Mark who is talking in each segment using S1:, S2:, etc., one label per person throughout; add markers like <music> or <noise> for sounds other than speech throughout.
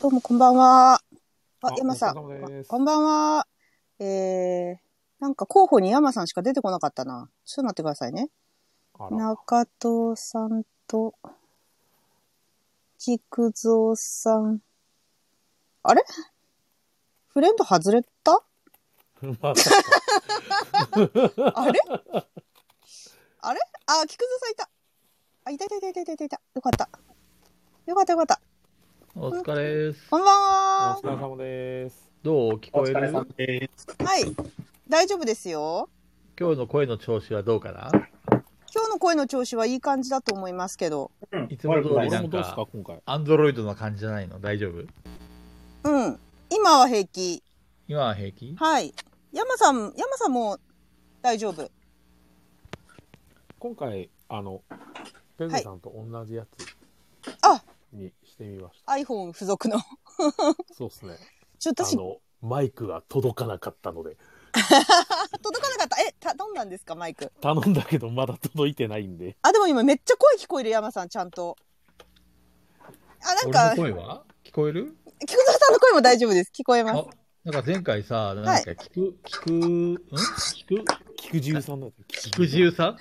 S1: どうもこんばんは。あ
S2: あ、
S1: 山さん。
S2: お疲れ様です
S1: こんばんは。えー、なんか候補に山さんしか出てこなかったな。ちょっと待ってくださいね。
S2: あら。
S1: 中藤さんと、菊蔵さん。あれフレンド外れ
S2: <laughs>
S1: た
S2: まさか
S1: あれあれあ、菊蔵さんいた。あ、いたいたいたいたいたいたいた。よかった。よかったよかった。
S3: お疲れです。
S1: こんばん
S2: お
S1: は。
S2: 疲れ様です。
S3: どう聞
S4: お
S3: こえ
S4: 疲れ
S3: る
S4: 様です。
S1: はい。大丈夫ですよ。
S3: 今日の声の調子はどうかな
S1: 今日の声の調子はいい感じだと思いますけど。
S3: いつも通り
S4: 悪くな
S2: 俺
S4: い
S3: なん
S2: もどうですか
S3: か、
S2: 今回。
S3: アンドロイドな感じじゃないの大丈夫
S1: うん。今は平気。
S3: 今は平気
S1: はい。山さん、山さんも大丈夫。
S2: 今回、あの、ペグさんと同じやつ
S1: あ
S2: にしてみました。
S1: iPhone 付属の。
S2: そうですね。
S1: ちょっと
S2: あ
S1: 私、
S2: の、マイクが届かなかったので、
S1: 届かなかった。え、頼んだんですか、マイク。
S2: 頼んだけどまだ届いてないんで。
S1: あ、でも今めっちゃ声聞こえる、山さん、ちゃんと。あ、なんか、
S3: 俺の声は聞こえる
S1: 菊蔵さんの声も大丈夫です。聞こえます。
S3: あ、なんか前回さ、なんか聞く、聞く、ん聞く
S2: 菊十さんだって。
S3: 聞く自由
S1: <laughs>
S3: さん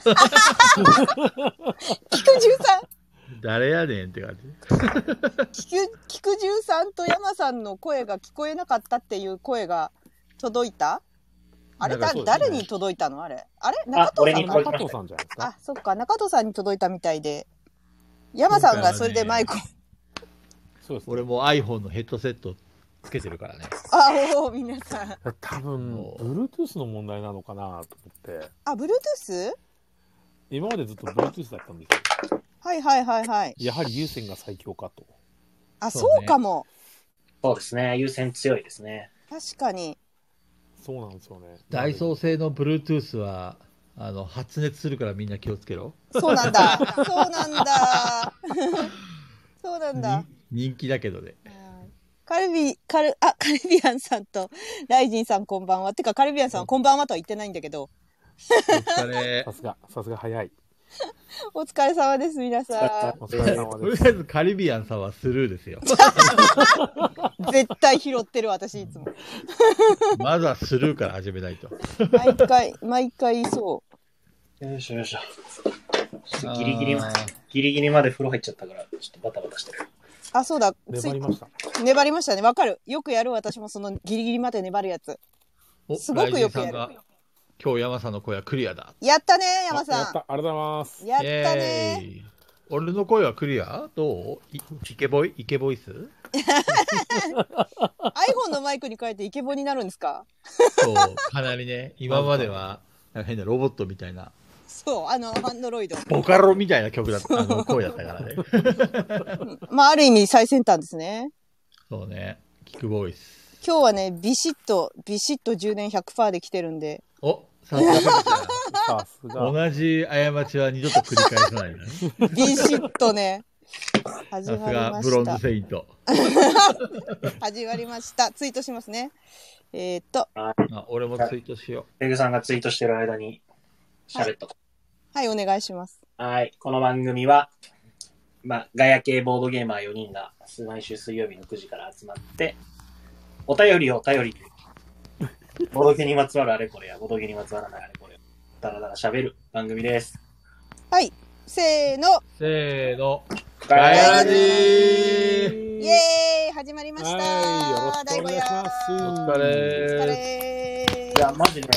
S1: 菊十さん、
S3: 誰やねんって感じ。
S1: 菊、菊十さんと山さんの声が聞こえなかったっていう声が届いたあれ、
S3: なんか
S1: だ
S3: そうですね
S1: 誰に届いたのあれ。あれ
S4: あ
S1: 中藤
S4: 俺
S1: さ
S4: に
S1: ん
S4: 届い
S1: か
S4: た
S2: 中藤さんじゃないですか。
S1: あ、そっか、中藤さんに届いたみたいで。山さんがそれでマイクを
S2: そうですね。
S3: 俺も iPhone のヘッドセットつけてるからね。
S1: あ、おお、皆さん。
S2: 多分、Bluetooth の問題なのかなと思って。
S1: あ、Bluetooth?
S2: 今までずっと Bluetooth だったんです
S1: はいはいはいはい。
S2: よ。やはり有線が最強かと。
S1: あ、そ,、
S3: そううね
S1: かも。
S4: そうですね。優先強いですね。
S1: 確かに。
S2: そうなんですよね。
S3: ダイソー製の Bluetooth は、あの、発熱するからみんな気をつけろ。
S1: そうなん
S3: <laughs>
S1: だ。そうなんだ。 <laughs> そうなんだ。
S3: に人気だけどね。
S1: カルビ、カル、あ、カルビアンさんと、ライジンさんこんばんは。てか、カルビアンさんはこんばんはとは言ってないんだけど、
S3: お疲れ
S2: <laughs> さ。すが、さすが早い。
S1: お疲れ様です、皆さ
S2: お疲れ様
S3: とり <laughs>
S2: です。
S3: あえずカリビアンさんはスルーですよ。
S1: ん。絶対拾ってる、私いつも。
S3: まずはスルーから始めないと。
S1: 毎回、毎回そう。
S4: よいしょよいしょ。ちょっとギリギリまで、ギリギリまで風呂入っちゃったから、ちょっとバタバタしてる。
S1: あ、そうだ。つ
S2: 粘り
S1: い
S2: ました。
S1: 粘りましたね。わかる。よくやる、私もそのギリギリまで粘るやつ。
S3: お
S1: すごくよくやる
S3: ライジンさんが今日山さんの声はクリアだ。
S1: やったね、山
S2: あや
S1: さ
S2: った。ありがとうございます
S1: <laughs> ん。。やったね
S3: イエーイ俺の声はクリアどういイケボイイケボイス
S1: iPhone のマイクに変えてイケボになるんですか
S3: そう、かなり
S1: <laughs>
S3: ね、今までは、なんか変なロボットみたいな、
S1: そう、あの、アンドロイド。
S3: ボカロみたいな曲だった、あの声だったから
S1: <laughs>
S3: ね。
S1: まあ、ある意味最先端ですね。
S3: そうね、キックボイス。
S1: 今日はね、ビシッと、ビシッと充電100%で来てるんで。
S3: おさすがペグ
S2: さす
S3: ちゃん
S2: が。
S3: 同じ過ちは二度と繰り返さないね。
S1: ビシッとね。始
S3: さす
S1: まり
S3: が
S1: ま
S3: ブロ
S1: し
S3: ンズ
S1: た。
S3: セイント。
S1: 始まりました。ツイートしますね。えーっと、
S3: あ俺もツイートしよ
S4: ペグさんがツイートしてる間に喋っとこ
S1: はい、お願いします。
S4: う。はい。この番組は、まあ、ガヤ系ボードゲーマー4人が、毎週水曜日の9時から集まって、お便りをお便りに、ボドゲにまつわるあれこれや、ボドゲにまつわらないあれこれを、だらだら喋る番組です。
S1: はい、せーの、
S3: う。せーの。
S4: ガ
S3: ガ
S1: ヤ
S3: ヤ
S1: ラ
S3: ラ
S1: ジ
S3: ジ
S1: イ
S3: ー
S1: エーイ始まりました。
S2: はい、よろしくお願いします。
S1: 第五夜
S3: お疲
S1: お
S3: れ
S1: 疲
S3: ー
S1: れ
S4: いや、マジで、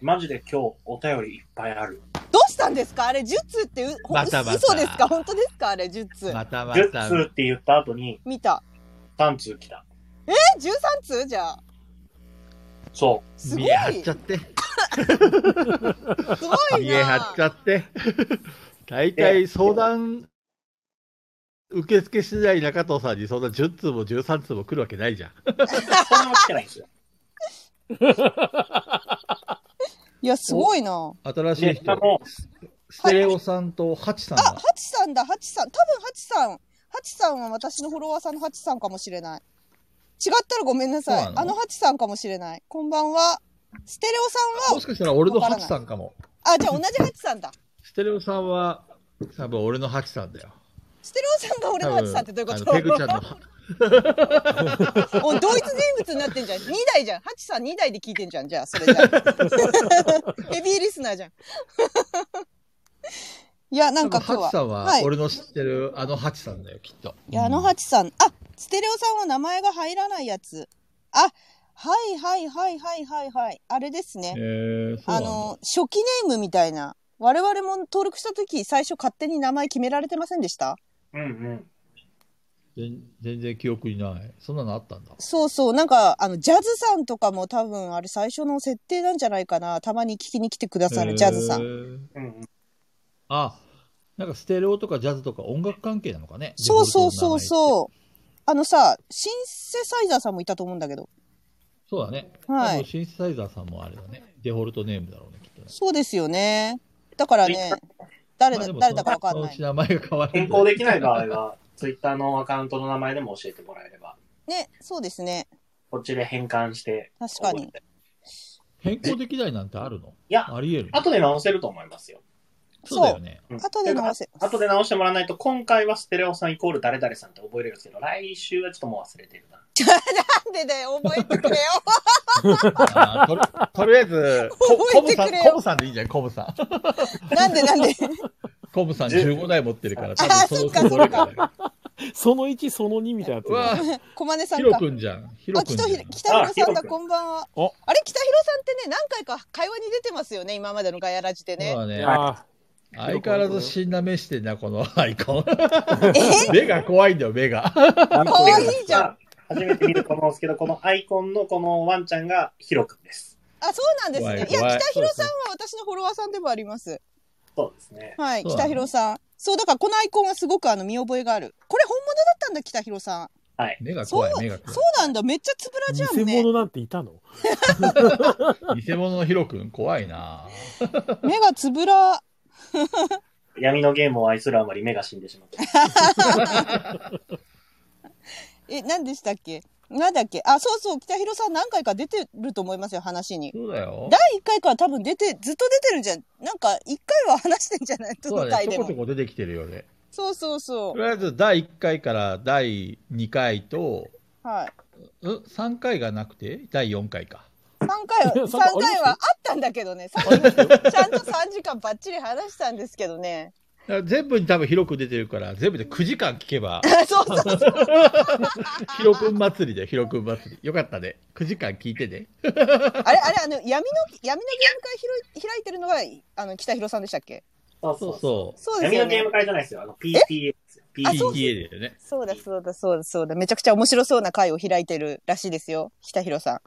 S4: マジで今日お便りいっぱいある。
S1: どうしたんですかあれ、10通ってう、ほん
S3: またまた
S1: 嘘ですか本当ですかあれ、10通。
S3: またま
S4: 10
S3: た。
S4: 通って言った後に
S1: 見た。
S4: 3通来た。
S1: え、13通じゃあ。
S4: そ
S1: すごい
S3: 見。え張っちゃって。
S1: すごい
S3: 見え張
S1: な
S3: っち。
S1: <laughs>
S3: ゃって。大体相談、受付次第中藤さんにそんな10通も13通も来るわけないじゃん。
S4: う。そんな落ちてない
S3: <laughs>
S4: んですよ。
S1: いや、すごいな。
S3: 新しい
S4: で、しか
S3: 人、
S4: も、
S3: ステレオさんとハチさん
S1: あ、
S3: が
S1: ハチさんだ、ハチさん。多分ハチさん。ハチさんは私のフォロワーさんのハチさんかもしれない。違ったらごめんなさい
S3: そう。なの
S1: あのハチさんかもしれない。こんばんは。ステレオさん
S3: も
S1: は、
S3: しかしたら俺のハチさんかも。
S1: あ、じゃあ同じハチさんだ。
S3: ステレオさんは、多分俺のハチさんだよ。
S1: ステローさんが俺のハチさんってどういうこ
S3: あ
S1: と
S3: のペグちゃんの
S1: お同一人物になってんじゃん。2台じゃん。ハチさん2台で聞いてんじゃん。じゃあ、それじゃあ。
S3: <laughs>
S1: ヘビーリスナーじゃん。 <laughs> いや、 <laughs> なんか
S3: ハ
S1: 今日
S3: チ
S1: は。
S3: さんは、
S1: はい
S3: 俺の知ってるあのハチさんだよ、きっと。
S1: いや、あのハチさん、あ、ステレオさんは名前が入らないやつ。あ、はいはいはいはいはいはい。あれですね
S3: え。ー、そ
S1: あ
S3: うなんだ
S1: の、初期ネームみたいな。我々も登録した時最初勝手に名前決められてませんでした
S4: うんうん。
S3: 全全然記憶にない。そんなのあったんだ。
S1: そうそう。なんか、あの、ジャズさんとかも多分、あれ最初の設定なんじゃないかな。たまに聞きに来てくださるジャズさん
S3: へ。ー
S4: うんうん。
S3: あ、なんかステレオとかジャズとか音楽関係なのかね。
S1: そうそうそう
S3: う。
S1: そう。あのさ、シンセサイザーさんもいたと思うんだけど。
S3: そうだね。
S1: はい
S3: 多分シンセサイザーさんもあれだね。デフォルトネームだろうね、きっとね。
S1: そうですよね。だからね、誰だ、
S3: まあでも
S1: 誰だかわかん
S3: その
S1: な
S3: う
S1: い
S3: ち。名前が変わるんだよ
S4: 変更できない場合
S3: <laughs>
S4: は、ツイッターのアカウントの名前でも教えてもらえれば、
S1: ね、そうですね。
S4: こっちで変換して。
S1: 確かに
S4: 覚えて
S3: 変更できないなんてあるの
S4: いや、
S3: あり得るの
S4: 後で直せると思いますよ。
S3: そうだよね。
S4: うん
S1: 後で直せ
S4: あ後で直してもらわないと、今回はステレオさんイコール誰々さんって覚えれるんですけど、来週はちょっともう忘れてるな。
S1: <laughs> なんでだよ、覚えてくれよ。 <laughs>
S3: あーととりあえず、こ
S1: 覚え
S3: コブ
S1: て
S3: さん、
S1: くれよ
S3: コブさんでいいじゃん、コブさん。
S1: なんでなんで。
S3: コブさん15台持ってるから、多
S1: あー
S3: 分その
S1: そっか
S3: どれかだよ。
S2: その1、その2みたいに
S3: う
S2: な
S3: わ
S2: ってる。
S1: 小金さ
S3: ヒ
S1: ん
S3: ロ
S1: か。
S3: 君じゃん。ヒロ
S1: あ、
S3: 君
S1: 北
S3: じゃん
S1: ひろ、北ひろさん
S4: あヒロ
S1: だ、
S4: 君
S1: こんばんは。
S2: お
S1: あれ、北ひろさんってね、何回か会話に出てますよね、今までのガヤラジで
S3: そう
S1: ね。
S3: だね。
S2: あ
S3: 相変わらず死んだ目してんな、
S1: <laughs>
S3: このアイコン。
S1: え
S3: 目が怖いんだよ、目
S1: <laughs>
S3: が。
S4: か
S1: 可愛いじゃん。
S4: 初めて見ると思うんですけど、このアイコンのこのワンちゃんがヒロ君です。
S1: あ、そうなんですね。い
S3: 怖い
S1: や、
S3: 怖い
S1: 北ひろさんは私のフォロワーさんでもあります。
S4: そうですね。
S1: はい、
S3: そうなの
S1: 北広さん。そう、だからこのアイコンはすごくあの見覚えがある。これ本物だったんだ、北広さん。
S3: 目が
S1: そう
S3: 怖い、目が怖
S1: そうなんだ、めっちゃつぶらじゃ
S2: 偽
S1: んね。
S2: 物なんていたの
S3: い。偽物のヒロ君、怖いな
S1: 目がつぶら。
S4: 闇のゲームを愛するあまり目が死んでしまった。
S1: え、何でしたっけなんだっけあ、そうそう、北広さん何回か出てると思いますよ、話に。
S3: そうだよ
S1: 第。1回から多分出て、ずっと出てるんじゃん。なんか、1回は話してんじゃないど
S3: そ
S1: の
S3: うだね、
S1: 回
S3: ち
S1: で
S3: ょこ
S1: も
S3: ちょ。こ出てきてるよね。
S1: そうそうそ
S3: とりあえず、第1回から第2回と、
S1: う。はい。
S3: うん、3回がなくて、第4回か。
S1: 3回は、
S2: いや
S1: 3
S2: そんなあります
S1: 回
S2: よ
S1: はあったんだけどね。さっきちゃんと3時間ばっちり話したんですけどね。 <laughs>
S3: だから全部に多分ヒロ君出てるから、全部で9時間聞
S1: <laughs>
S3: けば、
S1: そうそうそう。
S3: ヒロ君祭りだよ、ヒロ君祭り。よかったね。9時間聞いてね。
S1: あれあれあの闇の闇のゲーム会ひろ開いてるのがあの北広さんでしたっけ？
S4: そ
S3: そ
S4: うそううそう。
S3: そう。
S1: そうです
S4: 闇
S1: よ
S4: のゲー
S1: ね
S4: ム。会じゃないですよ。あの PTA ですよ。
S1: あそう
S3: PTA だよね。
S1: そうだそうだそうだそうだめちゃくちゃ面白そうな会を開いてるらしいですよ北広さん。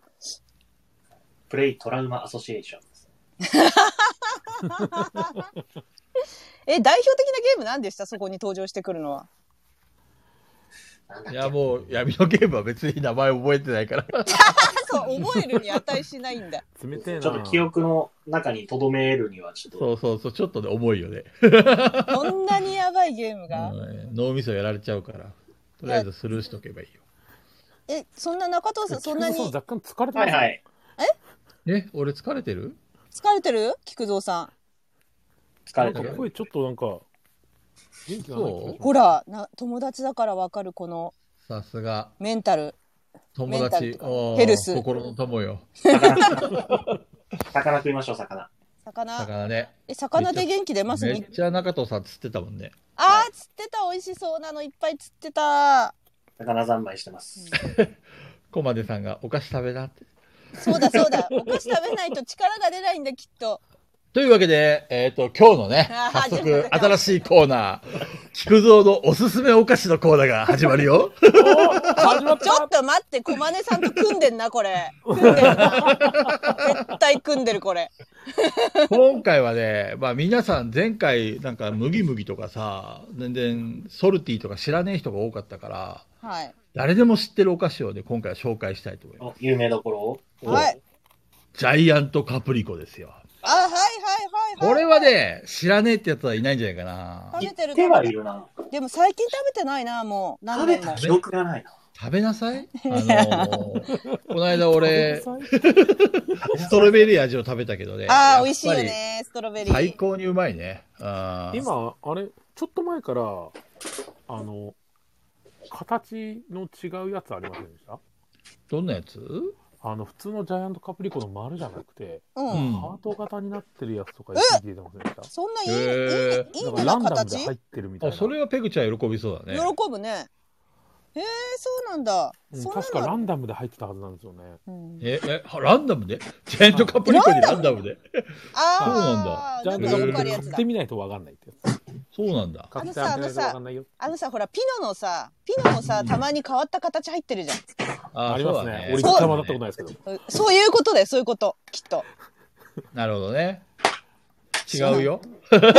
S4: プレイトラウマアソシエーションです。
S1: え代表的なゲームなんでしたそこに登場してくるのは。
S4: なんだっ
S3: い
S4: け
S3: や、もう闇のゲームは別に名前覚えてないから。
S1: そう覚えるに値しないんだ。
S2: 冷てえな。
S4: ちょっと記憶の中に留めるにはちょっと
S3: そうそうそう、ちょっとね、重いよね。
S1: こんなにやばいゲームが。
S3: うん脳みそやられちゃうから、とりあえずスルーしとけばいいよ。
S1: えそんな中藤さんそんなに
S2: 菊蔵さ若干疲れて。
S4: はいはいい。
S3: え、俺疲れてる
S1: 疲れてる菊蔵さん。
S4: 疲
S2: な
S4: れ
S2: ん
S4: て
S2: か
S4: る。
S2: 声ちょっとなんか、元気がない気がします
S1: ほ。らな友達だからわかるこの
S3: さすが、
S1: メンタル。
S3: 友
S1: メンタル
S3: 達
S1: と、か
S3: おー
S1: ヘルス
S3: 心の友よ。
S4: 魚食いましょう、魚。
S1: 魚
S3: 魚ね。
S1: え魚で元気出ます
S3: め
S1: ね
S3: っちゃ中藤さん釣ってたもんね。
S1: あー釣ってた美味しそうなのいっぱい釣ってた
S4: 魚三昧してます。
S3: コマネさんがお菓子食べなって。
S1: そうだそうだお菓子食べないと力が出ないんだきっと
S3: というわけで、えっ、と、今日のね、
S1: あー
S3: 早
S1: 始まっ
S3: 速、
S1: た
S3: 新しいコーナー、菊蔵のおすすめお菓子のコーナーが始まる
S1: <laughs>
S3: よ。
S2: 始まっ
S1: ちょったと待って小金さんと組んでんなこれ組んでるな絶対組んでるこれ
S3: 今回はね、まあ皆さん前回なんか麦麦とかさ、全然ソルティとか知らねえ人が多かったから、
S1: はい
S3: 誰でも知ってるお菓子をね、今回は紹介したいと思いま
S4: お有名どころを。
S1: はい
S3: す。ジャイアントカプリコですよ。
S1: あはいはいはいはい
S3: これはね、知らねえってやつはいないんじゃないかな。
S1: 食べてる
S4: 手
S1: 食
S4: は
S1: べ
S4: い
S1: てる
S4: るな。
S1: でも最近食べてないなもう
S4: 食
S1: 何
S4: べ
S1: 年
S4: た
S1: も
S4: 記憶がないな。
S3: 食べなさいあの
S1: <laughs>
S3: ーこの間俺、ストロベリー味を食べたけどね。
S1: あー美味しいよ
S3: やっ
S1: ねストロベ
S3: ぱ
S1: リ
S3: り
S1: ー
S3: 最高にうまいね。あー
S2: 今、あれ、ちょっと前から、あの、形の違うやつありませんでした
S3: どんなやつ
S2: あの、普通のジャイアントカプリコの丸じゃなくて、
S1: う。
S3: うんん
S2: ハート型になってるやつとか一時出てませんでした
S1: そんないい、
S3: へー
S1: いい、い
S2: ないんか
S1: ね
S2: ラ
S1: な
S2: ンダムで
S1: 形、
S2: 入ってるみたい
S3: あ、
S2: な。
S3: それはペグちゃん喜びそうだね。
S1: 喜ぶね。へえ、そうなんだ。
S2: うん
S1: そんな
S2: 確か
S1: のあ
S2: ラ
S1: る
S2: ンダムで入ってたはずなんですよね。
S1: うん
S3: え、え、はランダムでジャイアントカプリコにランダムで
S1: ああ、
S2: ジャイアン
S1: な
S2: ト
S1: ん
S2: カ
S1: かよ
S2: プリ
S1: く
S2: コ
S1: あるや
S2: 買
S1: つ
S2: っ
S1: だ
S2: て。みないとわかんないってやつ。
S3: そうなんだ。
S2: 買って
S1: あ
S2: あ
S1: のさ
S2: げないとわかんないよ。
S1: あのさ、ほら、ピノのさ、ピノもさ、たまに変わった形入ってるじゃん。
S2: あ
S3: あ
S2: りますね。俺
S1: そう
S2: 一
S1: だ
S2: 回も当たったことないですけど。
S1: うそういうことだよ、そういうこと。きっと。
S3: なるほどね。違うよ。
S1: 違う。違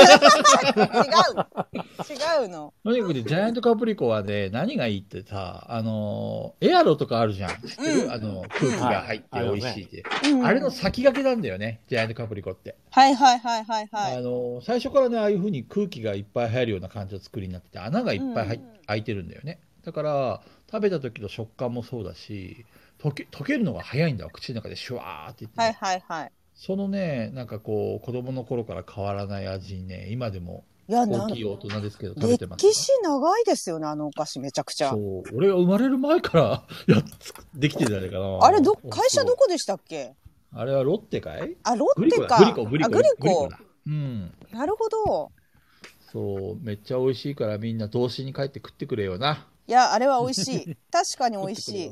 S1: うの。
S3: とにかくジャイアントカプリコはね、何がいいってさ、あのー、エアロとかあるじゃん。知ってる
S1: うん
S3: あの、空気が入って美味しいって。
S1: うん
S3: あれの先駆けなんだよね、ジャイアントカプリコって。
S1: はいはいはいはいは
S3: あ
S1: い。
S3: のー、最初からね、ああいう風に空気がいっぱい入るような感じの作りになってて、穴がいっぱい入っ
S1: うんうん
S3: 開いてるんだよね。だから、食べた時の食感もそうだし、溶け溶けるのが早いんだわ、口の中でシュワーっていってね、
S1: はいはいはい。
S3: そのね、なんかこう、子供の頃から変わらない味にね、今でも
S1: いや、な
S3: 大
S1: んか
S3: きい大人ですけど食べてます。
S1: 歴史長いですよね、あのお菓子めちゃくちゃ
S3: そ。う、俺が生まれる前から、 <laughs> やっつく、できてんじゃないかな。
S1: あれど、会社どこでしたっけ
S3: あれはロッテかい
S1: あ、ロ
S3: グ
S1: ッ
S3: リ
S1: テ
S3: コ
S1: か。
S3: だ。グリコ、グリ
S1: あ
S3: コ。
S1: グリコ
S3: だ。うん。
S1: なるほど。
S3: そう、めっちゃ美味しいからみんな童心に帰って食ってくれよな。
S1: いや、あれは美味し
S3: <laughs>
S1: い。確かに美味しい。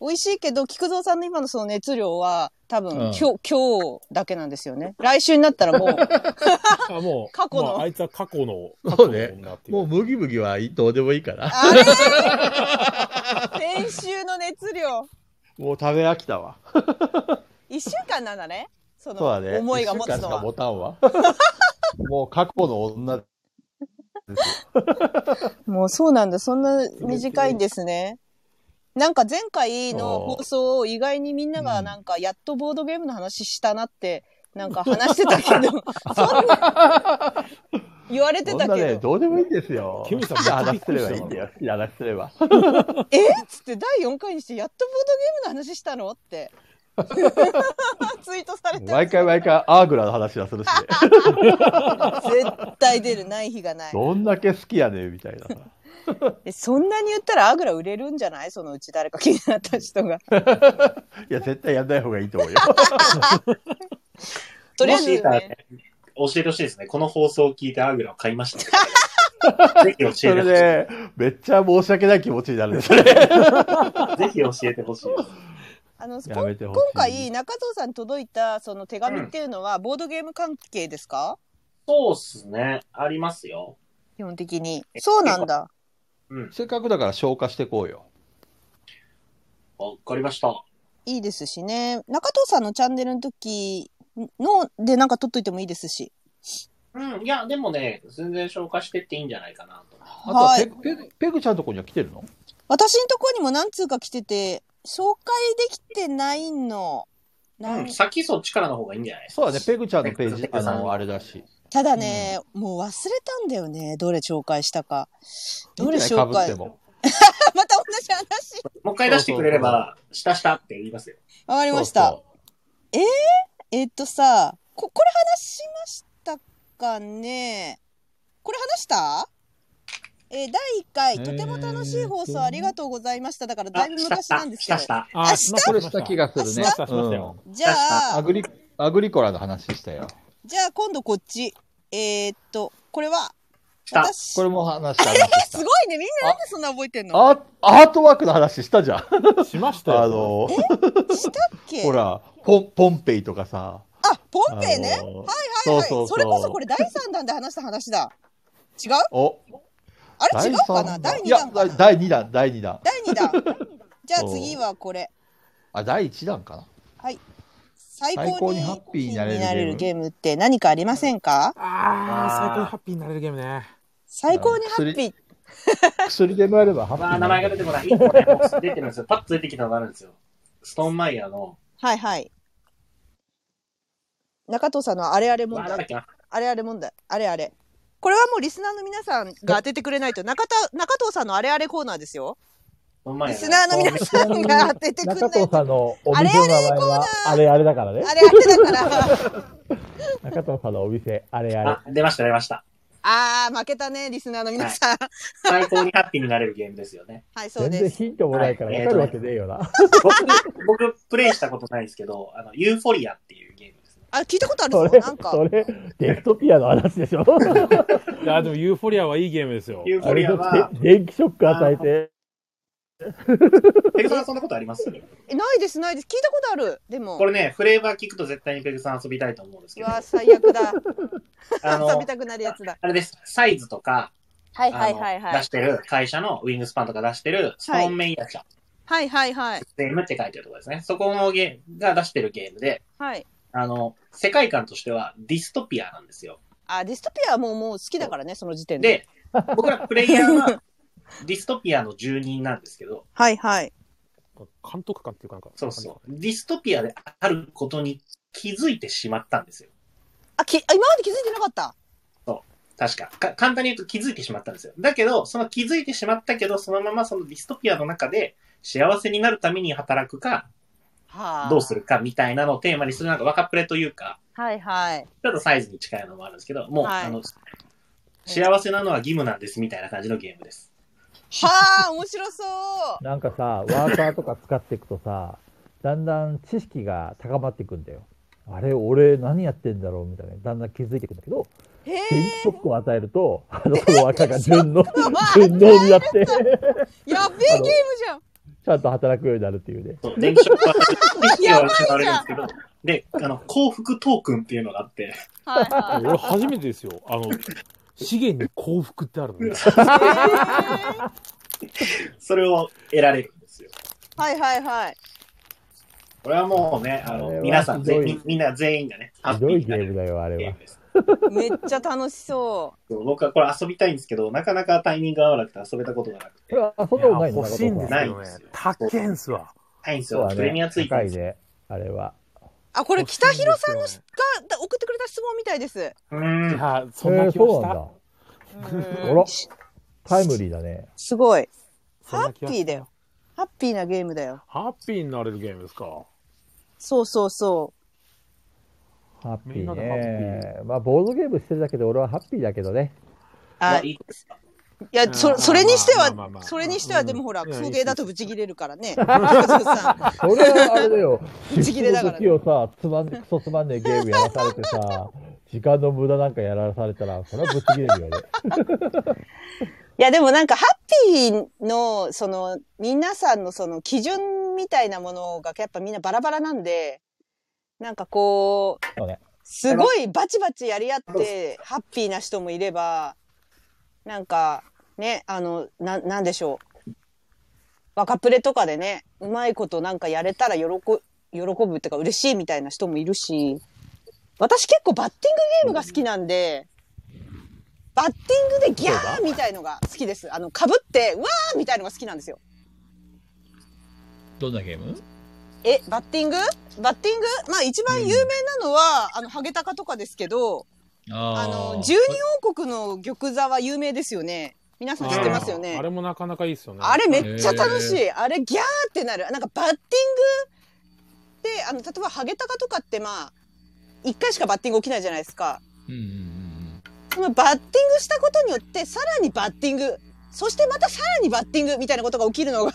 S1: 美味しいけど、菊蔵さんの今のその熱量は、多分、
S3: うん
S1: 今日、今日だけなんですよね。来週になったらもう、
S2: あ、もう、
S1: 過去の
S2: もうあいつは過去の、過去
S3: そう
S2: の
S3: ね
S2: 女ってい
S3: もう
S2: う。
S3: ムギムギはいいどうでもいいから。
S1: あれ先週の熱量。
S3: もう食べ飽きたわ。
S1: 一週間なんだね。そ
S3: そう
S1: の、
S3: だね。
S1: 思いが持
S3: 一
S1: つ
S3: 週間
S1: の
S3: しか
S1: は。
S3: 持た
S1: <laughs>
S3: んわ。もう過去の女ですよ。
S1: もうそうなんだ。そんな短いんです
S3: <laughs>
S1: ね。なんか前回の放送を意外にみんなが
S3: うん
S1: なんかやっとボードゲームの話したなって、なんか話してたけ
S3: <laughs>
S1: ど、そんな、言われて
S3: そ
S1: た
S3: んな
S1: け
S3: ね、
S1: ど、
S3: どうでもいいんですよ。
S2: ケミさん
S3: 好きな話すればいいんだよ。好きな話すれば。
S1: えっつって第4回にしてやっとボードゲームの話したのって。 <laughs> ツイートされて
S3: 毎回毎回アーグラの話は
S1: <laughs>
S3: するしね。
S1: 絶対出るない日がない
S3: どんだけ好きやねんみたいなさ。
S1: えそんなに言ったらアグラ売れるんじゃないそのうち誰か気になった人が
S3: いや、絶対やんない方がいいと思
S1: <laughs>
S3: うよ。
S1: とりあ
S4: も
S1: えず、
S4: しいたら
S1: ね
S4: ね、教えてほしいですね。この放送を聞いてアグラを買いまし
S1: <laughs>
S4: た。ぜひ教え
S3: そ
S4: て
S3: れ
S4: ほしい。
S3: で、めっちゃ申し訳ない気持ちになるんですね。
S4: ぜひ教えてほしいです。
S1: あのスポ
S3: やめてほしい
S1: 今。回中蔵さんに届いたその手紙っていうのはボードゲーム関係ですか、
S4: そうっすね。ありますよ。
S1: 基本的にそうなんだ
S4: うん。
S3: せっかくだから消化していこうよ。
S4: わかりました。
S1: いいですしね中藤さんのチャンネルの時のでなんか撮っといてもいいですし
S4: うん。いや、でもね、全然消化してっていいんじゃないかなと。
S3: あとは
S1: は
S3: ペ
S1: い
S3: グ、ペグペグちゃんのとこには来てるの
S1: 私のとこにも何通か来てて紹介できてないのな
S4: うんん。先そっちからの方がいいんじゃないですか。
S3: そうだね、ペグちゃんのページ
S4: ペ、グ
S3: あ
S4: さん
S3: の、あれだし。
S1: ただね、もう忘れたんだよねどれ紹介したかどれ
S3: いいんじゃな
S1: 紹
S3: い
S1: 介 <laughs>
S3: 被っても。
S1: また同じ話。
S4: もう一回出してくれれば、したしたって言いますよ。
S1: わかりました。
S3: そうそう
S1: えっとさ、こ、これ話しましたかねこれ話したえー第1
S3: え
S1: 回、
S3: ー
S1: とても楽しい放送ありがとうございました。だからだ
S4: あ
S1: い、ぶ
S4: した
S1: 昔
S4: した
S1: なんです。
S4: し
S1: けど
S4: た。した。
S2: あ
S1: 明日
S2: しました
S3: これした気がする
S1: 明
S3: ね。
S1: 日
S2: しましたよ
S1: じゃ
S3: うんア
S1: あ、
S3: グリ、アグリコラの話したよ。
S1: じゃあ今度こっち。えーっと、これは、
S4: した
S1: 私
S3: これも話した、話し
S1: す
S3: た <laughs>
S1: ごい。ね。みんななんでそんな覚えてんの
S3: アーアートワークの話したじゃん。あ
S2: しましたよ。
S3: の、
S1: したっけ
S3: ほら、ポン、ポンペイとかさ。
S1: あ、ポンペイね。は
S3: あ
S1: い
S3: の
S1: はいはい。
S3: そうそうそう
S1: それこそこれ第3弾で話した話だ。違う
S3: お、
S1: あれ違うかな
S3: 第三
S1: 第
S3: い
S1: 2
S3: や
S1: 弾かな
S3: 第2弾、第2弾。
S1: 第2弾。
S3: <laughs>
S1: じゃあ次はこれ。
S3: あ、第1
S5: <laughs>
S3: 弾かな。
S1: 最
S3: 最
S1: 高
S3: 高
S1: に
S3: にハッピーになれる
S1: ゲ
S3: ゲーム
S1: ームって何かありませんか
S2: あ
S4: あー
S2: あ、最高にハッピーになれるゲームね。
S1: 最高にハッピー。
S3: 薬でもやればハッピー
S4: まあ、
S3: にな
S4: 名
S3: る
S4: 前が出てこない。一個ね、もう出てるんですよ。パッと出てきたのがあるんですよ。ストーンマイヤーの、
S1: はいはい。中藤さんのあれあれ問
S4: わあなんだ
S1: 題。
S4: っけな。
S1: あれあれ問題。あれあれ。これはもうリスナーの皆さんが当ててくれないと、中田、中藤さんのあれあれコーナーですよ。
S4: ストーンマイ
S1: リス
S4: ヤーの。
S1: ナーの皆さんが当ててくれない
S5: 中
S1: と
S5: 藤。さんのお店の名前はあれあれだからね <laughs>
S1: あれあれだから。
S5: 中藤さんのお店あれあれ
S4: あ、出ました、出ました。
S1: あー、負けたね、リスナーの皆さん。はい、
S4: 最高にハッピーになれるゲームですよね。
S1: そう
S5: 全
S1: で
S5: 然
S1: す。
S5: ヒントもないから
S4: はい
S5: 分かるわけねえよな。
S4: 僕、僕、プレイしたことないですけど、あの、ユーフォリアっていうゲームですね。
S1: あ、聞いたことある
S5: そ
S1: ぞ、
S5: れ、
S1: なんか。
S5: それ、デクトピアの話でしょ
S2: いや、でもユーフォリアはいいゲームですよ。
S4: ユーフォ
S5: あ
S4: リ
S5: れ
S4: アは、
S5: で電気ショック与えて、
S4: ペグさんそんなことあります
S1: えないです、ないです。聞いたことある。でも
S4: こ。れね、フレーバー聞くと絶対にペグさん遊びたいと思うんです
S1: う
S4: けど、
S1: わ、最悪だ。
S5: <laughs>
S4: あ
S1: 遊
S4: の
S1: び、たくなるやつだ。
S4: あれです。サイズとか、
S1: はい
S4: あの
S1: はいはいは
S4: 出
S1: い
S4: し。てる会社のウィングスパンとか出してるストーンメイヤー社、
S1: はいはいはい。
S4: ゲームって書いてるところですね。そこのゲームが出してるゲームで、
S1: はい。
S4: あの、世界観としてはディストピアなんですよ。
S1: あ、ディストピアはもうもう好きだからね、その時点で。
S4: で、僕らプレイヤーはディストピアの住人なんですけど、
S1: はいはい。
S2: 監督官っていうかなんか。
S4: そうそう。ディストピアであることに気づいてしまったんですよ。
S1: あ、き、あ今まで気づいてなかった。
S4: 確かか。簡単に言うと気づいてしまったんですよ。だけど、その気づいてしまったけど、そのままそのディストピアの中で幸せになるために働くか、
S1: はあ。
S4: どうするかみたいなのをテーマにするなんか若プレというか、
S1: はいはい。
S4: ちょっとサイズに近いのもあるんですけど、もう、
S1: はい
S4: あの、幸せなのは義務なんですみたいな感じのゲームです。
S1: はあ、面白そう。
S5: なんかさ、ワーカーとか使っていくとさ、だんだん知識が高まっていくんだよ。あれ、俺何やってんだろうみたいな、だんだん気づいていくんだけど、
S1: へ
S5: 電
S1: え。
S5: 気ショックを与えると、あの、この若が順応、
S1: ク
S5: 順応になって、
S1: やべえゲームじゃん。
S5: ちゃんと働くようになるっていうね。
S1: <laughs>
S4: そう電気ショックは、意識が失われるんですけど、で、あの、幸福トークンっていうのがあって、
S1: はい
S2: あ
S1: はい。
S2: <laughs> 俺初めてですよ。あの、資源に幸福ってあるのね。
S1: へえ
S4: それを得られるんですよ。
S1: はいはいはい。
S4: これはもうね、あ
S5: あ
S4: の
S5: れ、は
S4: 皆さん、
S5: ひど
S4: 全
S5: い
S4: みみんな全員がね、ハ
S5: ひ
S4: ッピ
S5: ど
S4: ー
S5: いゲー
S4: になれ
S5: ムだ
S4: る
S5: よ、あれ
S4: ゲー
S5: は
S4: ム。です。
S1: めっちゃ楽しそ
S4: そう僕はこれ遊びたいんですけど、なかなかタイミングが合わなくて遊べたことがなく
S5: そ
S4: て
S5: れ。は遊んだことないの
S2: 欲しいんです
S4: な
S2: け
S4: い
S2: ど
S4: んで
S2: ね
S4: すよ。
S2: 高けんすわ。
S4: はいんです
S5: そう
S4: よ。
S5: だね
S4: プレミアついて
S5: 高
S4: るん
S5: い
S4: ですよ
S5: ね、あれは。
S1: う。あ、これ北広さん
S2: の
S1: が送ってくれた質問みたいです。
S4: う
S2: い
S4: ーん。
S2: や、そんな気が
S5: えーそ
S2: し
S5: うなん
S2: た
S5: だ。。
S1: うん
S5: あらタイムリーだね。
S1: すごい。
S2: そん
S1: ハ
S2: な気
S1: ッ
S2: が
S1: ピーだよ。ハッピーなゲームだよ。
S2: ハッピーになれるゲームですか。
S1: そうそうそ
S5: ハッピ
S2: みんな
S5: ー
S2: でハ
S5: ね。まあ、ボードゲームしてるだけで俺はハッピーだけどね。
S1: う。
S4: ま
S1: あ
S4: あい
S1: い
S4: いですか
S1: や、それ、それにして
S2: まあまあまあま
S1: は、
S2: あ
S1: それにしては、でもほら、
S2: うん
S1: 送迎だとブチギレるから
S2: <laughs>
S1: ね。そうさ
S5: それはあれだ
S1: <laughs>
S5: よ。
S1: 打ち切れだから
S5: 出
S1: ね
S5: 張の時をさ、つまん、クソつまんねえゲームやらされて
S1: <laughs>
S5: さ、時間の無駄なんかやらされたら、それはぶっちぎれるよね。
S1: いや、でもなんか、ハッピーの、その、皆さんのその、基準みたいなものが、やっぱみんなバラバラなんで、なんかこう
S5: そうね、
S1: すごいバチバチやり合って、ハッピーな人もいれば、なんか、ね、あの、な、なんでしょう。若プレとかでね、うまいことなんかやれたら喜、喜ぶっていうか嬉しいみたいな人もいるし、私結構バッティングゲームが好きなんで、バッティングでギャーみたいのが好きです。あの、被って、うわーみたいのが好きなんですよ。
S5: どんなゲーム
S1: え、バッティングバッティングまあ一番有名なのは、あの、ハゲタカとかですけど、あの、十二王国の玉座は有名ですよね。皆さん知ってますよ
S2: あー
S1: ね
S2: あ。れもなかなかいいですよね。
S1: あれめっちゃ楽しい。あれギャーってなる。なんかバッティングで、あの、例えばハゲタカとかってまあ、一回しかバッティング起きないじゃないですか。そのバッティングしたことによって、さらにバッティング、そしてまたさらにバッティングみたいなことが起きるのが、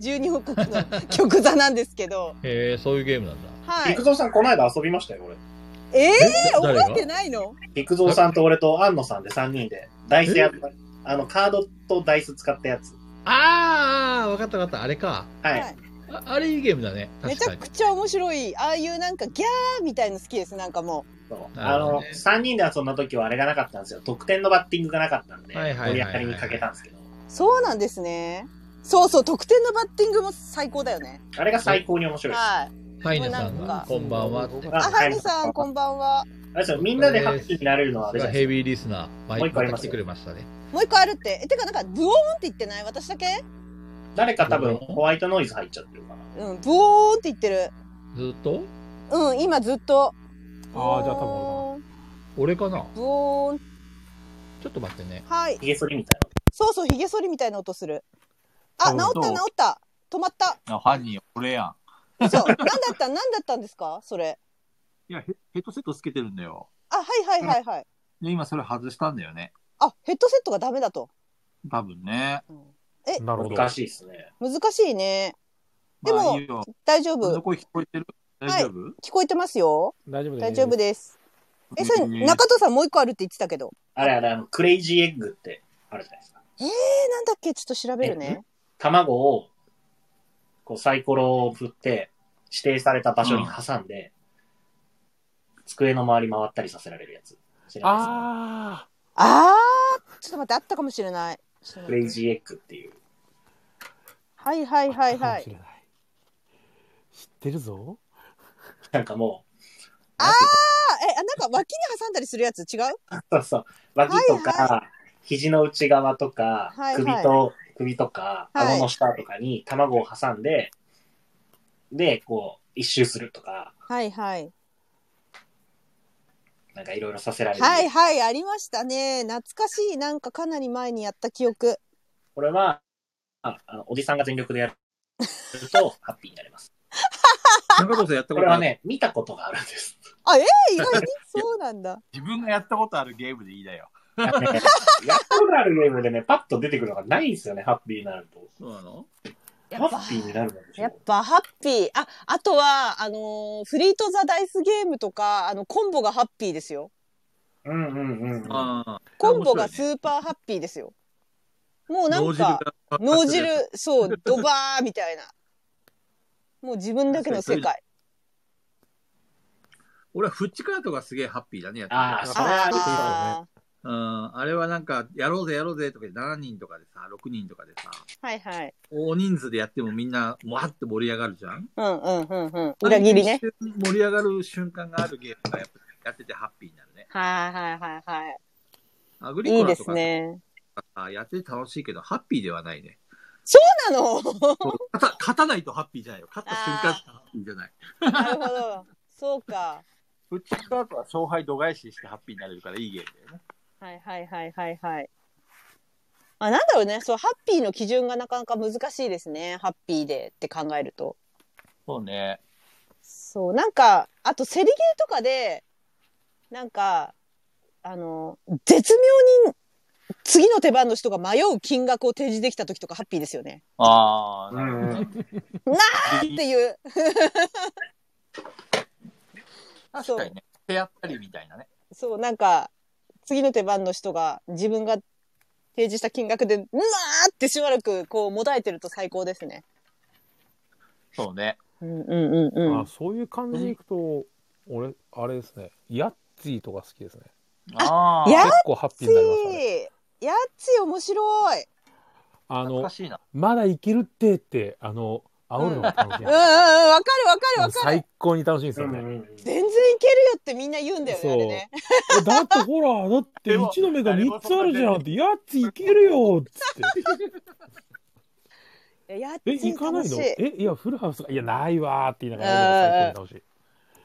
S1: 12王国の曲座なんですけど。
S5: へえ、そういうゲームなんだ。
S1: はい
S4: 陸。蔵さん、この間遊びましたよ、俺。
S1: ええー、
S5: 誰が
S1: 覚えてないの
S4: 陸蔵さんと俺と安野さんで3人で、ダイスやった。あの、カードとダイス使ったやつ。
S6: あーあー、わかったわかった、あれか。
S4: はい。
S1: はい
S6: ああれいいゲームだね。
S1: め
S6: 確
S1: ち
S6: か
S1: ゃ
S6: に。
S1: くちゃ面白い。ああいうなんかギャーみたいの好きです。なんかも
S4: そう
S6: な
S4: あ
S6: るほど
S4: の、
S6: ね
S4: 3人で遊んだ時はあれがなかったんですよ。得点のバッティングがなかったんで、
S6: はいはいはいはい
S4: 盛り上がりにかけたんですけど、
S1: う。そうなんですね。そうそう、得点のバッティングも最高だよね。
S4: あれが最高に面白いです。
S1: はい。
S6: ハイネさん
S1: なんか
S6: が、こんばんは。
S4: あ
S1: あ、ハイネさん、こんばんは。
S4: あれですよみんなでハッピーになれるのはあれじゃない
S6: ヘ
S4: ですか。
S6: ビーリスナー、
S4: もう一個あり
S6: ま
S4: ま
S6: た
S4: すよ
S6: 来てくれましたね。
S1: もう一個あるって。え、てかなんか、ブオーンって言ってない私だけ
S4: 誰か多分ホワイトノイズ入っちゃってるかな。
S1: うん、ブオーンって言ってる。
S6: ずっと
S1: うん、今ずっと。
S2: ああ、じゃあ多
S6: 俺かな
S1: ブオーン。
S6: ちょっと待ってね。
S1: はい。
S4: ヒゲ剃りみたい
S1: そうそう、髭剃りみたいな音する。あ、治
S2: うん
S1: った治った。止まった。
S7: あ犯人、俺や
S1: 嘘。何だった何だったんですかそれ。
S7: ん。いやヘ、ヘッドセットつけてるんだよ。
S1: あ、はいはいはいはい。
S7: で、今それ外したんだよね。
S1: あ、ヘッドセットがダメだと。
S7: 多分ね。
S1: うん
S2: なるほど。
S4: 難しいですね。
S1: 難しいね。でも
S7: まあ、いいよ。
S1: 大丈
S7: ど
S1: 夫。
S7: こ聞こえてる大丈夫、
S1: 聞こえてますよ。
S2: 大丈夫です。
S1: 大丈夫です。え、それ、
S7: うん
S1: 中戸さんもう一個あるって言ってたけど。
S4: あれあれ、あの、クレイジーエッグってあるじゃないですか。
S1: え、なんだっけちょっと調べるね。
S4: 卵を、こうサイコロを振って、指定された場所に挟んで、机の周り回ったりさせられるやつ。知らないで
S2: あ
S1: あー、ちょっと待って、あったかもしれない。ちょっ
S4: す
S1: と
S4: ク
S1: 待
S4: レイ
S1: って
S4: ジーエッグっていう。
S1: はいはい
S2: あ。
S1: はいはい
S2: かもし。れない知ってるぞ。
S4: なんかもう、
S1: あー
S4: なんていう
S1: あ、え、あ
S4: か
S1: なんか脇に挟んだりするやつ違う
S4: そうそう。脇とか、
S1: は
S4: 肘の内側とか、
S1: はいはい
S4: 首と、首とか、
S1: はい
S4: 顎の下とかに卵を挟んで、で、こう、一周するとか、
S1: はいはい。
S4: なんかいろいろさせられる。
S1: はいはい、ありましたね。懐かしい。なんかかなり前にやった記憶。
S4: これは、ああのおじさんが全力でやると、ハッピーになれます。
S7: 中藤さんやっ
S4: こ
S7: たこと
S4: れ
S7: あ
S4: は
S7: る、
S4: ね、見たことがあるんです。
S1: え、意外
S4: <laughs>
S1: にそうなんだ。
S7: 自分がやったことあるゲームでいいだよ。
S4: やったことあるゲームでね、パッと出てくるのがないんですよね、ハッピーになると。
S7: そうなの
S4: ハッピーになるのでし
S1: やっ
S4: ょ。
S1: ぱハッピー。あ、あとは、あのーフリートザダイスゲームとか、あの、コンボがハッピーですよ。
S4: うんうんうん。
S7: ああ。
S1: コンボが
S7: 面
S1: ス
S7: 白いね
S1: ーパーハッピーですよ。もうなん
S7: 脳汁
S1: か
S7: が、
S1: 脳汁、そう、ドバーみたいな。もう自分だけの世界。
S7: 俺はフッチカートがすげえハッピーだね、やってて
S4: ああ、それはありそう
S1: あ
S7: うん。あれはなんか、やろうぜやろうぜとかで7人とかでさ、6人とかでさ、
S1: ーはいはい。
S7: 大人数でやってもみんな、わーって盛り上がるじゃん
S1: うんうんうんうん。裏切りね。。
S7: 盛り上がる瞬間があるゲームがやっぱやっててハッピーになるね。
S1: はいはいはいは
S7: アグリ
S1: い。い
S7: コ
S1: い
S7: ラ
S1: で
S7: と
S1: す
S7: か
S1: ね。
S7: さやってて楽しいけど、ハッピーではないね。
S1: あの、
S7: 勝た勝たないとハッピーじゃないよ。勝った瞬間しかハッピーじゃない。
S1: なるほど。そうか。
S7: フッチカートは勝敗度外視してハッピーになれるからいいゲームだよね。
S1: はいはいはいはいはい。あ、なんだろうね。そう、ハッピーの基準がなかなか難しいですね。ハッピーでって考えると。
S7: そうね。
S1: そう、なんか、あと、セリゲーとかで、なんか、あの、絶妙に、次の手番の人が迷う金額を提示できた時とかハッピーですよね。
S7: ああ、
S4: なるほどね
S1: っていう。
S7: 確かにね。手やったりみたいなね。
S1: そう、なんか、次の手番の人が自分が提示した金額で、うわーってしばらくこう、もだえてると最高ですね。
S7: そうね。
S1: うんうんうんうん
S2: あ、。そういう感じでいくと、俺、あれですね。ヤッツィとか好きですね。
S7: ああ、
S1: や
S2: 結構ハッピー
S1: つ
S2: になりましたね。
S1: いやつい面白い。
S2: あ
S7: 懐
S2: の
S7: か、しいな。
S2: まだいけるってって、あの、煽るのが楽しい
S1: うんうんうん、わかるわかるわかる。
S2: 最高に楽しいんです
S4: う
S2: よ
S4: んう
S2: ね。
S4: んうん。
S1: 全然いけるよってみんな言うんだよね、あれね。
S2: えだってほら、だって
S7: でも
S2: 1の目が3つあるじゃんって、やっついけるよっつっ。
S1: いややって
S2: え、
S1: ち
S2: 行かないの
S1: 楽し
S2: え、いや、フルハウスが、いや、ないわーって言いながらやるのが最高に楽しい。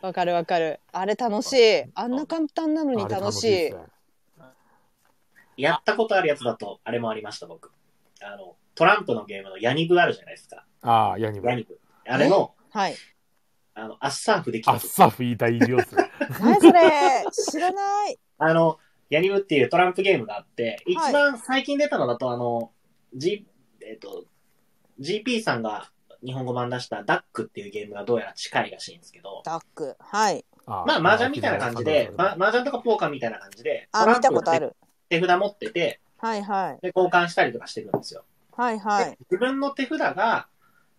S1: わかるわかる。あれ楽しい。あんな簡単なのに
S2: あれ
S1: 楽し
S2: で
S1: い
S2: す。ね
S4: やったことあるやつだと、あれもありました、僕。あの、トランプのゲームのヤニブあるじゃないですか。
S2: ああ、ヤニブ
S4: ヤ。ニブ。あれの、
S1: はい。
S4: あの、アッサーフでき
S2: あ
S4: た
S2: っ。さふいたい量っすね。
S1: 何それ知らない。
S4: あの、ヤニブっていうトランプゲームがあって、一
S1: はい
S4: 番最近出たのだと、あの、G、えっと、GP さんが日本語版出したダックっていうゲームがどうやら近いらしいんですけど、
S1: ダック。はい。
S2: あ
S4: まあ、麻雀みたいな感じで、ま麻雀とかポーカーみたいな感じで、
S1: あ、
S4: トラ
S1: 見
S4: ンプ
S1: たことある。
S4: 手札持ってて、
S1: はいはい。
S4: で、交換したりとかしてくんですよ。
S1: はいはい
S4: で。自分の手札が、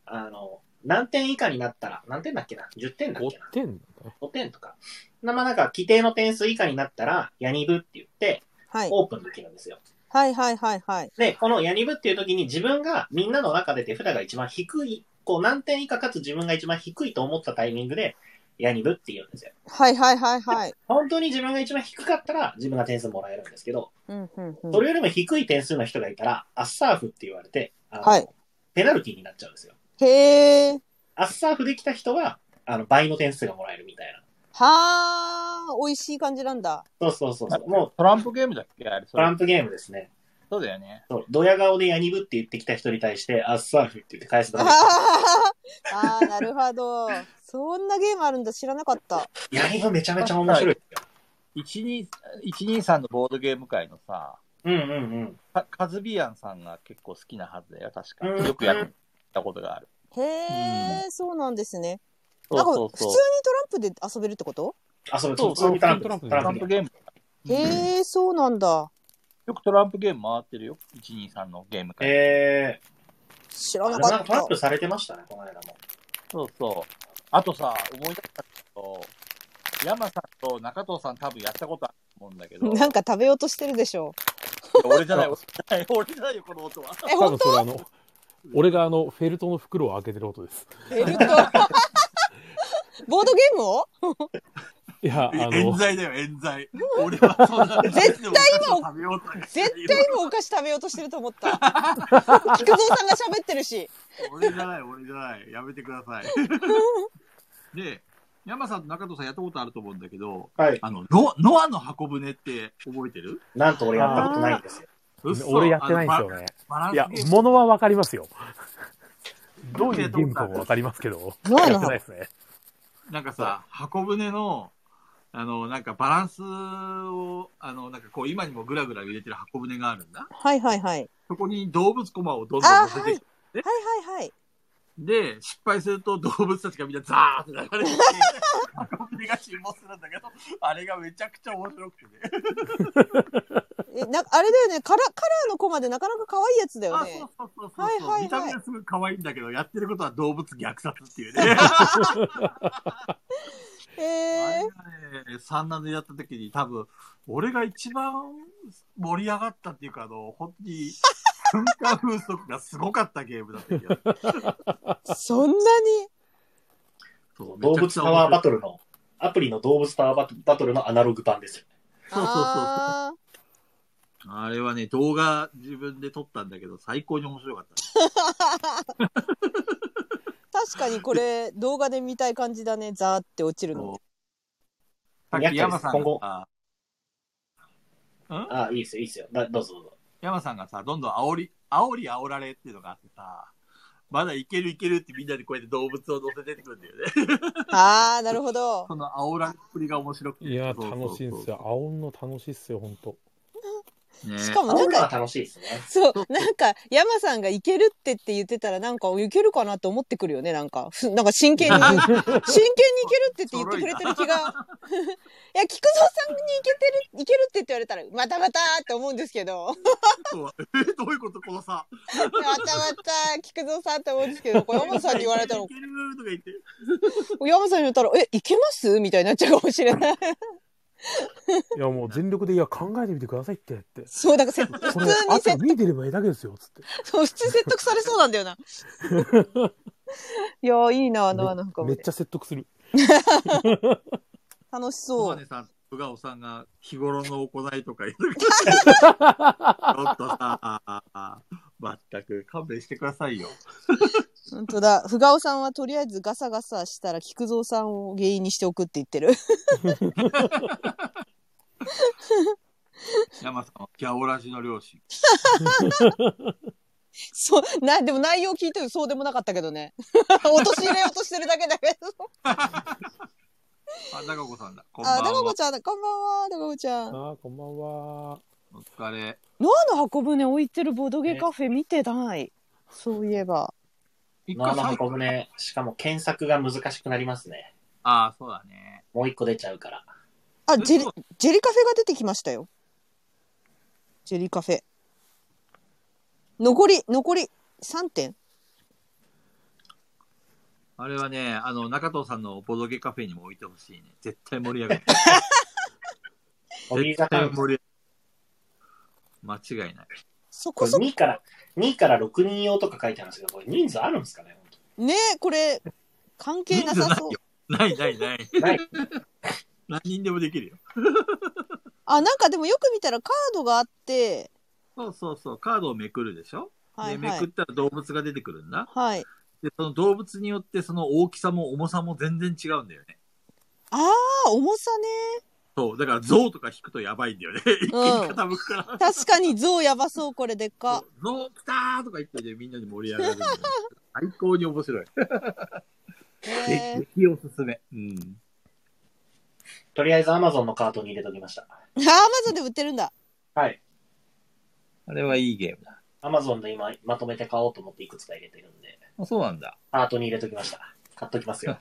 S4: あの、何点以下になったら、何点だっけな ?10 点だっ
S2: 5
S4: けな
S2: 点だね。
S4: ?5 点とか。なまあなんか、規定の点数以下になったら、ヤニブって言って、
S1: はい。
S4: オープンできるんですよ。
S1: はいはいはいはい。
S4: で、このヤニブっていう時に自分がみんなの中で手札が一番低い、こう何点以下かつ自分が一番低いと思ったタイミングで、ヤニブって言うんですよ。
S1: はいはいはいはい。
S4: 本当に自分が一番低かったら自分が点数もらえるんですけど、
S1: うんうんうん
S4: そ。れよりも低い点数の人がいたら、アッサーフって言われて、あの
S1: はい
S4: ペナルティーになっちゃうんですよ。
S1: へー。
S4: アッサーフできた人は、あの、倍の点数がもらえるみたいな。
S1: はー。美味しい感じなんだ。
S4: そうそうそうそう。もう、
S7: トランプゲームだっけあれ、そ
S4: トラ
S7: れ
S4: ンプゲームですね。
S7: そうだよね。
S4: そうドヤ顔でヤニブって言ってきた人に対して、アッサーフって言って返すだ
S1: あー。
S4: け
S1: <laughs> あー、なるほど。そんなゲームあるんだ。知らなかった。
S4: ヤニブめちゃめちゃ面白いですよ。
S7: 123のボードゲーム界のさ、
S4: ううんうん
S6: かカズビアンさんが結構好きなはずだよ、確か。
S4: うん
S6: よくやったことがある。
S1: へえ、そうなんですね。
S6: そう
S1: な
S6: そ
S1: ん
S6: う
S1: か普通
S6: そ
S1: に
S6: う。
S1: トランプで遊べるってこと、
S4: あ、そう
S6: そう
S4: 普通にトランプです。
S2: そう
S4: ト
S6: ト
S4: ラ
S6: ラ
S4: ン
S6: ン
S4: プ
S6: プ
S4: ゲー
S6: ゲーム。
S1: へえ、そうなんだ。
S6: よくトランプゲーム回ってるよ。123のゲームか
S4: ム。
S6: ら。
S4: え
S1: 知
S4: ー、
S1: ら
S4: あ
S1: な
S4: でもな
S1: か
S4: ん
S1: っ
S4: かトランプ
S1: た。
S4: されてましたね、この間も。
S6: そうそう。あとさ、思い出したけど、山さんと中藤さん多分やったことあると思うんだけど、
S1: なんか食べようとしてるでしょ。
S6: 俺じゃない、俺じゃない、俺じゃないよ、この音は。
S1: え、
S2: 多
S1: ほん
S2: 分それあの、俺があの、フェルトの袋を開けてる音です。
S1: ベルト。 <laughs> ボードゲームを
S2: いや、あ
S6: 冤
S2: の、
S6: 罪だよ、冤罪。俺はそんな
S1: 絶対今
S6: <laughs> 食べようとはしてない
S1: 絶対今お菓子食べようとしてると思った。菊蔵さんが喋ってるし。
S6: 俺じゃない、俺じゃない。やめてく
S1: <laughs>
S6: ださい。で、山さんと中藤さんやったことあると思うんだけど、
S4: はい。
S6: あの、ノノアの箱舟って覚えてる
S4: なんと俺やったことないんですよ。
S6: 嘘
S2: 俺やってないんですよ
S6: あの
S2: ね。
S6: ババ
S2: い
S6: ラ
S2: や
S6: ンスゲー、ム。
S2: 物はわかりますよ。ど
S6: ど
S2: う
S6: う
S2: い
S6: いうう
S2: ゲ
S6: ゲ
S2: ー
S6: ー
S2: ム
S6: ム
S2: か
S6: か
S2: も
S6: も
S2: わ
S6: わ
S2: かりますけど。
S1: ノアの
S2: やってない
S1: 箱。
S2: ですね。
S6: なんかさ、箱舟の、あの、なんかバランスを、あの、なんかこう今にもグラグラ揺れてる箱舟があるんだ。
S1: はいはいはい。
S6: そこに動物コマをどんどん
S1: あ
S6: 乗
S1: ー
S6: せ
S1: はい。は
S6: て
S1: い
S6: きて、
S1: はいはい。
S6: で、失敗すると動物たちがみんなザーって
S1: <laughs>
S6: 流れてきて、箱舟が沈没するんだけど、あれがめちゃくちゃ面白くてね。
S1: え、なんかあれだよね。カラ、カラーのコマでなかなか可愛いやつだよ
S6: あ、
S1: ね。
S6: そうそうそうそう。
S1: はいはいはい
S6: 見た目はすごい可愛いんだけど、やってることは動物虐殺っていうね。あ
S1: え
S6: れ
S1: えー。
S6: がね、三男でやった時に多分、俺が一番盛り上がったっていうか、あの、本当に、瞬間風速がすごかったゲームだったけど。
S1: そんなに
S6: そう
S4: 動物パワーバ
S6: ト
S4: トルの、アプリの動物パワーバトルのアナログ版ですよ。
S6: そうそうそう
S1: あ
S6: ル。あれはね、動画自分で撮ったんだけど、最高に面白かった。
S1: ー確かにこれ動画で見たい感じだね。ザーって落ちるの。
S6: さっき山さん
S4: 今後
S6: が、
S4: あ、いいですよ、いいですよ。だどうぞどうぞ。
S6: 山さんがさ、どんどん煽り、煽り煽られっていうのがあってさ、まだいけるいけるってみんなでこうやって動物を乗せてってくるんだよね。
S1: ああ、なるほど。
S6: <laughs> その煽られっぷりが面白くて。
S2: いや、
S6: そうそうそう
S2: 楽しいんですよ。。煽んの楽しいっすよ、ほんと。
S6: ね
S1: しかも
S4: あ、
S1: なん
S4: 俺らは
S1: か、
S4: 楽しいですね。
S1: そう、なんか、山さんがいけるってって言ってたら、なんか、おいけるかなって思ってくるよね、なんか。ふなんか真剣に、真剣にいけるってって言ってくれてる気が。い <laughs> や、菊蔵さんにいけてる、いけるってって言われたら、またまたーって思うんですけど、
S6: そう <laughs> えどういうことこのさ、
S1: またまた菊蔵さんって思うんですけど、これ山さんに言われたら
S6: い、けるとか言って。
S1: 山さんに言ったら、え、いけますみたいになっちゃうかもしれない。
S2: いや、もう全力で、いや、考えてみてくださいって、って。
S1: そう、だからせ、普
S2: こ
S1: 通
S2: れ
S1: に、せ
S2: 朝見えてればいいだけですよ、つって。
S1: そう普通に説得されそうなんだよな。いやー、いいな、あの、なんか、
S2: めっちゃ説得する。
S1: 楽しそ
S6: 小
S1: う。
S6: 金さん、小顔さんが日頃の行いとか言ってちょっとさ、 <laughs> まったく勘弁してくださいよ。
S1: 本当だ。ふがおさんはとりあえずガサガサしたら菊蔵さんを原因にしておくって言ってる。 <laughs>
S6: 山さんはギャオラジの両親。
S1: そう、な、でも内容聞いてるそうでもなかったけど <laughs> ね。落とし入れようとしてるだけだけど。
S6: あ、中子さんだ。こんば
S1: あ、
S6: ん
S1: だか
S6: は
S1: こ。ちゃん、こんばんは、だかこちゃん。ノ
S2: ああ、こんばんは。
S6: お疲れ。
S1: アの箱舟置いてるボドゲカフェ見てない。そういえば。
S6: 一
S4: まあ
S6: 回
S4: まあ、
S6: 最
S4: 箱
S6: 後。
S4: 舟、しかも検索が難しくなりますね。
S6: ああ、そうだね。
S4: もう一個出ちゃうから。
S1: あ、ジェリ、ジェリカフェが出てきましたよ。ジェリカフェ。残り、残り3点。
S6: あれはね、あの、中藤さんのボドゲカフェにも置いてほしいね。絶対盛り上がる。
S4: オリー
S6: 絶
S4: ザカ
S6: 対
S4: ン
S6: 盛り上がる。間違いない。
S1: そ
S4: こ
S1: こ
S4: れ
S1: そこ。
S4: 2から、2から6人用とか書いてあるんですけど、これ人数あるんですかね本
S1: ねえ、これ、関係なさそう。
S6: ないないない。
S4: 当 <laughs> ない。
S6: 何人でもできるよ。
S1: あ、なんかでもよく見たらカードがあって、
S6: そうそうそう。カードをめくるでしょ、
S1: はい
S6: で、
S1: は
S6: めくっ
S1: い。
S6: たら動物が出てくるんだ。
S1: はい。
S6: で、その動物によってその大きさも重さも全然違うんだよね。
S1: ああ、重さ
S6: <laughs>
S1: ね。
S6: そう。だから象とか引くとやばいんだよね。一気に傾くから。
S1: 確かに象やばそう、これでっか
S6: そ。う象来たーとか言ってね、みんなで盛り上がるんだよね。最高に面白い。
S1: へー
S6: 激おすすめ。うん。
S4: とりあえず Amazon のカートに入れときました。
S1: あー、アマゾンで売ってるんだ。
S4: はい。
S8: あれはいいゲームだ。
S4: アマゾンで今まとめて買おうと思っていくつか入れてるんで、
S8: あそうなんだ。
S4: アートに入れときました。買っときますよ。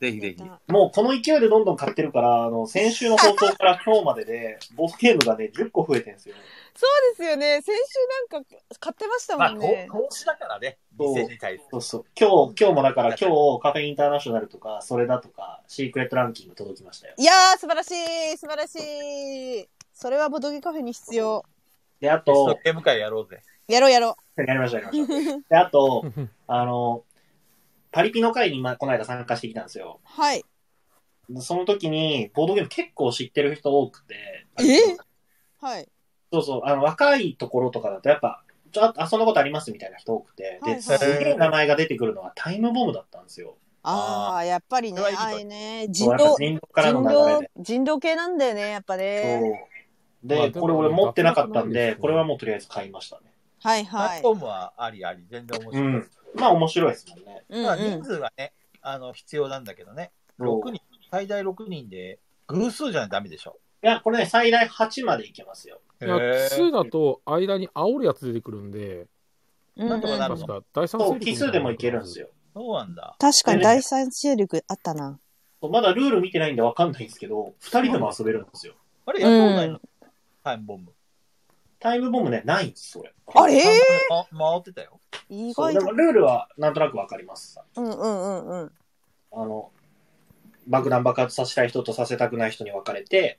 S8: ぜひぜひ。
S4: もうこの勢いでどんどん買ってるから、あの、先週の放送から
S6: <laughs>
S4: 今日までで、ボスゲームがね、10個増えてるんですよ。
S1: そうですよね。先週なんか買ってました
S6: ま
S1: も
S6: あ、
S1: ん
S6: 投
S1: ね。
S6: 投資だからね、
S4: そう
S6: 店に対する。
S4: そうそう。今日、今日もだから今日、カフェインターナショナルとか、それだとか、シークレットランキング届きましたよ。
S1: いやー、素晴らしい素晴らしいそれはボドゲカフェに必要。
S4: で、あ
S6: ベス
S4: と
S6: ト、ゲーム会やろうぜ。
S1: やろうやろ
S4: やりました、やりま
S6: <laughs>
S4: した。で、あと、あの、パリピの会に、ま、この間参加してきたんですよ
S1: う。。はい。
S4: その時に、ボードゲーム結構知ってる人多くて、
S1: えはい。
S4: そうそう、あの、若いところとかだと、やっぱ、ちょっと、あ、そんなことありますみたいな人多くて、
S1: はいは
S4: で、
S1: い
S4: すげえ名前が出てくるのはタイムボムだったんですよ。
S1: あー、やっぱりね、
S6: それはいいこ
S1: あ
S6: と
S1: あいうね、
S4: そ
S1: 人
S4: うやっぱ
S1: 道、
S4: 人道から
S1: 人
S4: の流れ
S1: 道
S4: で。、
S1: 人道系なんだよね、やっぱね。
S4: そう
S2: まあ
S4: で、
S2: でも
S4: これ俺持ってなかった
S2: な
S4: ん
S2: くなるん
S4: で
S2: で、すよ
S4: これはもうとりあえず買いましたね。
S1: はい
S6: プラ
S1: は
S6: ッ
S1: い
S6: ト。フォームはありあり、全然面
S4: う
S6: 白い。
S4: ん。まあ面白いですもんね。
S1: うんう
S6: まあ、人
S1: ん。
S6: 数はね、あの、必要なんだけどね。
S4: そう
S6: 6人、最大6人で、偶数じゃダメでしょ。
S4: いや、これね、最大8までいけますよ。
S2: いや、奇数だと間に煽るやつ出てくるんで、
S1: うん
S6: な
S1: うん
S6: んとかなる
S2: 確か第三
S4: そう、奇数でもいけるんです
S2: よ。
S4: よ。
S6: そうなんだ。
S1: 確かに第三勢力あったな。
S4: そうまだルール見てないんでわかんないんですけど、2人でも遊べるんですよ。
S6: あれ、やったことないの、
S1: うん
S6: タイムボム。
S4: タイムボムね、ないんです、それ。
S1: あれ
S6: ま回ってたよ。
S1: 意
S4: そう
S1: 外だ
S4: でも。ルールはなんとなくわかります。
S1: うんうんうんうん。
S4: あの、爆弾爆発させたい人とさせたくない人に分かれて、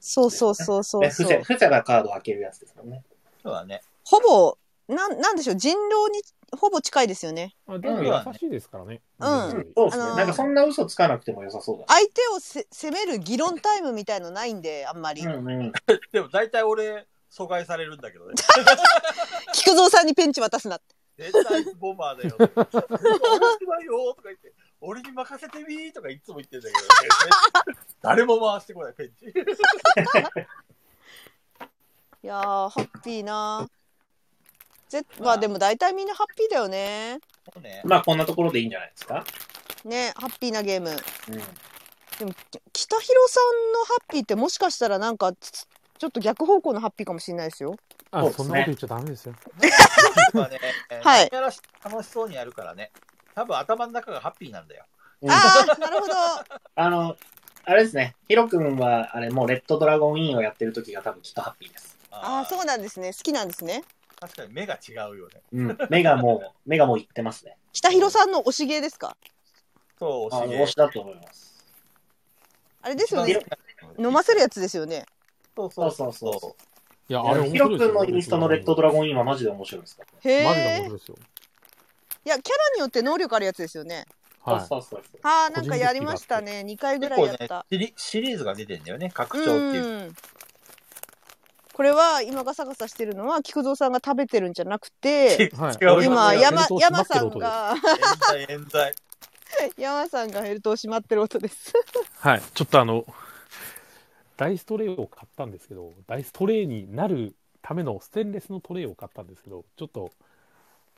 S1: そうそうそうそ
S4: ね
S1: う
S4: 伏
S1: そ
S4: せ
S1: う。
S4: 伏せたカードを開けるやつですもんね。
S6: そうだね。
S1: ほぼ、なん、なんでしょう、人狼にほぼ近いですよね。
S2: あでも優しいですからね。
S1: うん
S4: うん、そうですね、
S1: あのー
S4: なんかそんな嘘つかなくても良さそうだ。
S1: 相手をせ攻める議論タイムみたいのないんで、あんまり。
S4: うんうん。
S6: でも、大体俺、阻害されるんだけど
S1: <laughs>
S6: ね。
S1: 菊蔵さんにペンチ渡すなって。
S6: 絶対ボマーだよ。俺はよとか言って、俺に任せてみーとかいつも言ってんだけど、
S1: <laughs>
S6: 誰も回してこない、ペンチ。
S1: いやー、ハッピーなぜまあでも大体みんなハッピーだよね。
S6: そう
S1: <laughs>
S6: ね。
S4: まあこんなところでいいんじゃないですか。
S1: ね、ハッピーなゲーム。
S4: うん。
S1: 北広さんのハッピーってもしかしたらなんか、つちょっと逆方向のハッピーかもしれないですよ。
S2: あ、そんなこと言っちゃダメですよ。
S6: まあね、
S1: はい
S6: やらし楽しそうにやるからね。多分頭の中がハッピーなんだよ。
S4: うん
S1: ああ、なるほど。
S4: あの、あれですね、ヒロ君は、あれ、もうレッドドラゴンインをやってる時が多分きっとハッピーです。
S1: ああ、
S6: う。
S1: そうなんですね。好きなんですね。
S6: 確かに目が違うよね。
S4: うん。目がもう、目 <laughs> がもういってますね。
S1: 北広さんの推し芸ですか
S6: そう、
S4: あ
S6: おし
S4: の、推しだと思います。
S1: あれですよ
S4: 一
S1: ね。飲ませるやつですよね。
S6: そう
S4: そ
S6: そうう
S4: そ
S6: そうう
S4: そ
S6: そう
S2: いや、あ
S4: あ
S2: れ
S4: の
S2: 面
S4: ヒ
S2: 白い
S4: ロ
S2: ですよ
S4: 君のインスタのレッドドラゴンインはマジで面白いですから。
S1: へ
S2: マジで面
S1: え
S2: 白い。ですよ。
S1: いや、キャラによって能力あるやつですよね。
S2: はい。
S4: そうそうそう。
S1: ああ、なんかやりましたね。2回ぐらいやった。
S6: シリ。シリーズが出てんだよね、拡張っていう。
S1: うん。これは今ガサガサしてるのは菊蔵さんが食べてるんじゃなく
S2: <laughs>
S1: て、
S2: はい、
S6: 違う
S1: 今山
S2: 俺が
S1: 山
S2: 弁当
S1: さ
S2: 閉ま
S1: ん
S2: ってる音です
S1: が
S6: 冤罪、冤罪。
S1: 山
S6: <laughs>
S1: さんがヘルトを閉まってる音です。
S2: はい、ちょっとあの、ダイストレイを買ったんですけど、ダイストレイになるためのステンレスのトレイを買ったんですけど、ちょっと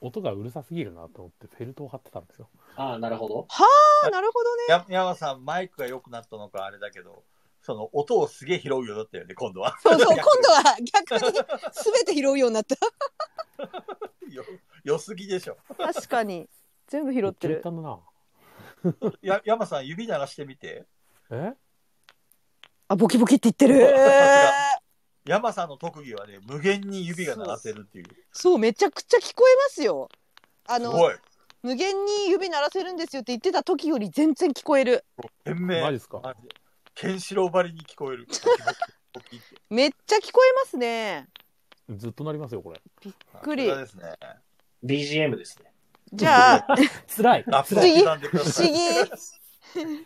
S2: 音がうるさすぎるなと思ってフェルトを貼ってたんですよ。
S4: ああ、なるほど。
S1: ああ、なるほどね。
S6: や山さん、マイクが良くなったのかあれだけど、その音をすげえ拾うようになったよね、今度は。 <laughs>
S1: そうそう、今度は逆に全て拾うようになった。
S6: よ良すぎでしょ。
S1: 確かに。全部拾って
S2: <laughs> めちゃ
S1: る
S2: 言。ったな。
S6: や山さん、指鳴らしてみて。
S2: え
S1: あ、ボキボキって言ってる。
S6: 山さんの特技はね、無限に指が鳴らせるっていう。
S1: そう、めちゃくちゃ聞こえますよ。あ
S6: す
S1: の
S6: ご、い。
S1: 無限に指鳴らせるんですよって言ってた時より全然聞こえる。
S6: 天
S2: マジ
S6: 命
S2: で。すか
S6: マジでケンシロウばりに聞
S1: <laughs>
S6: こえる。
S1: めっちゃ聞こえますね。
S2: ずっとなりますよ、これ。
S6: びっ
S1: くり
S6: ですね。
S4: BGM ですね。
S1: じゃあ、
S2: 辛い。
S6: ラップを
S2: 辛い。
S6: 刻んでくだ
S1: 不
S6: さ
S1: 思
S6: <laughs> い。
S1: 議。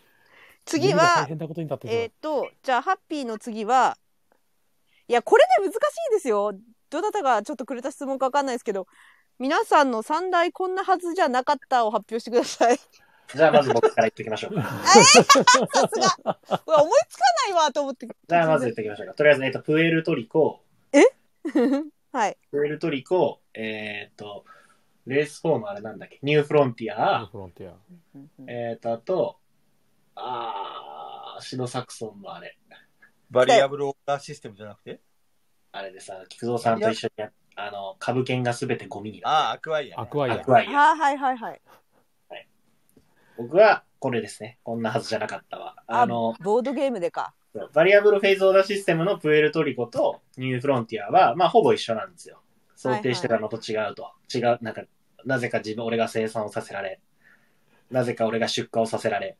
S1: 次
S2: 耳が
S1: は
S2: 大、変なことになってしま
S1: えっ、と、じゃあ、ハッピーの次は、いや、これね、難しいですよ。どなたがちょっとくれた質問かわかんないですけど、皆さんの三大こんなはずじゃなかったを発表してください。 <laughs>
S4: じゃあ、まず僕から言っておきましょうか。
S1: さすが。うわ思いつかないわと思って。
S4: じゃあ、まず言っておきましょうか。とりあえず、えっと、プエルトリコ、
S1: <laughs> はい。
S4: プエルトリコ、えーっと、レース4のあれなんだっけ、ニューフロンティ
S2: う。
S4: ア、
S2: フロンティア。
S4: えーっと、あと、あー、シノサクソンのあれ。
S6: バリアブルオーダーシステムじゃなくて
S4: あれでさ、菊蔵さんと一緒にや、あの、株券がすべてゴミになっ
S9: ああ、アクアイア、
S2: ア
S9: ね。
S2: クアイ
S4: た。
S2: ア
S4: アクアイア
S1: ああ、はいはいはい。
S4: 僕は、これですね。こんなはずじゃなかったわ。あの、
S1: ボードゲームでか。
S4: バリアブルフェイズオーダーシステムのプエルトリコとニューフロンティアは、まあ、ほぼ一緒なんですよ。想定してたのと違うと。違う、なんか、なぜか自分、俺が生産をさせられ、なぜか俺が出荷をさせられ、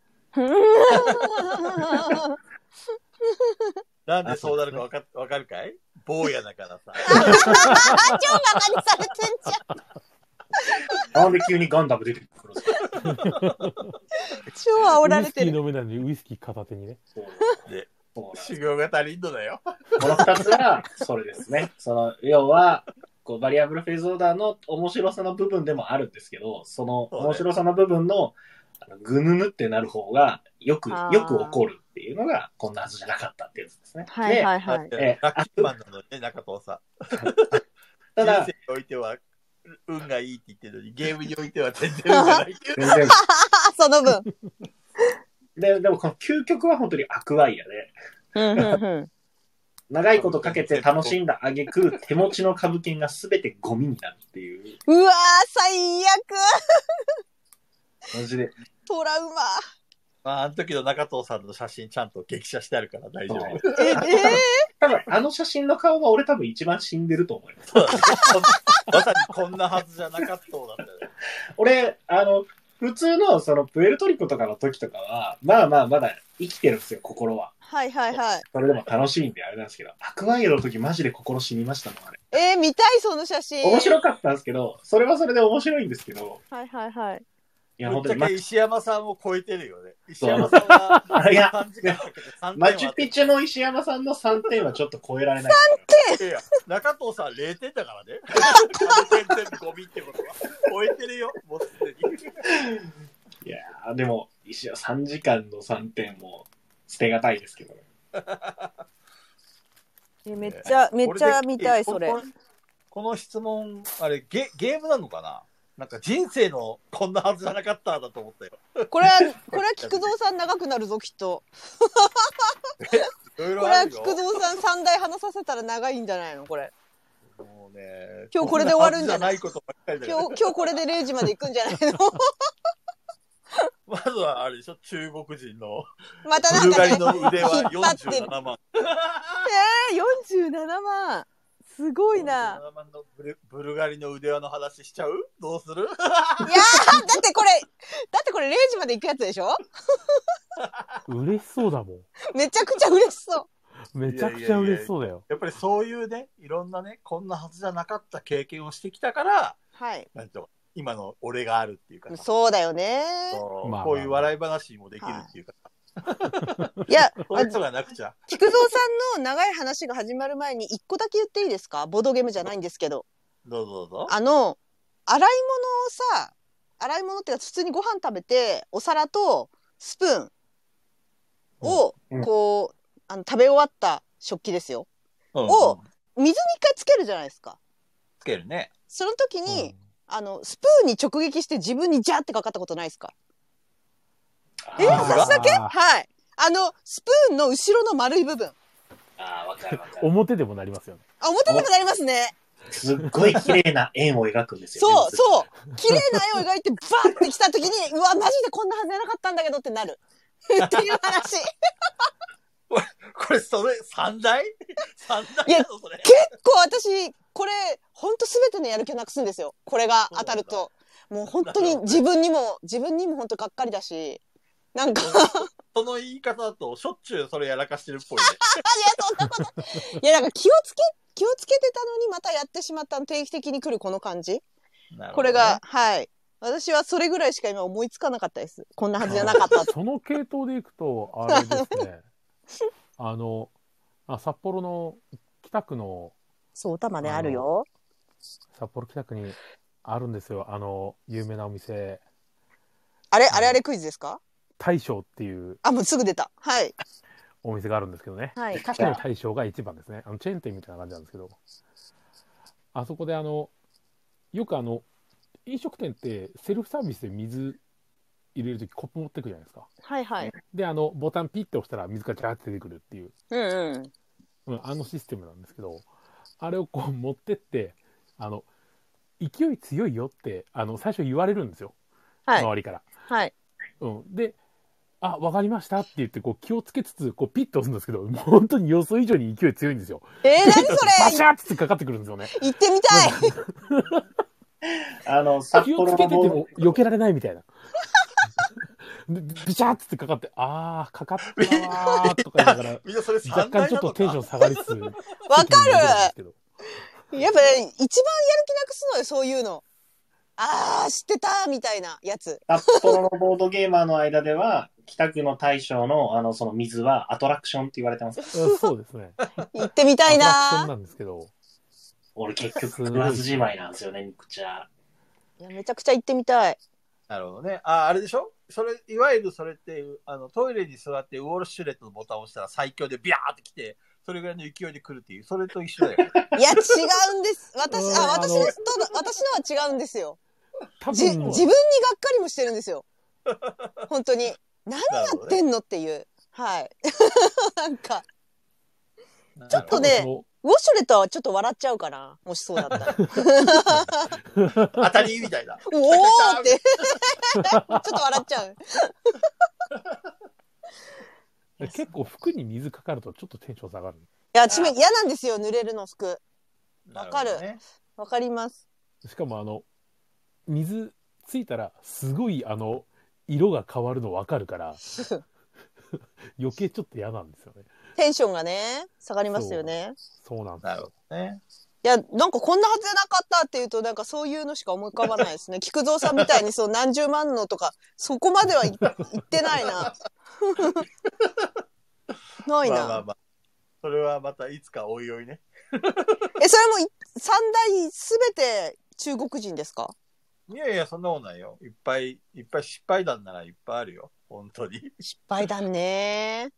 S9: なんでそうなるかわかわかるかい坊やだからさ。
S1: あ、超馬鹿にされてんじゃん。
S4: なんで急にガンダム出てくるんですか
S1: 超煽ら
S2: ウイ
S1: れ
S2: スキ
S1: てる
S2: ー。飲めないのにウイスキー片手にね。
S4: そう
S9: で
S4: そうなんです
S9: 修行が足りんのだよ。
S4: この二つは、それですね。 <laughs> その、要は、こう、バリアブルフェーズオーダーの面白さの部分でもあるんですけど、その
S9: そうね
S4: 面白さの部分の、あのぐぬぬってなる方が、よく、
S1: あー
S4: よく起こるっていうのが、こんなはずじゃなかったっていうやつですね。
S1: はいはいはい。
S9: ラッキーマンなのにね、中藤さん。
S4: でただ
S9: 人、生においては、運がいいって言ってるのに、ゲームにおいては全然運が <laughs> ない。
S4: 全然、
S1: あ、その分。
S4: で、でもこの究極は本当にアクアイアで、
S1: うんうんうん。
S4: 長いことかけて楽しんだ挙句、手持ちの株券が全てゴミになるっていう、
S1: うわー、最悪
S4: マジで、
S1: トラウマ。
S9: まあ、あの時の中藤さんの写真ちゃんと激写してあるから <laughs> 大丈夫。
S1: え、え
S4: 多分あの写真の顔が俺多分一番死んでると思います。
S9: まさにこんなはずじゃなかったなんだよね。
S4: 俺、あの、普通の、その、プエルトリコとかの時とかは、まあまあ、まだ生きてるんですよ、心は。
S1: はいはいはい。
S4: それでも楽しいんで、あれなんですけど、アクアイアの時マジで心死にましたもん、あれ。
S1: えー見たい、その写真。
S4: 面白かったんですけど、それはそれで面白いんですけど、
S1: はいはいはい。
S4: いや、
S9: ぶ
S4: 本
S9: っ
S4: 当
S9: ちゃ
S4: にマ
S9: け
S4: チ、
S9: 石山さんを超えてるよね。石
S4: そう
S9: 山さんは、
S4: いや
S9: 3時間かけて3点
S4: マ
S9: は
S4: チュピチュの石山さんの3点はちょっと超えられない。3点
S9: いやいや中藤さん0点だからね。全然ゴミってことは。超えてるよ、もうすでに。
S4: いやーでも、石山3時間の3点も、捨てがたいですけどね。
S1: えめっちゃ、めっちゃ見たい、それ
S9: こ。の。この質問、あれゲ、ゲームなのかななんか人生のこんなはずじゃなかっただと思ったよ。
S1: これは、これは菊蔵さん長くなるぞ、きっと。
S9: いろい
S1: こ
S9: ろ
S1: れ
S9: あ
S1: は
S9: るよ。
S1: 菊蔵さん三台話させたら長いんじゃないのこれ。
S9: もうね、
S1: 今日これで終わるんじゃない
S9: こんなはずじゃないことばっかりだよ
S1: 今日、今日これで0時まで行くんじゃないの <laughs>
S9: まずはあれでしょ、中国人の
S1: またな
S9: ブ
S1: ん
S9: ルガ
S1: か
S9: リ
S1: ね、
S9: の腕は
S1: 引っ張って
S9: 47万。
S1: 47万。すごいな。
S9: 47万のブルブルガリの腕輪の話しちゃうどうする
S1: いやー、だってこれ、だってこれ0時まで行くやつでしょ
S2: 嬉しそうだも
S1: めちゃくちゃ嬉しそう。
S2: ん。めちゃくちゃ嬉しそうだよ。
S9: やっぱりそういうね、いろんなね、こんなはずじゃなかった経験をしてきたから、
S1: はい。
S9: なんと今の俺があるっていうかさ、
S1: そうだよね。
S9: そう
S2: まあ
S9: こういう笑い話もできるっていうか、<laughs>
S1: いや、
S9: そういうのがなくちゃ。
S1: 菊蔵さんの長い話が始まる前に一個だけ言っていいですかボードゲームじゃないんですけど。
S9: どうぞどうぞ。
S1: あの、洗い物をさ、洗い物っていうか普通にご飯食べて、お皿とスプーンを
S4: うん、
S1: こう、あの、食べ終わった食器ですよ。
S9: うん
S1: を水に一回つけるじゃないですか。
S9: つけるね。
S1: その時に、あの、スプーンに直撃して自分にジャーってかかったことないですかえ、
S4: あー
S1: 私だけ
S2: あー
S1: はい。あの、スプーンの後ろの丸い部分。
S4: あー、わかるわかる。
S2: 表でもなりますよね。
S1: あ、表にもなりますね。
S4: すっごい綺麗な円を描くんですよ。
S1: そう、そう。綺麗な絵を描いて、バーって来た時に、うわ、マジでこんなはずじゃなかったんだけどってなる。っていう話。
S9: これ、それ、三
S6: <laughs>
S9: 台三
S1: いや
S9: 台なのそれ。
S1: 結構私、これ、ほんと全てのやる気をなくすんですよ。これが当たると。もう本当に自分にも、自分にも本当がっかりだし、なんか、
S9: その言い方だと、しょっちゅうそれやらかしてるっぽい
S1: <laughs> いや、なんか気をつけ、気をつけてたのにまたやってしまったの定期的に来るこの感じ。
S9: ね。なる
S1: こ
S9: ほど
S1: れ
S9: ね
S1: が、。はい。私はそれぐらいしか今思いつかなかったです。こんなはずじゃなかったって。
S2: その系統でいくと、あれですね。
S1: <laughs>
S2: あの、あ札幌の北区の、
S1: そう、歌まであるよ。
S2: 札幌北区にあるんですよ。あの、有名なお店、
S1: あれ、あれあれクイズですか
S2: 大将っていう
S1: あ、もうすぐ出た。はい。
S2: お店があるんですけどね。
S1: はい。
S2: 北区の大将が一番ですね。あの、チェーン店みたいな感じなんですけど。あそこであの、よくあの、飲食店ってセルフサービスで水入れるときコップ持ってくじゃないですか。
S1: はいはい。
S2: で、あの、ボタンピッて押したら水がジャーって出てくるっていう。
S1: うんうん。
S2: うん、あのシステムなんですけど、あれをこう持ってってあの勢い強いよってあの最初言われるんですよ、
S1: はい。
S2: 周りから。
S1: はい。
S2: うん、で「あわかりました」って言ってこう気をつけつつこうピッと押すんですけどもう本当に予想以上に勢い強いんですよ。
S1: えー、何
S2: バ
S1: そ
S2: <laughs> シ
S1: れ
S2: ャーってかかってくるんですよね。
S1: 行ってみ
S2: <laughs>
S1: たい
S4: あの、札
S2: 気を
S4: 幌
S2: つ
S4: の
S2: けてて
S4: ボー
S2: も避けられないみたいな。でビシャーってかかって、あー、かかったわーとか言いな
S6: <laughs>
S2: がら、
S6: みんなそれ三
S2: 若
S6: 大な
S2: 干ちょっと
S6: の
S2: テンション
S6: か
S2: 下がりつつ、わ
S1: わかるやっぱ、ね、一番やる気なくすのよ、そういうの。あー、知ってたみたいなやつ。
S4: 札幌のボードゲーマーの間では、北区の大将の、あの、その水はアトラクションって言われてます。
S2: そうですね。
S1: 行ってみたい
S2: アトラクシ
S1: な
S2: ョンなんですけど、
S4: 俺結局食わずじまいなんですよね、肉ちゃ。
S1: いや、めちゃくちゃ行ってみたい。
S6: なるほどね。あ、あれでしょそれ、いわゆるそれって、あの、トイレに座ってウォールシュレットのボタンを押したら最強でビャーって来て、それぐらいの勢いで来るっていう、それと一緒
S1: <laughs>
S6: だよ。
S1: いや、違うんです。私、
S2: うん
S1: あ、私の
S2: あの
S1: と、私のは違うんですよ。
S2: 多
S1: じ、自
S2: 分
S1: 分にがっかりもしてるんですよ。本当に。何やってんのっていう。はい。 <laughs> なんか、
S6: ちょ
S1: っとねウォシュレットはちょっと笑っちゃうかな。もしそうだったら。
S6: 当たりみたいな。
S1: おー
S6: <laughs>
S1: って。ちょっと笑っちゃう。
S2: <laughs> 結構服に水かかるとちょっとテンション下がる。
S1: いや、ちめ、嫌なんですよ。濡れるの服。わかる
S6: なほどね
S1: わかります。
S2: しかもあの、水ついたら、すごいあの、色が変わるのわかるから、余計ちょっと嫌なんですよね。
S1: テンションがね、下がりますよね。
S2: そうなんです
S6: なるほどね。
S1: いや、なんかこんなはずじゃなかったっていうと、なんかそういうのしか思い浮かばないです
S6: <laughs>
S1: ね。菊蔵さんみたいにそう何十万のとか、そこまではい言ってない
S6: <laughs>
S1: な。ないな。
S6: まあまあまあ。それはまたいつかおいおいね。
S1: え、それもい三代すべて中国人ですか
S6: いやいや、そんなことないよ。いっぱい、いっぱい失敗談ならいっぱいあるよ。本当に。 <laughs>
S1: 失敗だね。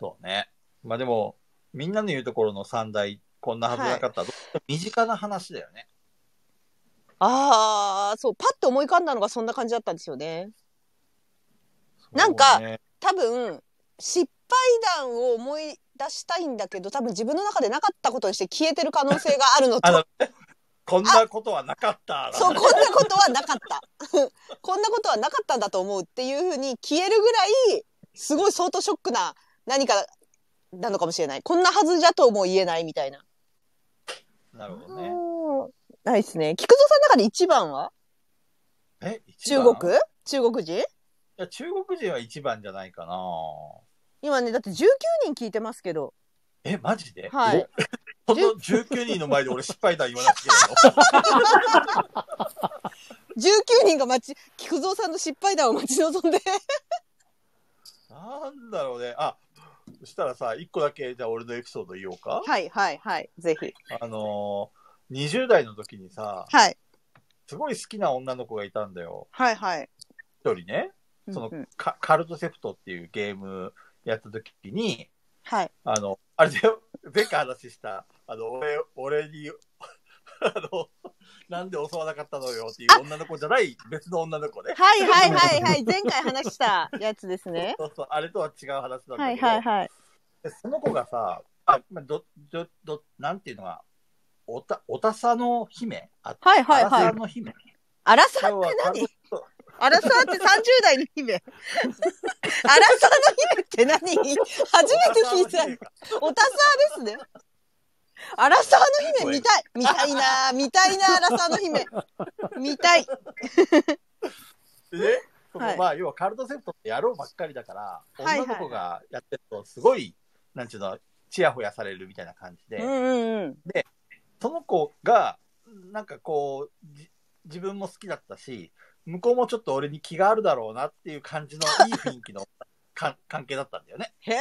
S6: そうね。まあでも、みんなの言うところの三大、こんなはずなかったら、身近な話だよね。
S1: ああ、そう、パッと思い浮かんだのがそんな感じだったんですよね。なんか
S6: そうね
S1: 多分、失敗談を思い出したいんだけど、多分自分の中でなかったことにして消えてる可能性があるのと
S6: あ、のこんなことはなかった。
S1: <laughs> そう、こんなことはなかった。 <laughs> こんなことはなかったんだと思うっていうふうに消えるぐらい、すごい相当ショックな何かなのかもしれない。こんなはずじゃとも言えないみたいな。
S6: なるほどね。
S1: ないですね。菊蔵さんの中で一番は
S6: え、一
S1: 中
S6: 番
S1: 国中国人
S6: いや、中国人は一番じゃないかな。
S1: 今ね、だって19人聞いてますけど。
S6: え、マジで
S1: はい。
S6: おこの19人の前で俺失敗談言わなくていいの
S1: 19人が待ち、菊蔵さんの失敗談を待ち望んで。
S6: <laughs> なんだろうね。あ、そしたらさ、一個だけじゃあ俺のエピソード言おうか。
S1: はい、はい、はい。ぜひ。
S6: あのー、20代の時にさ、
S1: はい。
S6: すごい好きな女の子がいたんだよ。
S1: はい、はい。
S6: 一人ね。その
S1: うんうん
S6: カカルトセプトっていうゲームやった時に、
S1: はい。
S6: あの、あれだよ、前回話した、あの、俺、俺に、 <laughs> あの、なんで襲わなかったのよっていう女の子じゃない別の女の子ね。
S1: はい、はい、はい、はい。前回話したやつですね。
S6: そうそう、あれとは違う話なんだけど、
S1: はい、はい、はい。
S6: でその子がさ、あまあど、ど、ど、なんていうのが、おた、おたさの姫あ、
S1: はいはい
S6: ア
S1: は
S6: ラ
S1: い
S6: サ。
S1: <laughs>
S6: の姫。
S1: アラサー
S6: 要は
S1: って何
S6: カルト
S1: アラサーって30代の姫。アラサーの姫って何初めて聞いた。オタサーですね。アラサーの姫見たい。見たいなぁ見たいなぁアラサーの姫。見たい。
S6: でね、そ
S1: は
S6: の
S1: い
S6: まあ、要はカルトセプトってやろうばっかりだから、
S1: いはい
S6: 女の子がやってると、すごい、なんちゅうの、ちやほやされるみたいな感じで、
S1: うんうんうん。
S6: その子が、なんかこう、じ自分も好きだったし、向こうもちょっと俺に気があるだろうなっていう
S1: <laughs>
S6: 感じのいい雰囲気のか関係だったんだよね。
S1: へえ。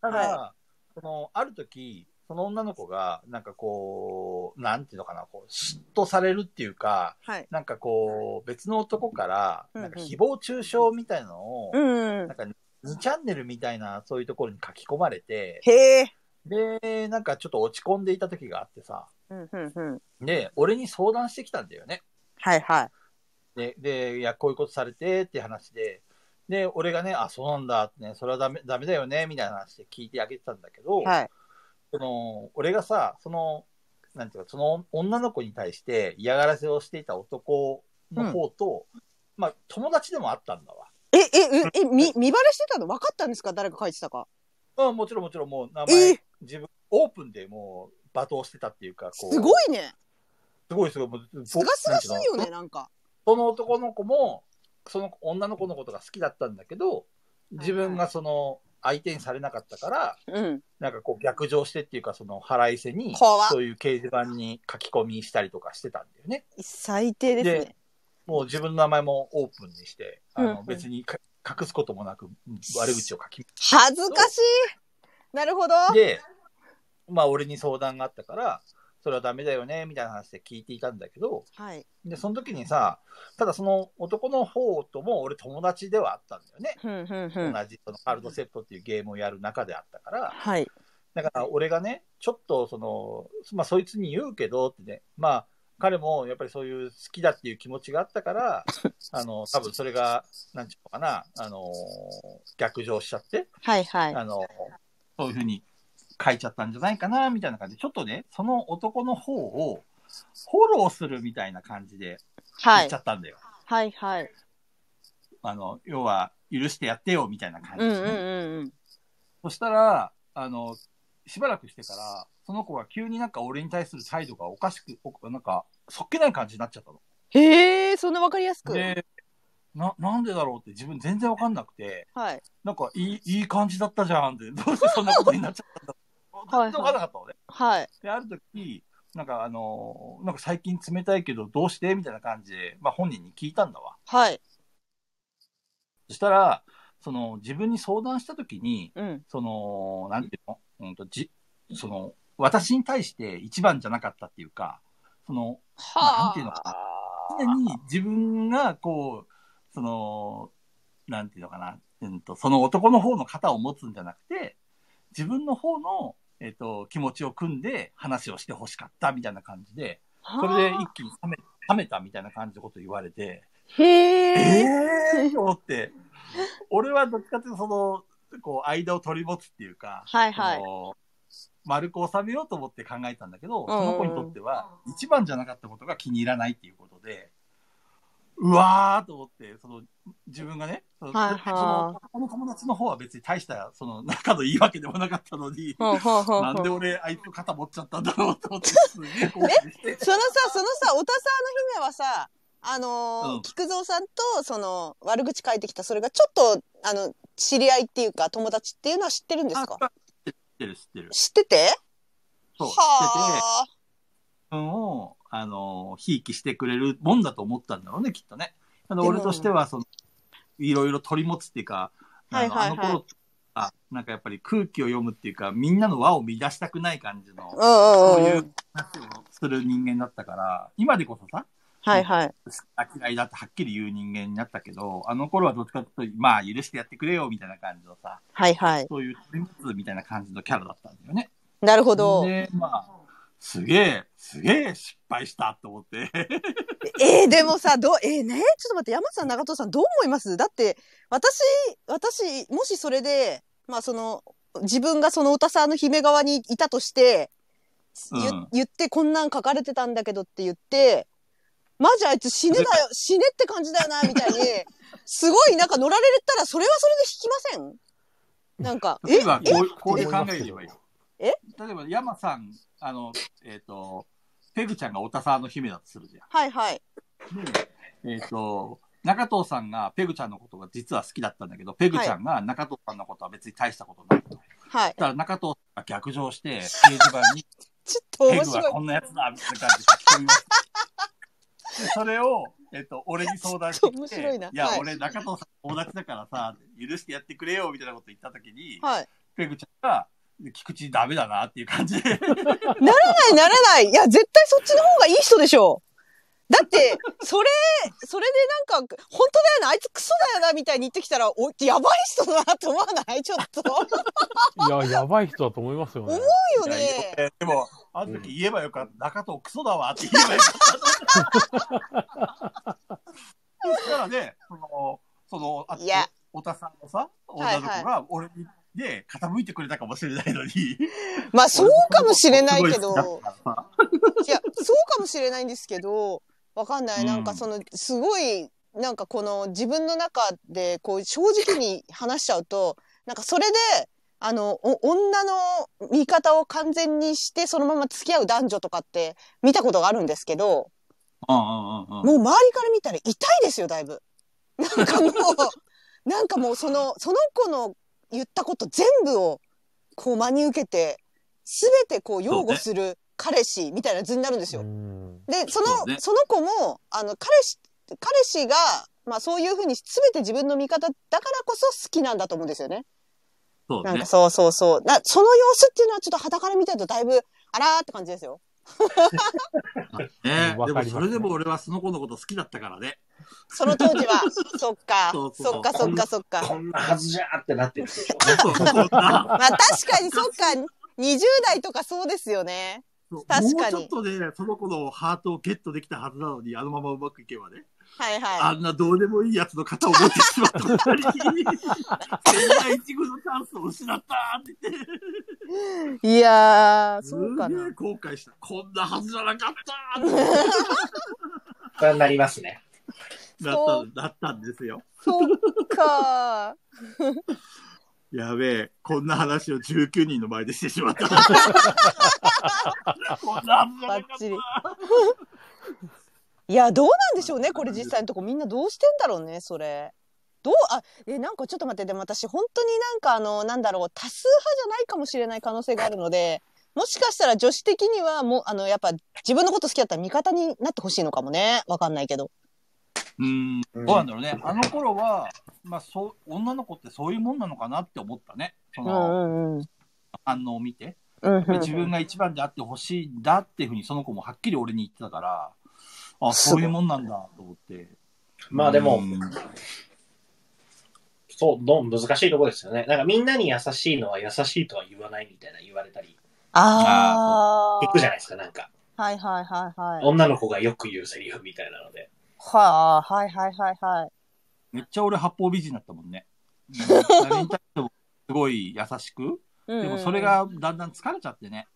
S6: ただ、
S1: は
S6: その、ある時、その女の子が、なんかこう、なんていうのかな、こう、嫉妬されるっていうか、
S1: はい。
S6: なんかこう、別の男から、
S1: うんう
S6: なんんか誹謗中傷みたいなのを、
S1: うんうん
S6: なんか2チャンネルみたいな、そういうところに書き込まれて、
S1: へえ。
S6: で、なんかちょっと落ち込んでいた時があってさ、
S1: うんうんうん。
S6: で、俺に相談してきたんだよね。
S1: はいはい。
S6: で、で、いや、こういうことされてって話で、で、俺がね、あ、そうなんだってね、それはダメダメだよね、みたいな話で聞いてあげてたんだけど、
S1: はい。
S6: その、俺がさ、その、なんていうか、その女の子に対して嫌がらせをしていた男の方と、まあ、友達でもあったんだわ。
S1: え、え、え、え、み、見バレしてたの分かったんですか誰が書いてたか。
S6: うん、もちろんもちろんもう名
S1: え
S6: 前、
S1: ー
S6: 自分、オープンでもう罵倒してたっていうか、こう
S1: すごいね。
S6: すごいすごい。もう
S1: すがすがしいよ。
S6: なん
S1: ね、
S6: てうの
S1: なんか。
S6: その男の子も、その女の子のことが好きだったんだけど、自分がその相手にされなかったから、
S1: うん。
S6: なんかこう逆上してっていうか、その腹いせに、
S1: 怖っ
S6: そういう掲示板に書き込みしたりとかしてたんだよね。
S1: 最低ですね
S6: で。もう自分の名前もオープンにして、あ
S1: うんう
S6: の
S1: ん
S6: 別にか隠すこともなく悪口を書き、
S1: 恥ずかしい。なるほど。
S6: で、まあ俺に相談があったから、それはダメだよね、みたいな話で聞いていたんだけど、
S1: はい。
S6: で、その時にさ、ただその男の方とも俺友達ではあったんだよね。
S1: ふんふんふん。
S6: 同じそのカルドセットっていうゲームをやる中であったから、
S1: はい。
S6: だから俺がね、ちょっとその、まあそいつに言うけどってね、まあ彼もやっぱりそういう好きだっていう気持ちがあったから、あの、多分それが、なんちゅうのかな、あの、逆上しちゃって、
S1: はいはい。
S6: あの、そういうふうに書いちゃったんじゃないかな、みたいな感じで、ちょっとね、その男の方をフォローするみたいな感じで
S1: は
S6: 言っ
S1: い
S6: ちゃ。ったんだよ。
S1: はいはい。
S6: あの、要は、許してやってよ、みたいな感じ
S1: う
S6: で、
S1: んうんう
S6: ね
S1: んうん。
S6: そしたら、あの、しばらくしてから、その子が急になんか俺に対する態度がおかしく、おなんか、そっけない感じになっちゃったの。
S1: へえ、そんなわかりやすく。
S6: で、な、なんでだろうって自分全然わかんなくて、
S1: はい。
S6: なんかいい、いい感じだったじゃんって、どうしてそんなことになっちゃったんだ
S1: はい
S6: ろう。
S1: はい
S6: 全然わかんなかったのね。
S1: はい。
S6: で、ある時、なんかあの、なんか最近冷たいけどどうしてみたいな感じで、まあ本人に聞いたんだわ。
S1: はい。
S6: そしたら、その自分に相談した時に、
S1: うん。
S6: その、なんていうの、うんとじその私に対して一番じゃなかったっていうか、その、なん
S1: は
S6: ていうのか
S1: あ。
S6: 常に自分がこう、その、なんていうのかな、うんと、その男の方の肩を持つんじゃなくて、自分の方の、えっと、気持ちを組んで話をしてほしかったみたいな感じで、それで一気に冷め冷めたみたいな感じのことを言われて、
S1: で、へえ。
S6: ええー、と思って、俺はどっちかっていうと、その、こう、間を取り持つっていうか、
S1: はいはい
S6: その丸く収めようと思って考えたんだけど、
S1: ん
S6: その子にとっては、一番じゃなかったことが気に入らないっていうことで、うわーと思って、その、自分がね、その、
S1: はいはい
S6: そのこの友達の方は別に大した、その、仲のいいわけでもなかったのに、
S1: ほうほうほう
S6: なん
S1: ほ
S6: で
S1: う。
S6: 俺、あいつの肩持っちゃったんだろうと思って、すげえ後悔して。
S1: そのさ、そのさ、おたさの姫はさ、あ
S6: う
S1: のー
S6: ん、
S1: 菊蔵さんと、その、悪口書いてきた、それがちょっと、あの、知り合いっていうか、友達っていうのは知ってるんですか
S6: あ知ってる、知ってる。
S1: 知ってて
S6: そう、知ってて、
S1: はあ。
S6: 自分を、あの、ひいきしてくれるもんだと思ったんだろうね、きっとね。あの
S1: でも
S6: 俺としては、その、いろいろ取り持つっていうか、あの,、
S1: はいはいはい
S6: あの頃あ、なんかやっぱり空気を読むっていうか、みんなの輪を乱したくない感じの、
S1: う
S6: そうん
S1: うん
S6: い
S1: うん。
S6: う話をする人間だったから、今でこそさ、
S1: はいはい。
S6: 好き嫌いだってはっきり言う人間になったけど、あの頃はどっちかというと、まあ許してやってくれよみたいな感じのさ、
S1: はいはい。
S6: そういう取り持つみたいな感じのキャラだったんだよね。
S1: なるほど。
S6: で、まあ、すげえ、すげえ失敗したと思って。
S1: えー、でもさ、どう、えー、ね、ちょっと待って、山田さん、長藤さん、どう思いますだって、私、私、もしそれで、まあ、その、自分がそのおたさんの姫側にいたとして、ゆ
S6: うん
S1: 言って、こんなん書かれてたんだけどって言って、マジあいつ死ねだよ、死ねって感じだよな、み
S6: <laughs>
S1: たいに、すごいなんか乗られたら、それはそれで引きませんなんか、え
S6: <laughs> 例えばこうこういう考えで言えばいいよ。
S1: え
S6: 例えば山さん、あの、えっ、と、ペグちゃんがオタサーの姫だとするじゃ
S1: はいはい。
S6: ん。えっ、と、中藤さんがペグちゃんのことが実は好きだったんだけど、ペグちゃんが中藤さんのことは別に大したことないと。だ
S1: はい。
S6: から中藤さんが逆上して、掲示板に
S1: ちょっと
S6: ペ
S1: 面
S6: グは
S1: 白い
S6: こ。んなやつだみたいな感じで書き込みます。でそれを、えっと、俺に相談して
S1: ちょっと
S6: き
S1: 面
S6: て、
S1: 白いない
S6: や、
S1: はい
S6: 俺、中藤さん友達だからさ、許してやってくれよ、みたいなこと言ったときに、
S1: はい。
S6: ペグちゃんが、菊池ダメだなっていう感じで。
S1: ならない、ならない。いや、絶対そっちの方がいい人でしょう。だって、それ、それでなんか、本当だよな、あいつクソだよな、みたいに言ってきたら、お、やばい人だな、と思わないちょっと。思
S2: いや、やばい人だと思いますよね。
S1: うよね。
S6: えー <laughs> でも、あの時言えばよかった。中藤クソだわって言えばよか <laughs> った。そしたらね、その、その、あ
S1: いや
S6: おたさんのさ、女の子が俺にで、傾いてくれたかもしれないのに。
S1: まあ、そうかもしれないけど、
S6: 俺のことすごい好きだったから
S1: い
S6: さ
S1: や、そうかもしれないんですけど、わかんな
S6: う
S1: い。
S6: ん
S1: なんかその、すごい、なんかこの自分の中で、こう、正直に話しちゃうと、なんかそれで、あの、お女の見方を完全にして、そのまま付き合う男女とかって見たことがあるんですけど、
S6: うんうんうんうん。
S1: もう周りから見たら痛いですよ、だいぶ。なんかもう、なんかもうその、その子の言ったこと全部を、こう真に受けて、すべてこう擁護する彼氏みたいな図になるんですよ。
S2: ん。
S1: で、その、
S6: そ
S1: そ,、
S6: うね
S1: の子も、あの、彼氏、彼氏が、まあそういうふうに全て自分の味方だからこそ好きなんだと思うんですよね。
S6: そう
S1: なん
S6: ね
S1: か。そうそうそう。な、その様子っていうのはちょっと裸から見てるとだいぶ、あらーって感じですよ。
S6: ね
S2: わ
S6: で
S2: かり
S6: も
S2: ますね
S6: それでも俺はその子のこと好きだったか
S1: <laughs>
S6: らね。
S1: その当時
S6: <laughs>
S1: は。そっか
S6: そう。そう
S1: そっかそっかそっか。
S4: こんなはずじゃーってなってるでしょ。
S6: そうそうな
S1: まあ確かにそっか。20代とかそうですよね。
S6: そう
S1: 確
S6: も
S1: か
S6: う
S1: に
S6: ちょっとね、その子のハートをゲットできたはずなのに、あのままうまくいけばね、
S1: はいは
S6: あんなどうでもいいやつの肩を持ってしまった <laughs> 二人、千載一遇のチャンスを失ったって言って、
S1: い。いやー、
S6: す
S1: そうか
S6: げ
S1: な
S6: え。後悔した。こんなはずじゃな
S1: <laughs>
S6: かったって
S4: これになりますね。
S6: なったんだったんですよ。
S1: そっか。
S6: やべえ、こんな話を19人の前でしてしまった。 <laughs> こんなはずじゃ
S1: バ
S6: な
S1: ッ
S6: かった
S1: チリ。 <laughs> いや、どうなんでしょうね、これ実際のとこ、みんなどうしてんだろうね、それ。どう、あ、え、なんかちょっと待って、でも私、本当になんかあの、なんだろう、多数派じゃないかもしれない可能性があるので、もしかしたら女子的には、もう、あの、やっぱ、自分のこと好きだったら味方になってほしいのかもね。わかんないけど。
S6: うん、どうなんだろうね。あの頃は、まあ、そう、女の子ってそういうもんなのかなって思ったね。そ
S1: うん
S6: の
S1: うんうん。
S6: 反応を見て。
S1: うん
S6: で自
S1: う
S6: 分
S1: ん、
S6: が一番であってほしいんだっていうふうに、その子もはっきり俺に言ってたから、あ、そういうもんなんだと思って。
S4: まあでも、
S6: うん
S4: そう、どん難しいところですよね。なんかみんなに優しいのは優しいとは言わないみたいな言われたり、
S1: あ
S4: 聞
S1: あ
S4: くじゃないですか、なんか。
S1: はいはいはいはい。
S4: 女の子がよく言うセリフみたいなので。
S1: はあ、はいはいはいはい。
S6: めっちゃ俺八方美人だったもんね。うん誰に対してもすごい優しく。
S1: うんう
S6: で
S1: ん
S6: もそれ。がだんだん疲れちゃってね。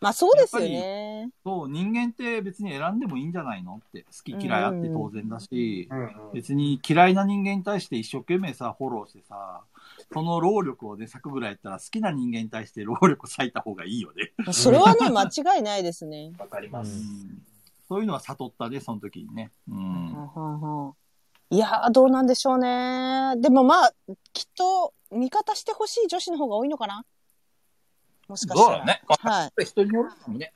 S1: まあそうですよね。
S6: そう、人間って別に選んでもいいんじゃないのって、好き嫌いあって当然だし、
S4: うんうん。
S6: 別に嫌いな人間に対して一生懸命さ、フォローしてさ、その労力をね、割くぐらいやったら好きな人間に対して労力割いた方がいいよね。
S1: それはね、間違いないですね。
S4: わかりま
S2: う
S4: す。
S6: そういうのは悟ったね、その時にね。うん。
S1: いやー、どうなんでしょうね。でもまあ、きっと、味方してほしい女子の方が多いのかなもしかしたら。
S10: そうだね
S1: はい。
S10: 人によるもね。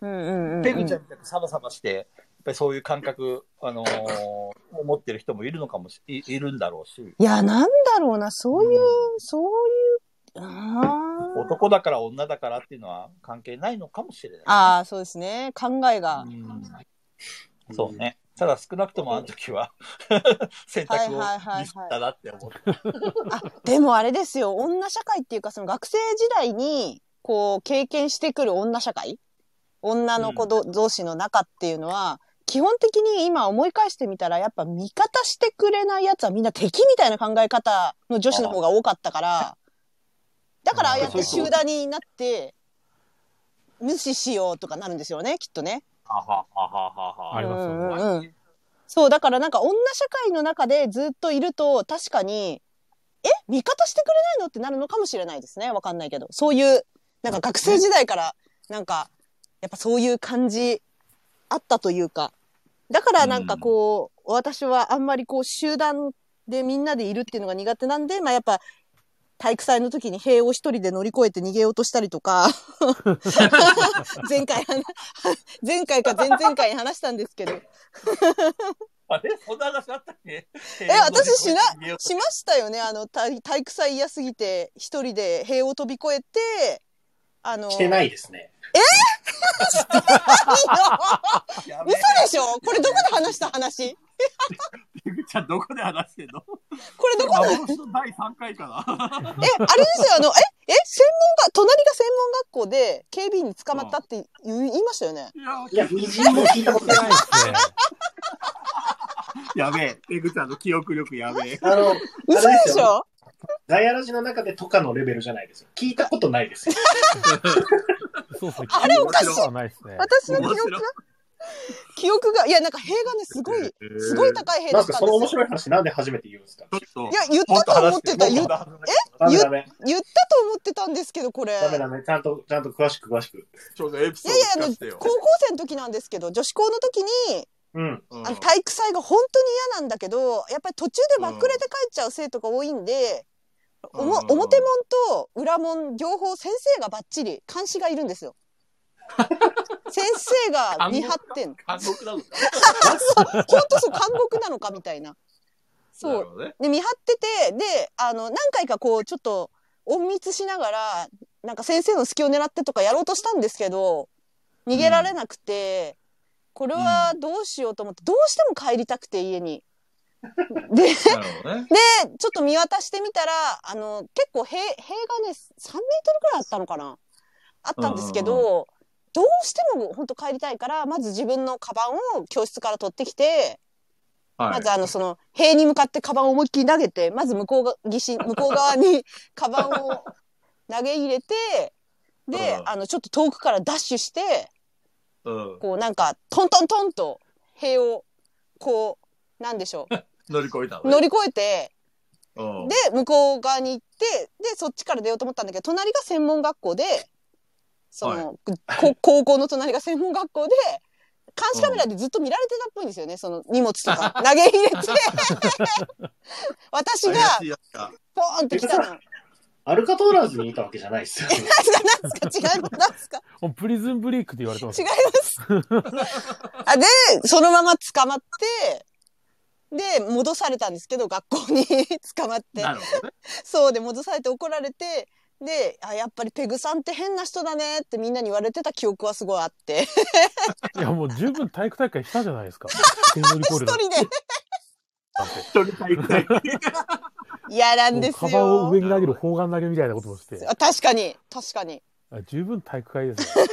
S1: うんうんうん。
S10: ペグちゃんみたいにサバサバして、やっぱりそういう感覚、あのーを持ってる人もいるのかもし、いいるんだろうし、
S1: いや、なんだろうな、そういう、そういう、あー
S10: 男だから女だからっていうのは関係ないのかもしれない。
S1: あー、そうですね。考えが。
S10: そうね。ただ少なくともあの時
S6: <laughs>
S10: は、選択をミスったなって思って。
S1: あ、でもあれですよ。女社会っていうか、その学生時代に、こう、経験してくる女社会女の子ど、同士の中っていうのは、基本的に今思い返してみたら、やっぱ味方してくれない奴はみんな敵みたいな考え方の女子の方が多かったから、だからああやって集団になって、無視しようとかなるんですよね、きっとね。
S10: ははははは
S2: ありますよね
S1: うんうんうんそう、だからなんか女社会の中でずっといると、確かに、え味方してくれないのってなるのかもしれないですね。わかんないけど。そういう、なんか学生時代から、なんか、やっぱそういう感じ、あったというか。だからなんかこう、私はあんまりこう集団でみんなでいるっていうのが苦手なんで、まあやっぱ、体育祭の時に塀を一人で乗り越えて逃げようとしたりと <laughs> か、前回話、前回か前々回に話したんですけど、
S10: あれそんな話あったっけえ
S1: え、私しな、しましたよね。あの、体体育祭嫌すぎて、一人で塀を飛び越えて、あの、
S4: してないですね。
S1: 嘘でしょこれどこで話した話
S6: ペグちゃんどこで話してんの
S1: これどこで、え、
S6: 幻の第3回かな
S1: あれですよ、あの、え、え、専門学、隣が専門学校で警備員に捕まったって言い言いましたよね。
S4: いや、みじんも聞いたことない。
S2: ないですね。
S6: やべえ、ペグちゃんの記憶力やべえ。
S4: あの、
S1: 嘘でしょ
S4: ガヤラジの中でとかのレベルじゃないですよ。聞いたことないですよ。
S2: そうですね。
S1: あれおかしい
S2: 聞たことはないで
S1: <laughs>
S2: すね。
S1: 私の記
S7: 面
S1: 憶
S7: 白
S1: が
S7: い、
S1: 記憶が、いや、なんか塀がね、すごい、すごい高い塀だ
S4: な
S1: っ
S4: んすか、
S1: た
S4: そ
S1: ん
S4: の面
S1: ですよ。
S4: 白い話なんで初めて言うんですか
S7: ちょっと
S1: い、や、言ったと思ってた、言言っ
S4: ダメダメ。
S1: たと思ってたんですけど、これ。いや
S4: ダメダメ。ちゃんと、ちゃんと詳しく詳しく。
S7: ちょっとエピソ
S1: いや、
S7: ード
S1: あ
S7: 聞か
S1: の
S7: せて、よ
S1: 高。校生の時なんですけど、女子校の時に、
S4: うん。
S7: うん
S1: あの体育祭が本当に嫌なんだけど、やっぱり途中でまくれて帰っちゃう生徒が多いんで、おも
S7: うん
S1: 表門と裏門両方先生がバッチリ監視がいるんですよ。先生が見張って
S7: <laughs>
S1: ん。
S7: 監獄なのか。
S1: 本当そう、監獄なのかみたいな。
S7: な
S1: そう
S7: る。ほ
S10: <laughs>
S7: どね。
S1: で、見張ってて、で、あの、何回かこう、ちょっと、隠密しながら、なんか先生の隙を狙ってとかやろうとしたんですけど、逃げられなくて、これはどうしようと思って、どうしても帰りたくて、家に。で、で、ち
S6: なるほどね。
S1: ょっと見渡してみたら、あの、結構塀、塀がね、3メートルくらいあったのかなあったんですけ
S6: うん
S1: ど、どうしても本当帰りたいから、まず自分のカバンを教室から取ってきて、
S6: は
S1: ま
S6: い
S1: ず。あの、その、塀に向かってカバンを思いっきり投げて、まず向こうが、
S6: <laughs>
S1: 岸、向こう側にカバンを投げ入れて、で
S6: う、ん
S1: あの、ちょっと遠くからダッシュして、
S6: うん。
S1: こうなんか、トントントンと塀を、こう、なんでしょ
S7: 乗り越えた
S6: <laughs>
S1: う、
S7: のね。
S1: 乗り越えて、
S6: うん
S1: で、向こう側に行って、で、そっちから出ようと思ったんだけど、隣が専門学校で、その、こ高校の隣が専門学校で、監視カメラでずっと見られてたっぽいんですよね、その荷物とか。 <laughs> 投げ入れて、私が
S7: 怪しいやつか。
S1: ポーンと来たの。なん
S4: アルカトラーズにいたわけじゃない
S1: <laughs>
S4: ですよ。
S1: すか違いますなんすか
S2: もうプリズンブレイクって言われてます
S1: 違い。ます。あで、そのまま捕まって、で、戻されたんですけど、学校に <laughs> 捕まって。
S7: なるほどね。
S1: そうで戻されて怒られてであやっぱりペグさんって変な人だねってみんなに言われてた記憶はすごいあって
S2: いや、もう十分体育大会したじゃないで
S1: <laughs>
S2: すか。テン乗り
S1: 一
S2: 越える
S1: 人
S2: なんて
S1: で
S7: 一人体育大会。
S1: 嫌なんで
S2: もう
S1: す
S2: カバンを
S1: よ
S2: 上に投げる砲丸投げみたいなこともして。
S1: あ確かに確かに
S2: あ十分体育会ですね。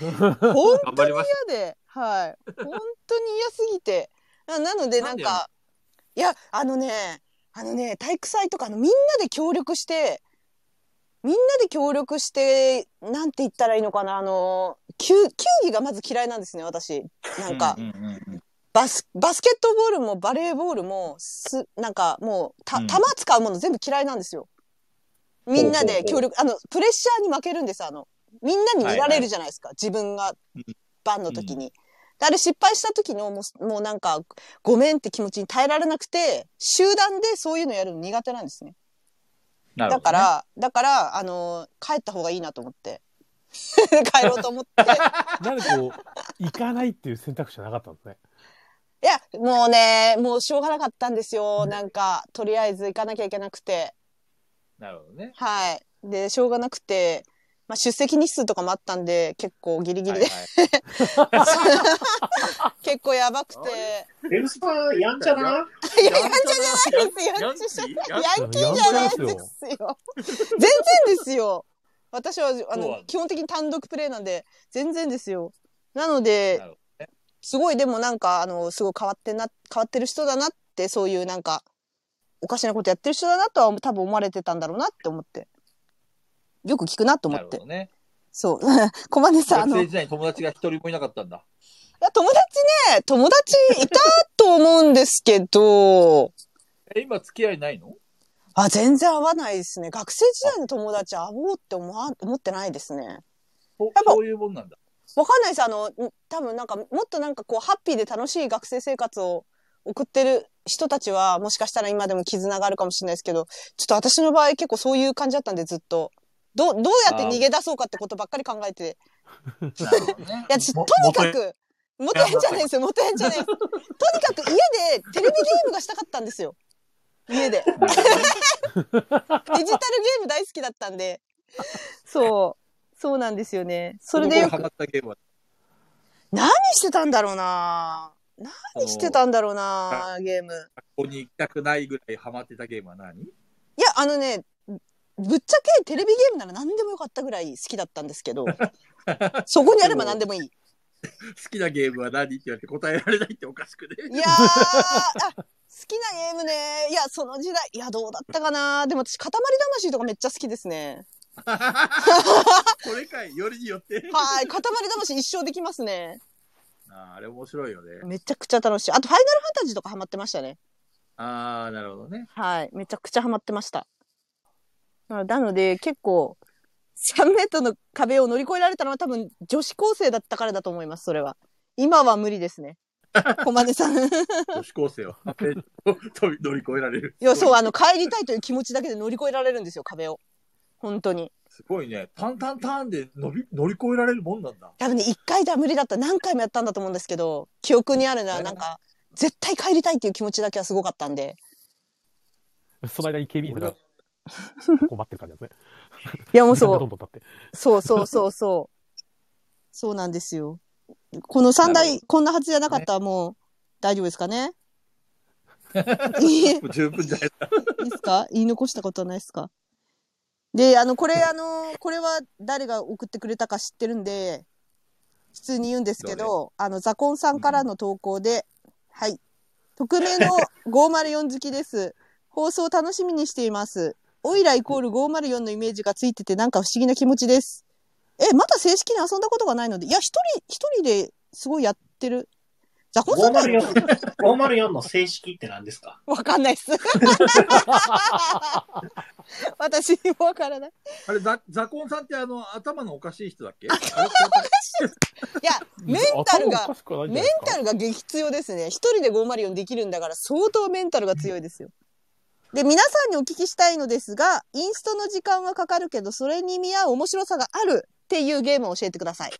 S1: 本
S7: 頑張りまし
S1: 当に嫌ではい本当に嫌すぎてななのでなん
S7: なん
S1: かいやあのねあのね体育祭とかあのみんなで協力してみんなで協力してなんて言ったらいいのかなあの球球技がまず嫌いなんですね私なんか。
S6: うんうんうん
S1: バス、バスケットボールもバレーボールも、す、なんかもう、た、
S6: うん
S1: 球使うもの全部嫌いなんですよ。みんなで協力、あの、プレッシャーに負けるんです、あの、みんなに見られるじゃないですか、自分が、バンの時に。であれ失敗した時の、もう、もうなんか、ごめんって気持ちに耐えられなくて、集団でそういうのやるの苦手なんですね。
S6: なる
S1: だ
S6: ほど
S1: か
S6: ね。
S1: ら、だから、あの、帰った方がいいなと思って。 <laughs> 帰ろうと思って。
S2: なんでこう、行かないっていう選択肢はなかったんですね。
S1: いや、もうね、もうしょうがなかったんですよ。なんか、とりあえず行かなきゃいけなくて。
S6: なるほどね。
S1: はい。で、しょうがなくて、まあ、出席日数とかもあったんで、結構ギリギリで、結構やばくて。
S4: エルスパーやんちゃだな。
S1: <laughs> いや、やんちゃじゃないですよ。
S7: ヤ
S1: やん
S7: ン
S1: ちゃ
S7: キー
S1: ヤ
S7: ヤン
S1: ンキーじゃないですよ。全然ですよ。私は、あ
S7: そうな
S1: の
S7: んだ、
S1: 基本的に単独プレイなんで、全然ですよ。なので
S6: なるほど、
S1: すごい、でもなんか、あの、すごい変わってな、変わってる人だなって、そういうなんか、おかしなことやってる人だなとは多分思われてたんだろうなって思って。よく聞くなと思
S6: な
S1: っ
S6: る
S1: て。
S6: ほどね。
S1: そう。 <laughs> 小金さん、あ
S6: 学
S1: の、
S6: 生時代に友達が一人もいなかったんだ。
S1: いや友達ね、友達いたと思うんですけど、
S6: え、今付き合いないの
S1: あ、全然合わないですね。学生時代の友達会おうって思わ、思ってないですね。
S6: そ
S1: やっぱ
S6: そういうもんなんだ。
S1: わかんないです。あの、ん多分なんか、もっとなんかこう、ハッピーで楽しい学生生活を送ってる人たちは、もしかしたら今でも絆があるかもしれないですけど、ちょっと私の場合結構そういう感じだったんで、ずっと。どう、どうやって逃げ出そうかってことばっかり考えて。
S6: なるほどね
S1: い。や、私と
S7: も
S1: にかく、元へんじゃないですよ、元へんじゃないです。とにかく家でテレビゲームがしたかったんですよ。家で。デジタルゲーム大好きだったんで。そう。そうなんですよね。それでよく
S6: ハマったゲームは。
S1: 何してたんだろうな何してたんだろうなゲーム。
S6: ここに行きたくないぐらいハマってたゲームは何
S1: いや、あのね、ぶっちゃけテレビゲームなら何でもよかったぐらい好きだったんですけ <laughs> ど、そこにあれば何でもいい。
S6: 好きなゲームは何って言われて答えられないっておかしくね。
S1: いやー、あ、きなゲームね。いや、その時代、いや、どうだったかな。でも私、塊魂とかめっちゃ好きですね。
S6: これかい、よりによって。
S1: はい。塊魂一生できますね。
S6: あーあれ面白いよね。
S1: めちゃくちゃ楽しい。あと、ファイナルファンタジーとかハマってましたね。
S6: ああ、なるほどね。
S1: はい。めちゃくちゃハマってました。ななので、結構、3メートルの壁を乗り越えられたのは多分女子高生だったからだと思います、それは。今は無理ですね。小金さん。
S6: 女子高生は壁を飛び乗り越えられる。
S1: いや、そう、あの、帰りたいという気持ちだけで乗り越えられるんですよ、壁を。本当に。
S11: すごいね。タンタンタンで乗り乗り越えられるもんなんだ。
S1: 多分ね、一回じゃ無理だった。何回もやったんだと思うんですけど、記憶にあるのは、なんか、絶対帰りたいっていう気持ちだけはすごかったんで。
S2: その間に警備員が困ってる感じですね。
S1: いや、もう
S2: 時
S1: そ
S2: 間が
S1: う
S2: どん。どん経って。
S1: そうそうそうそう。そうなんですよ。この三台、こんなはずじゃなかったらもう、大丈夫ですかね <laughs> いいい
S6: もう十分じゃない
S1: ですか言い残したことはないですかで、あの、これ、あの、これは誰が送ってくれたか知ってるんで、普通に言うんですけど、あの、ザコンさんからの投稿で、はい。匿名の504好きです。放送楽しみにしています。オイライコール504のイメージがついててなんか不思議な気持ちです。え、まだ正式に遊んだことがないので、いや、一人、一人ですごいやってる。ザコンさんから
S4: 504 504の正式って何ですか
S1: わかんないっす。私にもわからない。
S6: あれ、ザザコンさんってあの、頭のおかしい人だっけ
S1: いや、メンタル
S2: 頭おか
S1: が、
S2: しくはないんじ
S1: メ
S2: ゃ
S1: ン
S2: ないですか
S1: タルが激強ですね。一人で504できるんだから相当メンタルが強いですよ。で、皆さんにお聞きしたいのですが、インストの時間はかかるけど、それに見合う面白さがあるっていうゲームを教えてください。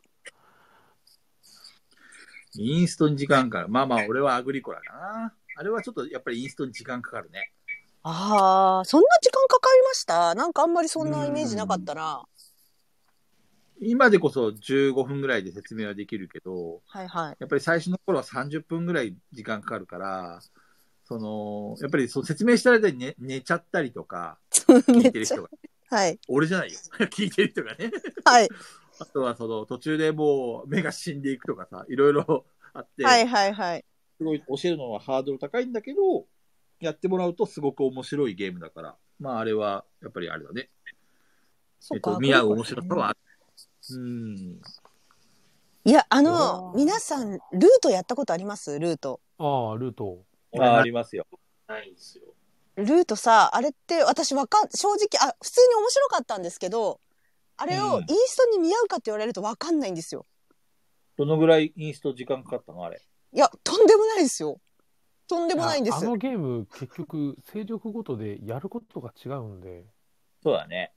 S6: インストに時間から。まあまあ、俺はアグリコラかな。あれはちょっとやっぱりインストに時間かかるね。
S1: ああ、そんな時間かかりましたなんかあんまりそんなイメージなかったな。
S6: 今でこそ15分ぐらいで説明はできるけど、
S1: はいはい。
S6: やっぱり最初の頃は30分ぐらい時間かかるから、その、やっぱりそう説明した間に寝寝ちゃったりとか、聞いて
S1: <laughs>
S6: る人が、
S1: はい。
S6: 俺じゃないよ。 <laughs> 聞いてる人がね。
S1: はい。
S6: あとはその途中でもう目が死んでいくとかさ、いろいろあって、
S1: はいはいはい。
S6: すごい教えるのはハードル高いんだけど、やってもらうとすごく面白いゲームだから、まああれはやっぱりあれだね。
S1: そっ
S6: えっ
S1: か
S6: と、見合う面白さはある。うん。
S1: いや、あの、皆さん、ルートやったことありますルート。
S2: ああ、ルート。
S11: ああ、ありますよ。
S4: ないんですよ。
S1: ルートさ、あれって私わかん、正直、あ、普通に面白かったんですけど、あれを
S11: う
S1: イ
S11: ん
S1: ンストに見合うかって言われるとわかんないんですよ。
S11: どのぐらいインスト時間かかったのあれ。
S1: いや、とんでもないですよ。とんでもないんで
S2: あ
S1: す。
S2: のゲーム、結局、勢力ごとでやることが違うんで、
S11: そうだね。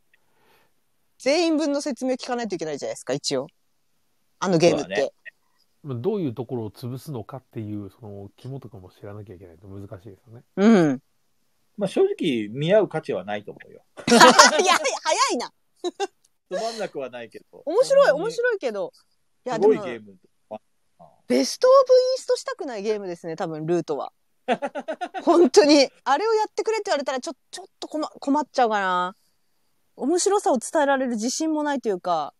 S1: 全員分の説明聞かないといけないじゃないですか、一応。あのゲームっ
S11: そう
S1: て。
S11: だね
S2: まあどういうところを潰すのかっていう、その肝とかも知らなきゃいけないと難しいですよね。
S1: うん。 <laughs>
S11: まあ正直、見合う価値はないと思うよ。
S1: いや、早いな。
S11: つまんなくはないけど。
S1: 面白い、面
S11: い。
S1: 白いけど。いや、
S11: す
S1: で
S11: ごい
S1: も
S11: ゲ、ーム。
S1: ベストオブインストしたくないゲームですね、多分、ルートは。 <laughs> 本当に。あれをやってくれって言われたら、ちょ、ちょっと困、困っちゃうかな。面白さを伝えられる自信もないというか。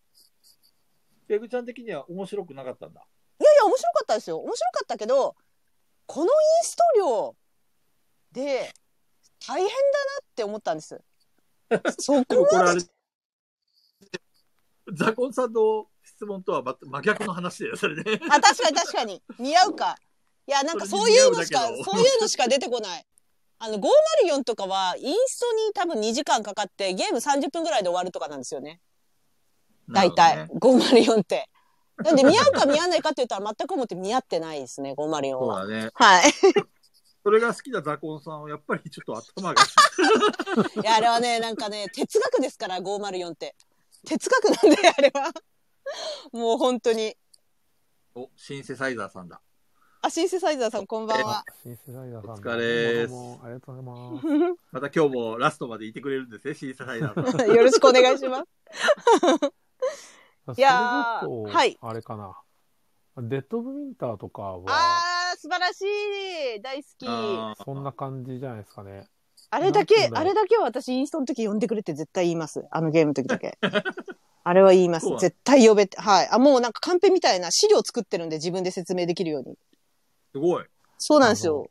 S11: ペグちゃん的には面白くなかったんだ。
S1: いや、面白かったですよ。面白かったけど、このインスト量で大変だなって思ったんです。そ
S6: で
S1: こ
S6: もこれ
S1: ま
S6: あ
S1: で
S6: れ、ザコンさんの質問とはま真逆の話だよ、それね。
S1: あ、確かに確かに。見合うか。いや、なんかそういうのしか、
S6: そ
S1: そ
S6: れ
S1: う
S6: に似合うだけど
S1: いうのしか出てこない。あの、504とかは、インストに多分2時間かかって、ゲーム30分ぐらいで終わるとかなんですよね。 <laughs> 大
S6: な
S1: 体
S6: る。
S1: 504って。なんで、見合うか見合わないかって言ったら、全くもって見合ってないですね、504
S6: ほ
S1: は。
S6: どね。そうだね。
S1: はい。
S6: それが好きなザコンさんはやっぱりちょっと頭が。
S1: いや、あれはね、なんかね、 <laughs> 哲学ですから、504って。哲学なんで、あれは。もう本当に。
S6: お、シンセサイザーさんだ。
S1: あ、シンセサイザーさん、こんばんは。
S2: シンセサイザーさん。
S6: お疲れっす
S2: どうもありがとうございます。
S6: また今日もラストまでいてくれるんですね、シンセサイザーさん。
S1: <laughs> よろしくお願いします。いやー
S2: それこそ
S1: はい
S2: あれかな。デッド・オブ・ウィンターとかは、
S1: あー、素晴らしい大好き。
S6: あー
S2: そんな感じじゃないですかね。
S1: あれだけ
S2: なんて言うん、だ
S1: あ
S2: ろう
S1: れだけは私インストの時呼んでくれって絶対言います。あのゲームの時だ
S2: <laughs>
S1: け。あれは言います
S6: そうな。の
S1: 絶対呼べって。はい。あ、もうなんかカンペみたいな資料作ってるんで自分で説明できるように。
S6: すごい。
S1: そうなんですよ。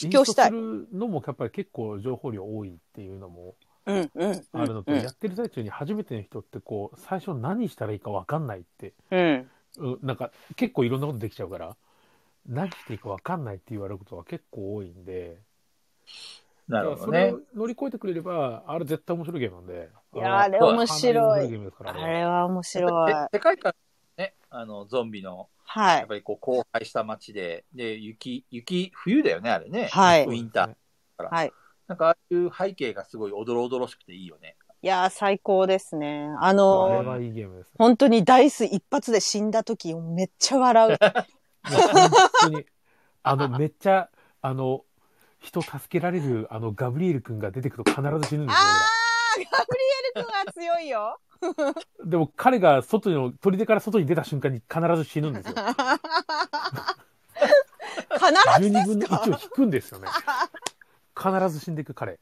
S1: 布教したい
S2: インストするのもやっぱり結構情報量多いっていうのも
S1: うんうんう
S2: あるの
S1: ん
S2: と、やってる最中に初めての人ってこう最初何したらいいか分かんないって
S1: うん
S2: うんなんか結構いろんなことできちゃうから何していいか分かんないって言われることが結構多いんで、
S6: なるほど
S2: だから。それ
S6: ね
S2: を乗り越えてくれればあれ絶対面白いゲームなんで
S1: いやーあれ面白い
S2: ゲームですから
S1: あ
S2: ね
S1: れは面白い
S6: やっぱりせ世界観ね、あの、ゾンビの、
S1: は
S6: やっ
S1: い
S6: ぱりこう、荒廃した街で、で、雪、雪、冬だよね、あれね。
S1: はい
S6: ウィンター。
S1: はい
S6: なんか、ああいう背景がすごいおどろおどろしくていいよね。
S1: いやー最高ですねあ
S2: あ
S1: の
S2: れ
S1: ー
S2: はいいゲームですね
S1: 本当にダイス一発で死んだ時めっちゃ笑う
S2: いや本当にあのめっちゃあの人助けられるあのガブリエル君が出てくると必ず死ぬんですよ
S1: あーガブリエル君は強いよ
S2: 俺らでも彼が外の砦から外に出た瞬間に必ず死ぬ
S9: <laughs>
S2: んですよ
S1: 必ず
S2: 12分の1を引くんですよね必ず死んでいく彼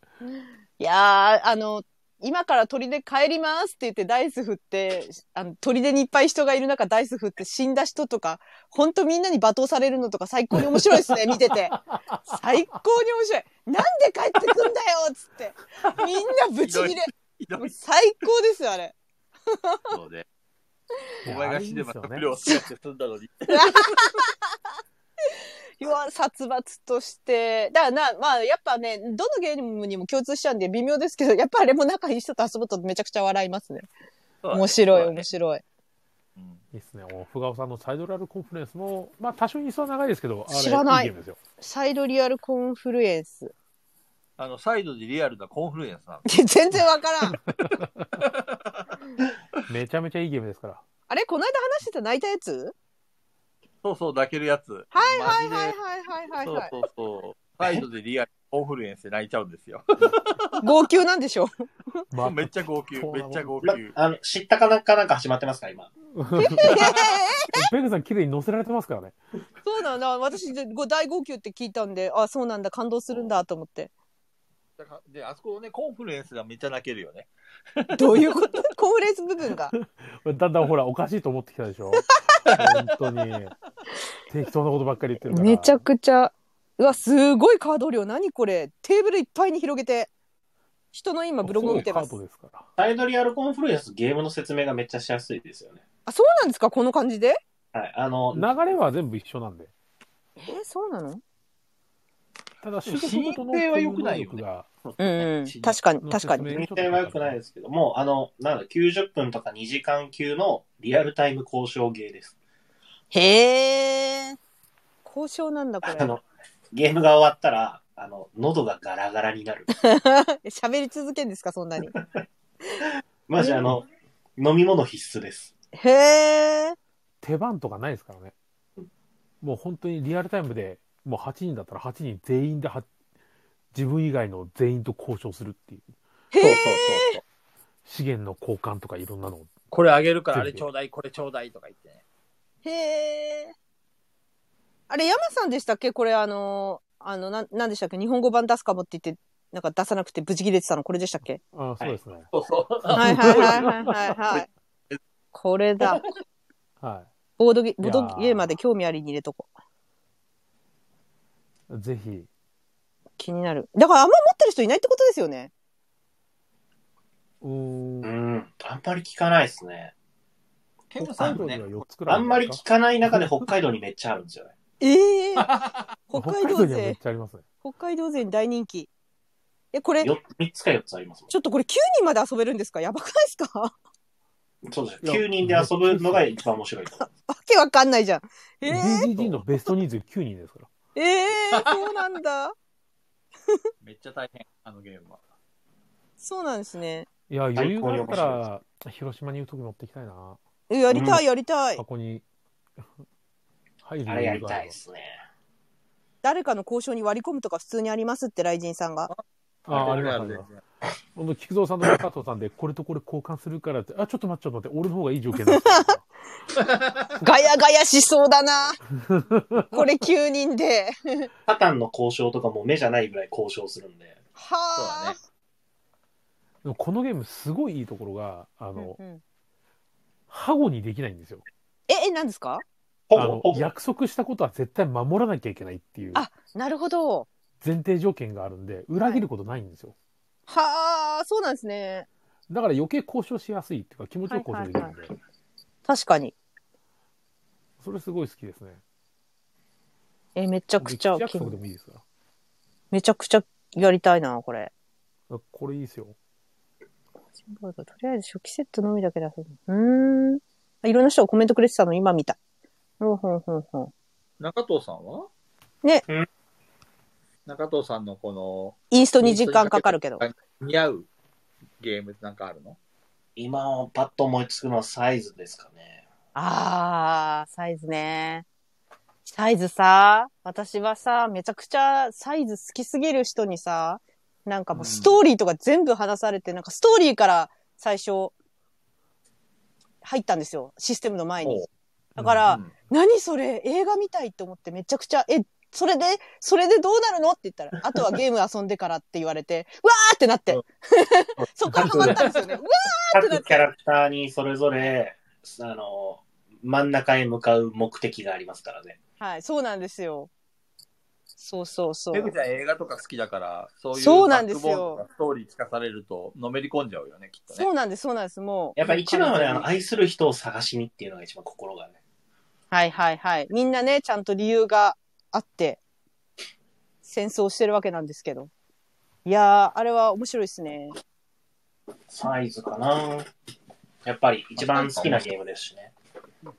S1: いやーあの今から砦帰りますって言ってダイス振ってあの砦にいっぱい人がいる中ダイス振って死んだ人とかほんとみんなに罵倒されるのとか最高に面白いで
S9: <laughs>
S1: すね見てて最高に面白いなんで帰ってくんだよっつってみんなブチギレ
S9: ひどい
S1: 最高ですよあれ
S12: そうね。
S2: いや
S12: お前が死ねば
S2: あれいいんです
S12: 食料
S2: よ
S12: を使って済んだのに。
S1: 要は殺伐としてだからなまあやっぱねどのゲームにも共通しちゃうんで微妙ですけどやっぱあれも仲いい人と遊ぶとめちゃくちゃ笑いますね面白い面白い
S2: いいっすねもうふがおさんのサイドラルコンフルエンスもまあ多少に数は長いですけどあれ
S1: 知らない
S2: いいゲームですよ
S1: サイドリアルコンフルエンス
S6: あの、サイドでリアルなコンフルエンスなの。
S1: いや <laughs> 全然わからん。
S2: めちゃめちゃいいゲームです
S6: <laughs>
S2: から
S1: あれこの間話してた泣いたやつ
S6: そうそう、抱けるやつ。
S1: はいはい
S6: マ
S1: はい
S6: ジ
S1: はいはいはい
S6: で
S1: はい。
S6: そうそうそう。サイドでリアルなコンフルエンスで泣いちゃうんですよ。
S1: 号泣なんでしょ <laughs>
S2: まあ
S6: めっちゃ号泣、
S2: そう
S6: め
S2: なの
S6: っちゃ号
S4: ま
S6: 泣。
S4: あの、知ったかなんかなんか始まってますから、今。
S2: ペグさん綺麗に乗せられてますからね
S1: そうなんだ。私、ご大号泣って聞いたんで、あ、そうなんだ。感動するんだと思って。
S6: だからで、あそこのね、コンフルエンスがめっちゃ泣けるよね。
S1: どういうこと <laughs> コンフレンス部分が。
S2: だんだんほらおかしいと思ってきたでしょ本当に適当なことばっかり言ってるから
S1: めちゃくちゃ。うわ、すごいカード量。何これ。テーブルいっぱいに広げて。人の今ブログを見てます
S2: ごいカー。ドですから
S4: サイドリアルコンフルエンスゲームの説明がめっちゃしやすいですよね。
S1: あ、そうなんですかこの感じで
S4: はい。あの、
S2: 流れは全部一緒なんで。
S1: えーそうなの
S2: ただ、種
S6: も
S2: 族ごとの
S6: 信用は良くないよね
S2: 能力が
S1: うんうん。確かに、確かに。
S4: 全体は良くないですけども、あの、なんだ、90分とか2時間級のリアルタイム交渉ゲーです。
S1: へえ。交渉なんだ、これ
S4: あ。の、ゲームが終わったら、あの、喉がガラガラになる。
S1: <laughs> 喋り続けるんですか、そんな
S2: <laughs>
S1: に。
S4: マジあの、飲み物必須です。
S1: へえ。
S2: 手番とかないですからね。もう本当にリアルタイムで、もう8人だったら8人全員では、自分以外の全員と交渉するっていう。
S6: そうそうそう。
S2: 資源の交換とかいろんなの。
S6: これあげるから、あ
S2: 全部
S6: れちょうだい、これちょうだいとか言ってね。
S1: へえ。あれ、山さんでしたっけこれ、あの、あの、なん、なんでしたっけ日本語版出すかもって言って、なんか出さなくてブチ切れてたの、これでしたっけ
S2: あそうですね。
S6: そうそう。
S1: <laughs> はいはいはいはいはいはい。これだ。
S2: は
S1: ボードゲ、ボードゲーまで興味ありに入れとこう。
S2: い。ぜひ。
S1: 気になる。だからあんま持ってる人いないってことですよね。
S2: うー。
S4: うんん。あんまり聞かないですね。
S9: ケム
S2: 北
S9: さ
S2: 海
S9: ん
S2: 道
S9: も
S2: に
S9: ね
S2: は、4つくらい
S4: あ
S2: る
S4: んまり
S2: です
S4: 聞かない中で北海道にめっちゃあるんですよね。
S1: ええ
S2: か
S1: <laughs> 北海道
S2: にはめ
S1: 勢、
S2: っちゃありますね。
S1: 北海道勢に大人気。え、これ、ち
S4: よ3つか4つありますも
S1: ょっとこれ9人まで遊べるんですかやばくないですか <laughs> わ
S4: ん。そうです
S2: いや
S4: 9人で遊ぶのが一番面白いと思う。
S1: けわかんないじゃん。ええ
S2: DDG のベスト人数9人ですから。
S1: ええそうなんだ。
S6: めっちゃ大変、あのゲームは。
S1: そうなんですね。
S2: いや、余裕があるか
S4: 最高に面
S2: ら、広島に言うとき持ってきたいな。
S1: えやりたい、やりたい。
S2: 箱に <laughs> 入る
S4: あ
S2: 余
S4: れや
S2: 裕
S4: り
S2: があ
S4: たい
S2: れ
S4: で
S2: ば
S4: すね。
S1: 誰かの交渉に割り込むとか普通にありますって、雷神さん <laughs> が。
S2: あ、ありますあります。ほんと、菊蔵さんと加藤さんで、これとこれ交換するからって、あ、ちょっと待って、ちょっと待って、俺の方がいい条件だった。
S4: <laughs>
S1: ガヤガヤしそうだな。これ9人で。
S4: サタンの交渉とかも目じゃないぐらい交渉するんで。
S1: はあ。
S2: でもこのゲーム、すごいいいところが、あの、
S1: うんうん
S2: ハゴにできないんですよ。
S1: え、え、何ですか
S4: ほ
S2: あ
S4: ぼ
S2: の
S4: ほ、ぼ
S2: 約束したことは絶対守らなきゃいけないっていう。
S1: あなるほど。
S2: 前提条件があるんで、裏切ることないんですよ。
S1: はあ、そうなんですね。
S2: だから余計交渉しやすいっていうか、気持ちよく交渉できるんで、
S1: 確かに。
S2: それすごい好きですね。
S1: え、めちゃくちゃ
S2: 口、約束でもいいですか
S1: めちゃくちゃやりたいな、これ。
S2: らこれいいですよ。
S1: ボードとりあえず初期セットのみだけ出す。うーん。あいろんな人がコメントくれてたの今見た。ほうほうほうほう。
S6: 中藤さんは
S1: ね
S4: うん
S6: 中藤さんのこの、
S1: インストに時間かかるけど。。
S6: 似合うゲームなんかあるの
S4: 今、パッと思いつくのはサイズですかね。
S1: あー、サイズね。サイズさ、私はさ、めちゃくちゃサイズ好きすぎる人にさ、なんかもうストーリーとか全部話されて、なんかストーリーから最初、入ったんですよ。システムの前に。だから、
S6: うん
S1: 何それ映画みたいって思ってめちゃくちゃ、え、それで、それでどうなるのって言ったら、あとはゲーム遊んでからって言われて、 <laughs> うわーってなって
S6: うん。
S1: そっからハマったんですよ
S6: <laughs>
S1: ね。うわ
S4: 各キャラクターにそれぞれ、あの、真ん中へ向かう目的がありますからね。
S1: はい、そうなんですよ。そうそうそう
S12: ペ。グちゃん映画とか好きだから、そういう
S1: そうなんですよ
S12: バックボーンとかストーリー聞かされると、のめり込んじゃうよね、きっとね。
S1: そうなんです、そうなんです、もう。
S4: やっぱ一番はね、あ
S1: もう
S4: の、愛する人を探しにっていうのが一番心がね。
S1: はいはいはい。みんなね、ちゃんと理由があって、戦争してるわけなんですけど。いやー、あれは面白いですね。
S4: サイズかなやっぱり一番好きなゲームですしね。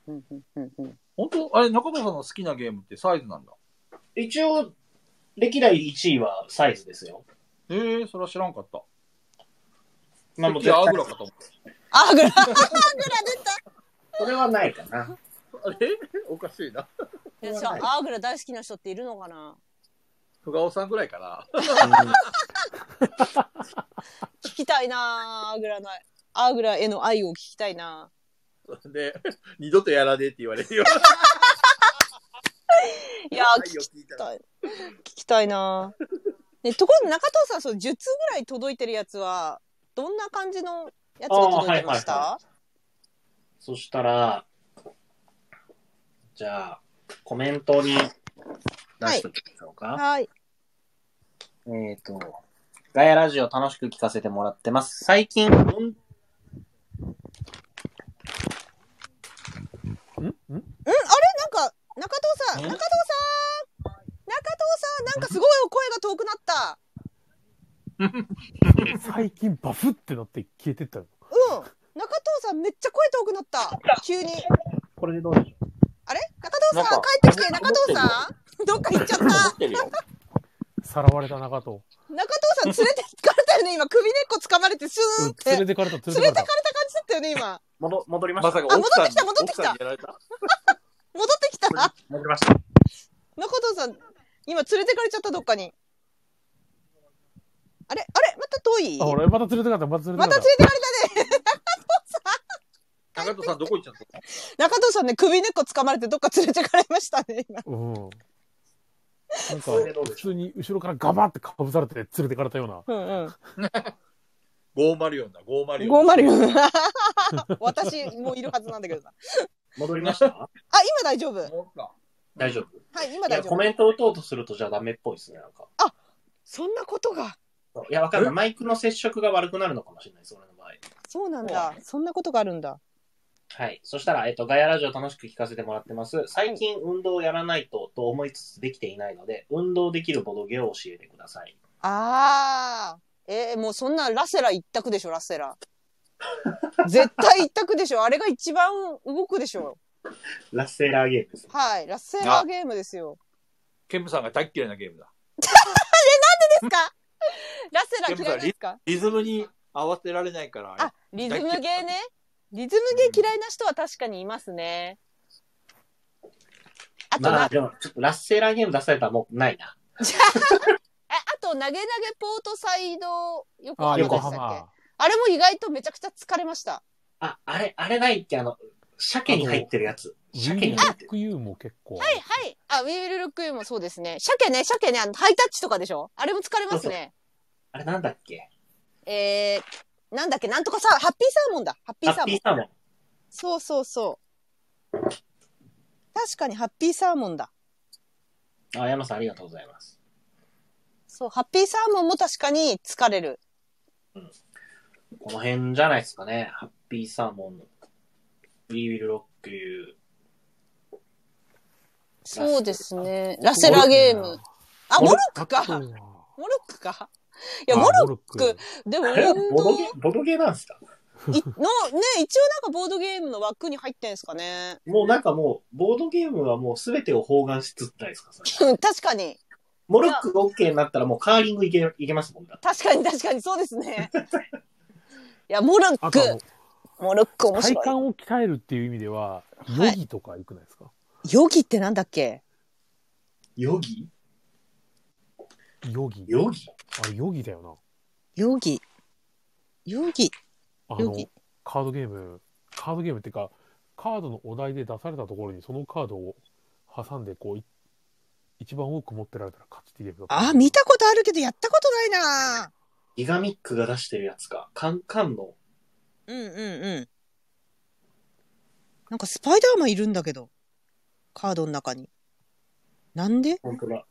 S1: うんうんうんうん
S12: 本当あれ、中田さんの好きなゲームってサイズなんだ。
S4: 一応、歴代1位はサイズですよ。
S12: えー、それは知らんかった。
S4: まあもう
S12: も
S4: 絶
S12: ア
S4: 対
S12: グラかと思っ
S1: あ、 <laughs> グラ
S4: それはないかな。
S12: た。あれおかしいな。
S1: でしょアーグラ大好きな人っているのかな
S12: ふがおさんぐらいかな。
S1: 聞きたいなアーグラの愛アーグラへの愛を聞きたいな
S12: で、二度とやらねえって言われるよ。
S1: いやー聞き
S12: 聞いた
S1: たい聞きたいなね、ところで中藤さん、その10通ぐらい届いてるやつは、どんな感じのやつが届いてました、
S4: あーはいはそしたら、じゃあ、コメントに出しときましょうか。
S1: はい。
S4: えっ、と、ガヤラジオ楽しく聞かせてもらってます。最近、うん
S1: うん、あれなん
S2: んん
S1: か、中藤さん、中
S4: え
S1: 藤さん中藤さん、なんかすごいお声が遠くなった。
S2: 最近バフってなって消えてったよ。
S1: うん。中藤さん、めっちゃ声遠くなった。急に。
S4: これでどうでしょ
S1: あれ中藤さん、
S12: なん
S1: 帰
S12: か
S1: ってきて、中藤さんどっか行っちゃった。中
S12: 持
S1: <laughs>
S12: ってるよ。
S2: さらわれた中と。
S1: 藤さん、連れて行かれたよね、今。首根っこ掴まれて、ス
S2: う
S1: ーンっ
S2: ん
S1: て。
S2: 連
S1: 連れ
S2: れ
S1: て
S2: てかれた、連れ
S1: か
S2: て
S1: れ
S2: か
S1: た
S2: れ
S1: 感
S2: た。
S1: じだったよね、今。
S4: う戻戻りま
S12: ま
S4: し
S12: さ
S4: た。
S12: か
S1: あ戻
S12: 奥さんに
S1: ってきた戻ってき
S12: 奥
S1: た
S12: さんにやられた
S1: 戻ってきた中
S4: 戻りました。
S1: 藤さん、今連れてかれちゃった、どっかに。あれあれまた遠い
S2: あ、
S1: ま
S2: 俺、また連れてかれた、また連れ
S1: た
S2: てか
S1: 連れてかれた
S2: れた。
S1: ね。
S12: 中田さんどこ行っちゃった
S1: 中藤さんね、首根っこ掴まれてどっか連れてかれましたね、今。
S2: うん。なん
S4: それでど
S2: か
S4: う、で
S2: 普
S4: しょ
S2: 通に後ろからガバってかぶされて連れてかれたような。
S1: うんうん。
S12: ?504 だ、504。
S1: 504。私もういるはずなんだけどさ。
S4: 戻りま <laughs> した
S1: あ、今大丈夫。は
S12: そうか
S4: 大丈夫
S1: い、今
S4: いや、
S1: 大丈
S4: コ
S1: 夫。
S4: メント打とうとするとじゃあダメっぽいですね、なんか。
S1: そんなことが。
S4: いや、わかんない。マイクの接触が悪くなるのかもしれないです、俺の場合。
S1: そうなんだ。そんなことがあるんだ。
S4: はい。そしたら、えっと、ガヤラジオ楽しく聞かせてもらってます。最近運動をやらないとと思いつつできていないので、運動できるボドゲを教えてください。
S1: あー。えーもうそんなラセラ一択でしょ、ラセラ。
S4: <laughs>
S1: 絶対一択でしょ。あれが一番動くでしょ。
S4: ラッセラーゲームです。
S1: はい、ラセラゲームですよ。
S12: ケンブさんが大っ嫌いなゲームだ。
S1: ですかラセラ嫌いなんですか
S12: リズムに合わせられないから。
S1: あ、リズムゲーね。リズムゲー嫌いな人は確かにいますね。あとな <laughs>
S4: まあ、でも、ちょっとラッセラーゲーム出されたらもうないな。
S1: え、あと、投げ投げポートサイド横浜
S2: ああ、
S1: でした
S2: 横
S1: っけあ
S2: 浜。
S1: れも意外とめちゃくちゃ疲れました。
S4: あ、あれ、あれないっけ、あの、鮭に入ってるやつ。
S2: ウィ
S4: 鮭
S2: ル
S4: に
S2: ロ
S4: 入っ
S2: ッ
S4: てる。
S2: クユーも結構。
S1: はい、はい。あ、ウィールルックユーもそうですね。鮭ね、鮭ね、あの、ハイタッチとかでしょあれも疲れますね。
S4: あれなんだっけ
S1: えー、なんだっけ、なんとかさ、ハッピーサーモンだ。ハッピ
S4: ラ
S1: ーサ
S4: ッ
S1: ー
S4: ピ
S1: モン
S4: ー。サーモン。
S1: そうそうそう。確かにハッピーサーモンだ。
S4: あ、山さんありがとうございます。
S1: そう、ハッピーサーモンも確かに疲れる。
S4: この辺じゃないですかね。ハッピーサーモン、We Will Rock You。
S1: そうですね。ラセラゲーム。あ、モルックか。
S2: かっこ
S1: モ
S2: いいな
S1: ルックか。いや、
S2: あ
S1: モルッ
S2: モル
S1: ク、でも
S4: あれは
S1: 運
S4: ボ
S1: 動
S4: ドゲ、ボドゲなんですか
S1: いの、ね、一応なんかボードゲームの枠に入ってんすかね。
S4: もうなんかもう、ボードゲームはもう全てを包含しつつないですかそれ
S1: うん <laughs> 確かに。
S4: モルックが OK になったらもうカーリングいけいけますもんだ。
S1: 確かに確かにそうですね。いや、モルッ
S2: あとあの
S1: ク、モルック面
S2: 体
S1: 白
S2: 幹
S1: い。
S2: を鍛えるっていう意味では、
S1: はい
S2: ヨギとかいくないですか、
S1: ヨギってなんだっけ
S4: ヨギ
S2: ヨギ。
S4: ヨギ
S2: あれ、ヨギだよな。
S1: ヨギ。ヨギ。
S2: あ
S1: ヨ
S2: の
S1: ギ、
S2: カードゲーム、カードゲームっていうか、カードのお題で出されたところにそのカードを挟んで、こうい、一番多く持ってられたら勝ちっていうゲームだった
S1: あ、見たことあるけどやったことないな
S4: ギガミックが出してるやつか。カンカンの。
S1: うんうんうん。なんかスパイダーマンいるんだけど。カードの中に。なんで
S4: 本当だ。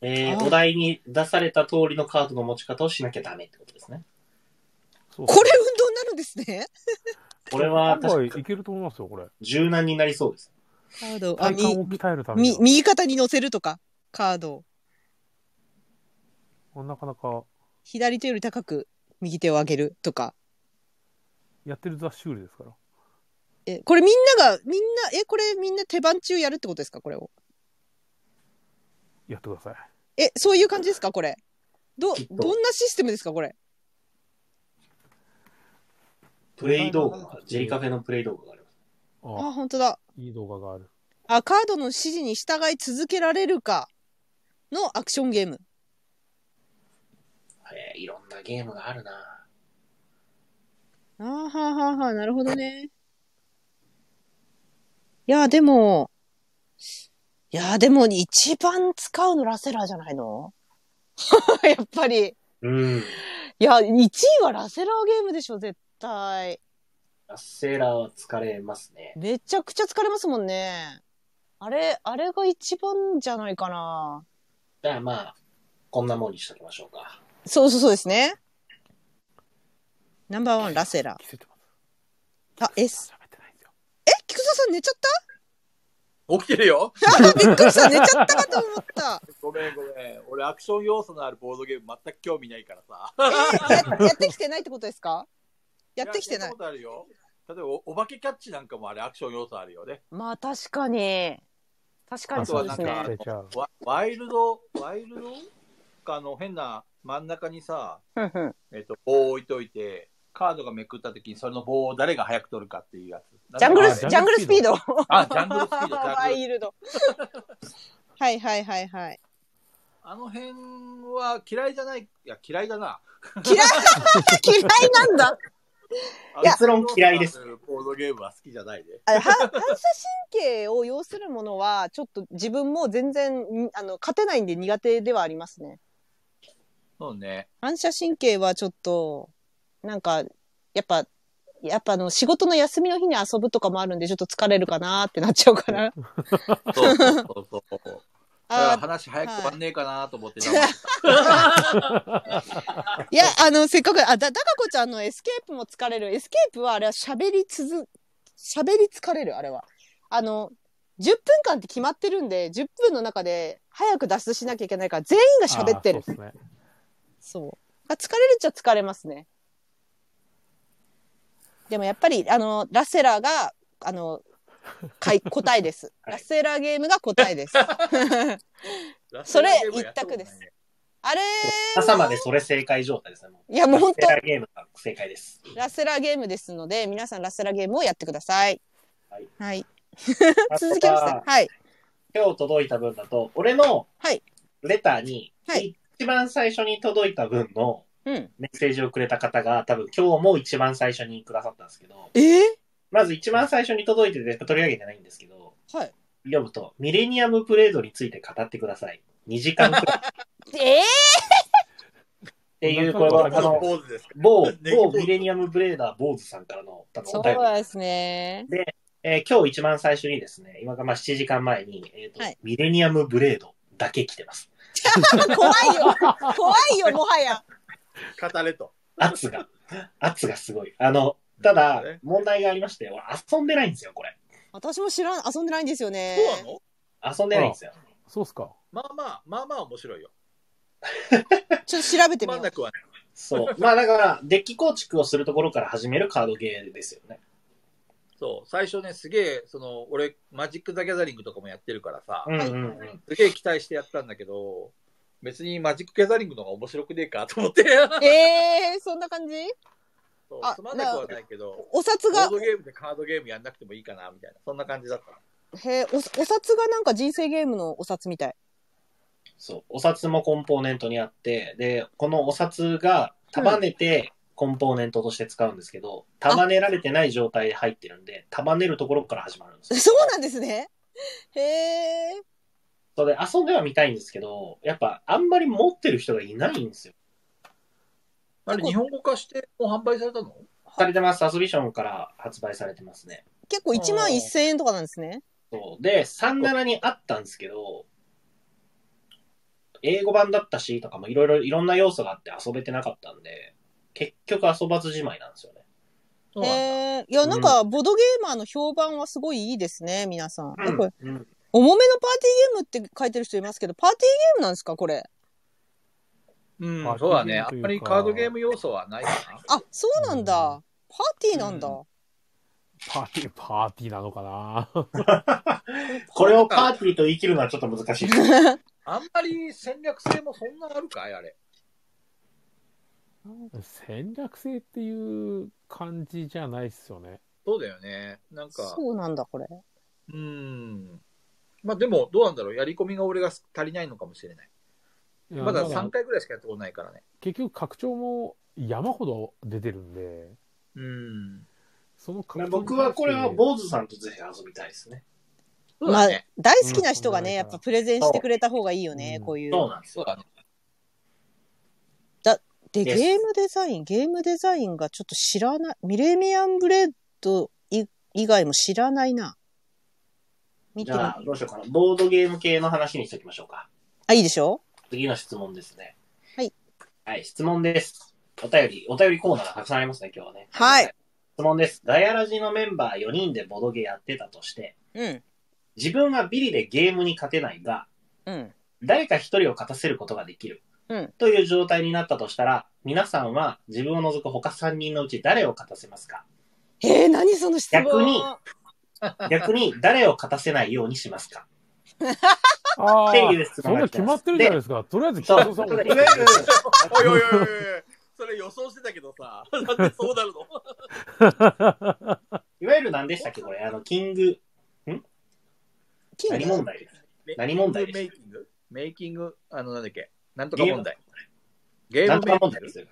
S4: え
S1: あ
S4: ー、
S1: ー
S4: お題に出された通りのカードの持ち方をしなきゃダメってことですね。
S2: そう
S1: これ運動になるんですね。
S4: これは
S2: 今回
S4: 確か
S2: いけると思いますよ、これ。
S4: 柔軟になりそうです。
S1: カード。あ、
S2: 体幹
S1: み
S2: を、鍛えるために
S1: み、
S2: は
S1: 右肩に乗せるとか。カードを。
S2: なかなか
S1: 左手より高く右手を上げるとか。
S2: やってるザ・シュールですから。
S1: え、これみんなが、みんな、え、これみんな手番中やるってことですかこれを。
S2: やってください。
S1: え、そういう感じですかこれ。ど、
S4: きっと
S1: どんなシステムですかこれ。
S4: プレイ動画が、ジェリカフェのプレイ動画があります。
S1: あ、
S2: ああ、
S1: 本当だ。
S2: いい動画がある。
S1: あ、カードの指示に従い続けられるかのアクションゲーム。
S4: えー、いろんなゲームがあるな
S1: あーはーはーはーなるほどね。いやー、でも、いやー、でも一番使うのラセラーじゃないの <laughs> やっぱり。
S4: うん。
S1: いや、1位はラセラーゲームでしょ、絶対。
S4: ラッセーラーは疲れますね。
S1: めちゃくちゃ疲れますもんね。あれ、あれが一番じゃないかな。
S4: じゃあまあ、こんなもんにしときましょうか。
S1: そうそうそうですね。ナンバーワン、ラセラ
S2: 着せてます。
S1: ー。あ、S。
S2: 喋ってないんですよ。
S1: え、菊田さん寝ちゃっ
S12: 起きてるよ。
S1: た <laughs> びっくりした。寝ちゃったかと思った。
S12: ごめんごめん。俺アクション要素のあるボードゲーム全く興味ないからさ。
S1: ややってきてないってことですかやってきてな
S12: や
S1: い
S12: そん。ことあるよ。例えばおお化けキャッチなんかもあれアクション要素あるよね。
S1: まあ確かに。確かにそうです
S12: あとはなん
S1: ね。
S2: 着せちゃう。
S12: ワワイルド、ワイルドあの変な真ん中にさ、
S1: ふんふん
S12: えっと、棒を置いといて、カードがめくった時にその棒を誰が早く取るかっていうやつ。
S1: <laughs> ジャングル
S2: あ
S1: ス、
S2: ジ
S1: ジ
S2: ャングル
S1: ャングルスピード。
S12: あ、ジャ
S1: <laughs>
S12: ングルスピード、ジャン
S1: ワ
S12: グル
S1: イルド。はいはいはいはい。
S12: あの辺は嫌いじゃない、いや、嫌いだな。
S1: 嫌 <laughs> い嫌いなんだ。いや
S12: 結論
S4: 嫌いです。
S12: ボードゲームは好きじゃないね。
S1: あは反射神経を要するものは、ちょっと自分も全然、んあの、勝てないんで苦手ではありますね。
S12: そうね。
S1: 反射神経はちょっと、なんか、やっぱ、やっぱあの、仕事の休みの日に遊ぶとかもあるんで、ちょっと疲れるかなってなっちゃうかな。
S12: そうそうそうそう。だから
S1: あ
S12: 話早く終わんねえかなと思って
S1: ー
S12: た、は
S1: <laughs> いや、あの、せっかく、あ、だ、だかこちゃんのエスケープも疲れる。エスケープはあれは喋り続、喋り疲れる、あれは。あの、10分間って決まってるんで、10分の中で早く脱出しなきゃいけないから、全員が喋ってる
S2: あ。そうですね。
S1: そう。あ疲れるっちゃ疲れますね。でもやっぱり、あの、ラセラーが、あの、かい答えです。
S4: はい
S1: ラセラーゲームが答えです。それ一択です。あれー
S4: 朝までそれ正解状態ですね。もう
S1: いやもうほんと
S4: ラッセーラーゲームが正解です。
S1: ラセラーゲームですので、皆さんラセラーゲームをやってください。
S4: はい。
S1: はい。
S4: あとは
S1: <laughs> 続けました。はい。
S4: 今日届いた分だと、俺の
S1: はい
S4: レターに、
S1: はい
S4: 一番最初に届いた分の
S1: うん。
S4: メッセージをくれた方が、多分今日も一番最初にくださったんですけど、
S1: えー、
S4: まず一番最初に届いてて取り上げてないんですけど、
S1: はい。
S4: 読むと、ミレニアムプレードについて語ってください。2時間くらいっ
S1: え
S4: ていう、こ
S2: こん
S4: れ
S2: なこ
S4: は、あ
S2: とあり
S12: 坊
S2: ます
S4: の、
S12: 主ですか
S4: 某
S12: ネ、ギ坊
S4: 某
S12: 主
S4: ミレニアムブレーダー坊主さんからの多
S1: ー、
S4: 分
S1: そ
S4: お便り
S1: うですね。
S4: えー今日一番最初にですね、今がまあ7時間前に、えーと
S1: はい
S4: ミレニアムブレード、だけ来てます。
S1: 怖いよ怖いよ、もはや。
S3: 語れと。
S4: 圧が、圧がすごい。あの、ただ
S3: ね、
S4: 問題がありまして、俺遊んでないんですよ、これ。
S1: 私も知らん、遊んでないんですよね。
S3: そうなの
S4: 遊んでないんですよ。
S2: そうっすか。
S3: まあまあ、まあまあ面白いよ。
S1: ちょっと調べてみ
S3: まん
S1: よ
S3: な
S1: う。
S3: くはない。
S4: そう。 <laughs> まあだから、デッキ構築をするところから始めるカードゲーですよね。
S6: そう、最初ね、すげえ、その、俺、マジック・ザ・ギャザリングとかもやってるからさ、
S4: うんうんうん。
S6: すげえ期待してやったんだけど、別にマジック・ギャザリングの方が面白くねえかと思って、
S1: えー、そんな感じ
S6: そう
S1: あ
S6: つまんなくはないけど、
S1: お札
S6: ボー
S1: が
S6: ド、ゲームでカードゲームやんなくてもいいかな、みたいな、そんな感じだった。
S1: へーお、お札がなんか人生ゲームのお札みたい。 <laughs>
S4: そう。お札もコンポーネントにあって、で、このお札が束ねてコンポーネントとして使うんですけど、束ねられてない状態で入ってるんで、束ねるところから始まるんですよ
S1: そうなんですね。へえ。
S4: それで遊んでは見たいんですけど、やっぱあんまり持ってる人がいないんですよ。
S6: あれ、日本語化して、もう販売されたの
S4: されてます。アソビションから発売されてますね。
S1: 結構1万1000円とかなんですね。
S4: そう。で、37にあったんですけど、英語版だったしとかもいろいろいろんな要素があって遊べてなかったんで、結局遊ばずじまいなんですよね。
S6: そうなんだ
S1: へえ。いや、なんか、ボードゲーマーの評判はすごいいいですね、皆さん。やっぱり
S4: うんうん
S1: 重めのパーティーゲームって書いてる人いますけど、パーティーゲームなんですか、これ。
S6: う
S2: パー
S6: ん、
S2: ティ
S6: そ
S2: ー
S6: うだね。
S2: ゲーム
S6: あ
S2: とい
S6: ん
S2: うか
S6: まりカードゲーム要素はないか
S1: あ、そうなんだ。
S2: う
S1: パーティーなんだ。
S6: う
S2: パーティー、パーティーなのかな
S4: これをパーティーと言い切るのはちょっと難しい。
S6: な。あんまり戦略性もそんなあるかいあれ。
S2: 戦略性っていう感じじゃないっすよね。
S6: そうだよね。なんか、
S1: そうなんだ、これ。
S6: うん。まあでも、どうなんだろう。やり込みが俺が足りないのかもしれない。
S2: いや
S6: まだ
S2: だから
S6: 3回ぐらいしかやったことないからね。
S2: 結局拡張も山ほど出てるんで、
S6: うん。
S2: その拡張に
S4: 僕はこれは
S2: 関して
S4: 坊主さんとぜひ遊びたいですね。
S6: そう
S1: ま
S6: だ
S1: あ
S6: ね。、
S1: 大好きな人がね、
S2: うん
S1: やっぱプレゼンしてくれた方がいいよね、
S2: そう
S1: こういう。
S4: そうなんです
S6: そう
S4: よ。
S6: だね。
S1: で、
S4: です
S1: ゲームデザイン、ゲームデザインがちょっと知らない。ミレミアンブレッド以以外も知らないな。見
S4: じ
S1: てみ
S4: ゃあ、どうしようかな。ボードゲーム系の話にしておきましょうか。
S1: あ、いいでしょ
S4: 次の質問ですね。
S1: はい。
S4: はい、質問です。お便り、お便りコーナーがたくさんありますね、今日はね。
S1: はい。
S4: 質問です。ガヤラジのメンバー4人でボドゲやってたとして、
S1: うん。
S4: 自分はビリでゲームに勝てないが、
S1: うん。
S4: 誰か1人を勝たせることができる。
S1: うん
S4: という状態になったとしたら、皆さんは自分を除く他3人のうち誰を勝たせま
S1: <laughs>
S4: すか
S1: えー、何その質問
S4: 逆に逆に誰を勝たせないようにしますか
S2: あ
S4: っていう
S2: ー
S4: 質
S2: そん
S4: 問
S2: な
S4: が来
S2: 決
S4: て
S2: ま
S4: ま
S2: っ
S4: す
S2: てるじゃないですか。とりあえず、
S4: そう
S2: 北さん
S4: とりあえ
S2: を
S4: ず
S3: おいおいおいおいおい。それ予想してたけどさ。なんでそうなるの
S4: いわゆる何でしたっけこれ、あの、キング、
S1: キン
S4: 何
S1: グ
S4: 問題です <laughs> 何問題でした
S6: メイキングメイキング、あの、なんだっけ。なんとか問題。ゲー
S4: なん
S6: ム
S4: と
S6: メ
S4: か
S6: イキ
S4: 問
S6: ン
S4: 題で
S6: グ
S4: すよ。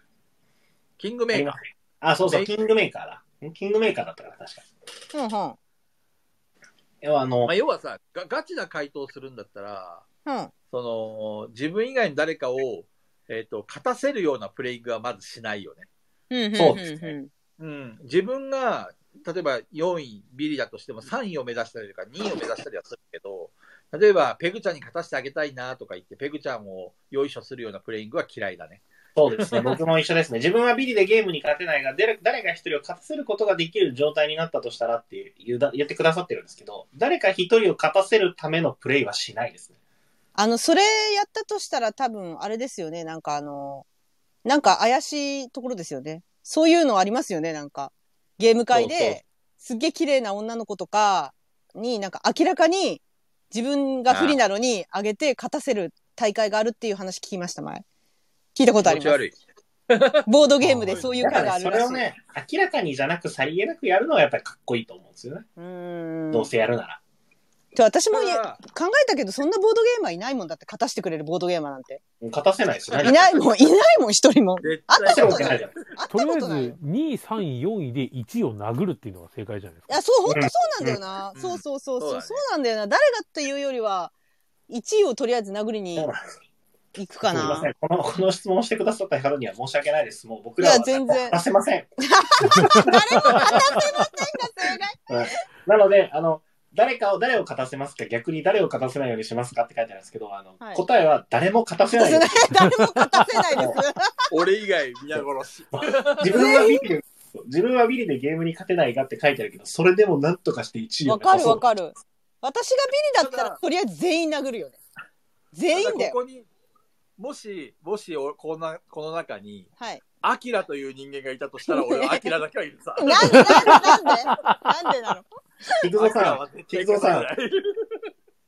S6: キングメイカー。
S4: あ、そうそう、キングメーカーだ。んキングメーカーだったから、確か
S1: うんうん。
S4: に。要はあの
S6: まあ、、要はさが、ガチな回答するんだったら、
S1: うん。
S6: その、自分以外に誰かを、えっ、と、勝たせるようなプレイングはまずしないよね。
S1: うん。ん
S4: そうですね
S1: ん
S6: うん。自分が、例えば4位、ビリだとしても3位を目指したりとか2位を目指したりはするけど、例えば、ペグちゃんに勝たせてあげたいなとか言って、ペグちゃんをよいしょするようなプレイングは嫌いだね。
S4: そうですね。僕も一緒ですね。自分はビリでゲームに勝てないが、誰誰か一人を勝たせることができる状態になったとしたらっていう言うだ言ってくださってるんですけど、誰か一人を勝たせるためのプレイはしないですね。
S1: あの、それやったとしたら多分、あれですよね。なんかあの、なんか怪しいところですよね。そういうのありますよね、なんか。ゲーム会
S6: そうそう
S1: で、すっげえ綺麗な女の子とかに、なんか明らかに自分が不利なのにあげて勝たせる大会があるっていう話聞きました、前。聞いたことあり
S6: 気持ち
S1: ます。
S6: 悪い。
S1: ボードゲームでそういう
S4: だか
S1: 会が
S4: ら
S1: あ
S4: ね
S1: る
S4: そ
S1: らし
S4: れ
S1: い。
S4: をね、明らかにじゃなくさりげなくやるのはやっぱりかっこいいと思うんですよね。
S1: うーん。
S4: どうせやるなら。
S1: と私も
S6: た
S1: い
S6: だ
S1: 考えたけど、そんなボードゲーマーいないもんだって、勝たしてくれるボードゲーマーなんて。
S4: もう勝たせないですよ。
S1: いないもん、いないもん、一人も。
S6: 絶
S1: あっ
S6: 対
S1: た
S4: 勝たせる
S1: こ
S4: わ
S1: と
S4: け
S1: な
S4: ない
S1: い。あったこ
S2: とりあ
S4: じゃん。
S2: え
S1: とないよ
S2: ず。2位、3位、4位で1位を殴るっていうのが正解じゃないです
S1: い
S2: か。
S1: や、そう、本当そうなんだよな。
S6: うん
S1: そうそうそうそう、
S6: うん
S1: そ
S6: そう
S1: なんだよな。誰がっていうよりは、1位をとりあえず殴りに
S4: そうなんです
S1: 行くか
S4: すいま
S1: な
S4: せ。ん。この、この質問をしてくださった方には申し訳ないです。もう僕ら
S1: い
S4: は
S1: や全然
S4: 勝たせません。
S1: 誰も勝たせませんが正解。
S4: なので、あの、誰かを誰を勝たせますか逆に誰を勝たせないようにしますかって書いてあるんですけど、あの、
S1: はい
S4: 答えは誰も勝たせない
S1: 誰。も勝たせないです。
S6: 俺以外皆殺し。
S4: 自分はビリで、自分はビリでゲームに勝てないがって書いてあるけど、それでも何とかして1位を
S1: わ
S4: 目
S1: か
S4: 指
S1: る
S4: そう
S1: わかる。私がビリだったら、とりあえず全員殴るよね。 <laughs> 全員だ
S6: こ
S1: よ。
S6: こに、もし、もしおこのこの中に、
S1: はい。
S6: アキラという人間がいたとしたら、
S1: <laughs>
S6: 俺はアキラだけはいるさ。
S1: なんで、なんで、なんでなんでなの
S4: 菊蔵
S6: ア
S4: さ
S6: キラ
S4: ん、
S6: は絶対勝てない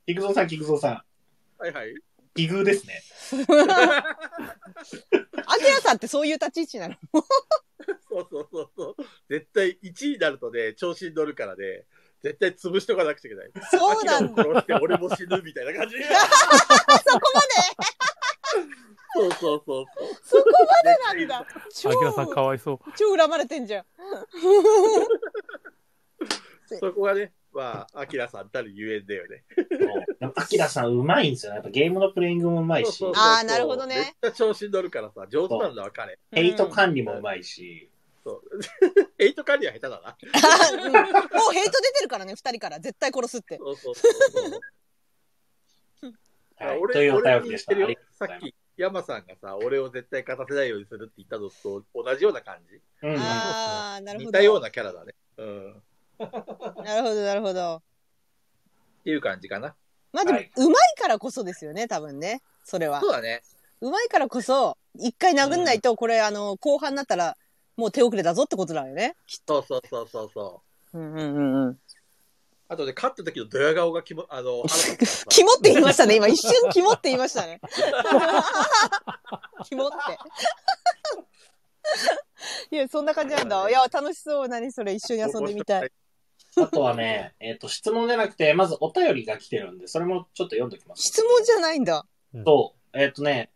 S4: 菊蔵さん、菊蔵さん、
S6: はいはい。
S4: 奇遇ですね。
S1: アキラさんってそういう立ち位置なの
S6: そうそうそうそう。絶対1位になるとね、調子に乗るからね、絶対潰しとかなくちゃいけない。
S1: そうなんだ。
S6: アキラを殺して俺も死ぬみたいな感じ。
S1: <laughs> そこま
S6: そうそうそうそう。
S1: で、そこまでなんだ。超
S2: あきらさんか、わいそう。
S1: 超恨まれてんじゃん。
S6: そこがね、まあ、アキラさんたるゆえんだよね。
S4: アキラさん、うまいんですよね。やっぱゲームのプレイングもうまいし、
S6: そうそうそう
S1: あーなるほどね
S6: めっちゃ調子に乗るからさ、上手なんだわ、彼。
S4: ヘイト管理もうまいし、
S6: そう。ヘイト管理は下手だ
S1: う
S6: な。
S1: んあうんもうヘイト出てるからね、二人から。絶対殺すって。
S6: そうそうそうそう。
S4: はい、
S6: 俺
S4: というお便
S6: 俺
S4: り
S6: に
S4: で
S6: 言っ
S4: した。
S6: て
S4: ありが
S6: る
S4: とうご
S6: よさ
S4: ざい
S6: っき、山さんがさ、俺を絶対勝たせないようにするって言ったのと同じような感じ。
S4: ます。
S1: ああ、なるほ
S6: 似
S1: ど。
S6: たようなキャラだね。うん。っ
S1: なるほど、なるほど。
S6: ていう感じかな。
S1: まあでも、
S4: はいう
S1: まいからこそですよね、多分ね。それは
S6: そ。うだね。
S1: うまいからこそ、一回殴んないと、これ、あの、後半になったら、もう手遅れだぞってことだよね。
S6: そうそうそうそうそう。
S1: うんうんうんうん。
S6: あとで、勝った時のドヤ顔がきも、あの、腹立つからさ
S1: キモって言いましたね。今、一瞬キモって言いましたね。 <laughs> キモって。いや、そんな感じなんだ。いや、楽しそう。何それ、一緒に遊んでみたい。。
S4: あとはね、えっ、と、質問じゃなくて、まずお便りが来てるんで、それもちょっと読んでおきます。
S1: 質問じゃないんだ。
S4: と、えっ、とね、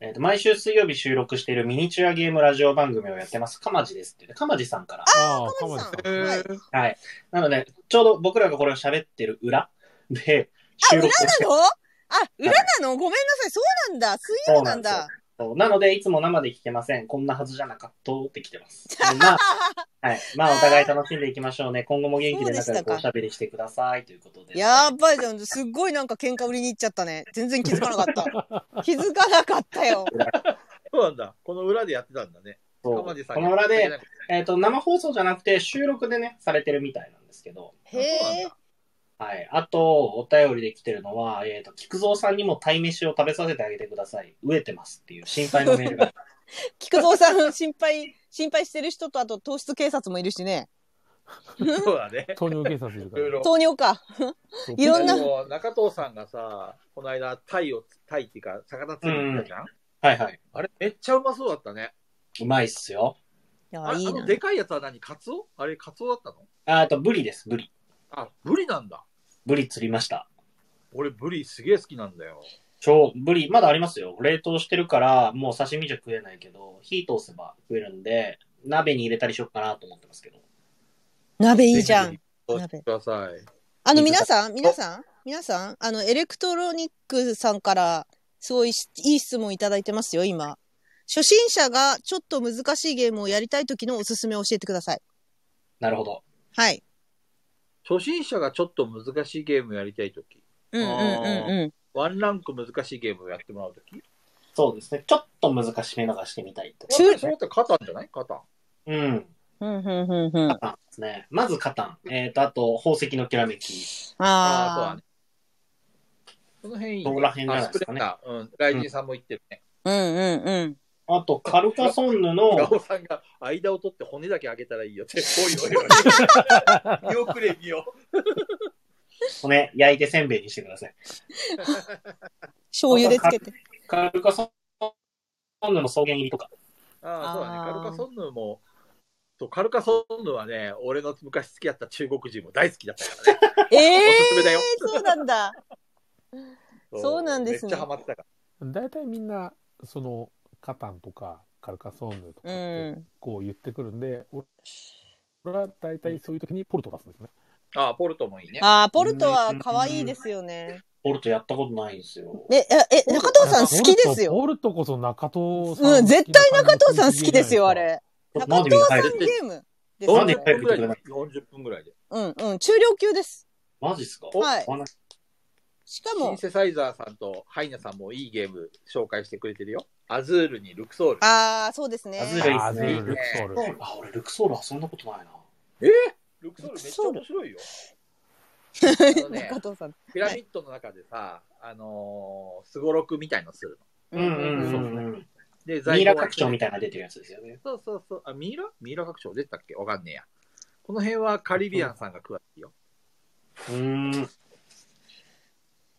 S4: えっ、と、毎週水曜日収録しているミニチュアゲームラジオ番組をやってます。かまじですって、ね、かまじさんから。
S2: ああ、
S1: か
S2: か
S1: ま
S2: ま
S1: じさ
S2: じさ
S1: ん
S2: ん。
S1: はい。
S4: はい。なので、ちょうど僕らがこれを喋ってる裏で、収録をして
S1: なのあ、裏なのごめんなさい。そうなんだ。水曜なんだ。
S4: そうなので、いつも生で聞けません。こんなはずじゃなかったって来て <laughs> ます。まあ、はい。まあ、お互い楽しんでいきましょうね。今後も元気で仲良くおしゃべりしてくださいということで。
S1: やばいじゃん。すっごいなんか喧嘩売りに行っちゃったね。全然気づかなかった。気づかなかったよ。
S6: そうなんだ。この裏でやってたんだね。
S4: そう
S6: 鎌地さん
S4: この裏で、、えっ、と、生放送じゃなくて収録でね、されてるみたいなんですけど。
S1: へえ。
S4: はい。あと、お便りで来てるのは、えっ、と、菊蔵さんにも鯛飯を食べさせてあげてください。飢えてますっていう心配のメールが。
S1: 菊蔵さん、心配、心配してる人と、あと糖質警察もいるしね。
S6: そうだね。
S2: 糖尿警察いる
S6: い
S2: から
S6: ろい。ろ。
S1: 糖尿か。 <laughs> いろんな
S6: でも中藤さんがさ、この間、タイを、タイっていうか、魚釣りに行ったじゃん、
S4: はいはい。
S6: あれ、めっちゃうまそうだったね。
S4: うまいっすよ。
S1: いや
S6: あ、
S1: いい
S6: あ
S1: な
S6: の、。でかいやつは何カツオあれ、カツオだったの
S4: ああと、ブリです、ブリ。
S6: あ、ブリなんだ。
S4: ブリ釣りました。
S6: 俺、ブリすげえ好きなんだよ。
S4: 超ブリ、まだありますよ。冷凍してるから、もう刺身じゃ食えないけど、火通せば食えるんで、鍋に入れたりしようかなと思ってますけど。
S1: 鍋いいじゃん。。
S6: ください。
S1: あの、皆さん、皆さん、皆さん、あの、エレクトロニックさんから、すごいしいい質問いただいてますよ、今。初心者がちょっと難しいゲームをやりたい時のおすすめを教えてください。
S4: なるほど。
S1: はい。
S6: 初心者がちょっと難しいゲームやりたいとき、
S1: うんうんうんうん。
S6: ワンランク難しいゲームをやってもらうとき、
S4: そうですね。ちょっと難しめのがしてみたいと。
S1: 中
S6: やっぱりそうだったら勝たんじゃない勝たん。
S4: うん。
S1: うんうんうんうん。
S4: カタンですね。まずカタン。えっ、と、あと、宝石のきらめき。
S6: ああ、そ
S1: あ
S6: うだね。この辺いい、
S4: どこら辺じゃないですかね
S6: あスプレッターうん。ライジンさんも言ってるね。
S1: あ。うんうんうん。
S4: あと、カルカソンヌの、
S6: ガオさんが間を取って骨だけ上げたらいいよって。おいおいおい。見送れ、見よ
S4: ね、焼いてせんべいにしてください。
S1: 醤油でつけて。
S4: カルカソンヌの草原入りとか。
S6: ああ、そうだ
S1: あ
S6: ね。
S1: ー
S6: カルカソンヌも、そう、カルカソンヌはね、俺の昔付き合った中国人も大好きだったからね。
S1: ええ
S6: おすすめだよ。
S1: ー、そうなんだ。そうなんですね
S6: めっちゃハマってたから。
S2: 大体みんな、その、カタンとか、カルカソンヌとかっ
S1: う
S2: て、
S1: ん。
S2: こう言ってくるんで、俺は大体そういう時にポルト出すんですね。
S6: ああ、ポルトもいいね。
S1: ああ、ポルトは可愛いですよね。
S4: ポルトやったことないんですよ。
S1: え、え、え中藤さん好きですよ。
S2: ポルトこそ中藤さん。
S1: うん、絶対中藤さん好きですよ、あ。れ。中
S4: なんで
S1: 藤
S4: 見
S1: さ
S4: 入
S1: ん
S4: る
S1: ゲームです
S4: な
S1: よ
S4: んで
S1: ね
S4: いっ。ぱい
S6: 40
S4: 見てくれない
S6: 分ぐらいで。
S1: うんうん、中量級です。
S4: マジっすか
S1: はい
S4: お話
S1: しか
S6: シン
S1: も、
S6: セサイザーさんとハイナさんもいいゲーム紹介してくれてるよ。アズールにルクソール。
S1: ああ、そうですね
S4: ア。ズー
S2: あーズ
S4: ルいいっ
S2: ー
S4: す
S2: ルル
S4: ね。
S2: クソール。
S4: あ、俺、ルクソール遊んだことないな。
S6: ルクソールめっちゃ面白いよ。あのね
S1: <laughs> 中藤さん。
S6: ピラミッドの中でさ、あのー、すごろくみたいのするの。
S4: うんうんうんうん。
S6: で、
S4: ミイラ拡
S6: 拡
S4: 張
S6: 張
S4: みたいなの出てるやつですよね。
S6: そうそうそう。あ、ミイラミイラ拡張出てたっけわかんねえや。この辺はカリビアンさんが詳しいよ。
S4: うーん。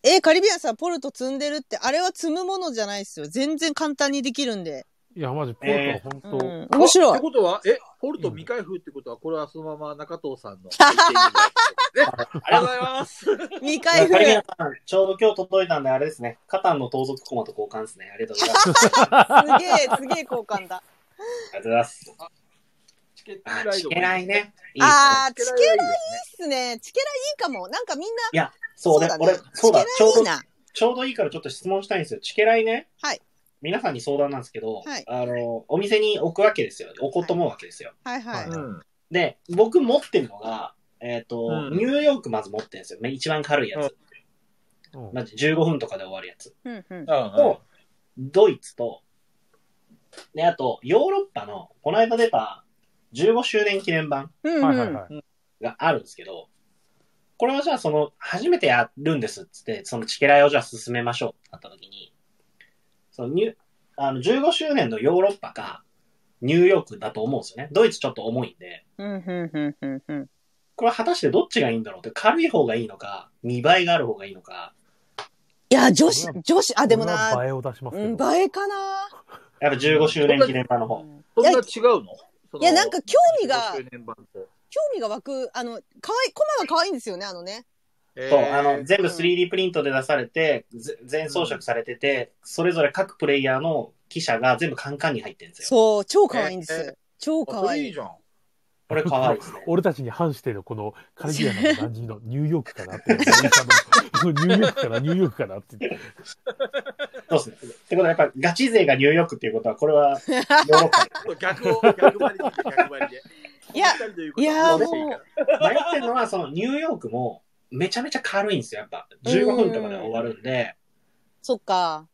S1: え、カリビアンさん、ポルト積んでるって、あれは積むものじゃないですよ。全然簡単にできるんで。
S2: いや、マジ、ポルト、本
S1: う
S2: 当、
S1: ん。面白
S6: あっ
S1: い
S6: て。ことは、え、ポルト未開封ってことは、これはそのまま中藤さんの。ね
S4: <laughs>
S6: ありがとうございます。
S1: 未
S4: カ
S1: 開
S4: リ
S1: 封。
S4: ビ
S1: す
S4: アンさん、ちょうど今日届いたんで、あれですね。カタンの盗賊コマと交換ですね。ありがとうござい <laughs> ます。
S1: げえ、すげえ交換だ。
S4: ありがとうございます。
S6: チケット
S4: あ、
S6: ライ
S4: チ
S6: ド
S4: ケライね。いいっすね
S1: ああ、チケラいい
S6: ライドいい
S1: っすね。チケラいいかも。なんかみんな、
S4: そうね
S1: だ。ね
S4: 俺、そうだ。
S1: チ
S4: ち
S1: ケラ
S4: ょう
S1: いい
S4: ど、
S1: な。
S4: ちょうどいいからちょっと質問したいんですよ。チケライね。
S1: はい。
S4: 皆さんに相談なんですけど、
S1: はい
S4: あの、お店に置くわけですよ。置こうと思うわけですよ。
S1: はいはい。
S6: ですね。
S4: で、僕持ってるのが、えっ、と、
S6: うん
S4: ニューヨークまず持ってるんですよ。一番軽いやつ。
S2: うん
S4: まじ15分とかで終わるやつ。
S1: うんうん。
S6: うん。うん
S4: と、ドイツと、で、あと、ヨーロッパの、この間出た15周年記念版
S1: うん
S2: はいは
S1: う
S2: い
S1: ん。
S2: はい。
S4: があるんですけど、これはじゃあその、初めてやるんですっつって、そのチケライをじゃあ進めましょうってなった時に、そのニュあの15周年のヨーロッパか、ニューヨークだと思うんですよね。ドイツちょっと重いんで。
S1: うんうんうんうんうん。
S4: これは果たしてどっちがいいんだろうって、軽い方がいいのか、見栄えがある方がいいのか、
S1: いや、女子
S2: これ、
S1: 女子、あ、でも
S2: これは
S1: な、
S2: 映えを出します
S1: う
S2: け
S1: ん、
S2: ど。
S1: 映えかな。
S4: やっぱ15周年記念版の方。
S6: そんな違うの
S1: いや、なんか興味が、
S6: 周年版と。
S1: 興味が湧く、あの、可愛い、コマが可愛いんですよね、あのね。
S6: え
S4: そう、あの、全部 3D プリントで出されて、ぜ全装飾されてて、それぞれ各プレイヤーの記者が全部カンカンに入ってるんですよ。
S1: そう、超可愛いんです。
S6: えー
S1: 超
S6: あ
S1: 可
S6: それ
S1: 愛
S6: い
S1: い
S6: いじゃん。
S4: これ可愛いですね。
S2: 俺たちに反してるこのカリビアンの感じのニューヨークかなって。ニューヨークかな、ニューヨークかなって言って。
S4: そうですね。ってことはやっぱガチ勢がニューヨークっていうことは、これはヨーロッパで。
S6: 逆を、逆張りで、逆張りで。
S1: いや、いやー
S6: この二人ということ
S1: も
S6: は
S1: う、
S4: 迷ってるのは、そのニューヨークもめちゃめちゃ軽いんですよ、やっぱ。15分とかで終わるんで、
S1: そっか。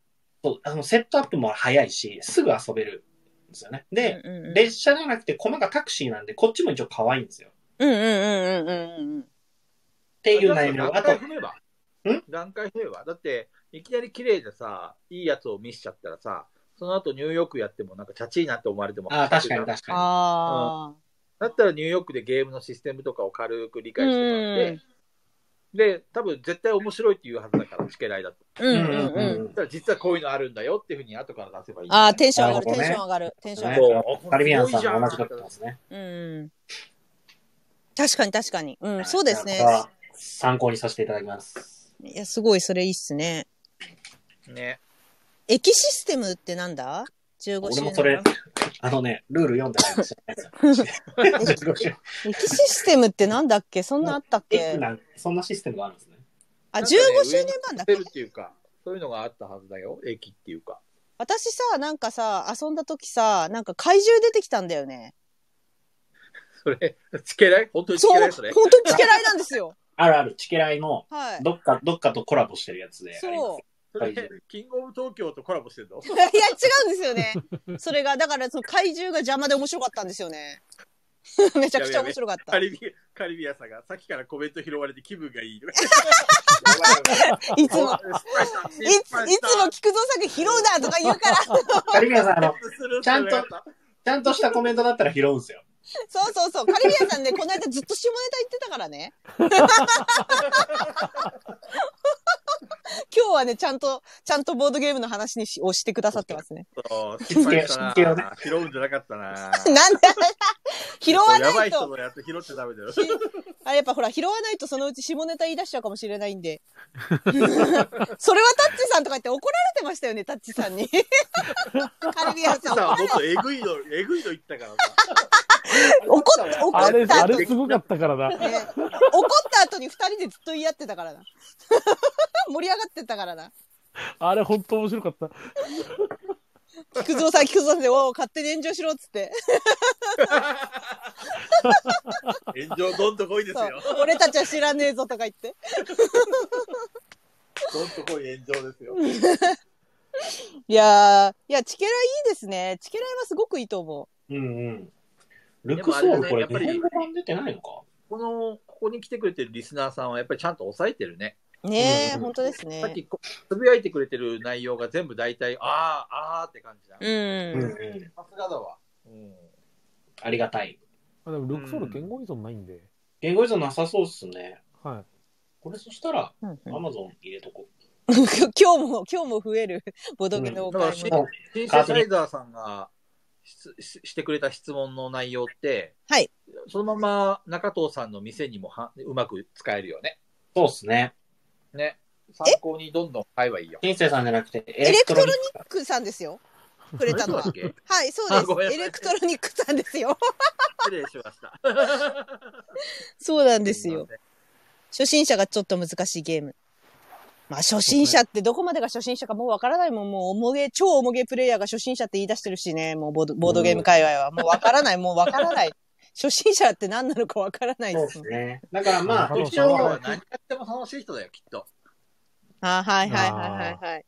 S4: そうあのセットアップも早いし、すぐ遊べるんですよね。で、
S1: うんうんうん
S4: 列車じゃなくて、駒がタクシーなんで、こっちも一応可愛いんですよ。っ
S1: うんうんうんうんうんうん。
S4: ていう悩み
S6: 段
S4: を。あと
S6: 階、踏めば。段階踏めば。だって、いきなり綺麗でさ、いいやつを見しちゃったらさ、その後ニューヨークやってもなんかチャチいなって思われても。
S4: あー確かに確か
S1: あ
S6: だったらニューヨークでゲームのシステムとかを軽く理
S1: あ。
S6: 解してもらって、で、多分絶対面白いっていうはずだから、チケライだと。
S1: う
S4: に。
S1: んうんうん。
S6: だから実はこういうのあるんだよっていうふうに後から出せばいい。
S1: ああ、テンション上がる、
S4: なるほど
S1: テ
S4: ね
S1: ンション上がる、テンション上が
S4: ね
S1: る。
S6: そう
S4: カリビアンさんも同じだったんですね。
S1: うん。確かに確かに。うん、そうですね
S4: こ。れは参考にさせていただきます。
S1: いや、すごい、それいいっすね。
S6: ね。
S1: 駅システムってなんだ ?15
S4: 俺
S1: 周
S4: も
S1: 年。
S4: そ
S1: <laughs>
S4: れ、あのね、ルール読んでないんですよ15周
S1: 駅システムってなんだっけそんなあったっ
S4: 年
S1: け
S4: なん。そんなシステムがあるんですね。
S1: あ、15周年版だっけ
S6: 上に乗せるっていうか、そういうのがあったはずだよ。駅っていうか。
S1: 私さ、なんかさ、遊んだ時さ、なんか怪獣出てきたんだよね。
S6: それ、チケライ本当にチ
S1: そう、
S6: ケラ
S1: 本
S6: イそ
S1: 当
S6: れ
S1: に。チケライなんですよ。
S4: あるある、チケライの、
S1: はい。
S4: どっか、どっかとコラボしてるやつで。
S1: そう。
S6: それ、キングオブ東京とコラボしてるの
S1: <laughs> いや、違うんですよね。それが、だから、その怪獣が邪魔で面白かったんですよね。 <laughs> めちゃくちゃ面白かっ
S6: カ
S1: た。
S6: リビ、カリビアさんがさっきからコメント拾われて気分が <laughs> いい。
S1: いつも、いつ、いつも菊蔵作拾うなとか言うから、 <laughs>
S4: カリビアンさん、あの、
S6: ちゃんと。
S4: ちゃんとしたコメントだったら拾うんですよ。
S1: そうそうそう、カリビアンさんね、この間ずっと下ネタ言ってたからね。 <laughs> 今日はね、ちゃんと、ちゃんとボードゲームの話にしをしてくださってますね。
S6: そう失敗した
S4: 神経をね
S6: な。拾うんじゃなかっ
S1: <laughs>
S6: たな。
S1: なんで、拾わ
S6: やば
S1: ないい
S6: 人
S1: と、
S6: のやつ拾っちゃダメだよ。
S1: あれやっぱほら、拾わないとそのうち下ネタ言い出しちゃうかもしれないんで。 <laughs> それはタッチさんとか言って怒られてましたよね、タッチさんに。カリビアンさん
S6: さ
S1: 怒
S6: あ、もっとえぐいの、えぐいの言ったからさ。
S1: 怒っ怒
S2: あれ、
S1: った
S2: あ
S1: 後
S2: れすごかったからな。
S1: ね、怒った後に二人でずっと言い合ってたからな。 <laughs> 盛り上がってたからな。
S2: あれ、本当面白かった。
S1: 菊蔵さん、菊蔵さんで、おう勝手に炎上しろっつって。
S6: 炎上どんとこいです
S1: そう
S6: よ。
S1: 俺たちは知らねえぞとか言って。
S6: どんとこい炎上ですよ。
S1: いやー、いや、チケラいいですね。チケライはすごくいいと思
S4: うんうん。ルクソール、これ、
S6: で
S4: 日
S6: も
S4: 本語
S6: あれだね
S4: 版出てないのか
S6: この、ここに来てくれてるリスナーさんはやっぱりちゃんと抑えてるね。
S1: う。ねえ、
S4: うん
S1: 本当ですね
S6: さっ。きこつぶやいてくれてる内容が全部大体、ああ、ああって感じだ。
S1: うん。
S4: うんうん。
S6: さすがだわ。うん。
S4: ありがたい。
S2: あでもルクソール言語依存ないんで、
S4: 言語依存なさそうっすね。
S2: はい。
S4: これそしたら、
S1: うん
S4: アマゾン入れとこ
S1: <laughs> 今日も、今日も増える、 <laughs> ボドゲのお
S6: だから
S1: 買
S6: シ
S1: い
S6: ン
S1: 物。
S6: シンセサイザーさんがしししてくれた質問の内容って、
S1: はい。
S6: そのまま中藤さんの店にもはうまく使えるよね。
S4: う。そうっすね。
S6: ね。参考にどんどん買えばいいよ。
S4: 人生さんじゃなくて、エ
S1: エレクトロニ
S4: ッ
S1: ックさんですよ。くれたのは
S6: そう。だっけ
S1: はい、そう
S6: あごめん
S1: です。エ
S6: なさい
S1: レクトロニックさんですよ。 <laughs>
S6: 失礼しました。
S1: そうなんですよ。。初心者がちょっと難しいゲーム。まあ、初心者ってどこまでが初心者かもうわからないもん。もう、重げ、超重げプレイヤーが初心者って言い出してるしね。もうボード、ボードゲーム界隈は。もうわからない、もうわからない。 <laughs> 初心者って何なのかわからない
S4: クそ
S1: で
S4: うっ
S1: す
S4: す
S1: もん。
S4: ね。だからまあ、
S2: 中
S6: う
S2: 藤
S6: ち
S2: さん
S6: の
S2: は
S6: 方は何やっても楽しい人だよ、きっと。
S1: あはいはいはいはいはい。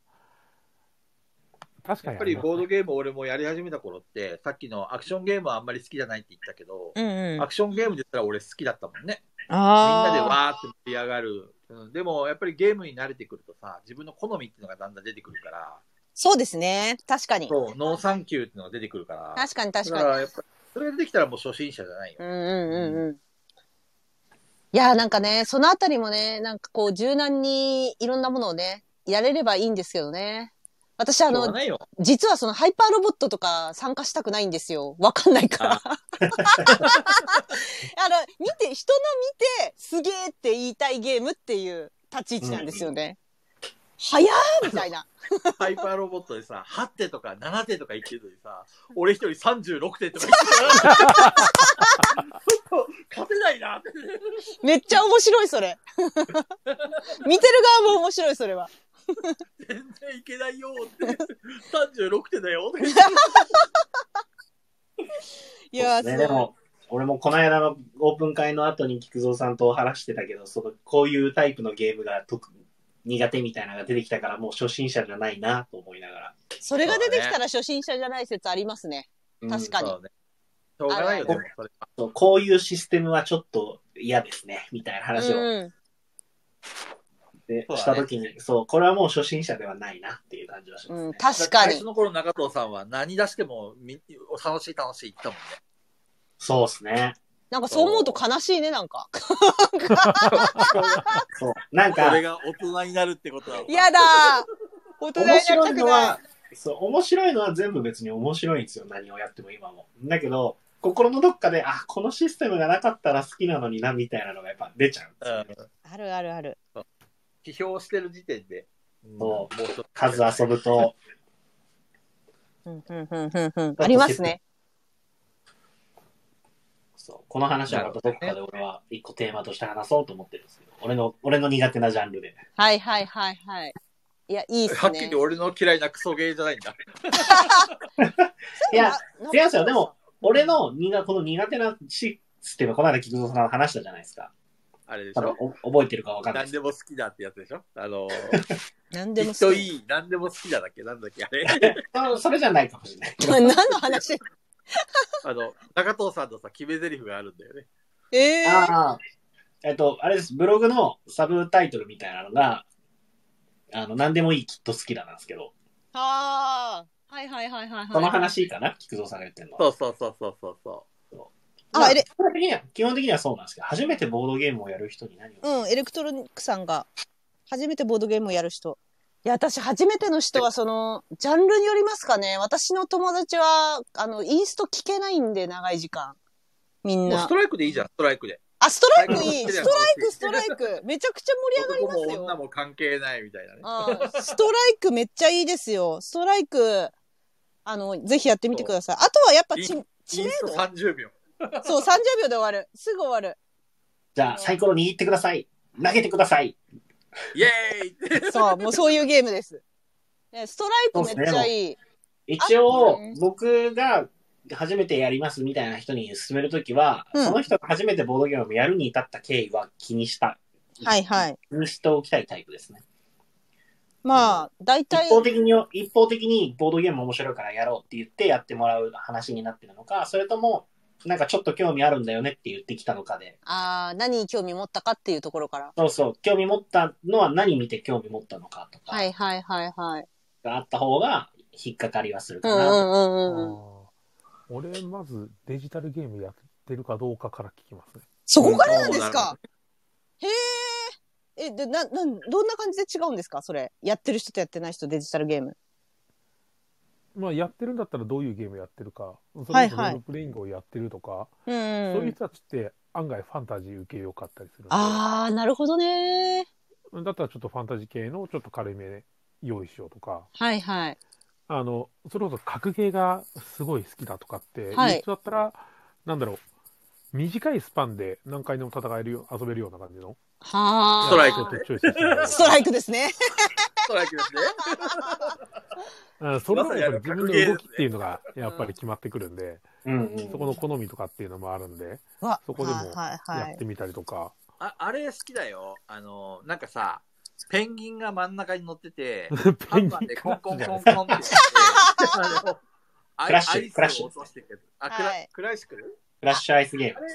S2: 確か
S6: や
S2: に
S6: っ
S2: あ
S6: ぱ
S2: り
S6: り
S2: ます
S6: ボードゲーム俺もやり始めた頃って、さっきのアクションゲームはあんまり好きじゃないって言ったけど、
S1: うんうん。
S6: アクションゲームで言ったら俺好きだったもんね。みんなで
S1: ああ。
S6: わーって盛り上がる。うんでもやっぱりゲームに慣れてくるとさ、自分の好みっていうのがだんだん出てくるから、
S1: そうですね。確かに。
S6: そう、ノーサンキューっていうのが出てくるから、
S1: 確かに確か
S6: だか
S1: に。
S6: らやっぱりそれが出てきたらもう初心者じゃないよ。
S1: うんうんうんうん。いやーなんかね、そのあたりもね、なんかこう柔軟にいろんなものをね、やれればいいんですけどね。私あ
S6: しょうが
S1: の、
S6: ないよ。
S1: 実はそのハイパーロボットとか参加したくないんですよ。わかんないから。 <laughs> あの、見て、人の見て、すげーって言いたいゲームっていう立ち位置なんですよね。早ーみたいな。
S6: ハイパーロボットでさ、8手とか7手とか言ってるのにさ、俺一人36手とか言ってたらちょっと勝てないなって。
S1: めっちゃ面白い、それ。 <laughs> 見てる側も面白い、それは。
S6: 全然いけないよって。36手だよって。
S1: いやー、
S4: ね、
S1: す
S4: で
S1: ごい。
S4: も、俺もこの間のオープン会の後に菊蔵さんと話してたけど、そのこういうタイプのゲームが特に苦手みたいなのが出てきたから、もう初心者じゃないなと思いながら。
S1: それが出てきたら初心者じゃない説ありますね。確かに
S6: そうね。しょうがないよね。
S4: あ
S6: で
S4: るある
S6: もそれは
S4: そうこういうシステムはちょっと嫌ですね、みたいな話を
S1: うん。
S4: で
S6: そうだね
S4: したときに、そう、これはもう初心者ではないなっていう感じはします
S1: うん、
S4: ね。
S1: 確か
S6: 最
S1: に
S6: 初。の頃中藤さんは何出してもみ楽しい楽しい言ってたもんね。
S4: そうですね。
S1: なんかそう思うと悲しいね、なんか。
S4: そう。なん
S6: <laughs> こ
S4: か
S6: れ、が大人になるってことだもん。
S1: やだー大人になり
S4: 面
S1: た
S4: 白い
S1: く
S4: の
S1: ない
S4: は。、そう、面白いのは全部別に面白いんですよ、何をやっても今も。だけど、心のどっかで、あ、このシステムがなかったら好きなのにな、みたいなのがやっぱ出ちゃうんですよね。
S1: あるあるある。
S6: 批評してる時点で。
S4: そ
S6: もうちょっと
S4: 数遊ぶと、
S1: うん、うん、うん、うん、うん。ありますね。
S4: そう、この話はまたどっかで俺は一個テーマとして話そうと思ってるんですけど、俺の、俺の苦手なジャンルで。
S1: はいはいはいはい。いや、いいっ
S6: は
S1: す
S6: っき
S1: ね
S6: り。俺の嫌いなクソゲーじゃないんだ。
S4: いや、違うんですよ、でも、俺の苦、この苦手なシステム、この間菊蔵さん話したじゃないですか。
S6: あれでし
S4: 多分
S6: ょ
S4: お覚えてるかわかんないで
S6: 何
S4: す
S6: でも好きだってやつでしょあの、
S1: なんで
S6: き
S1: も
S6: っと
S1: 好き。
S6: いい、何でも好きだだっけなんだっけあれ
S4: けど。それじゃないかもしれない。
S1: <laughs> 何の話
S6: あの、中藤さんのさ、決め台詞があるんだよね。
S1: ええー。
S4: ああ。えっと、あれです。ブログのサブタイトルみたいなのが、あの、何でもいいきっと好きだなんですけど、
S1: あー。はいはいはいはい
S4: その
S1: はい。
S4: 話かな菊蔵さんが言ってるのは。
S6: そうそうそうそうそうそう。
S1: あ
S4: ま
S1: エレ
S4: 基本的には、基本的にはそうなんですけど、初めてボードゲームをやる人に何を、
S1: うん、エレクトロニックさんが、初めてボードゲームをやる人。いや、私、初めての人は、その、ジャンルによりますかね。私の友達は、あの、インスト聞けないんで、長い時間。みん
S6: もうス
S1: な
S6: ト。ライクでいいじゃん、ストライクで。
S1: あ、ストライクいい。
S6: ス
S1: ス
S6: ト
S1: トラ
S6: ラ
S1: イ
S6: イ
S1: ク、
S6: ク
S1: ストライク。 <laughs> めちゃくちゃ盛り上がり
S6: 男
S1: ます
S6: も
S1: よ
S6: 女。も関係ないみたいなね。
S1: うんストライクめっちゃいいですよ。ストライク、あの、ぜひやってみてください。あとはやっぱ
S6: い
S1: 知知
S6: イン
S1: 名
S6: スト
S1: 度
S6: 30秒。
S1: そう、30秒で終わる。すぐ終わる。
S4: じゃあ、サイコロ握ってください。投げてください。
S6: イエーイ
S1: そう、もうそういうゲームです。ねストライクめっちゃいい。
S4: 一
S1: あそ
S4: 応
S1: うね、
S4: 僕が初めてやりますみたいな人に勧めるときは、
S1: うん
S4: その人が初めてボードゲームをやるに至った経緯は気にした、
S1: はいはい。
S4: 気にしておきたいタイプですね。
S1: まあ、大体
S4: 一、方的に、一方的にボードゲーム面白いからやろうって言ってやってもらう話になってるのか、それとも、なんかちょっと興味あるんだよねって言ってきたのかで、
S1: ああ、何に興味持ったかっていうところから。
S4: そうそう、興味持ったのは何見て興味持ったのかとか、
S1: はいはいはいはい。
S4: があった方が引っかかりはする
S1: う
S4: か
S1: んう
S4: な。
S1: んうんうん。
S2: あー俺、まずデジタルゲームやってるかどうかから聞きますね。
S1: そこからなんです
S7: そうな
S1: かへえ。え、で、な、なん、どんな感じで違うんですかそれ。やってる人とやってない人、デジタルゲーム。
S2: まあ、やってるんだったらどういうゲームやってるか、それこそロ
S1: はいはい
S2: ールプレイングをやってるとか、
S1: うん
S2: そ
S1: う。
S2: ういうん人たちって案外ファンタジー受けよかったりするんで
S1: ああ、なるほどね。
S2: だったらちょっとファンタジー系のちょっと軽め用意しようとか、
S1: はいはい。
S2: あの、それこそ格ゲーがすごい好きだとかって、いう
S1: はい
S2: 人だったら、なんだろう、短いスパンで何回でも戦えるよ、遊べるような感じの。
S1: はあ。
S6: ストライク
S2: ちょっとチョイスしてもらえ
S1: <laughs>
S2: ば
S1: ストライクですね。
S6: ストライクですね。
S2: うんそれぞれやっぱり自分の動きっていうの <laughs> がやっぱり決まってくるんで、
S4: うんうん
S2: そこの好みとかっていうのもあるんで、
S1: わ
S2: そこでも
S1: はいはいは
S2: やっ
S1: い。
S2: てみたりとか。
S6: <laughs> ああれ好きだよ。あの、なんかさ、ペンギンが真ん中に乗っ
S4: <laughs>
S6: てて、ハ
S2: <laughs> ペン
S6: ン
S2: ギ
S6: マ
S2: ン
S6: ーでコンコンコンコンってやって、あのあ
S4: クラッシュ
S6: アイス
S4: クラッシュ
S6: を落としてくるあ、クラ
S1: はい
S6: クライスクル
S4: クラッシュアイスゲーム。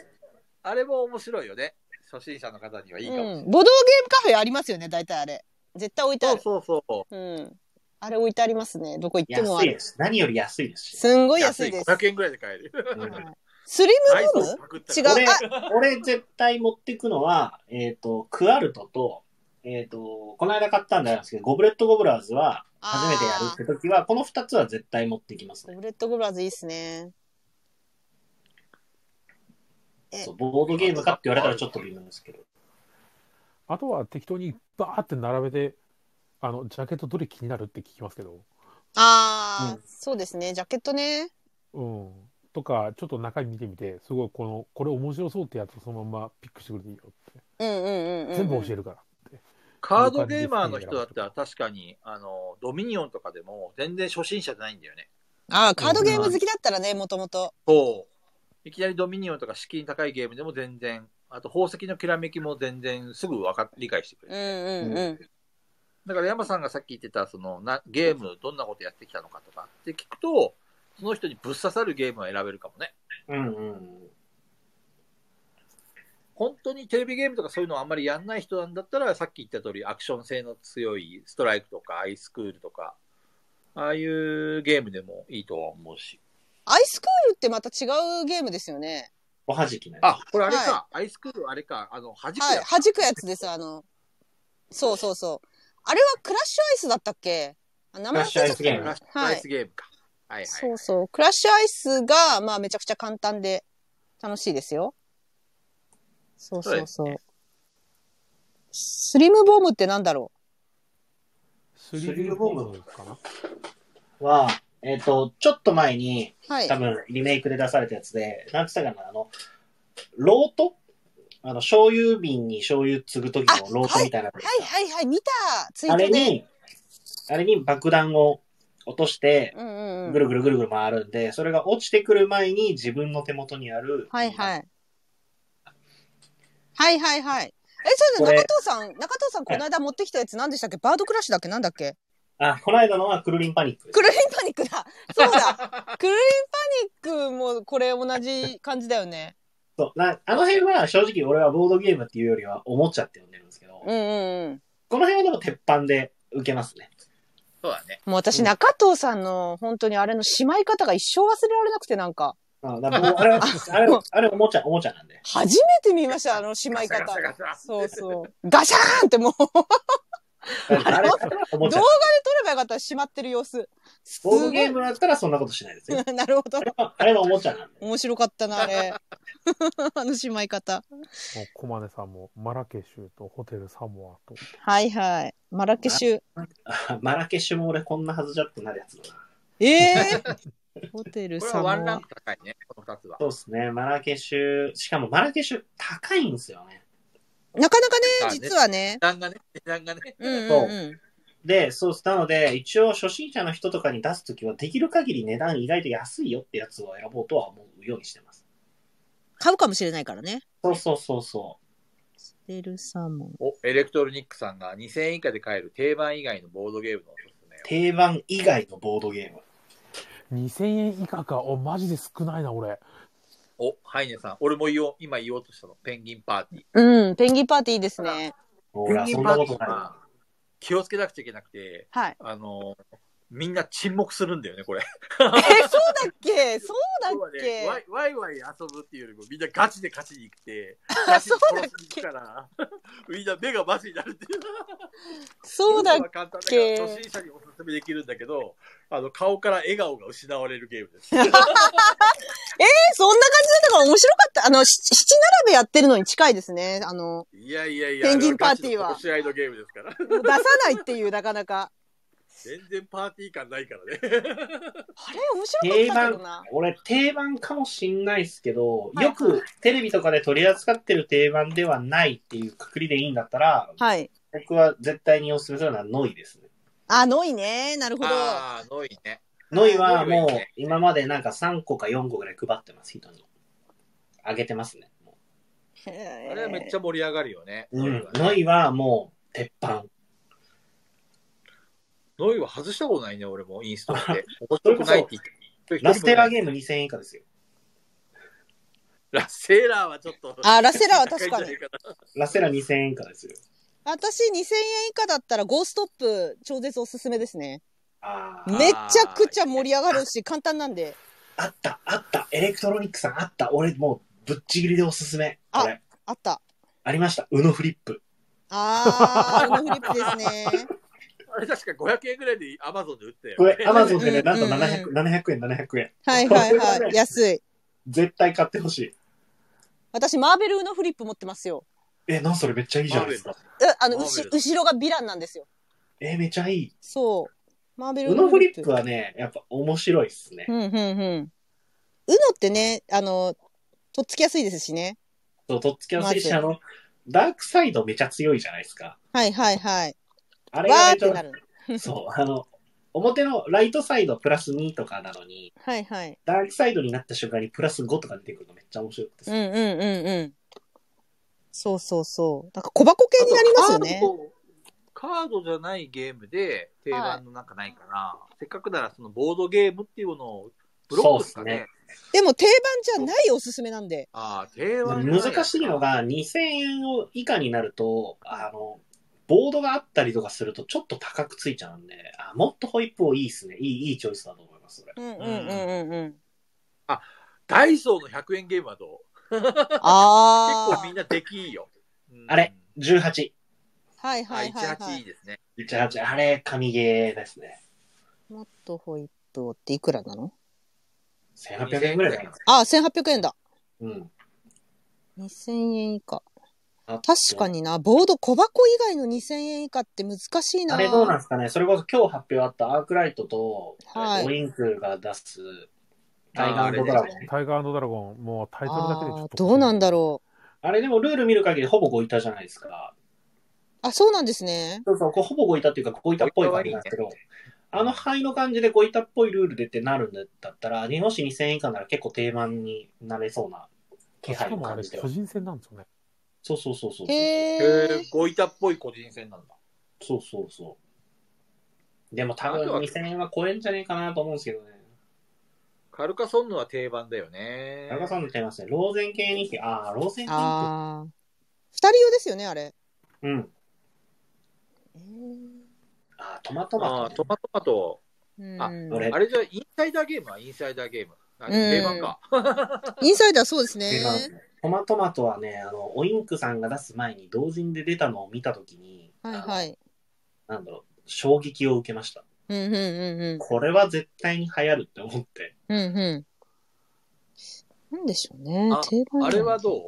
S6: あれも面白いよね。初心者の方にはいいかもしれ
S1: う
S6: ない。
S1: ん。ボードゲームカフェありますよね、大体あれ。絶対置いてあ
S6: そう
S1: る。
S6: そうそう。
S1: うん。あれ置いてありますね。どこ行ってもあ
S4: 安い
S1: る
S4: で。す。何より安いですし。
S1: すんごい安いです。
S6: 500円ぐらいで買える。
S4: うん
S1: スリ
S6: アイ
S1: ム
S6: ス
S1: ブー
S6: を
S1: ム
S6: パクった
S1: 違
S6: り
S1: う。あ
S4: 俺、俺絶対持ってくのは、えっ、と、クアルトと、えっ、と、この間買ったんであるんですけど、ゴブレット・ゴブラーズは初めてやるって時は、この2つは絶対持ってきますね。
S1: ブレッドゴブラーズいいっすね。え
S4: そうボードゲームかって言われたらちょっと微妙ですけど。
S2: あとは適当にバーって並べて、あの、ジャケットどれ気になるって聞きますけど、
S1: ああ、
S4: うん
S1: そうですね。ジャケットね。
S2: うん。とか、ちょっと中身見てみて、すごいこの、これ面白そうってやつをそのままピックしてくれていいよって。
S1: うんうんうん、うん。
S2: 全部教えるから。
S6: カードゲーマーの人だったら確かに、あの、ドミニオンとかでも全然初心者じゃないんだよね。
S1: ああ、カードゲーム好きだったらね、もともと。
S6: そう。いきなりドミニオンとか敷居高いゲームでも全然、あと宝石のきらめきも全然すぐわか理解してくれ
S1: うん
S6: る。
S1: うんうん。
S6: だから山さんがさっき言ってた、そのな、ゲーム、どんなことやってきたのかとかって聞くと、その人にぶっ刺さるゲームを選べるかもね。
S4: うんうん。
S6: 本当にテレビゲームとかそういうのをあんまりやんない人なんだったら、さっき言った通り、アクション性の強いストライクとか、アイスクールとか、ああいうゲームでもいいとは思うし。
S1: アイスクールってまた違うゲームですよね。
S4: おはじきね。
S6: あ、これあれか、アイスクールあれか、あの、弾くやつ
S1: はい。弾くやつです、あの。そうそうそう。あれはクラッシュアイスだったっけあ名
S4: クラ
S1: 前
S4: ッ
S1: 忘
S4: シュア
S1: れ
S4: イ
S1: ちゃっ
S4: スゲ
S6: ク
S4: ーム
S6: ラ
S4: ね。
S6: スアイスゲームか。はいはい、
S1: た。そうそう。クラッシュアイスが、まあめちゃくちゃ簡単で楽しいですよ。そうそう
S6: そ
S1: そうう。
S6: ですね
S1: スリムボムってなんだろ
S2: ス
S4: リルボ
S2: ボ
S4: ム
S2: ムかな
S4: は、えっ、と、ちょっと前に、
S1: うはい。
S4: 多分リメイクで出されたやつで、なんつったかな、あの、ロートあの、醤油瓶に醤油継ぐ時のロートみたいなの
S1: はいはいはい、見たツイ
S4: あ
S1: ー
S4: れ
S1: トで。
S4: に、あれに爆弾を落として、
S1: うんうん
S4: ぐ
S1: うん。
S4: るぐるぐるぐる回るんで、それが落ちてくる前に自分の手元にある、。
S1: はいはいい。はいはいはい。え、そうだ、
S4: これ
S1: 中藤さん、中藤さんこの間持ってきたやつ何でしたっけバードクラッシュだっけなんだっけ
S4: あ、この間のはクルリンパニックです。
S1: クルリンパニックだそう
S6: <laughs>
S1: だクルリンパニックもこれ同じ感じだよね。
S4: そうなあの辺は正直俺はボードゲームっていうよりはおもちゃって呼んでるんですけど、
S1: うんうんうん。
S4: この辺はでも鉄板で受けますね。
S6: そうだね。
S1: もう私、中藤さんの本当にあれのしまい方が一生忘れられなくてなんか、
S4: あ
S1: <laughs>
S4: だからあれは、あれは、あれはおもちゃ、おもちゃなんで。
S1: 初めて見ました、あのしまい方。そうそう。ガシャーンってもう、動
S4: あれは
S1: 画
S4: おも
S1: で
S4: ち
S1: 撮れ。
S4: ゃ
S1: ばよかったらしまってる様子。す
S4: ボード
S1: ご
S4: ゲ
S1: い
S4: ー。ムだったらそんなことしないで
S1: <laughs>
S4: すよ。
S1: なるほど
S4: あ。れはあれはおもちゃなんで。
S1: 面白かったな、あれ。 <laughs> あのしまい方。
S2: もうコマネさんもマラケシュとホテルサモアと。
S1: はいはい。マラケシュ。
S4: あマラケシュも俺こんなはずじゃってなるやつだな。
S1: ええホテル
S6: これは
S1: サ
S6: ワンラン
S1: モ
S6: ク高いね、この2つは。
S4: そうですね、マラケシュ、しかもマラケシュ高いんですよね。
S1: アなかなか
S6: まあ
S1: ね、
S6: ね
S1: 実はね。
S6: 値段がね、値段がね。
S1: うんうん
S4: そう
S1: うん。
S4: で、そう、なので、一応初心者の人とかに出すときは、できる限り値段意外と安いよってやつを選ぼうとは思うようにしてます。
S1: 買うかもしれないからね。
S4: そうそうそうそ
S1: ステルサーモン。
S6: お、エレクトロニックさんが2000円以下で買える定番以外のボードゲームのおすすめを
S4: う。。定番以外のボードゲーム。
S2: 2000円以下か。お、マジで少ないな、俺。
S6: お、ハイネさん、俺も言おう、今言おうとしたの、ペンギンパーティー。
S1: うん、ペンギンパーティーですね。
S4: 俺はそんなことな
S6: 気をつけなくちゃいけなくて、
S1: はい。
S6: あの、みんな沈黙するんだよね、これ。
S1: え、そうだっけそう
S9: 今
S1: だ
S9: 日
S1: っ
S9: はね、ワ
S1: け
S9: イワイワイ遊ぶっていうよりもみんなガチで勝ちに行って、
S1: あ
S9: ガチで
S6: <laughs>
S9: 殺しに行くから、みんな目がマジになるっていう。
S1: そう
S6: <laughs>
S1: だっ
S6: は簡単だ
S1: け
S6: けど、初心者におすすめできるんだけど、あの、顔から笑顔が失われるゲームです。
S1: けそんな感じだったから面白かった。あの、し七並べやってるのに近いですね。あの、
S6: いやいやいや、
S1: ペンギンパーティーは
S6: あれガチの殺し合いのゲームですから。 <laughs>
S1: 出さないっていう、なかなか。
S6: 全然パーティー感ない <laughs> からね。
S1: あれ、面白かったけどな。
S4: 俺、定番かもしんないですけど、
S1: はい
S4: よくテレビとかで取り扱ってる定番ではないっていうくくりでいいんだったら、
S1: はい。
S4: 僕は絶対にお勧めするのはノイですね。
S1: あ、ノイね。なるほど。
S6: ああ、ノイね。
S4: ノイは
S6: ノイはい
S4: も
S6: いうね
S4: 今までなんか3個か4個ぐらい配ってます、人に。あげてますね。も
S6: あれはめっちゃ盛り上がるよね。
S4: うう
S6: ノイ
S4: ん
S6: は、
S4: ノイはもう鉄板。
S6: ノイは外したことないね、俺も、イ
S4: <laughs>
S6: ンストールで。面白くないって言って。
S4: ラステラー
S6: ー
S4: ゲーム2000円以下ですよ。
S6: ラステラーはちょっと。
S1: あ、ラセラは確かに。
S4: ラステラー2000円以下ですよ。
S1: 私2000円以下だったらゴーストップ超絶おすすめですね。
S4: あー
S1: めちゃくちゃ盛り上がるし、簡単なんで。
S4: あった、あった、エレクトロニックさんあった。俺もうぶっちぎりでおすすめ。
S1: あ
S4: これ。
S1: あった。
S4: ありました。ウノフリップ。
S1: あー、このフリップですね。
S6: あれ確か500円ぐらいでアマゾンで売ったよ。
S4: これ、アマゾンでね、
S1: うんう
S4: なんん
S1: う
S4: と
S1: ん
S4: 700、700円、700円。
S1: はい
S4: こ
S1: はい
S4: れが
S1: は
S4: ね
S1: い。安い。
S4: 絶対買ってほしい。
S1: 私、マーベルのフリップ持ってますよ。
S4: え、なんそれめっちゃいいじゃないですか。
S1: え、あの、う
S6: マーベ
S1: し
S6: ル
S1: 後ろがヴィランなんですよ。
S4: え、めちゃいい。
S1: そう。マーベル
S4: ウ
S1: の
S4: ノ
S1: フ
S4: フ
S1: リ
S4: リ
S1: ッ
S4: ッ
S1: プ
S4: プ。はね、やっぱ面白いっすね
S1: う。んうんうん。ウノってね、あの、とっつきやすいですしね。
S4: そう、とっつき合わせ
S1: まず
S4: 者の、ダークサイドめちゃ強いじゃないですか。
S1: はいはいはい。
S4: あれ
S1: わ
S4: が
S1: ー
S4: め
S1: っ
S4: ち
S1: てなる
S4: ゃ、。そう、あの、表のライトサイドプラス2とかなのに、
S1: はいはい。
S4: ダークサイドになった瞬間にプラス5とか出てくるのめっちゃ面白くて
S1: う
S4: さ
S1: んうんうんうん。そうそうそう。なんか小箱系になりますよね
S6: あ。とカード。カードじゃないゲームで定番のなんかないかな。せっかくならそのボードゲームっていうものをブロックですかね。
S4: そうっす
S1: でも定番じゃないおすすめなんで。
S6: ああ、定番じゃな
S4: 難しいのが2000円を以下になるとあのボードがあったりとかするとちょっと高くついちゃうんであもっとホイップをいいですねいいいいチョイスだと思いますそれ
S1: うんうんうんうんうん。
S6: ダイソーの100円ゲームはどう <laughs> 結
S1: あ
S6: 構みんなできいいよ。うん
S4: あれ1818
S1: あ。はい
S6: あ、
S1: はいはい、は
S6: 18いい
S1: い。
S6: ですね。
S4: あれ神ゲーですね
S1: もっとホイップをっていくらなの
S4: 1800円ぐらいだな
S1: ああ、1800円だ。
S4: うん
S1: 2000円以下。
S4: あと
S1: 確かにな。ボード、小箱以外の2000円以下って難しいな。
S4: あれどうなんですかねそれこそ今日発表あったアークライトと
S1: はい
S4: オインクが出すタイ
S6: あー
S4: ガ
S6: あ
S4: ー
S6: れね
S4: ドラゴン
S2: タイガードラゴン、もうタイトルだけでちょ
S1: あ
S2: っ
S1: ー
S2: と。
S1: どうなんだろ
S4: あれでもルール見る限りほぼごいたじゃないですか
S1: う。あ、そうなんですね。
S4: そうそう、こうほぼごいたっていうか、ごいたっぽい感じなんですけど、あの灰の感じでごいたっぽいルールでってなるんだったら、もし2000円以下なら結構定番になれそうな気
S2: しか
S4: 配を
S2: もあ
S4: 感
S2: れ、
S4: じて
S2: 個
S4: は。
S2: 人戦なんですよね。
S4: そうそうそうそう。
S1: へ
S6: へ
S1: え
S6: え。、ごいたっぽい個人戦なんだ。
S4: そうそうそう。でも多分2000円は超えんじゃねえかなと思うんですけどね。
S6: カルカソンヌは定番だよね。
S4: 中さんのテーマですね。ローゼン系に匹、ああ、ローゼン系2
S1: ああ。二人用ですよね、あれ。
S4: 匹。うん。
S1: え
S4: ああ、トマト
S6: あ
S4: マ
S6: あ、
S4: ト
S6: ト
S4: ね。
S6: マトマト。
S1: ー
S6: あ
S1: うん
S4: 俺
S6: あれじゃ、インサイダーゲームはインサイダーゲーム。あ
S1: うん
S6: 定番か。
S1: インサイダーそうです
S4: 定番で
S1: ね
S4: す。ねトマトマトはね、あの、オインクさんが出す前に同人で出たのを見たときに、
S1: はいは
S4: あ
S1: い。
S4: のなんだろう、衝撃を受けました。
S1: うんうんうん
S4: これは絶対に流行るって思って。
S1: うん。うんうん。なんでしょうね
S6: あ。
S1: 定番
S6: あれは
S1: う
S6: どう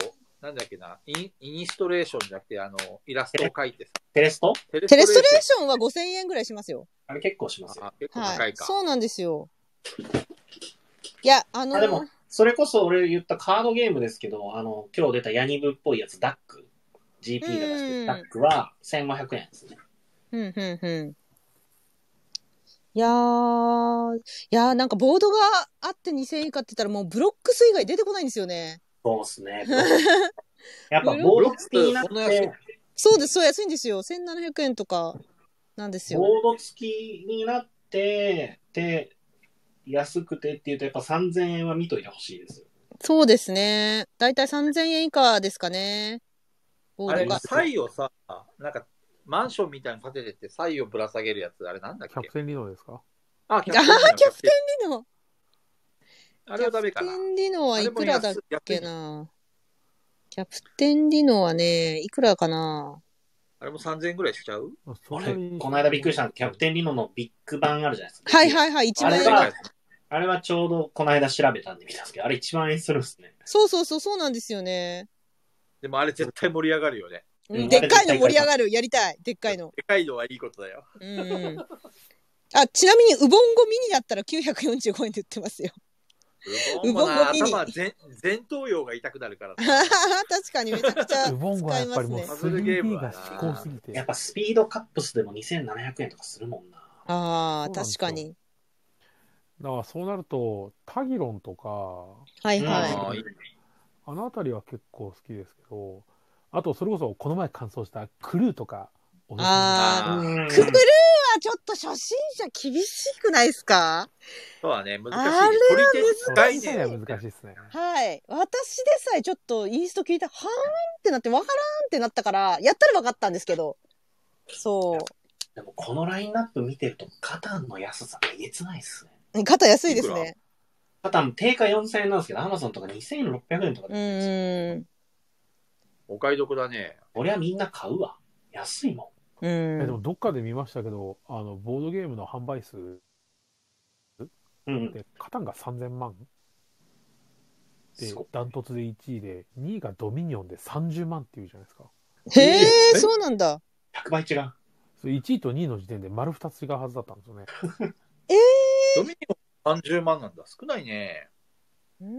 S6: なんだっけなイン、イニストレーションじゃなくて、あの、イラストを描いてさ。
S4: テレスト
S6: テレ
S1: テレストレー
S6: シ
S1: ションは5000円ぐらいしますよ。
S4: あれ結構します
S6: ョン
S4: よ。
S6: あ、結構高
S1: はいい。
S6: か。
S1: そうなんですよ。いや、あの
S4: あでもそれこそ俺言ったカードゲームですけど、あの、今日出たヤニブっぽいやつ、ダック。GP が出して
S1: うん
S4: るダックは1500円ですね。
S1: うんうんうん。いやー、いやーなんかボードがあって2000円以下って言ったらもうブロックス以外出てこないんですよね。
S4: そうで
S1: <laughs>
S4: すね。やっぱボード付きになっ
S6: ブロックそん
S4: て、
S1: そうです、そう安いんですよ。1700円とかなんですよ。
S4: ボード付きになって、で、安くてっていうと、やっぱ3000円は見といてほしいです。
S1: そうですね。だいたい3000円以下ですかね。ボ
S6: あ
S1: ー
S6: れ
S1: ドが。
S6: サイをさなんかマンションみたいに建ててってサイをぶら下げるやつあれなんだっ
S2: キャ
S6: け
S2: プテンリノですか
S6: あキ
S1: あー、キャプテンリノ。
S6: あれはダメかな
S1: キャプテンリノはいくらだっけな。キャプテンリノはね、いくらかな。
S6: あれも3000円ぐらいしちゃう
S2: あそ
S4: こ
S2: れ
S4: れ、この間びっくりしたのキャプテンリノのビッグ版あるじゃないですか。
S1: はいはいはい、1万
S4: あれ
S1: 円
S6: でか
S4: はいあれはちょうどこの間調べたんで見たんですけど、あれ1万円するんですね。
S1: そうそうそう、そうなんですよね。
S6: でもあれ絶対盛り上がるよね
S1: う
S4: うんん
S1: でっかいの盛り上がる。やりたい。でっかいの。
S6: でかいのはいいことだよ
S1: うんうん。あ、ちなみに、ウボンゴミニだったら945円で売ってますよ。
S6: うぼんもな
S1: うぼんも見に
S6: 頭前前頭葉が痛くなる
S1: <laughs>
S6: からさ
S1: <laughs> 確かにめちゃくちゃ
S2: ウボンは
S1: 使
S2: や
S1: い
S2: っ
S1: ま
S2: ぱ
S1: す
S2: りもう
S1: ね。
S6: パズルゲー
S2: 3D
S6: ムは
S2: が
S6: な
S2: 至高すぎて。
S4: やっぱスピードカップスでも2700円とかするもんな。
S1: ああ、
S2: そうなんです
S1: 確か
S2: よ
S1: に。
S2: だからそうなると、タギロンとか、
S1: はいは
S6: あー
S4: い
S6: い。
S2: あの辺りは結構好きですけど、あとそれこそこの前完走したクルーとか、おなじみ
S1: あ
S6: ー
S4: うん
S1: い。クルーはちょっと初心者厳しくないですか
S6: そうだね難しい
S1: あれ
S6: 取り手
S2: そう
S6: 概
S2: 小さい
S6: 念
S2: は難しいですね。
S1: はい。私でさえちょっとインスト聞いたら、はーんってなって、わからんってなったから、やったらわかったんですけど。そ
S4: でもこのラインナップ見てると、カタンの安さがえげつないっすね。
S1: う。肩安いですね。
S4: カタン定価4000円なんですけど、アマゾンとか2600円とか
S1: う
S4: で、
S1: ん
S6: お買い得だね
S4: 俺はみんな買うわ。安いも
S1: うん。う
S2: えでも
S1: ん。
S2: どっかで見ましたけど、あの、ボードゲームの販売数
S4: ん。うん。
S2: で、カタンが3000万です
S4: ごい、
S2: ダントツで1位で、2位がドミニオンで30万っていうじゃないですか。
S1: へえ、そうなんだ。
S4: 100倍違う。
S2: それ1位と2位の時点で丸2つ違うはずだったんですよね。
S6: ドミニオン30万なんだ少ないね
S1: うーん。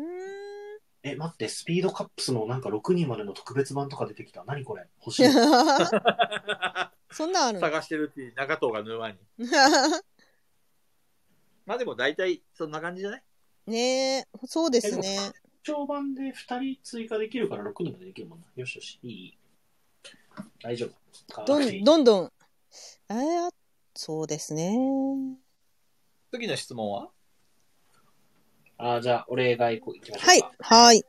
S4: え、待って、スピードカップスのなんか6人までの特別版とか出てきた。何これ欲し
S1: <laughs>
S4: い。
S1: そんなんあるの
S6: 探してるって中藤が沼にまあでも大体そんな感じじゃない
S1: <laughs> ねえ、そうですね。
S4: 長版で2人追加できるから6人までできるもんな。よしよし、いい。大丈夫。
S1: ど
S4: 買わなくてい
S1: ん、
S4: い
S1: どんどん。えー、そうですね。
S6: 次の質問は
S4: あじゃあ、お礼がいこういきましょうか。
S1: はい、はい。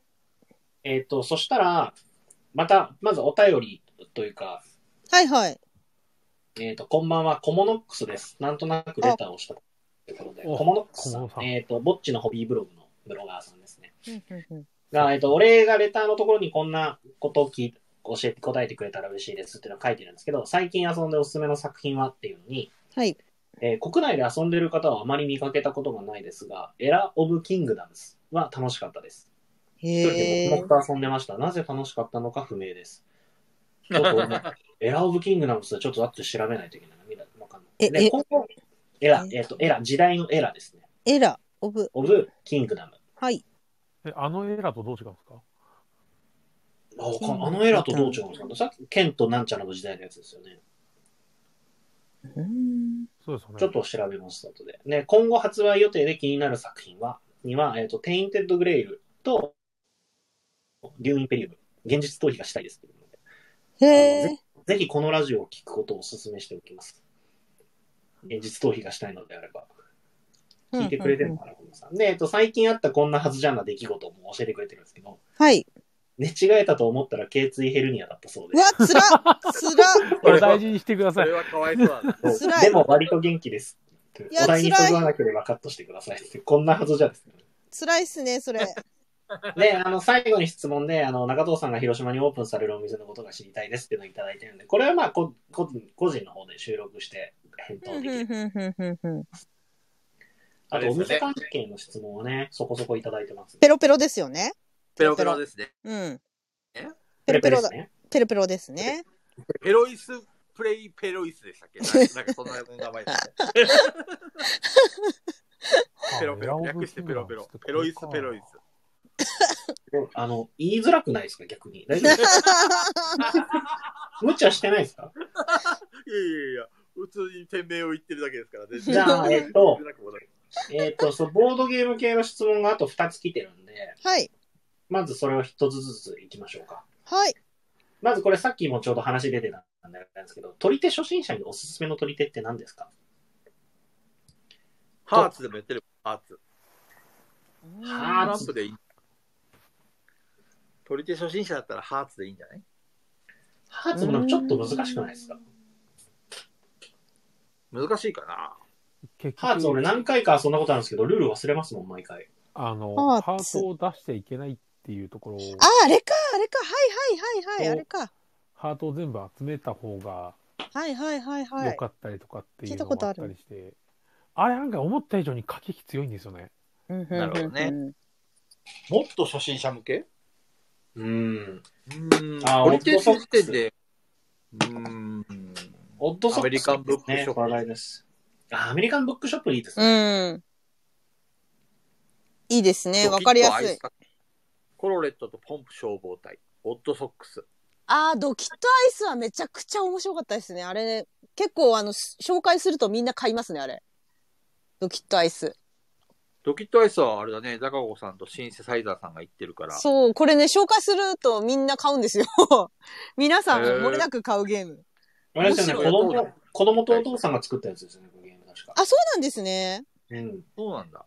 S4: えっ、と、そしたら、また、まずお便りというか、
S1: はい、はい。
S4: えっ、と、こんばんは、コモノックスです。なんとなくレターをしたということで、
S2: お
S4: コモノックスさ
S2: コモノさ
S4: ん、
S2: ん
S4: えっ、と、ぼっちのホビーブログのブロガーさんですね。
S1: うんうんうん
S4: が、えっ、と、お礼がレターのところにこんなことを聞い教えて答えてくれたら嬉しいですっていうのを書いてるんですけど、最近遊んでおすすめの作品はっていうのに、
S1: はい。
S4: えー国内で遊んでる方はあまり見かけたことがないですが、エラ・オブ・キングダムスは楽しかったです。一人
S1: へ
S4: で
S1: え
S4: 黙。々と遊んでました。なぜ楽しかったのか不明です。ちょっとね、エラ・オブ・キングダムスはちょっと後で調べないといけないな。みんなわかんない。
S1: ええ
S4: で、今後、エラ、えっ、と、エラ、時代のエラですね。
S1: エラ、オブ、
S4: オブ・キングダム。
S1: はい。
S2: え、あのエラとどう違うんですか
S4: あわかんあのエラとどう違うんですかさっき、ケンとなんちゃらの時代のやつですよね。
S1: うーん
S2: そうですよね。
S4: ちょっと調べます、後で。ね、今後発売予定で気になる作品は、には、えっ、と、テインテッド・グレイルと、デューインペリウム、現実逃避がしたいですということで
S1: へえ。
S4: ぜひこのラジオを聞くことをお勧めしておきます。現実逃避がしたいのであれば。聞いてくれてるのかな、小野さん。で、えっと、最近あったこんなはずじゃんな出来事も教えてくれてるんですけど、
S1: はい。
S4: 寝違えたと思ったら頸椎ヘルニアだったそう
S1: う
S4: で
S1: わ、つらつら
S2: これ大事にしてくだ
S6: そ
S2: さい
S6: れ。はかわいそうだ
S1: <laughs>
S6: な
S4: す。
S1: 辛い
S4: でも割と元気です。
S1: いや
S4: お題にそぐわなければカットしてください。こんなはずじゃです、
S1: <laughs> つらいっすね、それ。
S4: で、あの、最後に質問で、あの、中藤さんが広島にオープンされるお店のことが知りたいですっていうのをいただいてるんで、これはまあ、こ個人個人の方で収録して返
S1: ふ
S4: 答
S1: ん
S4: でき
S1: ふん
S4: る。
S1: ふんふんふんふん
S4: あと、お店関係の質問はね、そこそこいただい
S1: <laughs>
S4: てます。
S1: ペロペロですよね。
S6: ペロペロですね
S1: うん。
S6: え
S1: ペロペロだ
S4: です。ね。
S1: ペロペロですね。
S6: ペロイスプレイペロイスでしたっけなんかなんかそんな名前でしたねペロペロ略してペロペロペロイスペロイス
S4: あの、言いづらくないですか、逆に。大丈夫ですか無茶してないですか
S6: いやいやいや
S7: 普通に店名を言ってるだけですからね。
S4: じゃあえっと
S7: 全然なくもない
S4: えっ、と、そのボードゲーム系の質問があと2つ来てるんで、
S1: はい。
S4: まずそれを1つずついきましょうか。
S1: はい。
S4: まずこれさっきもちょうど話出てたんですけど、取り手初心者におすすめの取り手って何ですか
S6: ハーツでもやってるハーツ。
S4: ハ
S6: ト
S4: ー
S6: ラ
S4: ツ
S6: ンプでいい。取り手初心者だったらハーツでいいんじゃない
S4: ハーツもなんかちょっと難しくないですか
S6: 難しいかな
S2: 結
S4: ハーツ俺何回かそんなことあるんですけど、ルール忘れますもん、毎回。
S2: あの、
S1: ハーツ
S2: ハートを出していけないっていうところを、
S1: あ、あれか、あれか。はいはいはいはい。
S2: お
S1: あれか。
S2: ハートを全部集めた方が
S1: はいはいはいは
S2: 良
S1: い。
S2: かったりとかってい
S1: 聞
S2: う
S1: いた
S2: の
S1: こと
S2: もあ
S1: あ
S2: っ
S1: る
S2: たりして、あれなんか思った以上に駆け引き強いんですよね。
S1: な
S6: るほどね。もっと初心者向け
S4: うん。
S6: うーん。
S4: あ
S6: 取り手
S4: オッドソ
S6: の
S4: ック
S6: 時
S4: ス
S6: 点で、うーん。
S4: オッドソックス、
S6: アメリカンブックショップ
S4: ね話題です。あ、アメリカンブックショップいいですね。
S1: うん。いいですね。わかりやす
S6: ドキッとアイ
S1: い
S6: ス。かけ。コロレットとポンプ消防隊、オッドソックス。
S1: ああ、ドキッとアイスはめちゃくちゃ面白かったですね。あれ、ね、結構あの、す紹介するとみんな買いますね、あれ。ドキッとアイス。
S6: ドキッとアイスはあれだね、ザカゴさんとシンセサイザーさんが言ってるから。
S1: そう、これね、紹介するとみんな買うんですよ。 <laughs> 皆さん、
S6: へー
S1: 漏れなく買うゲーム。
S4: あれですよね、子
S6: 面白い
S4: 供、子供とお父さんが作ったやつですよね、このゲーム確か。
S1: あ、そうなんですね。
S4: うん。
S6: そうなんだ。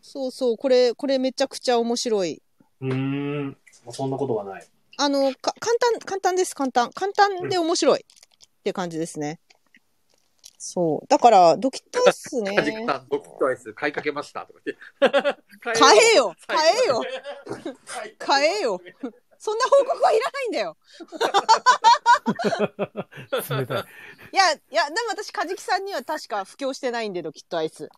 S1: そうそう、これ、これめちゃくちゃ面白い。
S4: うーん。そんなことはない。
S1: あの、か、簡単、簡単です、簡単。簡単で面白いって感じですね。そう。だから、ドキッとアイスね。
S6: <laughs> カジキさん、ドキッとアイス買いかけましたとか言って。買
S1: 買え
S6: よ
S1: よ買えよ買えよ <laughs> そんな報告はいらないんだよ
S2: 冷たい。
S1: いや、いや、でも私、カジキさんには確か布教してないんで、ドキッとアイ
S6: <laughs>
S1: ス。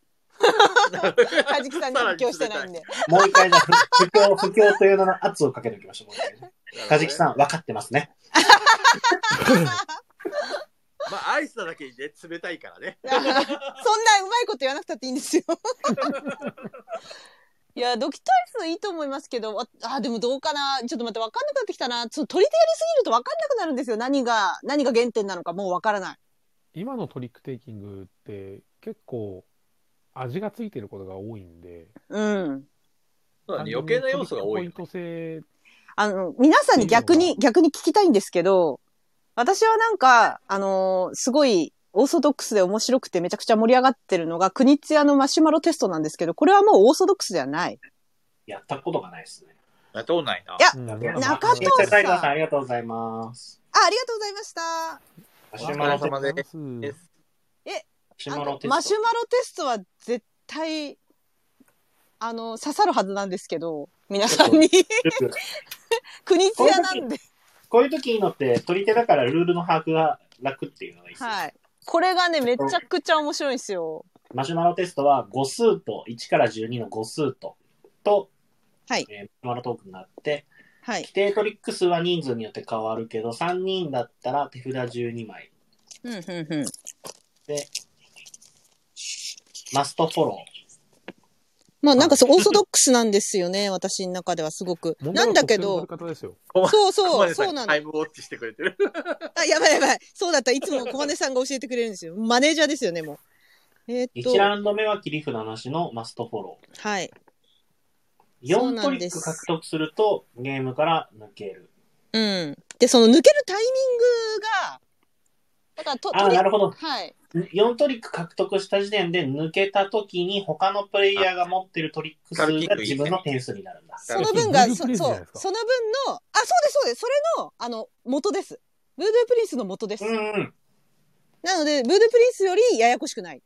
S1: カジキさんには布教してないんで。
S4: もう一回じゃあ、不況、不況という名の圧をかけておきましょう、もう一回
S1: <laughs>
S4: ね。カジキさん、分かってますね。
S6: <laughs> まあ、アイスなだけにね、冷たいからね。
S1: そんなうまいこと言わなくたっていいん <laughs> ですよ。いや、ドキッとアイスいいと思いますけど、あ、あでもどうかなちょっと待って、わかんなくなってきたな。その取り手やりすぎるとわかんなくなるんですよ。何が、何が原点なのかもうわからない。
S2: 今のトリックテイキングって結構味がついてることが多いんで、
S1: うん。
S6: そうだね、余計な要素が多いよ
S2: ポイント制
S1: あの、皆さんに逆
S2: いい
S1: に、逆に聞きたいんですけど、私はなんか、あのーすごい、オーソドックスで面白くてめちゃくちゃ盛り上がってるのが、国津屋のマシュマロテストなんですけど、これはもうオーソドックスではない。
S4: やったことがないですね。
S6: やったことないな。
S1: や
S2: うん
S1: 中藤
S4: シンセ
S1: さ
S4: サ
S1: ん
S4: イザーさん、ありがとうございます。
S1: あ、ありがとうございました。
S4: マ
S6: お
S4: シュマ
S6: 疲れ
S4: ロテ、マ
S6: 様で
S2: マシ
S1: あ
S2: ュマロテスト
S4: シュマロ
S1: の
S4: テ
S1: マ
S4: ス
S1: シュ
S4: ト。
S1: マロテストは絶対、あの、刺さるはずなんですけど、皆さんに。 <laughs> 国津屋なんで。
S4: こういう時いいのって、取り手だからルールの把握が楽っていうのがいいですね。
S1: はい。これがね、めちゃくちゃ面白いんですよ。
S4: マシュマロテストは5数と、1から12の5数と、と、
S1: はい
S4: えーマシュマロトークになって、
S1: はい。
S4: 規定トリック数は人数によって変わるけど、3人だったら手札12枚。
S1: うん、うん、うん。
S4: マストフォロ
S1: まあなんかそう、オーソドックスなんですよね、私の中ではすごく。
S2: うん
S1: なんだけ
S2: モン
S1: ど
S2: ゴ、ル特製のやり方ですよ
S1: そう
S6: ごめ
S1: そ
S6: ん
S1: う、そう
S6: なさい
S1: なん
S6: タ
S1: だ
S6: イ。ムウォッチしてくれてる。
S1: あ、やばいやばい。そうだった。いつも小金さんが教えてくれるんですよ。マネージャーですよね、もう。えー
S4: ー。
S1: っ
S4: 1ラ
S1: と、
S4: ウンド目は切り札なしのマストフォロー。
S1: はい。そう
S4: 4
S1: な
S4: ト
S1: ん
S4: リ
S1: で
S4: ッ
S1: す
S4: ク獲得すると、ゲームから抜ける。
S1: うん。で、その抜けるタイミングが、だからと、
S4: ああ、
S1: 取り
S4: なるほど。
S1: はい。
S4: 4トリック獲得した時点で抜けた時に他のプレイヤーが持ってるトリック数が自分の点数になるんだ。
S1: その分が、
S2: ブルー
S1: そ
S2: プリンスじゃ
S1: そ
S2: ないうです、か
S1: その分の、あ、そうです、そうです。それの、あの、元です。ブードゥープリンスの元です。
S4: うんうん
S1: なので、ブードゥープリンスよりややこしくない。っ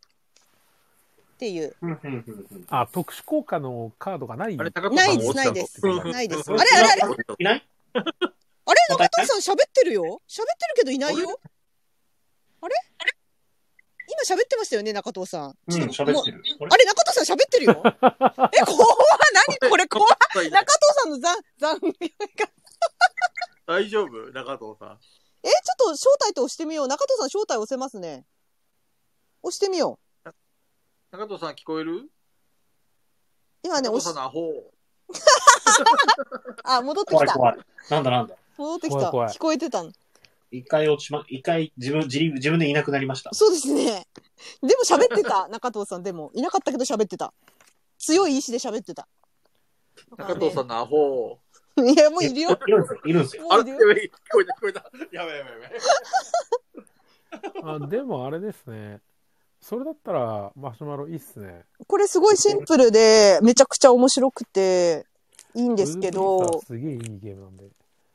S1: ていう。
S4: うんうんうんうん。
S2: あ、特殊効果のカードがない。
S6: あれ、高
S1: な
S6: さん
S1: い
S6: も
S1: で
S6: 落
S1: す、
S6: ちた
S1: ないです。ないです。あれあれあれ
S4: いない
S1: あれ中藤さん喋ってるよ喋ってるけどいないよあれ今喋ってましたよね中藤さん。
S4: うん、
S1: ちょっと
S4: 喋
S1: も
S4: っ
S1: う
S4: てる。あれ
S1: あれ中藤さん喋
S4: <laughs>
S1: ってるよえ、怖っ何これ怖っ中藤さんの残、残業が。え、ちょ
S7: 大丈夫中藤さん。
S1: っと招待と押してみよう。中藤さん招待押せますね。押してみよ
S6: 中藤さん聞こえる
S1: う。今ね、
S6: 中
S1: 押
S6: 藤さん
S1: し
S6: の、アホ。
S1: あ、戻って
S4: 怖
S1: き
S4: い
S1: た。
S4: 怖い。なんだなんだ。
S1: 戻ってき
S2: 怖
S1: た。
S2: い怖い
S1: 聞こえてたの。
S4: 一回落ちま、一回自分、自自分でいなくなりました。
S1: そうですね。でも喋って
S2: <laughs>
S1: た、中藤さんでも。いなかったけど喋ってた。強い意志で喋ってた。
S6: 中藤さんのアホ。
S1: いや、もういるよ。
S4: いるんですよ。いるんですよ。
S1: も
S6: あ
S1: う
S6: れ
S1: いる
S6: や
S1: よ。
S6: べえ聞こえた聞こえた。やべえやべえやべえ。
S2: あでもあれですね。それだったらマシュマロいいっすね。
S1: これすごいシンプルで、めちゃくちゃ面白くて、いいんですけ
S2: ブループリンタ
S1: ど
S2: ー、すげえいいゲームなんで。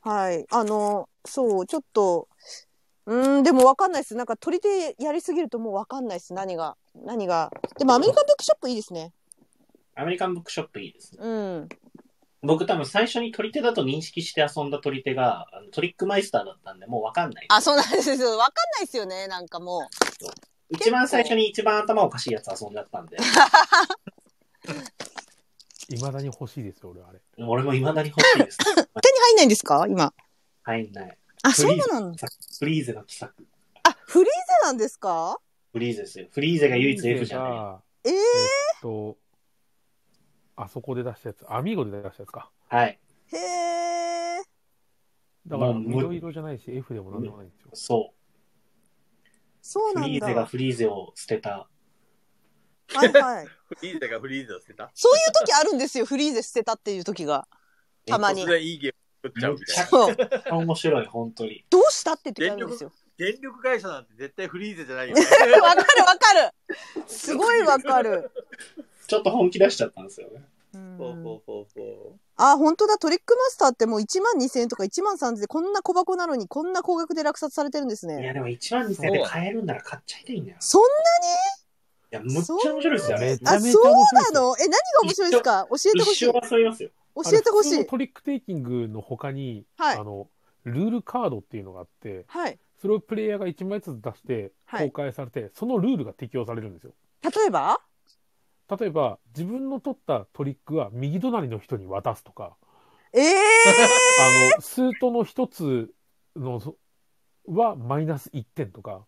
S1: はい。あの、そう、ちょっと、うーん、でもわかんないです。なんか鳥でやりすぎるともうわかんないです。何が、何が。でもアメリカンブックショップいいですね。
S4: アメリカンブックショップいいですね。
S1: うん。
S4: 僕多分最初に取り手だと認識して遊んだ取り手が、あのトリックマイスターだったんで、もうわかんない。
S1: あ、そうなんですよ。わかんないですよね。なんかも
S4: 一番最初に一番頭おかしいやつ遊んじゃったんで、
S2: いまだに欲しいですよ、俺あれ。
S4: 俺も未だに欲しいです。
S1: う。手に入んないんですか今。
S4: 入んない。
S1: あ、
S4: フ
S1: そう
S4: リー
S1: なんだ。
S4: フリーゼの奇策。
S1: あ、フリーゼなんですか
S4: フリーゼですよ。フリーゼが唯一 F じゃない。
S2: が
S1: ええ
S2: えっと、あそこで出したやつ、アミーゴで出したやつか。
S4: はい。
S1: へえ。
S2: だから
S4: もう無理
S2: 緑色じゃないし、F でもなんでもないんですよ。
S4: そ
S1: そう
S4: う。
S1: な
S4: フ
S1: ん
S4: リー
S1: だ。
S4: ゼが
S1: は
S4: フリーゼを捨てた。
S1: いはい。
S6: フリーゼがフリーゼを捨てた。
S1: そういう時あるんですよ。フリーゼ捨てたっていう時が。たまに
S6: 突。然いいゲーム作っちゃうみたい
S4: <laughs>
S6: な。
S1: そう。
S4: 面白い、本当に。
S1: どうしたって時あるんですよ。
S6: 電力会社なんて絶対フリーゼじゃないよ。
S1: わかるわかる。すごいわかる。
S4: ちょっと本気出しちゃったんですよね。
S6: ほうほうほうほ
S1: あ、本当だ。トリックマスターってもう1万2000円とか1万3000円でこんな小箱なのにこんな高額で落札されてるんです
S4: いや、
S1: ね。
S4: でも1万2000円で買えるんなら買っちゃいたいんだよ。
S1: そん
S4: いや、むっちゃ面白いですよ、
S2: め
S4: ね。
S2: ち
S1: な、
S2: ゃ
S1: あ、
S2: め
S1: そ
S2: ちゃ
S1: う
S2: 面白
S1: な
S2: いですよ。
S1: のえ、何が面白いですか教えてほしい。教
S4: 一生遊びます
S1: えて
S4: よ。
S1: ほし
S2: あれ普通の
S1: い。
S2: トリックテイキングの他に、
S1: はい
S2: あの、ルールカードっていうのがあって、
S1: はい。
S2: それをプレイヤーが1枚ずつ出して、
S1: はい
S2: 公開されて、そのルールが適用されるんですよ。
S1: 例え
S4: <laughs>
S1: ば
S2: 例えば、自分の取ったトリックは右隣の人に渡すとか、
S1: ええ
S2: あの、スートの一つのそはマイナス1点とか、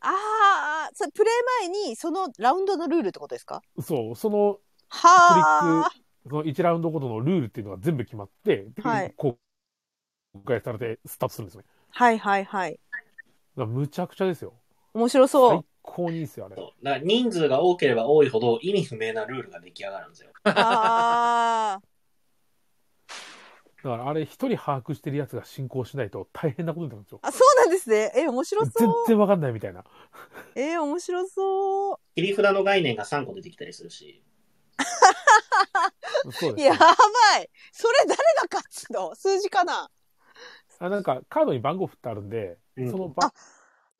S1: ああ、それプレイ前にそのラウンドのルールってことですか
S2: そう、そのトリッ
S1: はあ。
S2: ク、その1ラウンドごとのルールっていうのが全部決まって、
S1: はい
S2: 公開されてスタートするんですね。
S1: はいはいはい。
S2: だからむちゃくちゃですよ。
S1: 面白そう
S2: 最。高にいいですよ、あれ。
S4: そうだから人数が多ければ多いほど意味不明なルールが出来上がるんですよ。
S1: ああ。
S2: だからあれ、一人把握してるやつが進行しないと大変なことになるんですよ。
S1: あ、そうなんですね。え、面白そ
S2: 全
S1: う。
S2: 然わかんないみたいな。
S1: えー、面白そう。
S4: 切り札の概念が3個出てきたりするし、
S2: そうです
S1: や
S2: ね。
S1: ばいそれ誰が勝つの数字かな
S2: あなんか、カードに番号振ってあるんで、
S4: うん
S2: その番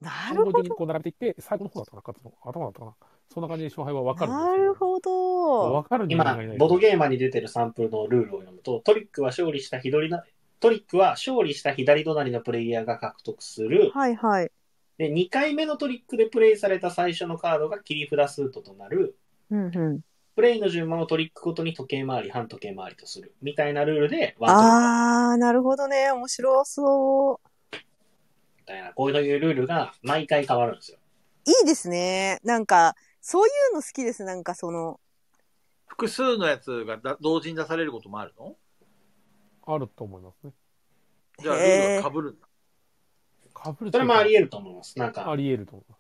S1: な
S2: 番号順にこう並べていって、最後の方だったかな、勝つの。頭だったかな。そんな感じで勝敗はわかるんです
S1: なるほ
S2: ど。
S1: ど。
S2: わかる人間
S4: 今
S2: がいない、
S4: ボードゲーマーに出てるサンプルのルールを読むと、トリックは勝利した左な、トリックは勝利した左隣のプレイヤーが獲得する。
S1: はいはい。
S4: で、2回目のトリックでプレイされた最初のカードが切り札スートとなる。
S1: うんうん。
S4: プレイの順番をトリックごとに時計回り、反時計回りとする。みたいなルールで、ワントリック
S1: あー、なるほどね。面白そう。
S4: みたいな、こういうルールが毎回変わるんですよ。
S1: いいですね。なんか、そういうの好きです。なんかその、
S6: 複数のやつがだ同時に出されることもあるの
S2: あると思いますね。
S6: じゃあ、ル
S1: へー
S6: ールが被るんだ。
S2: かぶる
S4: それもあり
S2: え
S4: 得ると思います。なんか
S2: あ、り得ると思いま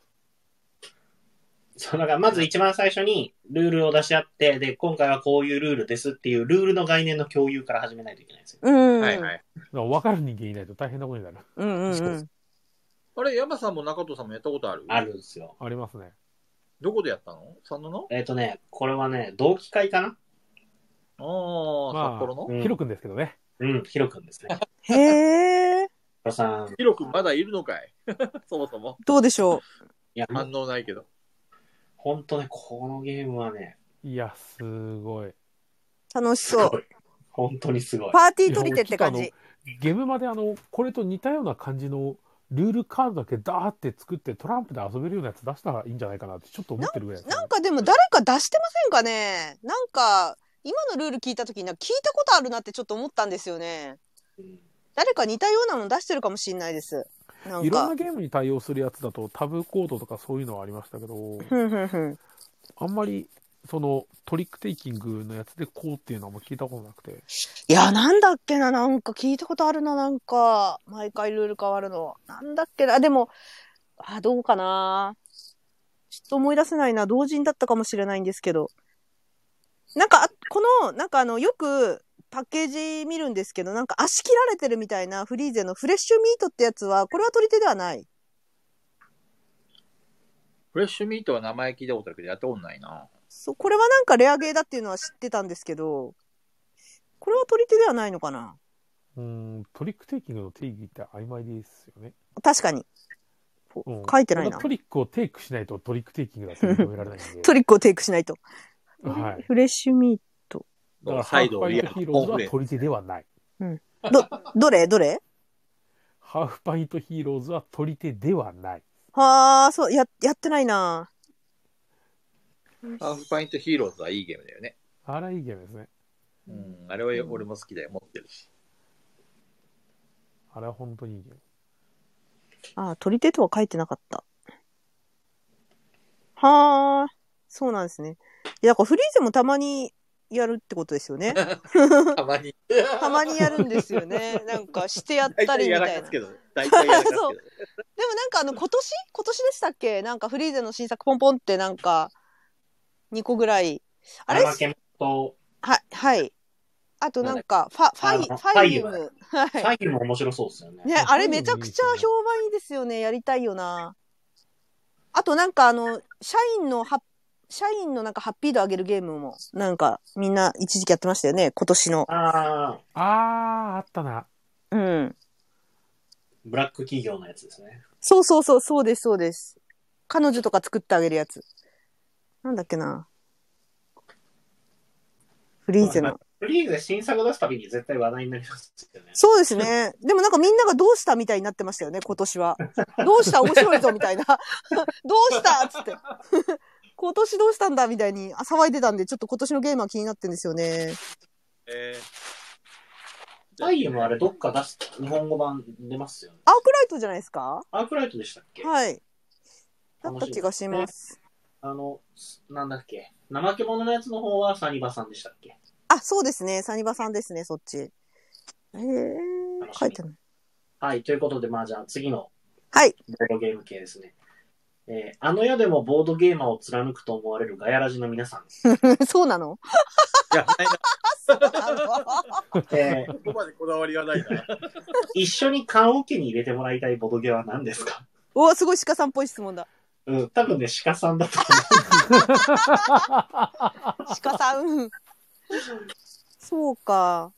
S4: そう、だからまず一番最初にルールを出し合って、で、今回はこういうルールですっていうルールの概念の共有から始めないといけないんですよ。
S1: うん。。
S6: はいはいい。
S2: す。だから分かる人間いないと大変なことになる。
S1: うんうん。
S4: そううん
S6: あれ、山さんも中藤さんもやったことある
S4: あるんですよ。
S2: ありますね。
S6: どこでやったの佐野の
S4: えっ、とね、これはね、同期会かな
S6: ああ、
S2: まあ
S6: 札幌の
S4: うん
S2: ヒロ君ですけどね。
S4: うん、ヒロ君ですね。ヒ
S1: へー。
S4: ロさん、
S6: ヒロ君まだいるのかい <laughs> そもそも。
S1: どうでしょ
S4: いや、
S6: 反応ないけど。
S4: ほんとね、このゲームはね、
S2: いや、すごい。
S1: う楽し
S4: す
S1: そう。
S4: ごい。ほんとにすごい。
S1: パーティー取り手って感
S2: いや
S1: じ。
S2: ゲームまであの、これと似たような感じのルールカードだけダーって作ってトランプで遊べるようなやつ出したらいいんじゃないかなってちょっと思ってるぐらいですね、
S1: なんかでも誰か出してませんかねなんか、今のルール聞いたときに、なんか聞いたことあるなってちょっと思ったんですよね。
S4: うん
S1: 誰か似たようなの出してるかもしれないです。なん
S2: いろん
S1: か
S2: な。ゲームに対応するやつだとタブーコードとかそういうのはありましたけど、
S1: ふんふんふん。
S2: あんまりそのトリックテイキングのやつでこうっていうのはもう聞いたことなくて。
S1: いや、なんだっけな、なんか聞いたことあるな、なんか。毎回ルール変わるの。なんだっけな、でも、あ、どうかな。ちょっと思い出せないな、同人だったかもしれないんですけど。なんか、あこの、なんかあの、よくパッケージ見るんですけど、なんか足切られてるみたいなフリーゼのフレッシュミートってやつは、これは取り手ではない。
S6: フレッシュミートは名前聞いたことあるけど、やったことないな。
S1: そう、これはなんかレアゲーだっていうのは知ってたんですけど、これは取り手ではないのかな
S2: うーん、トリックテイキングの定義って曖昧ですよね。
S1: 確かに。
S2: うん
S1: 書いてない
S2: これ
S1: な
S2: はト。リックをテイクしないとトリックテイキングだって認められないんで。
S1: トリックをテイクしないと。
S2: はい。
S1: フレッシュミー
S2: だから、ハ
S6: サ
S2: ー
S6: イ
S2: フ
S6: ド
S2: パイン
S6: リア
S2: トヒーローズ
S6: オン
S2: は
S6: フレ
S2: 取り手ではない。
S1: ト。ど、どれどれ
S2: ハーフパイントヒーローズは取り手ではない。
S1: はあ、そう、や、やってないな。
S6: ハーフパイントヒーローズはいいゲームだよね。
S2: あら、いいゲームですね。
S6: うん、あれは俺も好きだよ、持ってる
S2: <laughs>
S6: し。
S2: あれは本当にいいゲーム。
S1: あ、取り手とは書いてなかった。はあ、そうなんですね。いや、だからフリーゼもたまにやるってことですよ <laughs> ね。
S6: たまに。
S1: たまにやるんですよね。なんかしてやっ
S6: 大
S1: たり
S6: 体
S1: み
S6: や
S1: た
S6: ら
S1: いな。で <laughs> も
S6: かすけど、大体やら
S2: <laughs>
S6: かすけど。
S1: そうなんかあの、今年今年でしたっけなんかフリーゼの新作ポンポンってなんか、2個ぐらい。あれ
S4: マケモと、
S1: はい、はい。あとなんか、ファ、ファイ、
S4: あ
S1: フ
S4: の
S1: ァイユ
S4: ファイユ
S1: ム。は
S4: サ
S1: い。
S4: インも面白そうですよね。
S1: ね、あれめちゃくちゃ評判いいですよね。やりたいよな。あとなんかあの、社員のハッ、社員のなんかハッピー度上げるゲームも、なんかみんな一時期やってましたよね。今年の。
S4: ああ、
S2: あー、あったな。
S1: うん。
S4: ブラック企業のやつですね。
S1: そうそうそう、そうです、そうです。彼女とか作ってあげるやつ。なんだっけな。フリーゼの。
S4: フリーズで新作出すたびに絶対話題になりますよね。
S1: そうですね。でもなんかみんながどうしたみたいになってましたよね、今年は。どうした面白いぞみたいな。どうしたっつって。 <laughs> 今年どうしたんだみたいにあ騒いでたんで、ちょっと今年のゲームは気になってんですよね。
S6: え
S4: ファイユもあれどっか出す、日本語版出ますよね。
S1: アークライトじゃないですか
S4: アークライトでしたっけ
S1: はい。だった気がします。
S4: あの、なんだっけ。怠け者のやつの方はサニバさんでしたっけ
S1: あ、そうですね。サニバさんですね、そっち。ええ
S4: 楽しみ
S1: 書いてない。
S4: はい、ということで、まあじゃあ次の
S1: はい。 <laughs>
S4: ボードゲーム系ですね。えーあの世でもボードゲーマーを貫くと思われるガヤラジの皆
S1: <laughs>
S4: さん。
S1: そうなの
S6: ー、いや、
S1: <laughs>
S6: ないな
S1: あの <laughs>
S4: えー
S6: ここまでこだわりはないな。
S4: 一緒に棺桶に入れてもらいたいボードゲーは何ですか
S1: おーすごい鹿さんっぽい質問だ。
S4: うん、多分ね、鹿さんだと
S1: 鹿さん。そうか。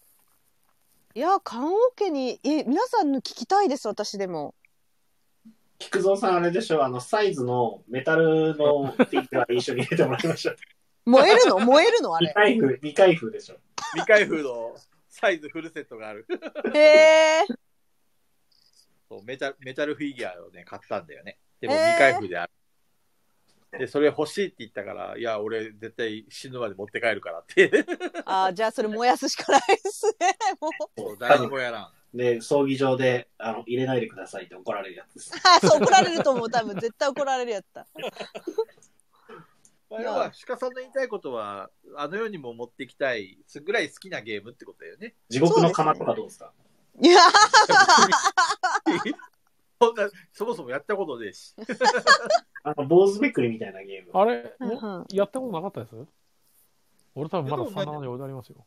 S1: いや、棺桶に、え、皆さんの聞きたいです、私でも。
S4: <laughs> 菊蔵さんあれでしょあの、サイズのメタルのフィギュア一緒に入れてもらいまし
S1: <laughs>
S4: ょう。
S1: 燃えるの燃えるのあ
S4: 未 <laughs>
S1: れ。
S4: 開封、未開封でしょ。
S6: 未開封のサイズフルセットがある。
S1: へえ。
S6: そうメタルメタルフィギュアをね、買ったんだよね。でも
S1: えー
S6: 未開封である。で、それ欲しいって言ったから、いや、俺絶対死ぬまで持って帰るか
S4: <laughs>
S6: らって。
S1: あーじゃあそれ燃やすしかないですね。もう。
S6: そう何もやらん。
S4: で、葬儀場で、あの、入れないでくださいって怒られるやつです。
S1: あーそう、怒られると思う。多分、絶対怒られるやつだ。
S6: まあ、要は、鹿さんの言いたいことは、あの世にも持ってきたい、ぐらい好きなゲームってことだよ
S4: <laughs>
S6: ね。
S4: 地獄の釜とかどうですか
S1: いや
S6: そんな、そもそもやったことですし。
S4: あの、坊主めくりみたいなゲーム。
S2: あれ、
S1: うんうん
S2: やったことなかったです俺多分まだ3七に置いてありますよ。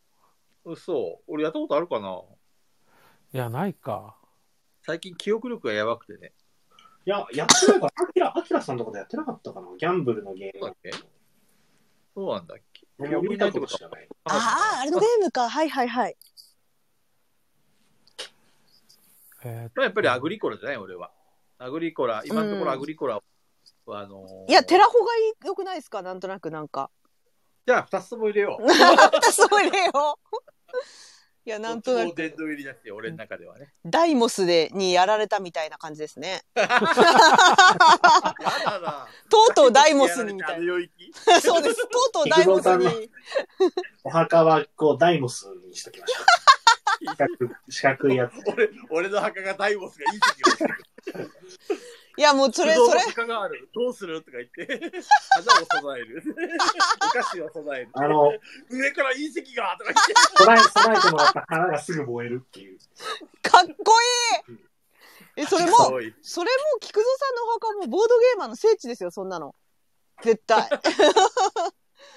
S6: 嘘。俺やったことあるかない
S2: や、ないか。
S6: 最近記憶力がやばくてね。
S4: いや、やってないから、アキラ、アキラさんとかでやってなかったかなギャンブルのゲー
S6: そう
S4: ム
S6: だっ。けそうなんだっけ
S4: 俺
S6: 記
S4: も
S6: 憶
S4: 見
S6: にな
S4: た
S6: いって
S4: こ
S6: ことと
S4: し
S6: か
S4: かない。
S1: ああ、あれのゲームか。はいはいはい。
S2: え
S6: まあやっぱりアグリコラじゃない俺は。アグリコラ、今のところアグリコラは、あのー
S1: いや、テラホがいい良くないですかなんとなくなん <laughs> か。
S6: じゃあ2つとも入れよう。
S1: それよ。いや、なんとな
S6: どっちも
S1: く
S6: 殿。堂入りだし、俺の中ではね。
S1: ダイモスで、にやられたみたいな感じですね。
S6: やだな。
S1: とうとうダイモスにみたい
S6: あの領域
S1: な。 <laughs> そうです。とうとうダイモスに。
S4: お墓は、こう、ダイモスにしときましょう。 <laughs> 四角四角いやつ。
S6: 俺、俺の墓がダイモスがいい時を。
S1: いや、もうそれ、
S6: 不動
S1: それ
S6: の、墓がある。どうするとか言って、花を備える。お菓子を備える。
S4: あの、
S6: 上から隕石がとか言って。
S4: 備え、備えてもらった花がすぐ燃えるっていう。
S1: かっこいいえ、それも、
S6: おい
S1: それも菊蔵さんのお墓もボードゲーマーの聖地ですよ、そんなの。絶
S6: <laughs>
S1: 対。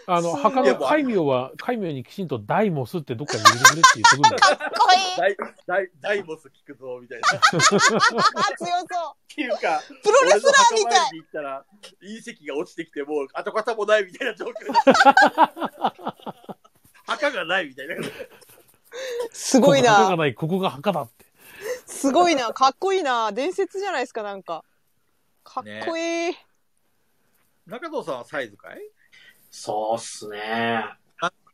S2: あの、
S1: そう
S2: 墓の戒名は、戒名にきちんとダイモスってどっかに入れてくれって言ってくるんだよ。
S1: かっこいい
S6: 大大大ボス聞くぞみたいな。っ
S1: あ、強そ
S6: ていうか、
S1: う。プロレスラーみたい。
S6: <laughs> 俺の墓参りに行ったら、隕石が落ちてきて、もう跡形もないみたいな状況に墓がないみたいな。
S1: すごい
S2: ここ墓が
S1: な。
S2: ない、ここが墓だって。
S1: すごいな。かっこいいな。伝説じゃないですか、なんか。かっこいい。
S6: 中藤さんはサイズ <laughs> かい
S4: そうっすね。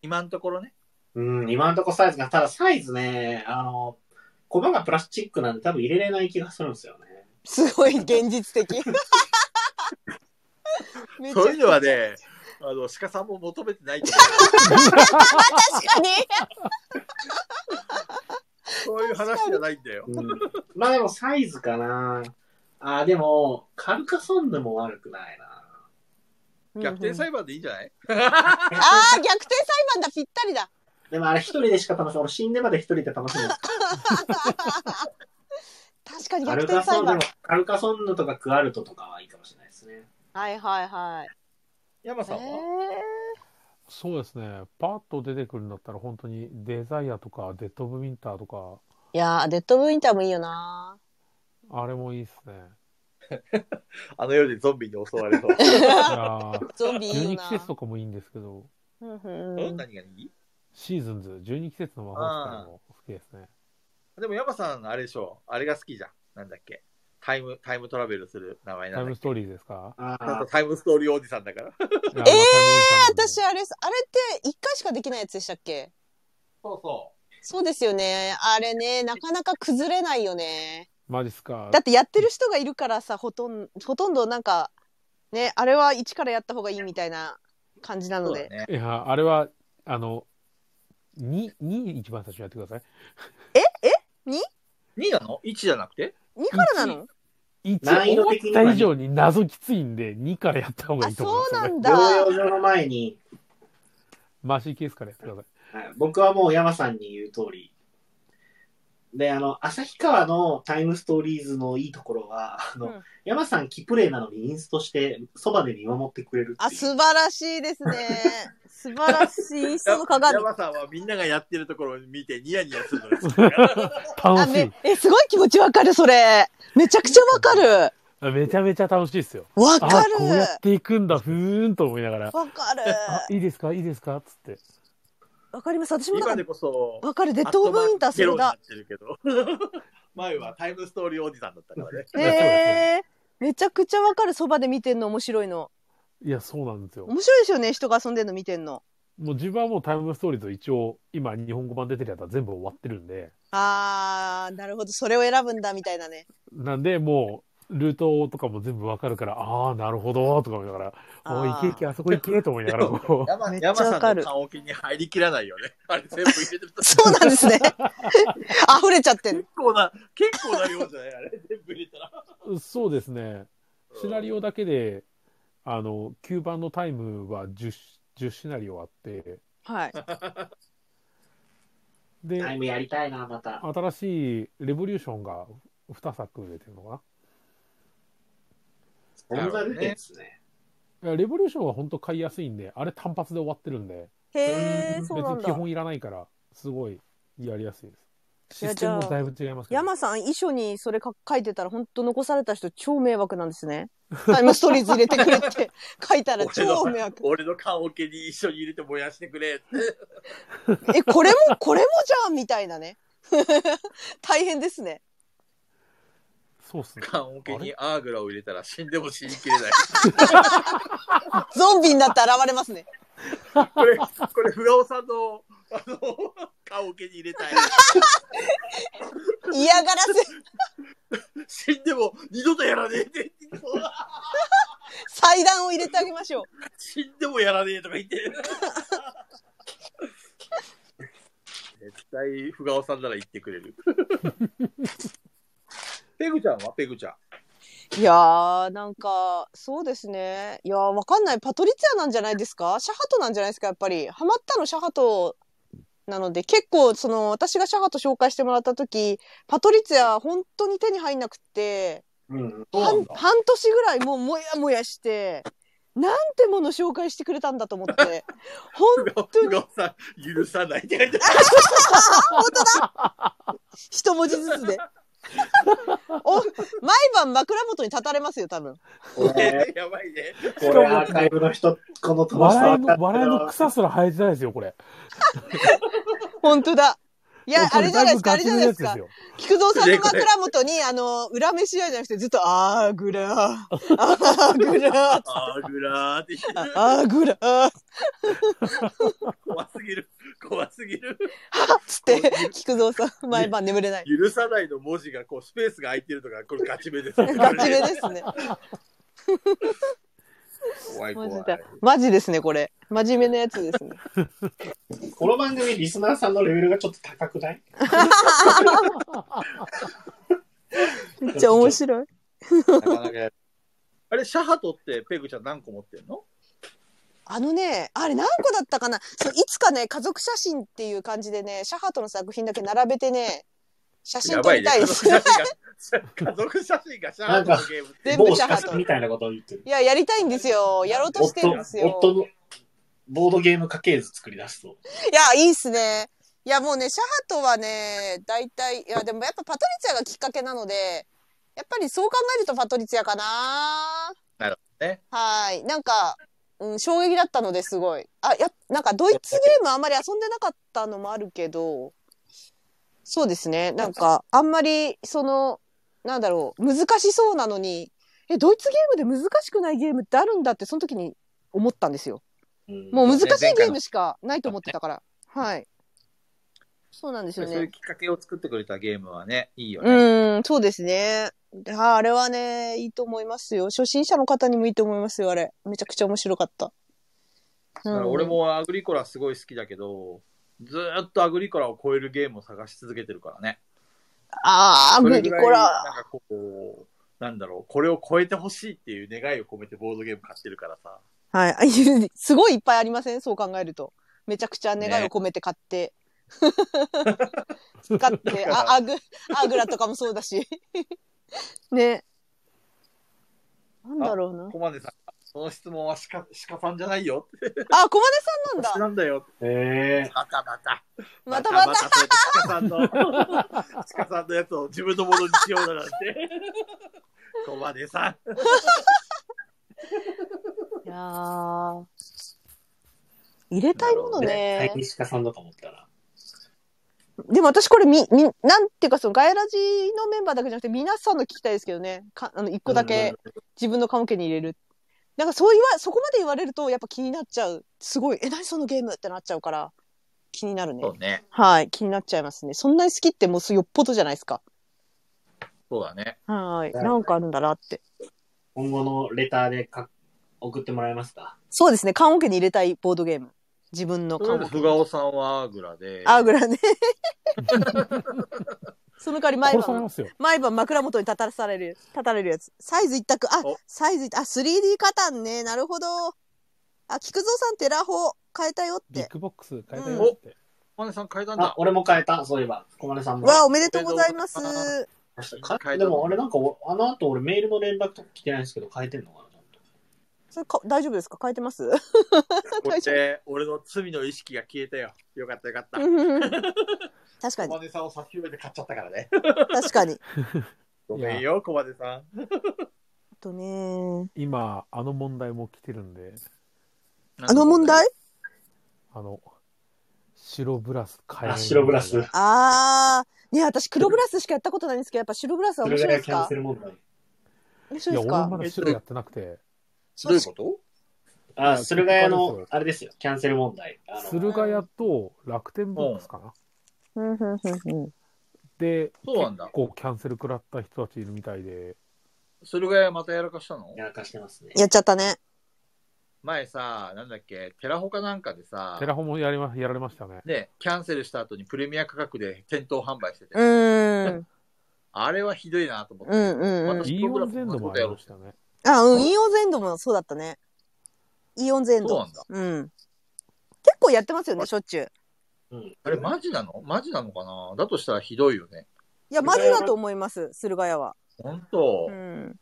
S6: 今のところね。
S4: うん、今んとこサイズが、ただサイズね、あの、コマがプラスチックなんで多分入れれない気がするんですよね。
S1: すごい現実
S6: <laughs>
S1: 的。めちゃ
S6: そういうのはね、あの、鹿さんも求めてないと思う。
S1: 確かに。
S6: そういう話じゃないんだよ。
S4: うん、まあでもサイズかな。あー、でも、カルカソンヌも悪くないな。
S6: 逆転裁判でいいんじゃない
S1: 判。ああ、逆転裁判だ。ぴったりだ。
S4: でもあれ一人でしか楽しめ俺死んでまで一人で楽しむ。
S1: 確かに <laughs> 逆
S4: カル
S1: 転
S4: カソ
S1: 裁
S4: ンヌ
S1: 判
S4: も。、カルカソンヌとかクアルトとかはいいかもしれないですね。
S1: はいはいはい。
S6: 山
S1: え
S6: さんは、
S2: そうですね。パッと出てくるんだったら、本当にデザイアとか、デッド・オブ・ウィンターとか、
S1: ーいやー、デッドブインターもいいよ
S2: <laughs>
S1: な。
S2: あれもいいっすね。
S6: あの夜でゾンビに襲われそう。
S2: いやー
S1: ゾンビいいよな
S2: 12季。節とかもいいんですけど、
S1: うんうん
S6: <laughs> う
S1: うんん
S6: 何がいい
S2: シーズンズ、12季節の魔法使いも好きですね。
S6: でも山さん、あれでしょあれが好きじゃん。なんだっけタイム、タイムトラベルする名前
S2: タ
S6: な
S2: イ
S6: んだ
S2: ム
S6: っ
S2: ストー
S6: け
S2: リーですか
S4: あ
S6: なんか
S4: あ、
S6: タイムストーリーおじさんだから。
S2: ええ
S1: 私、あれです、あれって一回しかできないやつでしたっけ
S12: そうそ
S1: そうですよね。あれね、なかなか崩れないよね。
S2: マジっすか
S1: だ。ってやってる人がいるからさ、ほとんど、ほとんどなんか、ね、あれは一からやった方がいいみたいな感じなの
S6: そうだ
S1: で。
S6: ね。
S2: いや、あれは、あの、2、2一番最初にやってください。
S6: 2なの ?1 じゃなくて
S1: 2からなの
S2: 1
S4: 難易
S2: 思
S4: 度
S2: っ
S4: 的には
S2: た以上に謎きついんで、2からやった方がい
S1: あ、
S2: いと思いま
S1: そう
S2: す、ね。
S1: なんだ。
S4: 療養所の前に、
S2: マーシーケースからやってください。
S4: はい僕はもう山さんに言う通り。で、あの、旭川のタイムストーリーズのいいところは、あの、
S1: うん
S4: 山さんキプレイなのにインストして、そばで見守ってくれるっていう
S1: あ、素晴らしいです
S2: <laughs>
S1: ね。素晴らしい。その鏡。
S6: 山さんはみんながやってるところを見てニヤニヤするのが好き
S1: あ
S2: 楽し
S1: めえ、すごい気持ちわかる、それ。めちゃくちゃわかる。
S2: い。めちゃめちゃ楽しいですよ。
S1: わ
S2: あ
S1: か
S2: こうやっ
S1: る。
S2: ていくんだ、ふーんと思いながら。
S1: わかる。
S2: あ、いいですかいいですかつって。
S1: わかります。私もな
S6: 今
S1: ん
S6: で
S1: か、
S6: こそ、
S1: わかる。デッドオブウィンター、それだ
S6: アッ。トマークゼロになってるけど <laughs> 前はタイムストーリーおじさんだったからね。
S2: ロになってる
S1: ええめちゃくちゃわかる。そばで見てんの面白いの。
S2: いや、そうなんですよ。
S1: 面白いですよね。人が遊んでんの見てんの。
S2: もう自分はもうタイムストーリーズ一応、今日本語版出てるやつは全部終わってるんで、
S1: あー、なるほど。それを選ぶんだ、みたいなね。
S2: なんでもう、ルートとかも全部わかるから、ああ、なるほど、とか思いながら、
S1: あ
S2: お
S1: ー
S2: い、行け行け、あそこ行け、と思いながら、こ
S6: 山
S1: めっちゃ
S6: 山
S1: わ
S6: さ
S1: か
S6: ん
S1: る
S6: の缶桶に入りきらないよね。あれ全部入れて <laughs> ると
S1: そうなんですね。 <laughs> 溢れちゃってる
S6: 結。構な、結構な量じゃないあれ全部入れたら。
S2: う、 <laughs> そうですね、シナリオだけで、あの、9番のタイムは 10, 10シナリオあって、
S1: はい。
S2: で、
S4: タイムやりたいな、また。
S2: 新しいレボリューションが2作出てるのか
S4: そんな出てんですね。
S2: ないやレボリューションは本当買いやすいんで、あれ単発で終わってるんで、
S1: へー、
S2: 別
S1: そうなん
S2: に基
S1: だ。
S2: 本いらないから、すごいやりやすいです。
S1: いや
S2: システムもだいぶ違いますけど。
S1: 山さん、遺書にそれか書いてたら、ほんと残された人超迷惑なんですね。タイムストーリーズ入れてくれって書いたら超迷惑。
S6: <laughs> <laughs> 俺の缶桶に一緒に入れて燃やしてくれって。
S1: え、これも、これもじゃんみたいなね。 <laughs> 大変ですね。
S2: そうっすね。
S6: <laughs> 缶桶にアーグラを入れたら死んでも死にきれない。
S1: ゾンビになって現れますね。
S6: これ、これ、不おさんの、あの、 <laughs> 缶桶に入れたい。
S1: 嫌がらせ、 <laughs>
S6: 死んでも二度とやらねえって。
S1: 祭壇を入れてあげましょう。
S6: 死んでもやらねえとか言って。絶対、ふ
S1: <laughs>
S6: がおさんなら言ってくれる。ペグちゃんはペグちゃん。
S1: いやー、なんか、そうですね。いやー、わかんない。パトリツィアなんじゃないですかシャハトなんじゃないですかやっぱり。ハマったのシャハトなので、結構、その、私がシャハト紹介してもらった時、パトリツィア本当に手に入んなくって、
S4: うん。
S1: 半半年ぐらいもうもやもやして、なんてもの紹介してくれたんだと思って。本当に。
S6: さん、許さないって書いてある
S1: 一文字ずつ
S4: <laughs>
S1: で。お毎晩枕元に立たれますよ、多分。
S4: これ、
S6: やばいね。
S4: これアーカイブの人、この友達
S2: 笑いの、笑いの草すら生えてないですよ、これ。
S1: <laughs> 本当だ。い
S2: い
S1: や、あれじゃないですか、あ
S2: ガ
S1: れ
S2: チ
S1: じゃ
S2: の
S1: ない
S2: や
S1: で
S2: つ
S1: すか。
S2: よ。
S1: 菊蔵さんの枕元に、あの、裏飯屋じゃなくて、ずっと、あーぐらー、あーぐらー、
S6: あぐらーって
S1: あーぐらー、あ
S6: 怖すぎる。怖すぎる。
S1: っつって、菊蔵さん、毎晩眠れない。
S6: 許さないの文字が、こう、スペースが空いてるとか、これガチ目ですよ。
S1: ガチめですね。
S6: 怖い
S1: マ
S6: 怖
S1: ジ
S6: い。
S1: だ。マジですね、これ。真面目なやつですね。
S4: この番組リスナーさんのレベルがちょっと高くない
S1: めっちゃ面白い。
S6: なかなかやる
S12: あれ、シャハトってペグちゃん何個持ってんの
S1: あのね、あれ何個だったかなそういつかね、家族写真っていう感じでね、シャハトの作品だけ並べてね、写真
S6: や
S1: 撮
S6: ばい
S1: り
S6: ね。
S1: たいで
S6: 家族
S1: す。
S6: 写真が、家族写真がシャハトのゲーム。
S1: 全
S4: 某
S1: 部
S4: シ
S1: シャ
S4: ャ
S1: ハ
S4: ハ
S1: ト。
S4: み
S1: い
S4: たいなことを言ってる。
S1: や、やり <laughs> たいんですよ。やろうとしてるんですよ。
S4: 夫のボードゲーム家系図作り出すと。
S1: いや、いいっすね。いや、もうね、シャハトはね、大体、いや、でもやっぱパトリツィアがきっかけなので、やっぱりそう考えるとパトリツィアかな
S6: なるほどね。
S1: はい。なんか、うん、衝撃だったのですごい。あ、や、なんかドイツゲームあんまり遊んでなかったのもあるけど、そうですね。なんか、あんまり、その、なんだろう、難しそうなのに、え、ドイツゲームで難しくないゲームってあるんだって、その時に思ったんですよ。もう難しいゲームしかないと思ってたから。はい。そうなんです
S6: そ
S1: よ
S6: ういう
S1: ね。
S6: きっかけを作ってくれたゲームはね、いいよ
S1: う
S6: ね。
S1: ーん、そうですね。ああれはね、いいと思いますよ。初心者の方にもいいと思いますよ、あれ。めちゃくちゃ面白かった。う
S6: だから
S1: ん、
S6: 俺。もアグリコラすごい好きだけど、ずーっとアグリコラを超えるゲームを探し続けてるからね。
S1: ああ、
S6: そ
S1: グ
S6: れぐ
S1: リ
S6: らい
S1: コラ。
S6: なんかこう、なんだろう、これを超えてほしいっていう願いを込めてボードゲーム買ってるからさ。
S1: はい。 <laughs> すごいいっぱいありませんそう考えると。めちゃくちゃ願いを込めて買
S6: <laughs>
S1: って。使って、あ、アグ、アグラとかもそうだし。 <laughs> ね。なんだろうな。
S6: コマネさんが、その質問は鹿鹿さんじゃないよって。
S1: あ、小金さ
S6: 私
S1: んなんだ。
S6: なんだよって。
S4: え
S6: バカバカ。
S1: またまた。
S6: そうやって鹿さんの、鹿さんのやつを自分のものにしよう
S1: <laughs>
S6: だなんて。コマネさん。
S1: いやー入れたいもの
S4: ー、ね
S1: ね。
S4: 最近鹿さんだと思ったら。
S1: でも私これみ、み、なんていうかそのガヤラジのメンバーだけじゃなくて皆さんの聞きたいですけどね。か、あの、一個だけ自分の科目に入れる。なんかそう言わ、そこまで言われるとやっぱ気になっちゃう。すごい、え、何そのゲームってなっちゃうから気になるね。
S6: そうね。
S1: はい、気になっちゃいますね。そんなに好きってもうよっぽどじゃないですか。
S6: そうだね。
S1: はい。なんかあるんだなって。
S4: 今後のレターでか送ってもらえますか
S1: そうですね。缶オケに入れたいボードゲーム。自分の
S6: とり
S1: 缶
S6: あえ
S1: オ
S6: ず、
S1: ケ
S6: ふがおさんはアーグラで。
S1: あぐらね。その代わり毎
S2: 殺され
S1: 晩、
S2: ますよ。
S1: 毎晩枕元に立たされる、立たれるやつ。サイズ一択。あ
S6: お、
S1: サイズ一択。あ、3D カタンね。なるほど。あ、菊蔵さんテラフォ変えたよっ
S2: ビッ
S1: て。
S2: グボックス変えたよって。
S6: コマネさん変えたん
S4: あ
S6: だ、。
S4: 俺も変えた。そういえば。小金さんも。
S1: わあ、おめでとうございます
S6: お。めでとうござ
S4: 変えたでも俺なんか、あの後俺メールの連絡とか来てないんですけど、変えてんのかなちゃんと。
S1: それか大丈夫ですか変えてます
S6: これで、俺の罪の意識が消えたよ。よかったよかった。
S1: 確か
S6: コ
S1: に、
S6: マネさんを先めて買っちゃったからね。
S1: 確かに。あ
S6: ごめんよ、コマネさん。
S1: とね、
S2: 今、あの問題も来てるんで、
S1: あの問題
S2: あの、白ブラス変え
S4: あ、白ブラス。。
S1: あー。ね私黒ブラスしかやったことないんですけど、やっぱ白ブラスは
S4: そ
S1: 面
S4: れ
S1: 白
S4: ぐ
S1: いです
S4: らいキャン
S1: か
S4: セル問題。
S1: 面白
S2: い
S1: い
S2: や、
S1: で
S2: 俺
S1: す
S2: ま
S1: か
S2: だ白やってなくて、
S6: どういうこと
S4: あ、駿河屋
S2: そうです、
S4: のあれですよ、キャンセル問題。あの
S2: 駿河屋と楽天ボックスかな。
S1: うんうんうんうん
S2: で、
S6: そうなんだ
S2: 結。構キャンセル食らった人たちいるみたいで、
S6: 駿河屋またやらかしたの
S4: やらかしてますね。
S1: やっちゃったね。
S6: 前さ、なんだっけ、テラホかなんかでさ
S2: テ、ラフォもやりま、やられましたね。
S6: ね、キャンセルした後にプレミア価格で店頭販売してて、
S1: うーん。
S6: あれはひどいなと思って。
S1: うんうんうん。
S2: イオン全土もありましたね。
S1: あ、うん、イオン全土もそうだったね。イオン全
S6: そう
S1: 土
S6: なん。だ。
S1: うん。結構やってますよね、しょっちゅう。
S6: あれマジなのマジなのかなだとしたらひどいよね。
S1: いや、マジだと思います、駿河屋は。
S6: 本当、
S1: うん。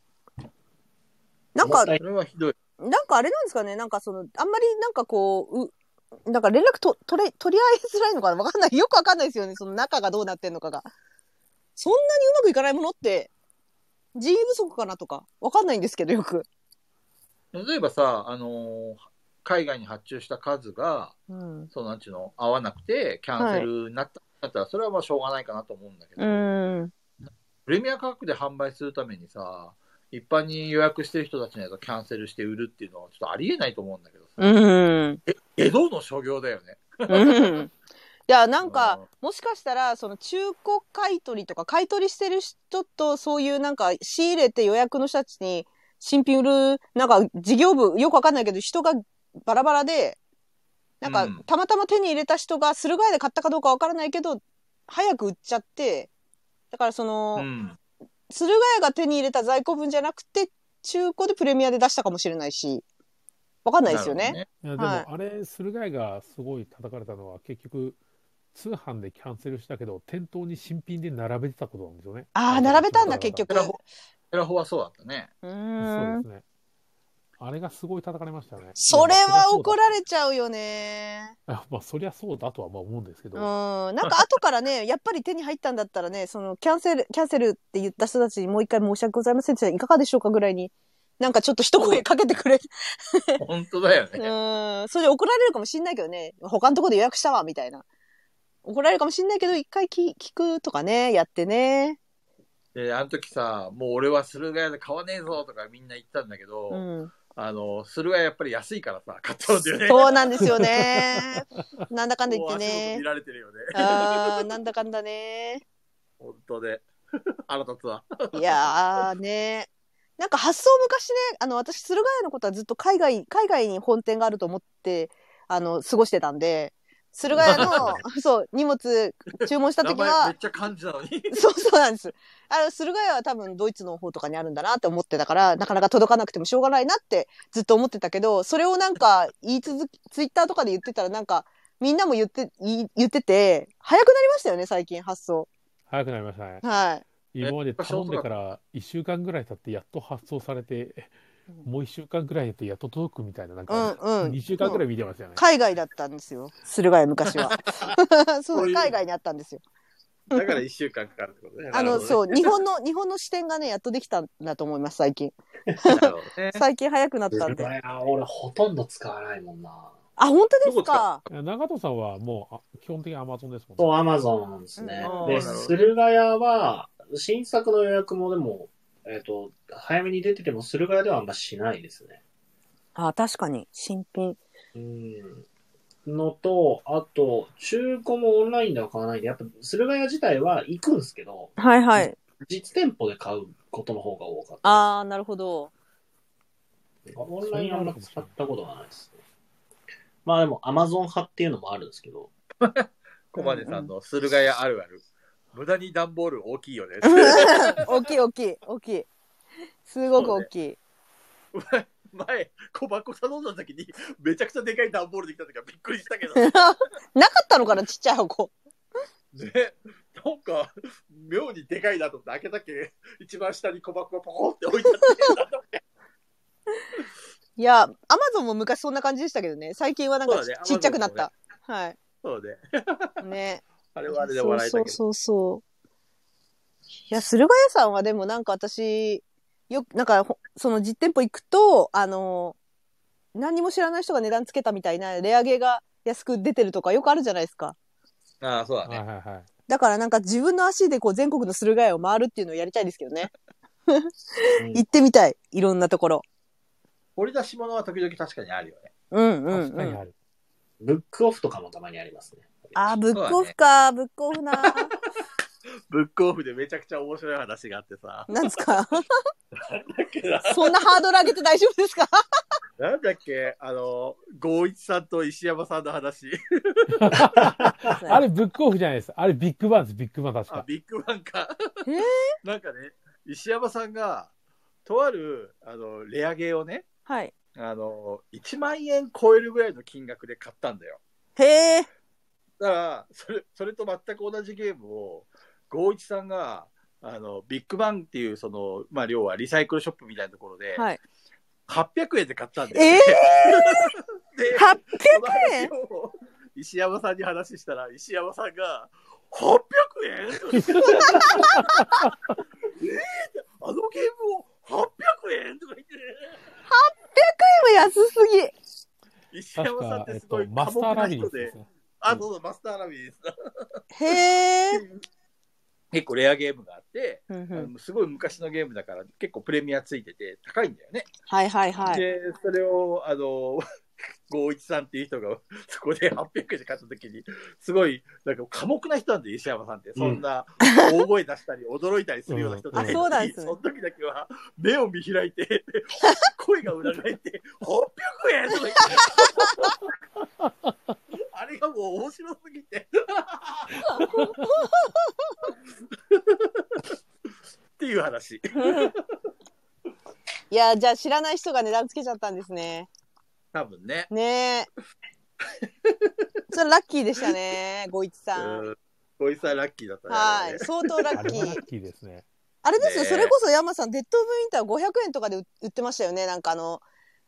S1: なん
S4: も
S1: か
S4: っ、たい
S6: それはひどい。
S1: なんかあれなんですかね、なんかその、あんまりなんかこう、う、なんか連絡と、取れ、取り合いづらいのかなわかんない。よ <laughs> くわかんないですよね、その中がどうなってんのかが。そんなにうまくいかないものって、人員不足かなとか、わかんないんですけど、よく。
S6: 例えばさ、あのー海外に発注した数が、
S1: うん。
S6: そのなんちゅうの、合わなくて、キャンセルになった、だったら、それはまあしょうがないかなと思うんだけど、
S1: うん。
S6: プレミア価格で販売するためにさ、一般に予約してる人たちのやつをキャンセルして売るっていうのはちょっとありえないと思うんだけどさ。
S1: うん。
S6: 江戸の所業だよね。
S1: うんいや、なんか、もしかしたら、その中古買取とか、買取してる人と、そういうなんか、仕入れて予約の人たちに、新品売る、なんか、事業部、よくわかんないけど、人がバラバラで、なんか
S6: うん、
S1: たまたま手に入れた人が、駿河屋で買ったかどうかわからないけど、早く売っちゃって、だからその、
S6: ん。
S1: 駿河屋が手に入れた在庫分じゃなくて、中古でプレミアで出したかもしれないし、わかんないですよね。
S6: なる
S2: いやで
S1: はい
S2: もあれ、駿河屋がすごい叩かれたのは、結局、通販でキャンセルしたけど、店頭に新品で並べてたことなんですよね。
S1: ああ、並べたんだ、結局。
S6: ほどね。テラフォはそうだったね。
S1: う
S2: そ
S1: ー
S2: うんですね。あれがすごい叩かれましたね。
S1: それは怒
S2: る。
S1: られちゃうよね。
S2: あまあ、そりゃそうだとはまあ思うんですけ
S1: う
S2: ど、
S1: ん。なんか後からね、 <laughs> やっぱり手に入ったんだったらね、そのキャンセル、キャンセルって言った人たちにもう一回申し訳ございませんっていかがでしょうかぐらいに、なんかちょっと一声かけてく
S6: <laughs>
S1: れ。
S6: 本当だよ
S1: う
S6: ね。
S1: ん。それで怒られるかもしんないけどね、他のところで予約したわ、みたいな。怒られるかもしんないけど、一回き聞くとかね、やってね。
S6: で、あの時さ、もう俺は駿河屋で買わねえぞとかみんな言ったんだけど、
S1: うん。
S6: あの、駿河屋やっぱり安いからさ、買っちゃうんだよね。
S1: そうなんですよ
S6: <laughs>
S1: ね。なんだかんだ言って
S6: もう足元
S1: ね
S6: 見。られてるよね。
S1: ああ、なんだかんだね。
S6: 本当で。腹立つわ。
S1: いやーね。なんか発想昔ね、あの、私、駿河屋のことはずっと海外、海外に本店があると思って、あの、過ごしてたんで、駿河屋の、
S2: <laughs>
S1: そう、荷物注文した
S6: 名
S1: 時
S6: 前め
S1: は
S6: っ、ちゃ感じなのに。
S1: そうそうなんです。あの、駿河屋は多分ドイツの方とかにあるんだなって思ってたから、なかなか届かなくてもしょうがないなってずっと思ってたけど、それをなんか言い続き、ツイッターとかで言ってたらなんか、みんなも言って、言い言ってて、早くなりましたよね、最近発想。
S2: 早くなりましたね。
S1: はい。
S2: 今まで頼んでから1週間ぐらい経ってやっと発送されて、
S1: うん
S2: もう1週間ぐらい経ってやっと届くみたいな、
S1: う
S2: なん
S1: ん
S2: か、
S1: うん。
S2: 2週間ぐらい見てますよね。
S1: 海外だったんですよ。駿河屋昔 <laughs> は。そう、海外にあったんですよ。
S6: だから一週間かかるってことね。
S1: あの、
S6: う。
S1: そう、日本の、日本の視点がね、やっとできたんだと思います、最近。
S6: なるほどね
S1: 最近早くなったんで。
S4: や俺ほとんど使わないもんな。
S1: あ、本当ですか。
S2: いや長藤さんはもうあ基本的にアマゾンですもんね。
S4: と、アマゾンなんですね。
S6: うん
S4: で、
S6: なるほど
S4: 駿河屋は、新作の予約もでも、えっ、と、早めに出てても駿河屋ではあんましないですね。
S1: あ、確かに。新品。
S4: うん。のと、あと、中古もオンラインでは買わないんで、やっぱ駿河屋自体は行くんですけど、
S1: はいはい。
S4: 実店舗で買うことの方が多かった。
S1: あー、なるほど。
S4: オンラインあんま使ったことがないですね。まあでも、アマゾン派っていうのもあるんですけど、
S6: 小金さんの駿河屋あるある。無駄に段ボール大きいよね。
S1: <laughs> 大きい大きい、大きい。すごく大きい。 <laughs>
S6: 前、小箱頼んだ時に、めちゃくちゃでかい段ボールできた時はびっくりしたけど、
S1: なかったのかな、ちっちゃい箱。
S6: ね、なんか、妙にでかいなと思って開けたっけ、一番下に小箱がポコって置いてあって、
S1: いや、アマゾンも昔そんな感じでしたけどね。最近はなんか
S6: そうだね
S1: ちちっちゃくなっ
S6: Amazon
S1: た。はい。
S6: そう
S1: <laughs>
S6: ね。
S1: ね。
S6: <laughs> あれはあれで笑えたけど。
S1: そうそうそうそう。いや、駿河屋さんはでもなんか私、よく、なんかほ、その実店舗行くと、あの、何にも知らない人が値段つけたみたいな、レアゲが安く出てるとかよくあるじゃないですか。
S6: ああ、そう
S2: はい
S6: だね。
S2: はいはい。
S1: だからなんか自分の足でこう全国の駿河屋を回るっていうのをやりたいですけどね。
S4: うん
S1: 行ってみたい。いろんなところ。
S6: 掘り出し物は時々確かにあるよね。
S1: うんうん、
S2: 確
S1: う
S2: かに
S1: ん。
S2: ある。
S4: ブックオフとかもたまにありますね。
S1: あー、ブックオフか、ブックオフな。
S6: ブックオフでめちゃくちゃ面白い話があってさ。
S1: なんですか
S6: だっけな
S1: そんなハードル上げて大丈夫ですか
S6: なんだっけあの、ゴーイチさんと石山さんの話。
S2: あれ、ブックオフじゃないです。あれ、ビッグバンです、ビッグバン確
S6: あ
S2: か、。
S6: ビッグバンか。
S1: え
S6: <laughs> なんかね、石山さんが、とある、あの、レアゲーをね、
S1: はい。
S6: あの、1万円超えるぐらいの金額で買ったんだよ。
S1: へえ。
S6: だから、それ、それと全く同じゲームを、ゴーイチさんが、あの、ビッグバンっていう、その、まあ、要はリサイクルショップみたいなところで、
S1: はい。
S6: 800円で買ったんだよ、
S1: え
S6: ね。
S1: え800
S6: でその
S1: 円
S6: 話を石山さんに話したら、石山さんが、800円
S2: <laughs>
S6: えーあのゲームを800円とか言って、
S1: 安すぎ。
S6: 石
S2: 確
S6: 山さ
S2: か
S6: んっ、て
S2: えっ
S6: すご
S2: と、
S6: い
S2: マスターラビリン
S6: 寡
S2: ス
S6: 黙な
S2: で
S6: 人
S2: す
S6: で。
S2: ね。
S6: あ、そうそう、マスターラビリンスだ。
S1: へえ。
S6: 結構レアゲームがあって、
S1: ふんふ
S6: あ
S1: ん
S6: のすごい昔のゲームだから、結構プレミアついてて高いんだよね。
S1: はいはいはい。
S6: で、それを、あの、 <laughs> ゴーイチさんっていう人が、そこで800円で買った時に、すごい、なんか、寡黙な人なんで、石山さんって。そんな、大声出したり、驚いたりするような人じゃない
S1: うんあそうなんですね
S6: <laughs> その時だけは、目を見開いて、 <laughs> 声が裏返って、800円とか言って。 <laughs> あれがもう面白すぎて。 <laughs> っていう話。
S1: いや、じゃあ知らない人が値段つけちゃったんですね。
S6: 多分ね。
S1: ねえ。それラッキーでしたね、ごいちさん。
S6: うんゴイチさんラッキーだったねあ
S1: は
S6: れね
S1: い。。相当ラ
S2: あ
S1: ッ
S2: れ
S1: キ
S2: はラ
S1: ー
S2: ッ。キーですね。
S1: あれですよ、
S6: ねえ
S1: それこそ山さん、デッド・オブ・ウィンター500円とかで売売ってましたよね。なんかあの、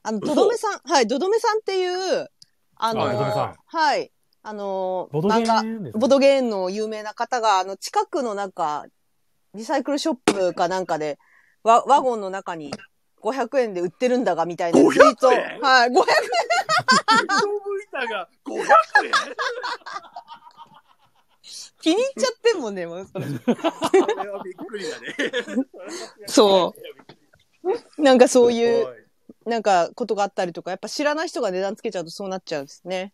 S1: あの、
S6: 嘘
S1: とどめさん、はい、どどめさんっていう、あの、
S2: あどどめさん
S1: はい、あの、
S2: ボドゲ
S1: 漫画、
S2: ームですね
S1: ボドゲーンの有名な方が、あの、近くのなんか、リサイクルショップかなんかで、ワワゴンの中に500円で売ってるんだが、みたいなツイート。
S6: 500円
S1: はい、500
S6: ドムイタが500円 <laughs>
S1: 気に入っちゃってんもんね、もう。
S6: これはびっくりだね。
S1: そなんかそうい
S6: お
S1: う、なんかことがあったりとか、やっぱ知らない人が値段つけちゃうとそうなっちゃうんですね。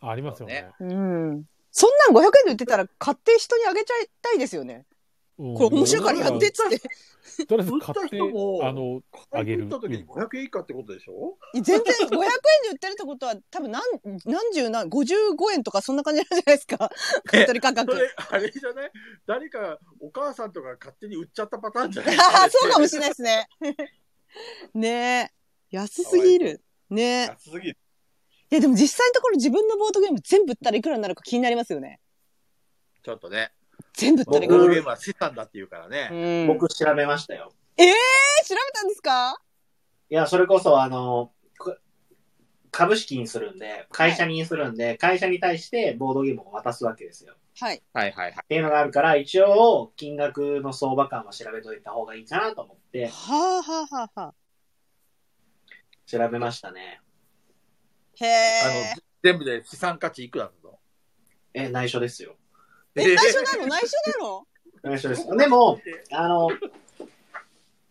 S2: ありますよね。
S1: うんそんなん500円で売ってたら買って人にあげちゃいたいですよね。これ面白いからやってっつって。
S2: うん。とりあえず買って、
S6: 売った人も
S2: あの、あ
S6: 買い
S2: げる
S6: に行った。時に500円以下ってことでしょ
S1: 全然500円で売ってるってことは多分何、何十何、55円とかそんな感じなんじゃないですか。買い取り価
S6: そ
S4: <laughs>
S1: 格。
S6: れ、あれじゃない誰か、お母さんとか勝手に売っちゃったパターンじゃない
S1: ああ、 <laughs> そうかもしれないですね。 <laughs> ねえ。安すぎる。ねえ。
S6: 安すぎる。
S1: いやでも実際のところ自分のボードゲーム全部売ったらいくらになるか気になりますよね。
S6: ちょっとね。
S1: 全部売った
S6: ボ
S1: らい
S6: ー
S1: くらにな
S6: ドゲ
S1: る
S6: ームは資産だって言うから
S1: う
S6: ね。
S1: ん。
S4: 僕調べましたよ。
S1: え、調べたんですか
S4: いや、それこそ、あの、く株式にするんで、会社にするんで、会社に対してボードゲームを渡すわけですよ。
S1: はい。
S6: はいはいはい。
S4: っていうのがあるから、一応、金額の相場感は調べといた方がいいかなと思って、
S1: はあはあはあはあ。
S4: 調べましたね。
S1: へ
S6: あ
S1: え。
S6: の、全部で資産価値いくらなの
S4: え、内緒ですよ。
S1: え、内緒なの内緒な <laughs> の
S4: 内緒です。でも、あの、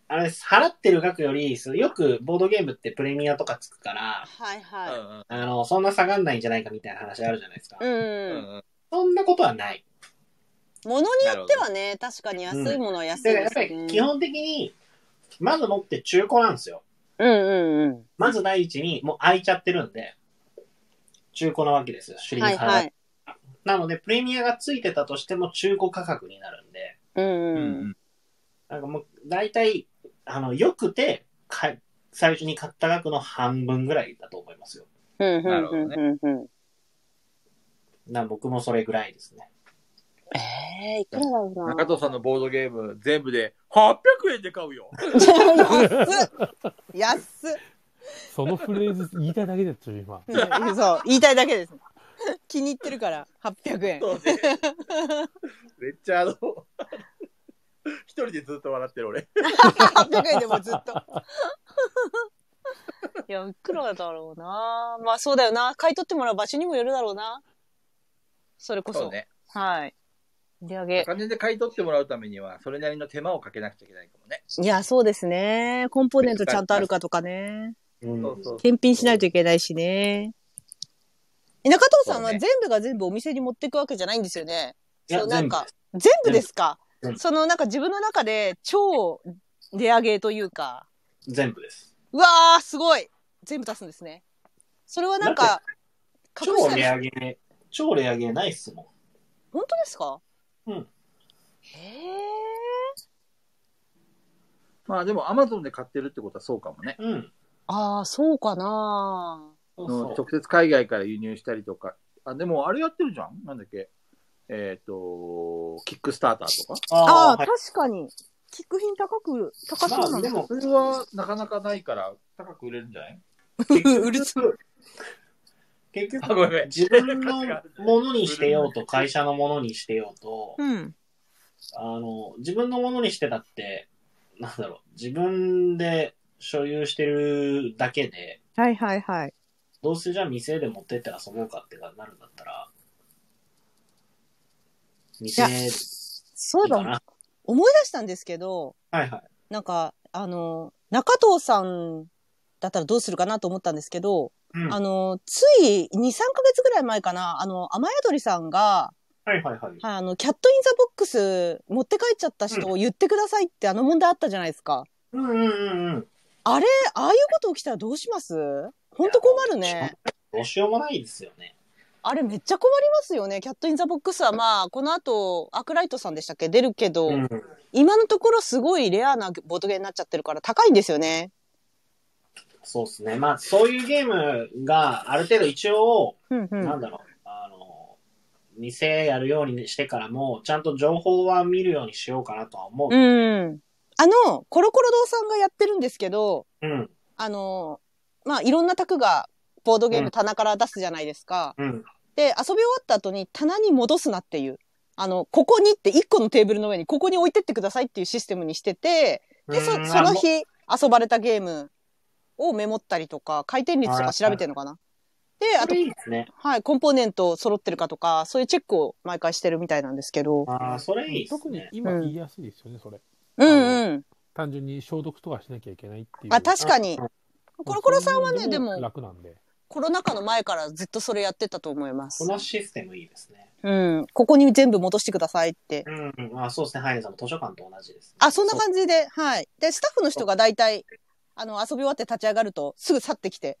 S4: あれです、払ってる額より、そのよくボードゲームってプレミアとかつくから、
S1: はいはい。
S6: う
S4: あの、そんな下がんないんじゃないかみたいな話あるじゃないですか。
S1: うん
S6: うん
S1: ん。
S6: うん。
S4: そんなことはない。
S1: ものによってはね、確かに安いものは安い
S4: だから
S1: で
S4: やっ
S1: す
S4: ぱ
S1: ね。
S4: り基本的に、まず持って中古なんですよ。
S1: うんうん
S4: まず第一に、もう空いちゃってるんで、中古なわけですよ、シ
S1: う
S4: リ
S1: ん。
S4: ー
S1: は
S4: ズ
S1: い
S4: 派
S1: はい。
S4: なので、プレミアがついてたとしても中古価格になるんで、
S1: うん
S6: う
S1: うん。
S6: ん
S4: なんかもう、大体、あの、よくて、か最初に買った額の半分ぐらいだと思いますよ。
S1: うん
S6: なるほどね
S1: うんうんうん。
S4: な僕もそれぐらいですね。
S1: ええ、いくらだろうな。
S6: 中藤さんのボードゲーム全部で800円で買うよ。
S1: 安っ安っ
S2: そのフレーズ言いたいだけでちょっと今。
S1: うんそう、言いたいだけです。気に入ってるから、800円。
S6: <laughs> そうね。めっちゃあの、一人でずっと笑ってる俺。
S1: 800円でもずっと。 <laughs> いや、いくらだろうな。まあそうだよな。買い取ってもらう場所にもよるだろうな。それこそ。
S6: そうね。
S1: はい。売り上げ
S6: お。金で買い取ってもらうためには、それなりの手間をかけなくちゃいけないかもね。
S1: いや、そうですね。コンポーネントちゃんとあるかとかね。
S4: うん
S6: そうそう。
S1: 検品しないといけないしね。え中藤さんは
S6: そうね
S1: 全部が全部お店に持っていくわけじゃないんですよね。
S4: いや
S1: そうなんか
S4: 全部
S1: 全部
S4: です
S1: ですか
S4: 全部
S1: そのなんか自分の中で超値上げというか。
S4: 全部です。
S1: うわー、すごい全部足すんですね。それはなん
S4: だ
S1: か、
S4: 超
S1: 隠したり
S4: 値上げ、超値上げないっすもん。
S1: 本当ですか
S4: うん。
S1: へー。
S6: まあでもアマゾンで買ってるってことはそうかもね。
S4: うん。
S1: あー、そうかな
S4: そう
S6: の
S4: そう
S6: 直接海外から輸入したりとか。あ、でもあれやってるじゃんなんだっけえっ、と、キックスターターとか。
S1: あ
S4: あ
S1: あー、
S4: ー、はい
S1: 確かに。キック品高く、高そう
S4: ま
S1: な
S4: あ
S1: んだ
S4: で。も
S6: そ、れはなかなかないから高く売れるんじゃない <laughs>
S4: 結局
S1: うるさ
S4: 結
S6: あご
S4: 局、
S6: めん
S4: 自分のものにしてようと、会社のものにしてよ
S1: <laughs>
S4: うと、
S1: うん。
S4: あの、自分のものにしてたって、なんだろう、自分で所有してるだけで、
S1: はいはいはい。
S4: どうせじゃあ店で持ってって遊ぼうかってなるんだったら、店
S1: いや
S4: い
S1: そうい
S4: い
S1: え
S4: か
S1: ば、
S4: な。
S1: 思い出したんですけど、
S4: はいはい。
S1: なんか、あの、中藤さんだったらどうするかなと思ったんですけど、
S4: うん
S1: あの、つい2、3ヶ月ぐらい前かな、あの、雨宿りさんが、
S4: はいはいはい。
S1: はいあの、キャットインザボックス持って帰っちゃった人を言ってくださいってあの問題あったじゃないですか。
S4: うんうんうんうん。
S1: あれ、ああいうこと起きたらどうしますほんと困るね。
S4: どうしようもないですよね。
S1: あれめっちゃ困りますよね。キャットインザボックスはまあ、この後、アークライトさんでしたっけ出るけど、
S4: うん。
S1: 今のところすごいレアなボードゲームになっちゃってるから高いんですよね。
S4: そうですね。まあ、そういうゲームがある程度一応、
S1: うんうん。
S4: なんだろう、あの、店やるようにしてからも、ちゃんと情報は見るようにしようかなとは思
S1: う
S4: う。
S1: ん。あの、コロコロ堂さんがやってるんですけど、
S4: うん。
S1: あの、まあ、いろんな卓がボードゲーム棚から出すじゃないですか。
S4: うん。
S1: で、遊び終わった後に棚に戻すなっていう。あの、ここにって1個のテーブルの上にここに置いてってくださいっていうシステムにしてて、で、そ
S4: うん
S1: その。
S4: あも
S1: 日遊ばれたゲームをメモったりとか、回転率とか調べてるのかな。で、あ
S4: ことれ、いいですね。
S1: はい、コンポーネント揃ってるかとか、そういうチェックを毎回してるみたいなんですけど。
S4: ああ、それいいです
S2: 特に
S4: ね。
S2: 今
S1: うん
S2: 言いやすいですよね、それ。
S1: うんうん。
S2: 単純に消毒とかしなきゃいけないっていう。
S1: あ、確かに
S4: う。
S1: コロコロさんはね、
S2: そ
S1: で
S2: ういうの
S1: も、
S2: 楽なんで。
S1: コロナ禍の前からずっとそれやってたと思います
S4: こ。のシステムいいですね。
S1: うん。ここに全部戻してくださいって。
S4: うん。あそうですね。ハイネさんも図書館と同じです、ね。
S1: あ、そんな感じで、はい。で、スタッフの人が大体、あの、遊び終わって立ち上がると、すぐ去ってきて、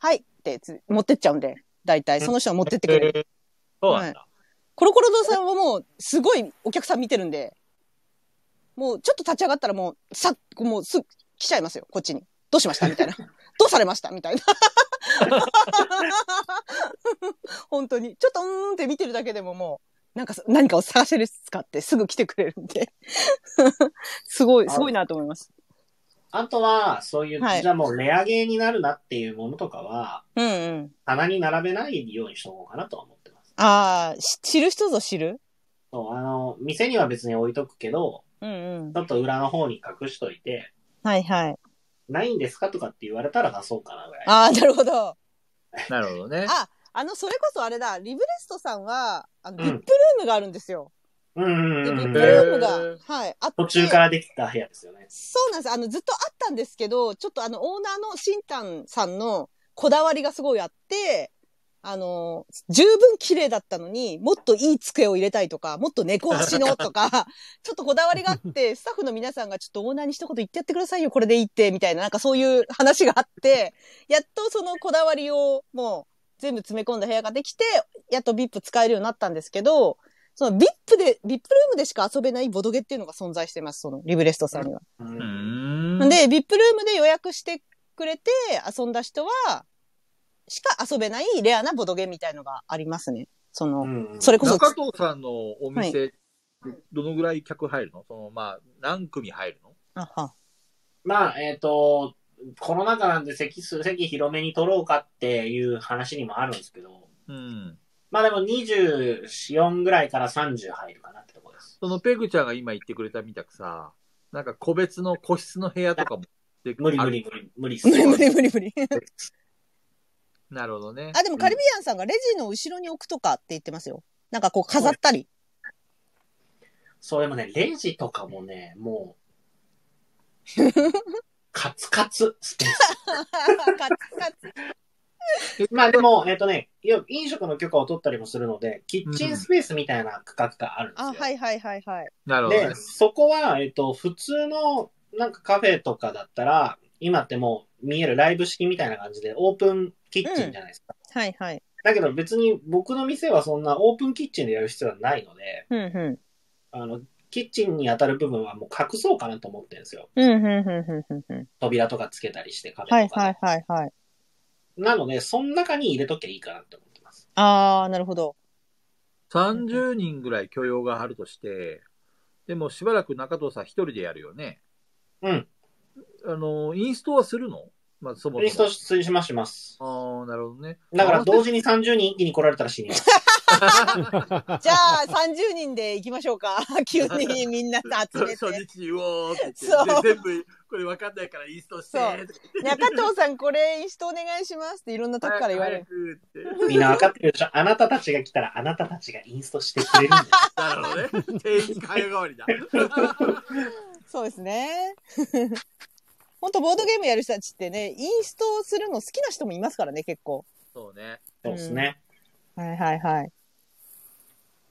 S1: はいってつ持ってっちゃうんで、大体、その人は持ってってくれる。
S6: そうなんだ。
S1: コロコロ堂さんはもう、すごいお客さん見てるんで、もう、ちょっと立ち上がったらもう、さっ、もうすぐ来ちゃいますよ、こっちに。どうしましたみたいな。どうされましたみたいな。 <laughs> 本当に。ちょっとうーんって見てるだけでももう、なんかそ何かを探せるっすかってすぐ来てくれるんで。 <laughs> すごい、すごいなと思います。
S4: あとは、そういう、
S1: はい
S4: じゃあもう値上げになるなっていうものとかは、
S1: うんうん。
S4: 棚に並べないようにしとこうかなとは思ってます。
S1: ああ、し知る人ぞ知る
S4: そう、あの、店には別に置いとくけど、
S1: うんうん。
S4: ちょっと裏の方に隠しといて、
S1: はいはい。
S4: ないんですかとかって言われたら出そうかなぐらい。
S1: ああ、なるほど。
S6: なるほどね。
S1: あ、あの、それこそあれだ、リブレストさんは、あの、
S4: う
S1: ビ
S4: ん
S1: ップルームがあるんですよ。
S4: うん
S1: で、
S4: うん
S1: ビ
S4: う
S1: ッ
S4: ん
S1: プ
S4: う
S1: ルー
S4: ん。
S1: ムが、
S6: へー
S1: はい、あって。
S4: 途中からできた部屋ですよね。
S1: そうなんです。あの、ずっとあったんですけど、ちょっとあの、オーナーのシンタンさんのこだわりがすごいあって、あの、十分綺麗だったのに、もっといい机を入れたいとか、もっと猫足のとか、ちょっとこだわりがあって、スタッフの皆さんがちょっとオーナーに一言言ってやってくださいよ、これでいいって、みたいな、なんかそういう話があって、やっとそのこだわりをもう全部詰め込んだ部屋ができて、やっと VIP 使えるようになったんですけど、その VIP で、VIP ルームでしか遊べないボドゲっていうのが存在してます、そのリブレストさんには。
S4: う。
S6: うんーん。
S1: で、VIP ルームで予約してくれて遊んだ人は、しか遊べないレアなボドゲみたいのがありますね。その、
S4: うん
S1: それこそ、
S6: 中藤さんのお店、どのぐらい客入るのその、まあ、何組入るの
S1: あは
S4: まあ、えっ、と、コロナ禍なんで席数、席広めに取ろうかっていう話にもあるんですけど、
S6: うん。
S4: まあでも24ぐらいから30入るかなってとこです。
S6: そのペグちゃんが今言ってくれたみたくさ、なんか個別の個室の部屋とかもで
S4: 無理無理無理無理っす
S1: 無理無理無理無理。
S6: なるほどね。
S1: あ、でもカリビアンさんがレジの後ろに置くとかって言ってますよ。なんかこう飾ったり。
S4: そう、でもね、レジとかもね、もう、
S1: <laughs>
S4: カツカツスペース。
S1: カツカツ。
S4: まあでも、えっ、とね、いや飲食の許可を取ったりもするので、キッチンスペースみたいな区画があるんですよ。
S1: あ、はいはいはいはい。
S12: なるほどね
S4: で、。そこは、えっ、と、普通のなんかカフェとかだったら、今ってもう見えるライブ式みたいな感じでオープンキッチンじゃないですか。
S1: はいはい。
S4: だけど別に僕の店はそんなオープンキッチンでやる必要はないので、
S1: うんう
S4: あの、キッチンに当たる部分はもう隠そうかなと思ってるんですよ。
S1: ん。うんうんうんうんうん。
S4: 扉とかつけたりして壁とか
S1: は
S4: で、
S1: いはいはいはい。
S4: なので、その中に入れときゃいいかなって思ってます。
S1: あー、なるほど。
S6: 30人ぐらい許容があるとして、でもしばらく中藤さん一人でやるよね。
S4: うん。
S6: あの、インストはするのまあ、そも
S4: インス
S6: そ
S4: ト
S6: も。
S4: 推しまします。
S6: ああ、なるほどね。
S4: だから
S6: ど
S4: 同時に30人一気に来られたら死にます。
S1: じゃあ、30人で行きましょうか。急にみんな集めて。
S9: 初日にうおーって
S1: そ
S9: 言
S1: う
S9: って、で全部、これわかんないからインストして、
S1: そう
S9: とか
S1: <laughs> 中藤さん、これ、インストお願いしますっていろんなとこから言われ
S9: 早
S1: る。
S9: くって。
S4: みんな分か
S1: <laughs>
S4: ってるでしょあなたたちが来たらあなたたちがインストしてくれるんです。
S9: なるほどね。定期会話代わりだ。
S1: そうですね。 <laughs> ほんと、ボードゲームやる人たちってね、インストするの好きな人もいますからね、結構。
S6: そうね。
S4: そうですね。
S1: はいはいはい。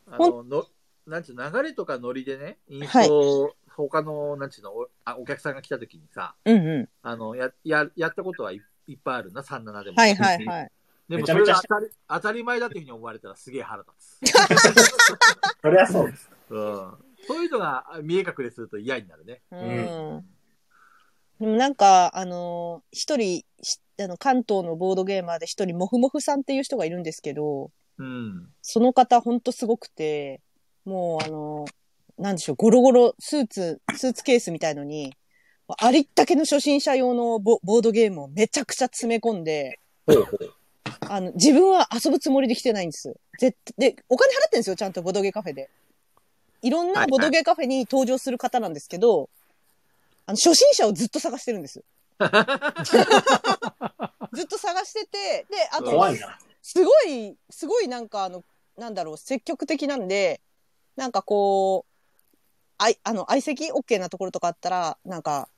S6: あの、のなんていうの流れとかノリでね、インスト、他の、なんていうのおあ、お客さんが来た時にさ、
S1: うんう
S6: あの、や、や、やったことはい、いっぱいあるな、37で
S1: ん。
S6: も。
S1: はいはい
S4: <laughs>
S1: はい。
S6: でも
S4: めちゃ
S6: そ
S4: め
S6: れ
S4: ちゃ
S6: が当たり当たり前だっていうふうに思われたらすげえ腹
S4: <laughs>
S6: 立つ。
S4: そりゃそうです。
S6: うん。そういうのがあ見え隠れすると嫌になるね。
S1: うん。でもなんか、あのー一人、しあの、関東のボードゲーマーで一人、もふもふさんっていう人がいるんですけど、
S6: うん。
S1: その方ほんとすごくて、もうあのーなんでしょう、ゴロゴロスーツ、スーツケースみたいのに、ありったけの初心者用のボボードゲームをめちゃくちゃ詰め込んで、あの、自分は遊ぶつもりで来てないんです。絶対、で、お金払ってんですよ、ちゃんとボドゲカフェで。いろんなボドゲカフェに登場する方なんですけど、あの、初心者をずっと探してるんです。ずっと探してて、で、あと、
S4: 怖いな。
S1: すごい、すごいなんかあの、なんだろう、積極的なんで、なんかこう、あい、あの、相席 OK なところとかあったら、なんか、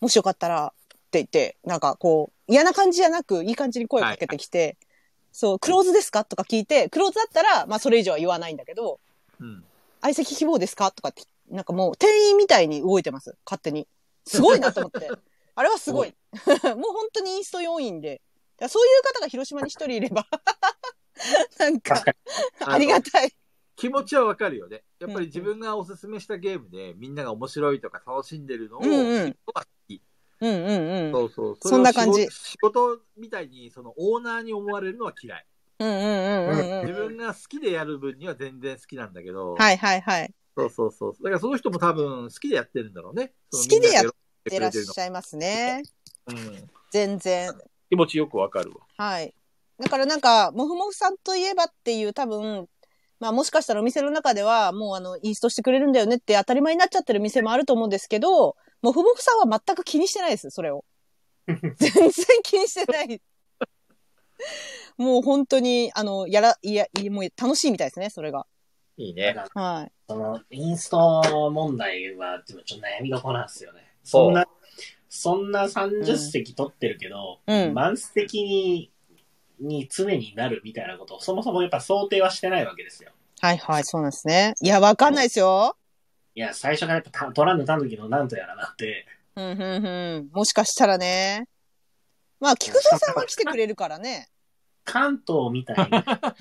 S1: もしよかったら、って言って、なんかこう、嫌な感じじゃなく、いい感じに声をかけてきて、そう、クローズですかとか聞いて、クローズだったら、まあそれ以上は言わないんだけど、
S6: うん。
S1: 相席希望ですかとかって、なんかもう店員みたいに動いてます、勝手に。すごいなと思 <laughs> って。あれはすごい。 <laughs> もう本当にインスト要員で。だからそういう方が広島に一人いれば、 <laughs> なんか
S4: 確、か
S1: ありがたい。
S6: 気持ちはわかるよね。やっぱり自分がおすすめしたゲームで、みんなが面白いとか楽しんでるのを、
S1: うんうん。うんうんうん。
S6: そうそう。
S1: そんな感じ
S6: れを仕事仕事みたいに、そのオーナーに思われるのは嫌い。
S1: うんうんうんうん
S6: 自
S1: うん。
S6: 分が好きでやる分には全然好きなんだけど、
S1: はいはいはい。
S6: そうそうそう。だからその人も多分好きでやってるんだろうね。
S1: 好きでやっ
S6: そ
S1: い
S6: のみん
S1: らっ
S6: なが喜んでくれてるの
S1: しゃいますね。
S6: うん
S1: 全然。
S6: 気持ちよくわかるわ。
S1: はい。だからなんか、もふもふさんといえばっていう多分、まあもしかしたらお店の中ではもうあの、インストしてくれるんだよねって当たり前になっちゃってる店もあると思うんですけど、もふもふさんは全く気にしてないです、それを。全然気にしてない。もう本当に、あの、やら、いや、いもう楽しいみたいですね、それが。
S6: いい
S4: に
S6: ね。。
S1: はい。
S4: その、インスト問題は、でもちょっと悩みどころなんですよね。そんな、そんな30席取ってるけど、
S1: うん。
S4: 満席に、に常になるみたいなことを、そもそもやっぱ想定はしてないわけですよ。
S1: はいはい、そうなんですね。いや、わかんないですよ。
S4: いや、最初からやっぱた、取らぬたぬきのなんとやらなって、
S1: うんうんうん。もしかしたらね。まあ、菊蔵さんは来てくれるからね。
S4: 関東みたいな、やっぱ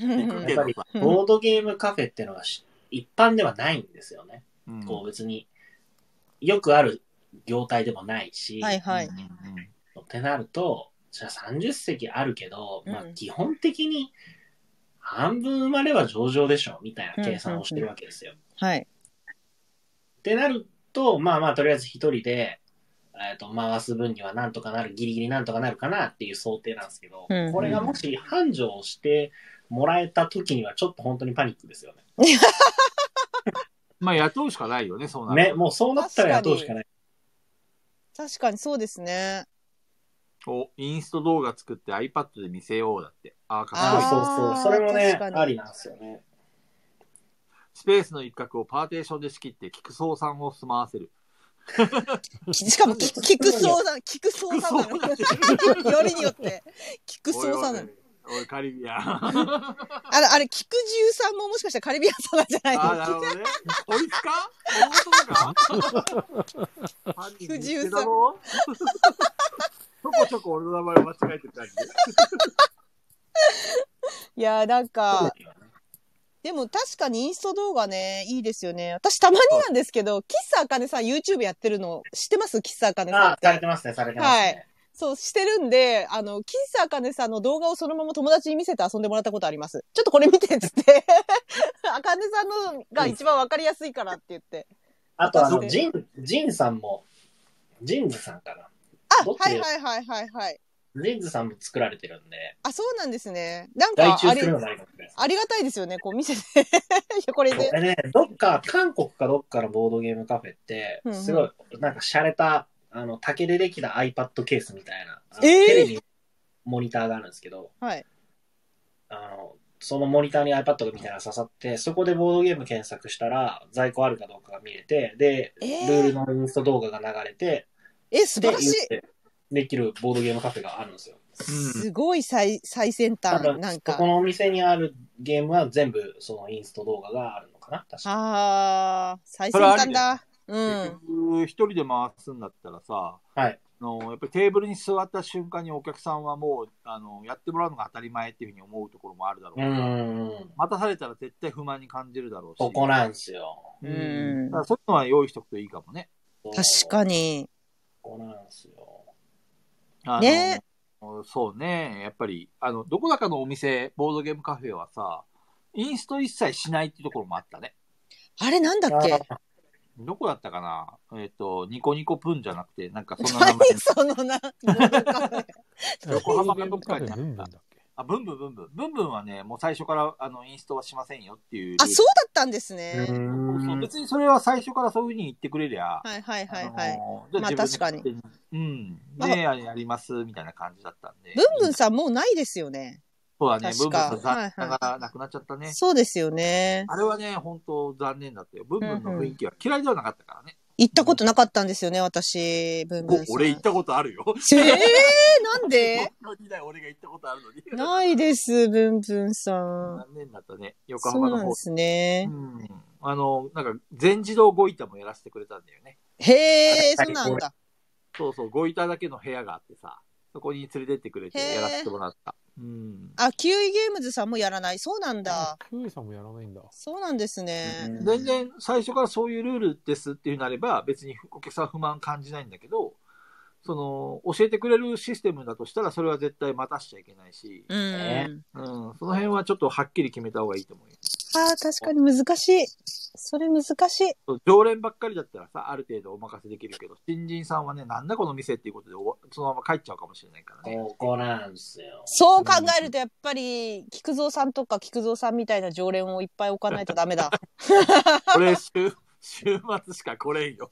S4: り
S1: うん
S4: ボードゲームカフェっていうのがし一般ではないんですよね。
S7: うん
S4: こう別によくある業態でもないし、
S1: はいはい。
S4: ってなると、じゃあ30席あるけど、まあ
S1: うん
S4: 基本的に半分埋まれば上場でしょみたいな計算をしてるわけですよ。
S1: はい。
S4: ってなると、まあまあとりあえず一人で、えー、と回す分にはなんとかなる、ギリギリなんとかなるかなっていう想定なんですけど、
S1: うん
S4: これがもし繁盛をしてもらえた時にはちょっと本当にパニックですよね。
S6: まあ雇うしかないよね、そうなると
S4: ね、もうそうなったら雇うしかない。
S1: 確かにそうですね。
S6: お、インスト動画作って iPad で見せようだって。ああ、
S4: そうそうそ
S6: かっこいい。
S4: う。それもね
S1: 確か、に
S4: ありなんですよね。
S6: スペースの一角をパーテーションで仕切って、菊蔵さんを住まわせる。
S1: しかもき、菊草さん、菊草さんなの。よりによって、菊草さんなの。
S6: おい、カリビアン。あ
S1: あれ、あれ、菊獣さんももしかしたらカリビアンさんなんじゃない
S6: あ、
S1: の
S6: なるほどね。こいつかこの男か
S1: 菊獣さん
S6: 犯人見つけたろちょこちょこ俺の名前を間違えてる感
S1: い
S6: じ。
S1: やー、なんか、でも確かにインスト動画ね、いいですよね。私たまになんですけど、キッサあかねさん YouTube やってるの知ってますキッサあかねさん
S4: あ
S1: っ、
S4: され
S1: て。
S4: てますね、されてますね。
S1: そう、してるんで、あの、キッサあかねさんの動画をそのまま友達に見せて遊んでもらったことあります。ちょっとこれ見てっつって。 <laughs> あかねさんのが一番わかりやすいからって言って。
S4: あと、あの、ジン、ジンさんも、ジンズさんか
S1: あ、
S4: どっ
S1: は
S4: ち
S1: いはいはいはいはい。
S4: な。ジンズさんも作られてるんで、
S1: あ、そうなんですね。なん
S4: 外
S1: か、
S4: 注
S1: あ
S4: するの
S1: れ、
S4: もありかもしれない
S1: ありがたいですよね。こう見せて。い <laughs> や、これ
S4: こ
S1: で。
S4: れね、どっか、韓国かどっかのボードゲームカフェって
S1: う、んうん
S4: すごい、なんか、洒落た、あの、竹でできた iPad ケースみたいな、あの
S1: えー
S4: テレビ、モニターがあるんですけど、
S1: はい。
S4: あの、そのモニターに iPad みたいなのが刺さって、そこでボードゲーム検索したら、在庫あるかどうかが見れて、で、
S1: え
S4: ルール
S1: ー、
S4: のインスト動画が流れて、
S1: え、素晴
S4: で
S1: らしい。、
S4: 言ってできるボードゲームカフェがあるんですよ。
S1: すごい最最先
S4: た
S1: 端
S4: だ、
S1: なん
S4: ここ
S1: か。
S4: のお店にあるゲームは全部、そのインスト動画があるのかな確か
S1: ああ、最先端だ。うん。
S6: 結局、一人で回すんだったらさ、
S4: はい
S6: あのやっぱりテーブルに座った瞬間にお客さんはもうあのやってもらうのが当たり前っていうふうに思うところもあるだろう
S4: う
S6: から、
S4: ーん。
S6: 待たされたら絶対不満に感じるだろうし、
S4: そこなんですよ。
S1: う
S6: うん
S1: ん
S6: だからそういうのは用意しておくといいかもね。
S1: 確
S4: に。
S1: かに。
S4: そこなんですよ。
S6: あの
S1: ね
S6: そうね、やっぱりあの、どこだかのお店、ボードゲームカフェはさ、インスト一切しないっていうところもあったね。
S1: あれなんだっけ
S4: あ
S6: どこだったかなえっ、と、ニコニコプンじゃなくて、なんかそんな名
S1: 何
S6: <laughs> 前
S1: そのな、ボード <laughs> カフェ
S6: 横浜かどっか
S2: ブ
S6: に
S2: ン
S6: あっ
S2: ブン
S6: た
S2: だっ。け
S6: あ、ブンブンブンブン。ブンブンはね、もう最初からあのインストはしませんよっていう。
S1: あ、そうだったんです
S4: う
S1: ね。
S6: そうそう
S4: ーん。
S6: 別にそれは最初からそういうふうに言ってくれりゃ、
S1: はいはいはい
S6: あ
S1: はい。
S6: のじゃあ
S1: まあ
S6: 自分で勝手に
S1: まあ
S6: うん。ねあれやります、みたいな感じだったんで。
S1: ブンブンさんもうないですよね。
S6: そうだね、ブンブ
S1: 確
S6: ンさ
S1: か
S6: ん残念な
S1: は
S6: がらなくなっちゃったね。
S1: そうですよね。
S6: あれはね、本当残念だったよ。ブンブンの雰囲気は嫌いではなかったからね。
S1: 行ったことなかったんですよね、私、ブンブンさん。
S6: 俺行ったことあるよ。
S1: えー、なんで
S6: 東京時代俺が行ったことあるのに。
S1: ないです、ブンブンさん。
S6: 残念だったね。
S1: そ
S6: 横浜
S1: う
S6: の
S1: なん
S6: 方
S1: で。すね
S6: う。ん。あの、なんか、全自動ゴイタもやらせてくれたんだよね。
S1: へえ、そうなんだ。
S6: そうそう、ゴイタだけの部屋があってさ、そこに連れてってくれて
S1: へー
S6: やらせてもらった。うん。
S1: あ、キウイゲームズさんもやらない。そうなんだ。
S2: クーイさんもやらないんだ。
S1: そうなんですね。
S6: 全然最初からそういうルールですっていうなれば、別にお客さんは不満感じないんだけど、その、教えてくれるシステムだとしたら、それは絶対待たしちゃいけないし、
S1: うん。
S4: ね
S6: うん、その辺はちょっとはっきり決めた方がいいと思うよ。
S1: ああ、確かに難しい。それ難しい。
S6: そう常連ばっかりだったらさ、ある程度お任せできるけど、新人さんはね、なんだこの店っていうことで終わ、そのまま帰っちゃうかもしれないからね。
S4: ここなんですよ。
S1: そう考えると、やっぱり、菊蔵さんとか菊蔵さんみたいな常連をいっぱい置かないとダメだ。
S6: <laughs> これ、週、週末しか来れん
S1: <laughs>
S6: よ。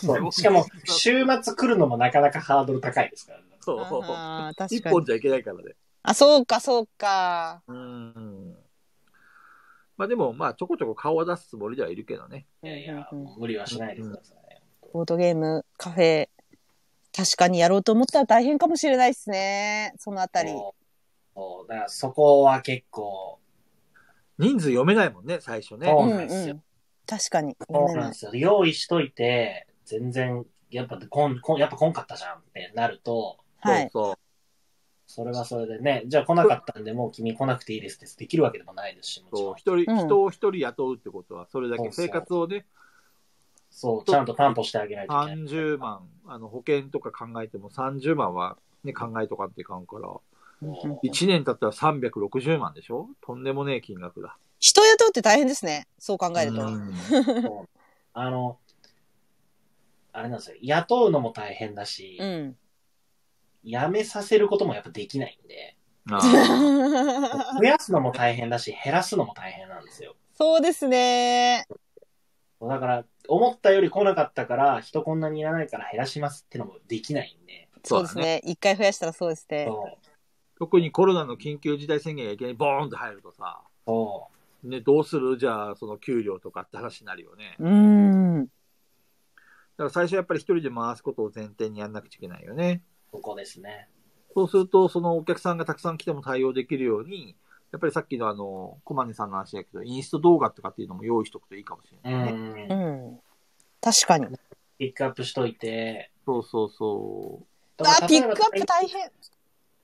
S4: そう <laughs> しかも、週末来るのもなかなかハードル高いですからね。
S6: そう。
S1: ああ、
S6: 一
S1: 確か
S6: 本
S1: に。
S6: じゃいけないからね。
S1: あ、そうか、そうか。
S6: うん。まあでも、まあ、ちょこちょこ顔は出すつもりではいるけどね。
S4: いやいや、
S1: うんうんうん
S4: もう無理はしないでください。
S1: ボードゲーム、カフェ、確かにやろうと思ったら大変かもしれないですね。そのあたり。
S4: そうそうだからそこは結構、
S6: 人数読めないもんね、最初ね。
S4: そううん
S1: う
S4: なんですよ
S1: ん。確かに。
S4: そ
S1: 読
S4: う
S1: め
S4: なん
S1: な
S4: で
S1: い。
S4: すよ。用意しといて、全然、やっぱこん、こん、やっぱこんかったじゃんってなると、
S1: はい。
S6: そうそう。
S4: それはそれでね、じゃあ来なかったんで、もう君来なくていいですってできるわけでもないですし、もち
S6: そ
S4: ろ。
S6: うん一人、
S1: うん
S6: 人を一人雇うってことは、それだけ生活をね、
S4: そう、ちゃんと担保してあげないといけない。
S6: 30万、あの、保険とか考えても30万はね、考えとかっていかんから、
S1: うんうん
S6: 1年経ったら360万でしょとんでもねえ金額だ。
S1: 人雇うって大変ですね。そう考える
S6: う
S1: と。 <laughs>
S6: ん
S4: そうあの、あれなんですよ。雇うのも大変だし
S1: う、ん。 <laughs>
S4: 辞めさせることもやっぱできないんで、
S6: あー
S4: 増やすのも大変だし、減らすのも大変なんですよ。
S1: そうですね。
S4: だから、思ったより来なかったから、人こんなにいらないから減らしますってのもできないんで。
S1: そ
S6: そうう
S1: で
S6: だ
S1: す
S6: ね。
S1: ね。一回増やしたらそうですね。
S4: そう。
S6: 特にコロナの緊急事態宣言がいきなりボーンと入るとさ、
S4: そ
S6: ね、どうするじゃあ、その給料とかって話になるよね。
S1: うーん。
S6: から最初やっぱり一人で回すことを前提にやんなくちゃいけないよね。
S4: ここですね。
S6: そうすると、そのお客さんがたくさん来ても対応できるように、やっぱりさっきのあの、コマネさんの話だけど、インスト動画とかっていうのも用意しとくといいかもし
S4: う
S6: れないね。
S4: ん
S1: う。ん。確かに。
S4: ピックアップしといて。
S6: そうそうそう。
S1: あ、ピックアップ大変。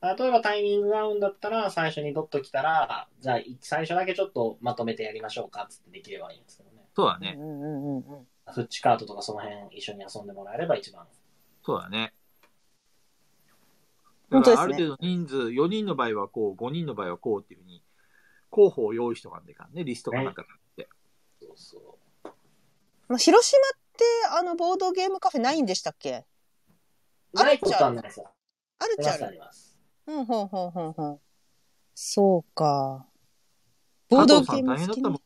S4: 例えばタイミングが合うんだったら、最初にドッと来たら、じゃあ最初だけちょっとまとめてやりましょうかっつってできればいいんですけどね。
S6: そうだ
S1: うん
S6: ね。
S1: うんうんうん。
S4: フッチカートとかその辺一緒に遊んでもらえれば一番。
S6: そうだね。だ
S1: 本
S6: か
S1: 当ですね
S6: らある程度人数、4人の場合はこう、5人の場合はこうっていうふうに、候補を用意しとかんでいかんね。リストかなんかって。
S4: そうそう。
S1: まあ、広島って、あの、ボードゲームカフェないんでしたっけあ
S4: な
S1: る
S4: い
S1: っ
S4: こ
S1: ち
S4: と
S1: ゃ
S4: は
S1: あ
S4: な
S1: る
S4: い。ですよ。
S1: あるっ
S4: あ
S1: ち
S4: り
S1: ゃ
S4: ま
S1: あ
S4: すあ
S1: る。
S4: ります。
S1: うん、ほんほんほんほん。そうか。ボ
S6: 加
S1: ード
S6: 藤
S1: ゲ
S6: さ
S1: ー
S6: ん
S1: ム
S6: 大変だ
S1: 好
S6: っ
S1: き
S6: た
S1: な
S6: もん。
S4: い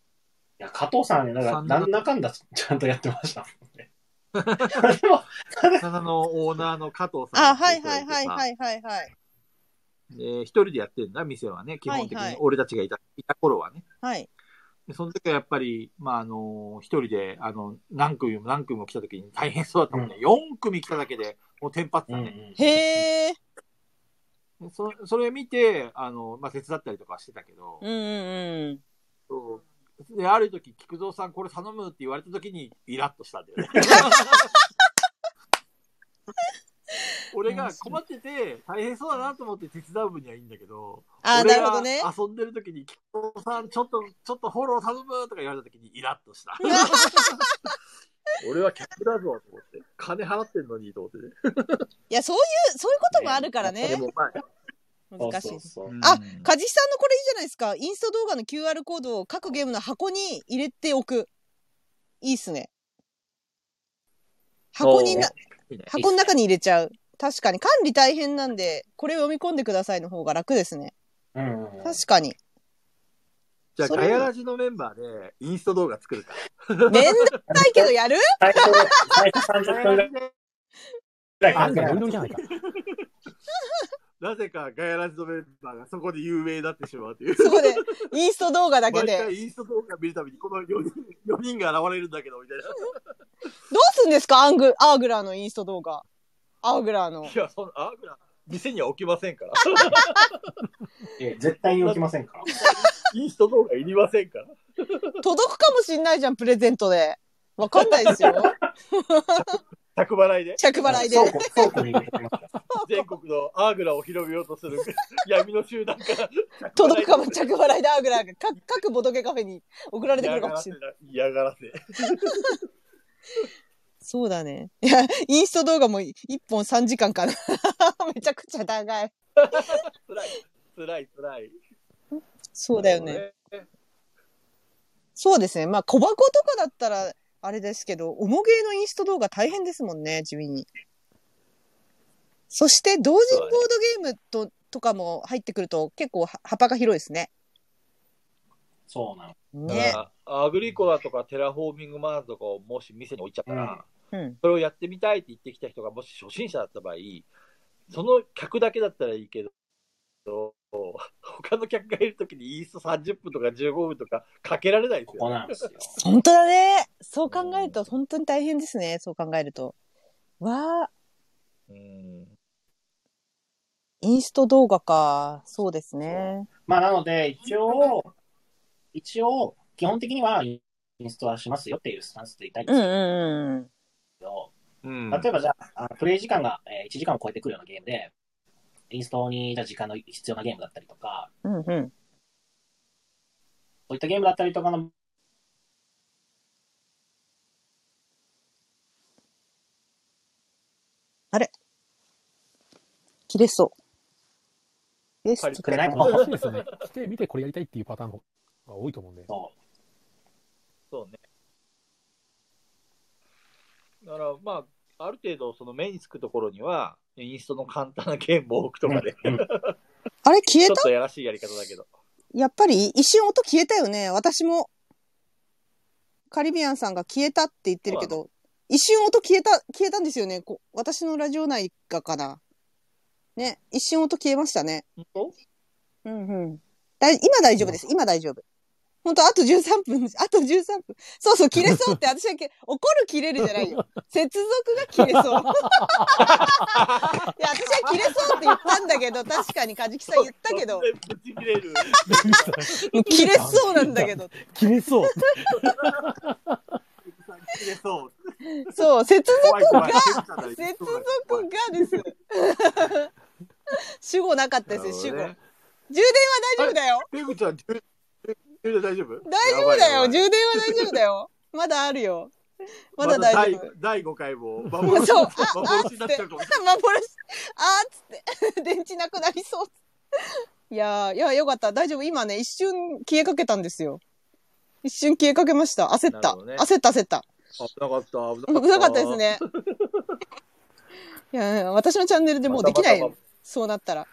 S4: や、加藤さんね、だから、
S6: 三段
S4: なんだかんだちゃんとやってましたもん
S1: <laughs>
S4: ね。でも、
S6: 魚のオーナーの加藤さん
S1: あ、
S6: に来
S1: は
S6: て
S1: い
S6: いただ
S1: はいい
S6: てさ。
S1: はいはいはいはい。
S6: で、一人でやってるんだ、店はね。基本的
S1: はいは
S6: に
S1: い
S6: 俺たちがいた,、いた頃はね。
S1: はい。
S6: でその時はやっぱり、まあ、あの、一人で、あの、何組も何組も来た時に大変そうだったもんね。4組来ただけで、もうテンパってたね。
S1: へえ。
S6: でそそれ見て、あの、まあ、手伝ったりとかしてたけど、
S1: うんうんうん。
S6: そうで、ある時、菊蔵さんこれ頼むって言われた時に、イラッとしたんだ
S1: <laughs>
S6: よね。俺が困ってて、大変そうだなと思って手伝う分にはいいんだけど、
S1: あー、な
S6: 俺が
S1: るほどね。
S6: 遊んでる時に、菊蔵さん、ちょっと、ちょっとフォロー頼むとか言われた時に、イラッとした。俺は客だぞと思って。金払ってんのにと思ってね。
S1: いや、そういう、そういうこともあるからね
S6: で。も、まあ、
S1: 難しい。
S4: そうそうそう
S1: あ、カジさんのこれいいじゃないですか。インスト動画の QR コードを各ゲームの箱に入れておく。いいっすね。箱にな、
S6: いいね
S1: 箱の中に入れちゃう。確かに。管理大変なんで、これを読み込んでくださいの方が楽ですね。
S4: うんうんうん。
S1: 確かに。
S6: じゃあ、
S1: それ
S6: ガヤラジのメンバーで、インスト動画作るか。
S1: めんどくさいけどや
S6: <laughs>
S1: る
S4: 最初、最初30分ぐら
S2: あ
S4: いか
S2: ん
S4: け
S2: たノリ
S4: ない
S2: ノリじゃないか。
S6: なぜかガヤラジのメンバーがそこで有名になってしまうという。
S1: そこで、インスト動画だけ
S6: 毎
S1: で。どう
S6: 回インスト動画見るたびにこの4人 ,4 人が現れるんだけどみたいな。
S1: すんですかアング、アーグラーのインスト動画。アーグラーの。
S6: いや、そのアーグラ、店には置きませんから。
S4: え絶対に起きませんから。
S6: インスト動画いりませんから。
S1: 届くかもしんないじゃん、プレゼントで。わかんない
S6: <laughs>
S1: ですよ。
S6: 着払いで
S1: 着払いで。
S4: 倉庫、倉庫に入れてますから。
S6: 全国のアーグラを広めようとす <laughs> る闇の集団から
S1: 届くかも、着払いでアーグラーが各各ボトゲカフェに送られてくるかもしれない。
S6: 嫌がらせ。
S1: そうだね。いや、インスト動画も1本3時間かな。めちゃくちゃ長い。
S6: 辛い、辛い、辛い。
S1: そうだよね。そうですね。まあ、小箱とかだったら、あれですけど、重芸のインスト動画大変ですもんね、地味に。そして、同人ボードゲームと、とかも入ってくると、結構は、幅が広いですね。
S4: そうなの。
S1: ね。
S6: だからアグリコラとかテラフォーミングマーズとかをもし店に置いちゃったら、
S1: うん。
S6: それをやってみたいって言ってきた人がもし初心者だった場合、その客だけだったらいいけど、他の客がいるときにインスト30分とか15分とかかけられないで
S4: こ
S6: す
S4: こ
S6: よ。
S4: なんですよ。
S1: 本当だね。そう考えると、本当に大変ですね。そう考えると。わあ、
S6: うん
S1: インスト動画か。そうですね。
S4: まあ、なので、一応、一応、基本的にはインストはしますよっていうスタンスでいたいんで
S1: うん
S4: す
S1: う
S4: け
S1: んうん。
S4: ど、
S6: うん
S4: 例えばじゃあ、あプレイ時間がえー1時間を超えてくるようなゲームで、インストにじゃあ時間の必要なゲームだったりとか、
S1: うんうん。
S4: そういったゲームだったりとかの、
S1: 切れそう。です。
S4: くれないと
S2: まあ、
S4: の
S2: 欲しいですよね。来てみてこれやりたいっていうパターンの方が多いと思うんで。
S6: そうね。だから、まあ、ある程度、その目につくところには、インストの簡単なゲームを置くとかで、
S4: うん
S6: ち
S1: あれ消え
S6: ょ
S1: た
S6: っとやらしいやり方だけど。
S1: やっぱり一瞬音消えたよね。私も、カリビアンさんが消えたって言ってるけど、一瞬音消えた、消えたんですよね。こ私のラジオ内がかな。ね、一瞬音消えましたね。
S6: 本当
S1: うんうん。だい今大丈夫です。今大丈夫。ほんと、あと13分、 <laughs> あと13分。そうそう、切れそう
S6: <laughs>
S1: って、私はけ怒る切れるじゃないよ。接続が切れそ
S6: <laughs>
S1: う。いや、私は切れそうって言ったんだけど、確かにカジキさん言ったけど、
S3: ぶち切れる。
S2: <laughs>
S1: 切れそうなんだけど。
S2: 切れそう。
S6: 切れそう。
S1: そう、接続
S6: <laughs> 怖い怖い。
S1: 接続がです。 <laughs> 主語なかったですよ、主語。充電は大丈夫だよ。
S6: ペグちゃん、充電大丈夫
S1: 大丈夫だよ。
S6: やばいやばい
S1: 充電は大丈夫だよ。まだあるよ。まだ大丈夫。
S6: 第5回も、
S1: <laughs> そう、あ、あ
S3: <laughs>
S1: っ
S6: 幻
S1: つ
S6: に
S1: っ、
S6: なって
S1: 幻
S6: ちゃうかも。
S1: あっつって、 <laughs> 電池なくなりそう。いやー、いや、よかった。大丈夫。今ね、一瞬消えかけたんですよ。一瞬消えかけました。焦っ
S3: なる
S1: た。
S3: ほどね
S1: 焦った、焦った。
S3: 危なかった、危なか
S1: う
S3: った。
S1: ざかったです
S3: <laughs>
S1: ね。いや、私のチャンネルでもうできない
S3: また
S1: よ。そうな
S3: <laughs>
S1: ったら。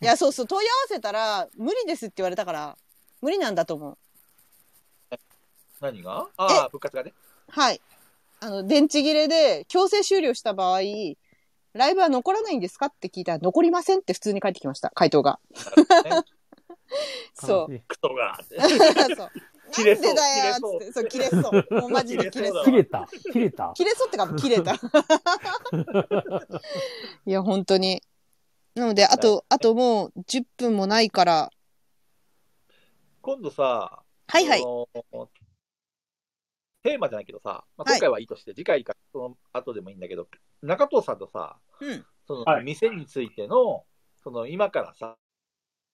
S1: いや、そうそう。問い合わせたら、無理ですって言われたから、無理なんだと思う。
S3: 何がああ、復活がね。
S1: はい。あの、電池切れで強制終了した場合、ライブは残らないんですかって聞いたら、残りませんって普通に返ってきました、回答が。 <laughs> そう。
S2: 悲しい
S3: クソが。
S1: <laughs> そう
S3: 切
S1: なん
S3: れそ
S1: で
S3: う
S1: だよっつって、そう、切れそう。もうマジで切れそう
S2: 切。れた。切れた。
S1: 切れそうって
S3: <laughs>
S1: か、切れた。いや、本当に。なので、あと、あともう10分もないから。
S3: 今度さ、
S1: はいはい。
S3: そのテーマじゃないけどさ、まあ、
S1: はい
S3: 今回はいいとして、次回かその後でもいいんだけど、中藤さんとさ、
S1: うん
S3: そ
S4: は
S3: の
S4: い
S3: 店についての、その今からさ、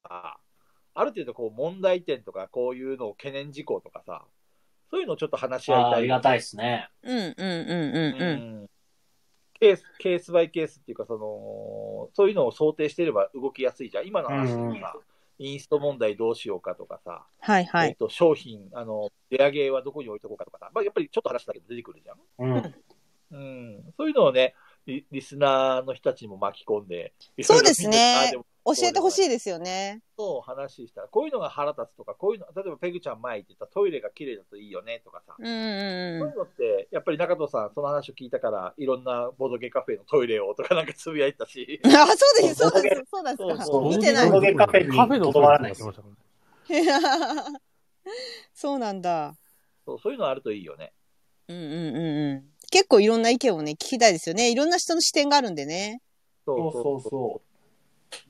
S3: あある程度こう問題点とか、こういうのを懸念事項とかさ、そういうのをちょっと話し合いた
S4: あー
S3: い。
S4: ありがたいですね。
S1: うんうんうん
S3: う
S1: うんうん。
S3: んケースケースバイケースっていうかその、そういうのを想定してれば動きやすいじゃん。今の話でさ、インスト問題どうしようかとかさ、
S1: はいは
S3: えっ
S1: い。
S3: と商品あの、値上げはどこに置いとこうかとかさ、まあ、やっぱりちょっと話だけど出てくるじゃん。
S4: うん。
S3: うん、そういうのをねリ、リスナーの人たちにも巻き込んで、
S1: そうですね
S3: いろいろみんなあーでも
S1: 教えてほしいですよね。
S3: そう話したら、こういうのが腹立つとか、こういうの、例えばペグちゃん前言ってたトイレが綺麗だといいよねとかさ、
S1: うんうん。
S3: そううんいうのって、やっぱり中藤さん、その話を聞いたから、いろんなボードゲーカフェのトイレをとかなんかつぶやいたし。<laughs>
S1: あ、そうです、そうです、そうなんですか。
S3: そう
S1: 見てない
S4: ボードゲーカフェに
S2: カフェの
S4: とどまらないです
S2: そうですね
S1: <laughs> そうなんだ。
S3: そうそういうのあるといいよね。
S1: うんうんうんうん。結構いろんな意見をね、聞きたいですよね。いろんな人の視点があるんでね。
S3: そ
S4: そうう
S3: そう
S4: そうそ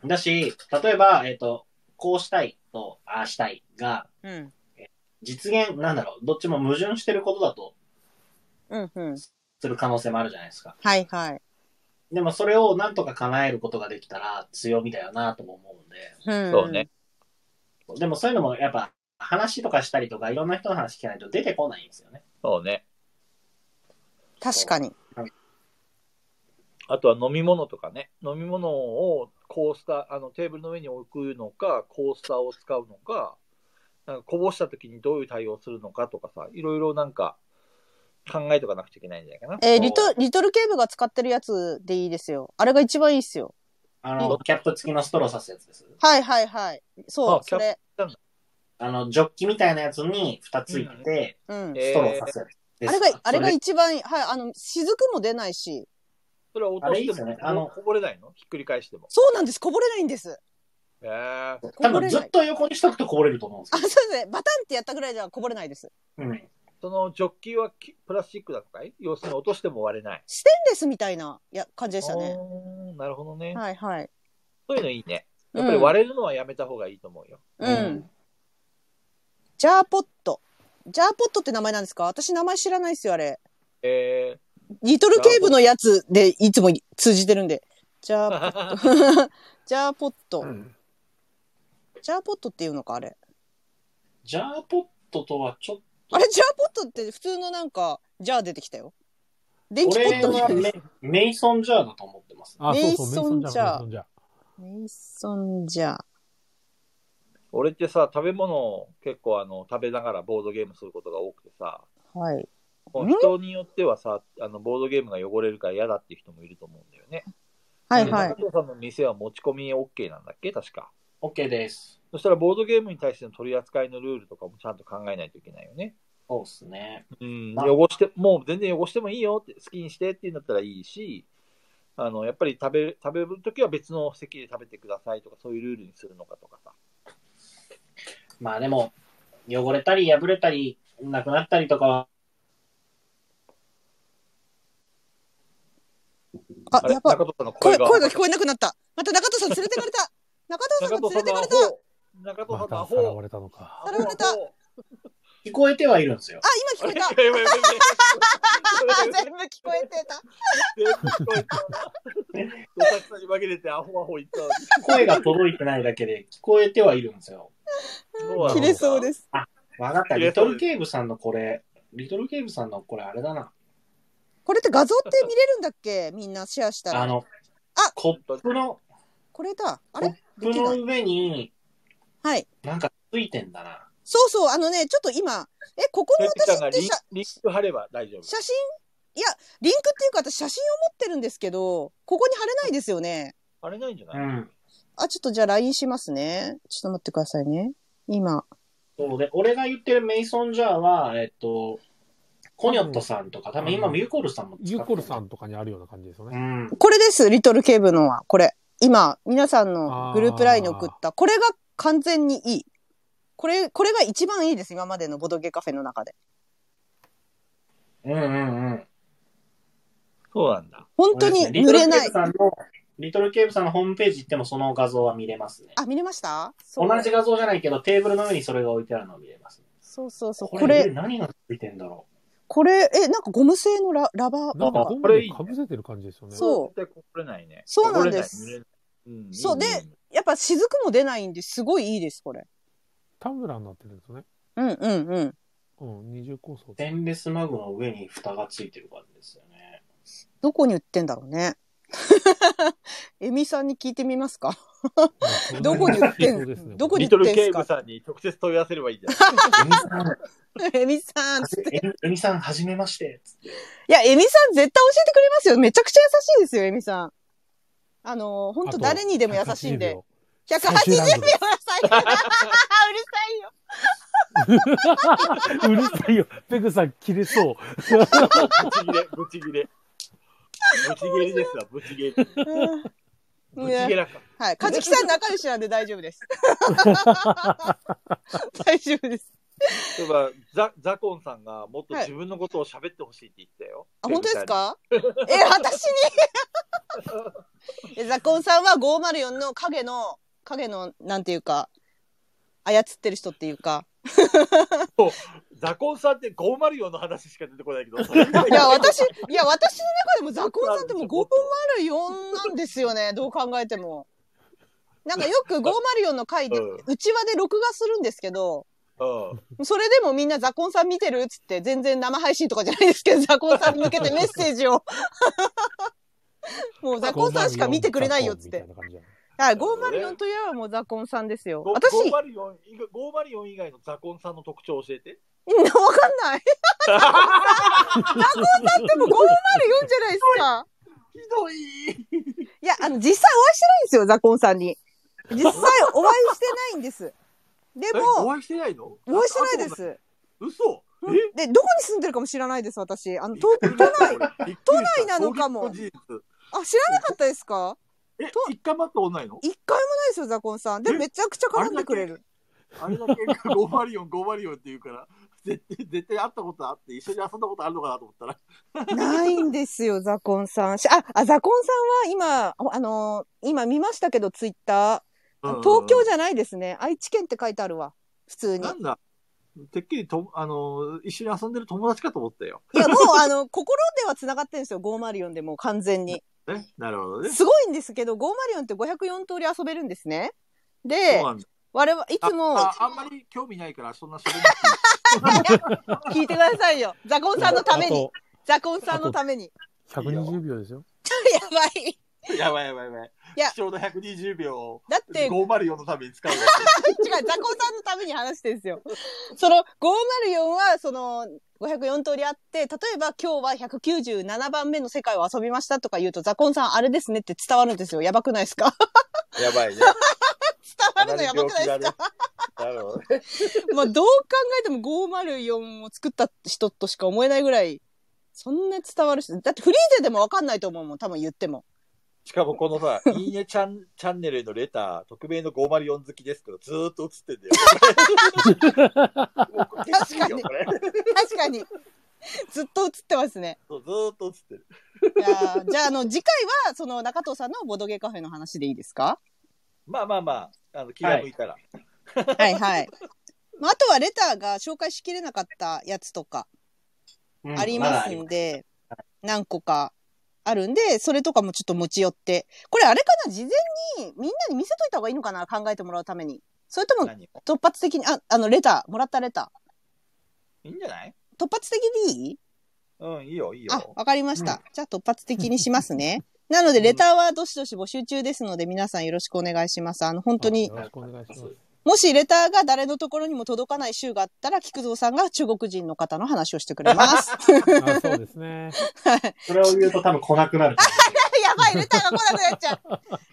S4: う。だし、例えば、えっ、と、こうしたいと、ああしたいが、
S1: うん。
S4: 実現、なんだろう、どっちも矛盾してることだと
S1: うんうん。
S4: する可能性もあるじゃないですか。
S1: はいはい。
S4: でもそれをなんとか叶えることができたら強みだよなとも思うんで。
S1: うん、
S3: そうね。。
S4: でもそういうのもやっぱ話とかしたりとかいろんな人の話聞かないと出てこないんですよね。
S3: そうね。
S1: 確かに。
S3: あとは飲み物とかね。飲み物をコースター、あのテーブルの上に置くのか、コースターを使うのか、なんかこぼした時にどういう対応するのかとかさ、いろいろなんか考えとかなくちゃいけないんじゃないかな。
S1: えーリト、リトルケーブが使ってるやつでいいですよ。あれが一番いいっすよ。
S4: あの、キャップ付きのストローさすやつです。
S1: はいはいはい。そう
S3: あ、キ
S1: そ
S3: ャップ
S1: れ。
S4: あの、ジョッキみたいなやつに蓋ついてて、
S1: うん。
S3: え
S4: ストローさすやつです。
S1: あれが、あれが
S4: いい。
S1: 一番いい。はい、あの、雫も出ないし。
S3: それは落として
S4: あれいい
S3: も
S4: っすよねあの
S3: こぼれないのひっくり返しても。
S1: そうなんです。こぼれないんです。
S3: えー、
S4: 多分ずっと横にしとくとこぼれると思うんで
S1: あ、
S4: す
S1: そうですね。バタンってやったぐらいじゃこぼれないです。
S4: けど。うん。
S3: そのジョッキはきプラスチックだったかい要するに落としても割れない。
S1: ステンレスみたいなや感じでしたね。
S3: おーなるほどね。
S1: はいはい。
S3: そういうのいいね。やっぱり割れるのはやめた方がいいと思うよ。
S1: うん。うん。ジャーポット。ジャーポットって名前なんですか私名前知らないですよ、あれ。
S3: え
S1: リトルケーブのやつでいつも通じてるんで。ジャーポッ
S3: ー、
S1: ト。 <laughs> ジャーポット。ジャーポットっていうのか、あれ。
S4: ジャーポットとはちょっ
S1: あれ、ジャーポットって普通のなんか、ジャー出てきたよ。電
S4: と、
S1: 気ポッ
S4: 俺
S1: トみた
S4: はい
S1: な。
S4: メメイソンジャーだと思ってます。
S2: あ、そうそう、メイソン
S1: メイソンじ
S2: じ
S1: ゃ
S2: ゃん、メ
S1: メ
S2: イソンじゃん。
S1: イソンジャー。
S3: 俺ってさ、食べ物を結構あの食べながらボードゲームすることが多くてさ、
S1: はい。
S3: もうん人によってはさ、あのボードゲームが汚れるから嫌だっていう人もいると思うんだよね。
S1: はいはい
S3: で。中藤さんの店は持ち込み OK なんだっけ確か。
S4: OK です。
S3: そしたらボードゲームに対しての取り扱いのルールとかもちゃんと考えないといけないよね。
S4: そうですね。
S3: うん、
S4: あ
S3: 汚して、もう全然汚してもいいよって、好きにしてっていうんだったらいいし、あの、やっぱり食べる、食べるときは別の席で食べてくださいとか、そういうルールにするのかとかさ。
S4: まあでも、汚れたり破れたり、なくなったりとかは、
S1: あ、やば。
S6: 中戸さんの声
S1: 声、
S6: が。
S1: 声が聞こえなくなった。また中藤さん連れてかれた。中藤さんが連れてかれた。あ、
S6: 中戸さ
S2: ま
S6: んの
S2: たさ
S6: アホ。
S2: らわれたのか。
S1: さらわれた
S6: アホ
S4: 聞こえてはいるんですよ。
S1: 今聞こえた。
S6: いやいやいやいや
S1: 全部聞こえてた。
S6: 全部聞こえたなどさくさに紛れてアホアホ言ったのに
S4: 声が届いてないだ
S1: <laughs>
S4: けで聞こえてはいるんですよ。
S6: どうなの
S1: 切れそうです。
S4: わかった。
S6: いや
S4: リトルケーブさんのこれ、リトルケーブさんのこれあれだな。
S1: これって画像って見れるんだっけみんなシェアした
S4: あ
S1: ら。
S4: の
S1: あ、
S4: コップの、
S1: これだ。あ
S4: コッ
S1: れ
S4: プ
S1: どっち
S4: の
S1: だ
S4: 上に
S1: はい。
S4: なんかついてんだな。
S1: そうそう、あのね、ちょっと今、え、ここ
S6: そ
S1: の
S6: れって
S1: 私
S6: さ
S1: って
S6: リン
S1: 写
S6: リンク貼れば大丈夫。
S1: 写真いや、リンクっていうか私写真を持ってるんですけど、ここに貼れないですよね。
S6: あれないんじゃな
S4: う
S6: い、
S4: ん。
S1: あ、ちょっとじゃあ LINE しますね。ちょっと待ってくださいね。今。
S4: そうで、俺が言ってるメイソンジャーは、えっと、コニョットさんとか、多分今もユーコールさんも使って
S2: ユ
S4: る
S2: ーコルさんとかにあるような感じですよ
S4: う
S2: ね。
S4: ん。
S1: これです、リトルケーブのは。これ。今、皆さんのグループ LINE に送った。これが完全にいい。これ、これが一番いいです、今までのボドゲカフェの中で。
S4: うんうんうん。
S6: そうなんだ。
S1: 本当に
S4: そうですね
S1: 濡れない
S4: リトルケーブ。さんの、リトルケーブさんのホームページ行ってもその画像は見れますね。
S1: あ、見れましたそ
S4: 同
S1: う
S4: じ画像じゃないけど、テーブルの上にそれが置いてあるのを見れます、ね。
S1: そうそうそう。
S4: こ
S1: こ
S4: れ、
S1: れ、
S4: 何がついてんだろ
S1: これ、え、なんかゴム製のララバー。
S2: なんかゴ
S6: これいいね
S2: ムかぶせてる感じですよね。
S1: そう
S6: 絶対こぼれないね。
S1: そうなんです
S6: こぼれない見れないうん、
S1: そうで
S6: いいね
S1: やっぱ雫も出ないんですごいいいです、これ。
S2: タンブラーになってるんですよね。
S1: うんうんうん。
S2: うん、二重構想
S4: う。ス。テンレスマグの上に蓋がついてる感じですよね。
S1: どこに売ってんだろうね。 <laughs> エミさんに聞いてみますか <laughs> どこに売って
S2: そうですね
S1: んどこに
S6: リ
S1: 売
S6: ト
S1: っ
S6: ル
S1: て
S6: ケ
S1: んす
S6: ーブ
S1: か
S6: さんに直接問い合わせればいいんじゃない
S4: エミさ
S1: エミさ
S4: ん、
S1: んっつって。
S4: えみえみさん、はじめまして。
S1: いや、エミさん絶対教えてくれますよ。めちゃくちゃ優しいですよ、エミさん。あのー、ほんと誰にでも優しいんで。180
S2: 秒
S1: 秒優しい。 <laughs> うるさいよ。
S2: 180秒うるさいよ。ペグさん、切れそう。
S6: ブチギレ、ブチギレ。ブチギレですわ、ブチギレ。ブチ
S1: うん
S6: ギレか。
S1: はい。かじきさん仲良しなんで大丈夫
S6: <laughs>
S1: です。大丈夫です。
S6: 例えばザ、ザコンさんがもっと自分のことを喋ってほしいって言ってたよ。
S1: あ、本当ですかえ、私に <laughs> えザコンさんは504の影の、影の、なんていうか、操ってる人っていうか。
S6: ザコンさんって504の話しか出てこないけど。
S1: いや、私、いや、私の中でもザコンさんってもう504なんですよね。どう考えても。なんかよく504の回で、
S6: うん
S1: うちわで録画するんですけど、
S6: うん。
S1: それでもみんなザコンさん見てるっつって、全然生配信とかじゃないですけど、ザコンさんに向けてメッセージを。もうザコンさんしか見てくれないよっつって
S2: み。たいな感じや
S1: はい、504といえばもうザコンさんですよ。
S6: ご
S1: 私、
S6: 504
S1: わ
S6: 以外504以外のザコンさんの特徴教えて。
S1: <laughs> かんない。ザコンさんってもう504じゃないですか。
S6: ひどい
S1: いや、あの、実際お会いしてないんですよ、ザコンさんに。実際お会いしてないんです。で
S7: え、
S1: も、
S7: お会いしてないの
S1: お会いしてないで。す。
S7: 嘘
S1: うん
S7: え
S1: で、どこに住んでるかも知らないです、私。あの、東都内、
S7: 内
S1: 都内なのかも
S7: 事実
S1: あ、知らなかったですか
S7: え、一回待ったことないの
S1: 一回もないですよ、ザコンさん。でもめちゃくちゃ絡んでくれる。
S7: あれだけ504、504って言うから、 <laughs> 絶対、絶対会ったことあって、一緒に遊んだことあるのかなと思ったら、
S1: ないんですよ、ザコンさん。しあ、あ、ザコンさんは今、あのー今見ましたけど、ツイッター。東京じゃないですね。愛知県って書いてあるわ。普通に。い
S7: なんだ、てっきりと、あの、一緒に遊んでる友達かと思ったよ。
S1: や、もう、あの、 <laughs> 心では繋がってるんですよ。504でもう完全に。
S7: ね、なるほどね。
S1: すごいんですけど、504って504通り遊べるんですね。で
S7: そう、なんだ
S1: 我々、いつも、
S7: あああんまり興味ないから、そんな喋る
S1: <laughs> 聞いてくださいよ。ザコンさんのため
S2: あ
S1: に
S2: と。
S1: ザコンさんのために。 <laughs>
S2: 120秒ですよ。
S1: やばい。
S6: <laughs> やばいやばいやばい。
S1: いや
S6: 貴重な120秒を
S1: だって、
S6: 504のために使う
S1: <laughs>
S6: わ
S1: 違う、ザコさんのために話してるんですよ。その、504は、その、504通りあって、例えば今日は197番目の世界を遊びましたとか言うと、ザコンさんあれですねって伝わるんですよ。やばくないですか <laughs>
S6: け。やばいね。
S1: 伝わるのやばくないですか
S6: なるほどね。
S1: まあ、どう考えても504を作った人としか思えないぐらい、そんな伝わる人。だってフリーゼでもわかんないと思うもん、多分言っても。
S3: しかもこのさ、いいねチャンチャンネルへのレター、匿名の504好きですけど、ずーっと映ってんだよ。もうこれ消していいよこれ
S1: 確かに。ずっと映ってますね。
S3: そうずーっと映ってる。
S1: いやーじゃあ、あの、次回は、その、中藤さんのボドゲカフェの話でいいですか
S3: まあまあまあ、あの気が向いたら。
S1: はいはい。まあ、あとはレターが紹介しきれなかったやつとか
S4: うん
S1: ありますんで、何個かあるんで、それとかもちょっと持ち寄って。これあれかな事前にみんなに見せといた方がいいのかな考えてもらうために。それとも
S3: 何を
S1: 突発的に、あ、あの、レター、もらったレタ
S3: いいんじゃない
S1: ー。突発的でいい
S3: うん、いいよ、いい
S1: あ、
S3: よ。
S1: わかりました。じゃあ突発的にしますね。なので、レターはどしどし募集中ですので、皆さんよろしくお願いします。あの、本当に
S2: よ、ろしくお願いします。
S1: もしレターが誰のところにも届かない週があったら、菊蔵さんが中国人の方の話をしてくれます。
S2: あそうですね。
S4: それを言うと多分来なくなると
S1: <laughs> やばい、レターが来なくなっちゃう。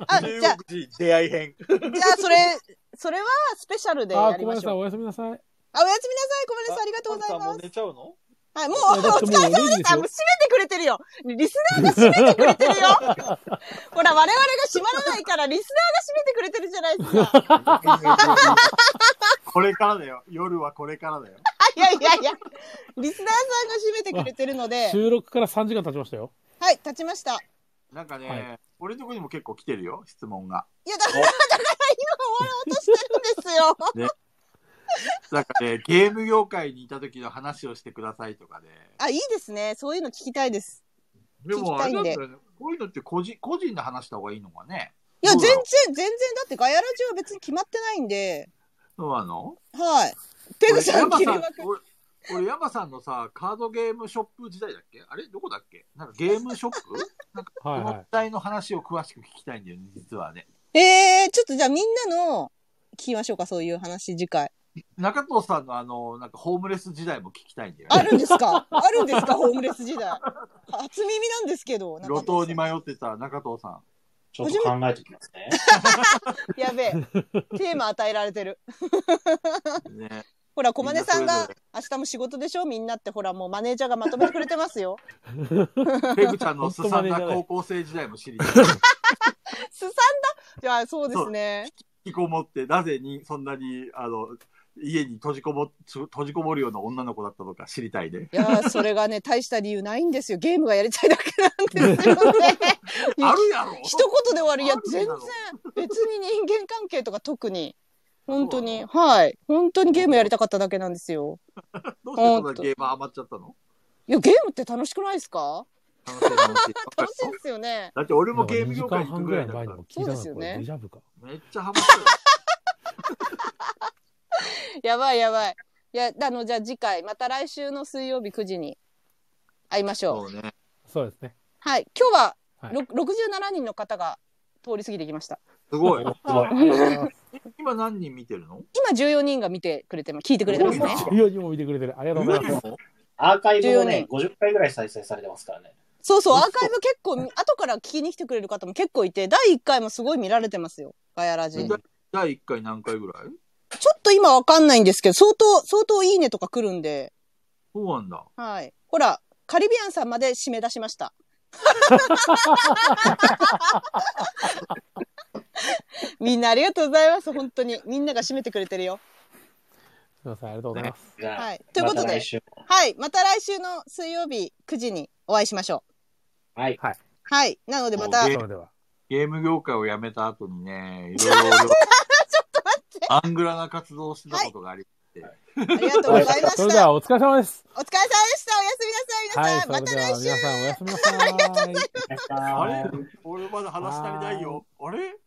S1: あ、じゃあ、
S3: 中国人出会い編。
S1: じゃあ、それ、それはスペシャルでや
S2: あ、
S1: り
S2: ご
S1: ま
S2: めんな
S1: し
S2: さい。
S1: ょう。
S2: おやすみなさい。
S1: あ、おやすみなさい。ごめんなさい。ありがとうござい
S3: パンさん
S1: ま
S3: もう
S1: す。
S3: 寝ちゃうの <laughs>
S1: はい、もう、
S2: いやだ
S1: お
S2: って
S1: 疲
S2: も
S1: れ
S2: う
S1: 様でした。
S2: 0時
S1: もう閉め
S2: で
S1: てくれてるよ。リスナーが閉めてくれてるよ。ほら、我々が閉まらないから、リスナーが閉めてくれてるじゃないですか。
S6: これからだよ。夜はこれからだよ。
S1: いやいやいや、リスナーさんが閉めてくれてるので、
S2: 収録から3時間経ちましたよ。
S1: はい、立ちました。
S6: なんかね、
S2: は
S6: 俺のとこにも結構来てるよ、質問が。
S1: いや、だ <laughs> から、だから今終わろうとしてるんですよ。
S6: なんかね、ゲーム業界にいた時の話をしてくださいとかね。
S1: <laughs> あ、いいですね。そういうの聞きたいです。
S6: で
S1: 聞
S6: も、
S1: きた
S6: あ
S1: いん
S6: れなん
S1: で
S6: だよね。こういうのって個人個人で話した方がいいのかね。
S1: いや、
S6: そう
S1: 全
S6: な
S1: 然全
S6: の、
S1: 然、だってガヤラジは別に決まってないんで、
S6: そうなの
S1: はい。ペグさん、
S6: 俺
S1: 切り
S6: 山
S1: ま
S6: さ
S1: く
S6: ん俺俺、山さんのさ、カードゲームショップ時代だっけあれどこだっけなんかゲームショップなんか、
S2: はい
S6: この
S2: は
S6: 時代の話を詳しく聞きたいんだよね、実はね。
S1: えー、ちょっとじゃあみんなの聞きましょうか、そういう話、次回。
S6: 中藤さんのあの、なんかホームレス時代も聞きたいんだよ
S1: あ
S6: ね。
S1: るんです <laughs> かあるんですかホームレス時代。初耳なんですけど。
S6: 路頭に迷ってた中藤さん。
S4: 思う。ちょっと考えておきますね。
S1: やべえ。テーマ与えられてる。
S6: ね、
S1: ほら、小金さん
S6: みんな
S1: が
S6: それぞ、
S1: 明日も仕事でしょみんなって、ほら、もうマネージャーがまとめてくれてます
S6: <laughs>
S1: よ。
S6: ペグちゃんのすさんだ高校生時代も知りたい。
S1: すさんだじゃあ、そうですね。
S6: 引きこもって、なぜにそんなに、あの、家に閉じこも、つ閉じこもるような女の子だったのか知りたいね。
S1: いやーそれがね、大した理由ないんですよ。ゲームがやりたいだけなんですよね。
S6: あるやろ
S1: <laughs> 一言で終わり、いや
S6: あ、る
S1: 全然
S6: んだろ、
S1: 別に人間関係とか特に、本当に、
S6: そ
S1: はい。本当にゲームやりたかっただけなんですよ。
S6: どうしてそんなゲーム余っちゃったの
S1: いや、ゲームって楽しくないですか
S6: 楽しい楽しい
S1: 楽しいですよね。
S6: だって俺
S2: で
S6: もゲーム業界に行く
S2: 半
S6: ぐ
S2: ぐら
S6: らい
S2: い
S6: だ
S2: 前
S6: か
S2: に
S6: ら
S2: も。聞
S1: そ
S2: いた
S1: う
S2: な
S1: ですよ
S2: こ
S1: ね
S2: れデジャブか。
S6: めっちゃハマってる。
S1: やばいやばい。いや、あの、じゃあ次回、また来週の水曜日9時に会いましょう。
S6: そうね。
S2: そうですね。
S1: はい。今日は、
S2: はい
S1: ろく67人の方が通り過ぎてきました。
S6: すごい。
S4: すごい。
S6: <laughs> 今何人見てるの
S1: 今14人が見てくれてます、聞いてくれてます
S2: <laughs>
S1: ね。
S2: いや、にも見てくれてる。ありがとうございます。
S4: アーカイブも
S1: 14
S4: ね、50回ぐらい再生されてますからね。
S1: そうそう、アーカイブ結構、後から聞きに来てくれる方も結構いて、第1回もすごい見られてますよ。ガヤラジ。
S6: うん
S1: ちょ
S6: 第1回何回ぐらい
S1: っと今わかんないんですけど、相当、相当いいねとか来るんで。
S6: そうなんだ。
S1: はい。ほら、カリビアンさんまで締め出しました。みんなありがとうございます。本当に。みんなが締めてくれてるよ。
S2: すいません、ありがとうございます。
S4: じゃあ、
S1: はい。ということ
S4: また
S1: で
S4: 来、週も。
S1: はい。また来週の水曜日9時にお会いしましょ
S4: はい。
S1: う。はい。なのでまた、
S6: もう
S2: それでは。
S6: ゲーム業界を辞めた後に <laughs> ね、いろいろアングラな活動をしてたことがあり、
S1: ありがとうございま
S2: それ
S1: し
S2: で
S1: た。
S2: はお疲れ様です。
S1: お疲れ様でした。おやすみなさ、
S2: は
S1: 皆
S2: いい、
S1: さん。
S2: それ
S1: また
S2: では
S1: 来週 <laughs>
S2: 皆さんおやすみなさい。
S4: お願いします
S6: 俺まだ話足りないよ。あれ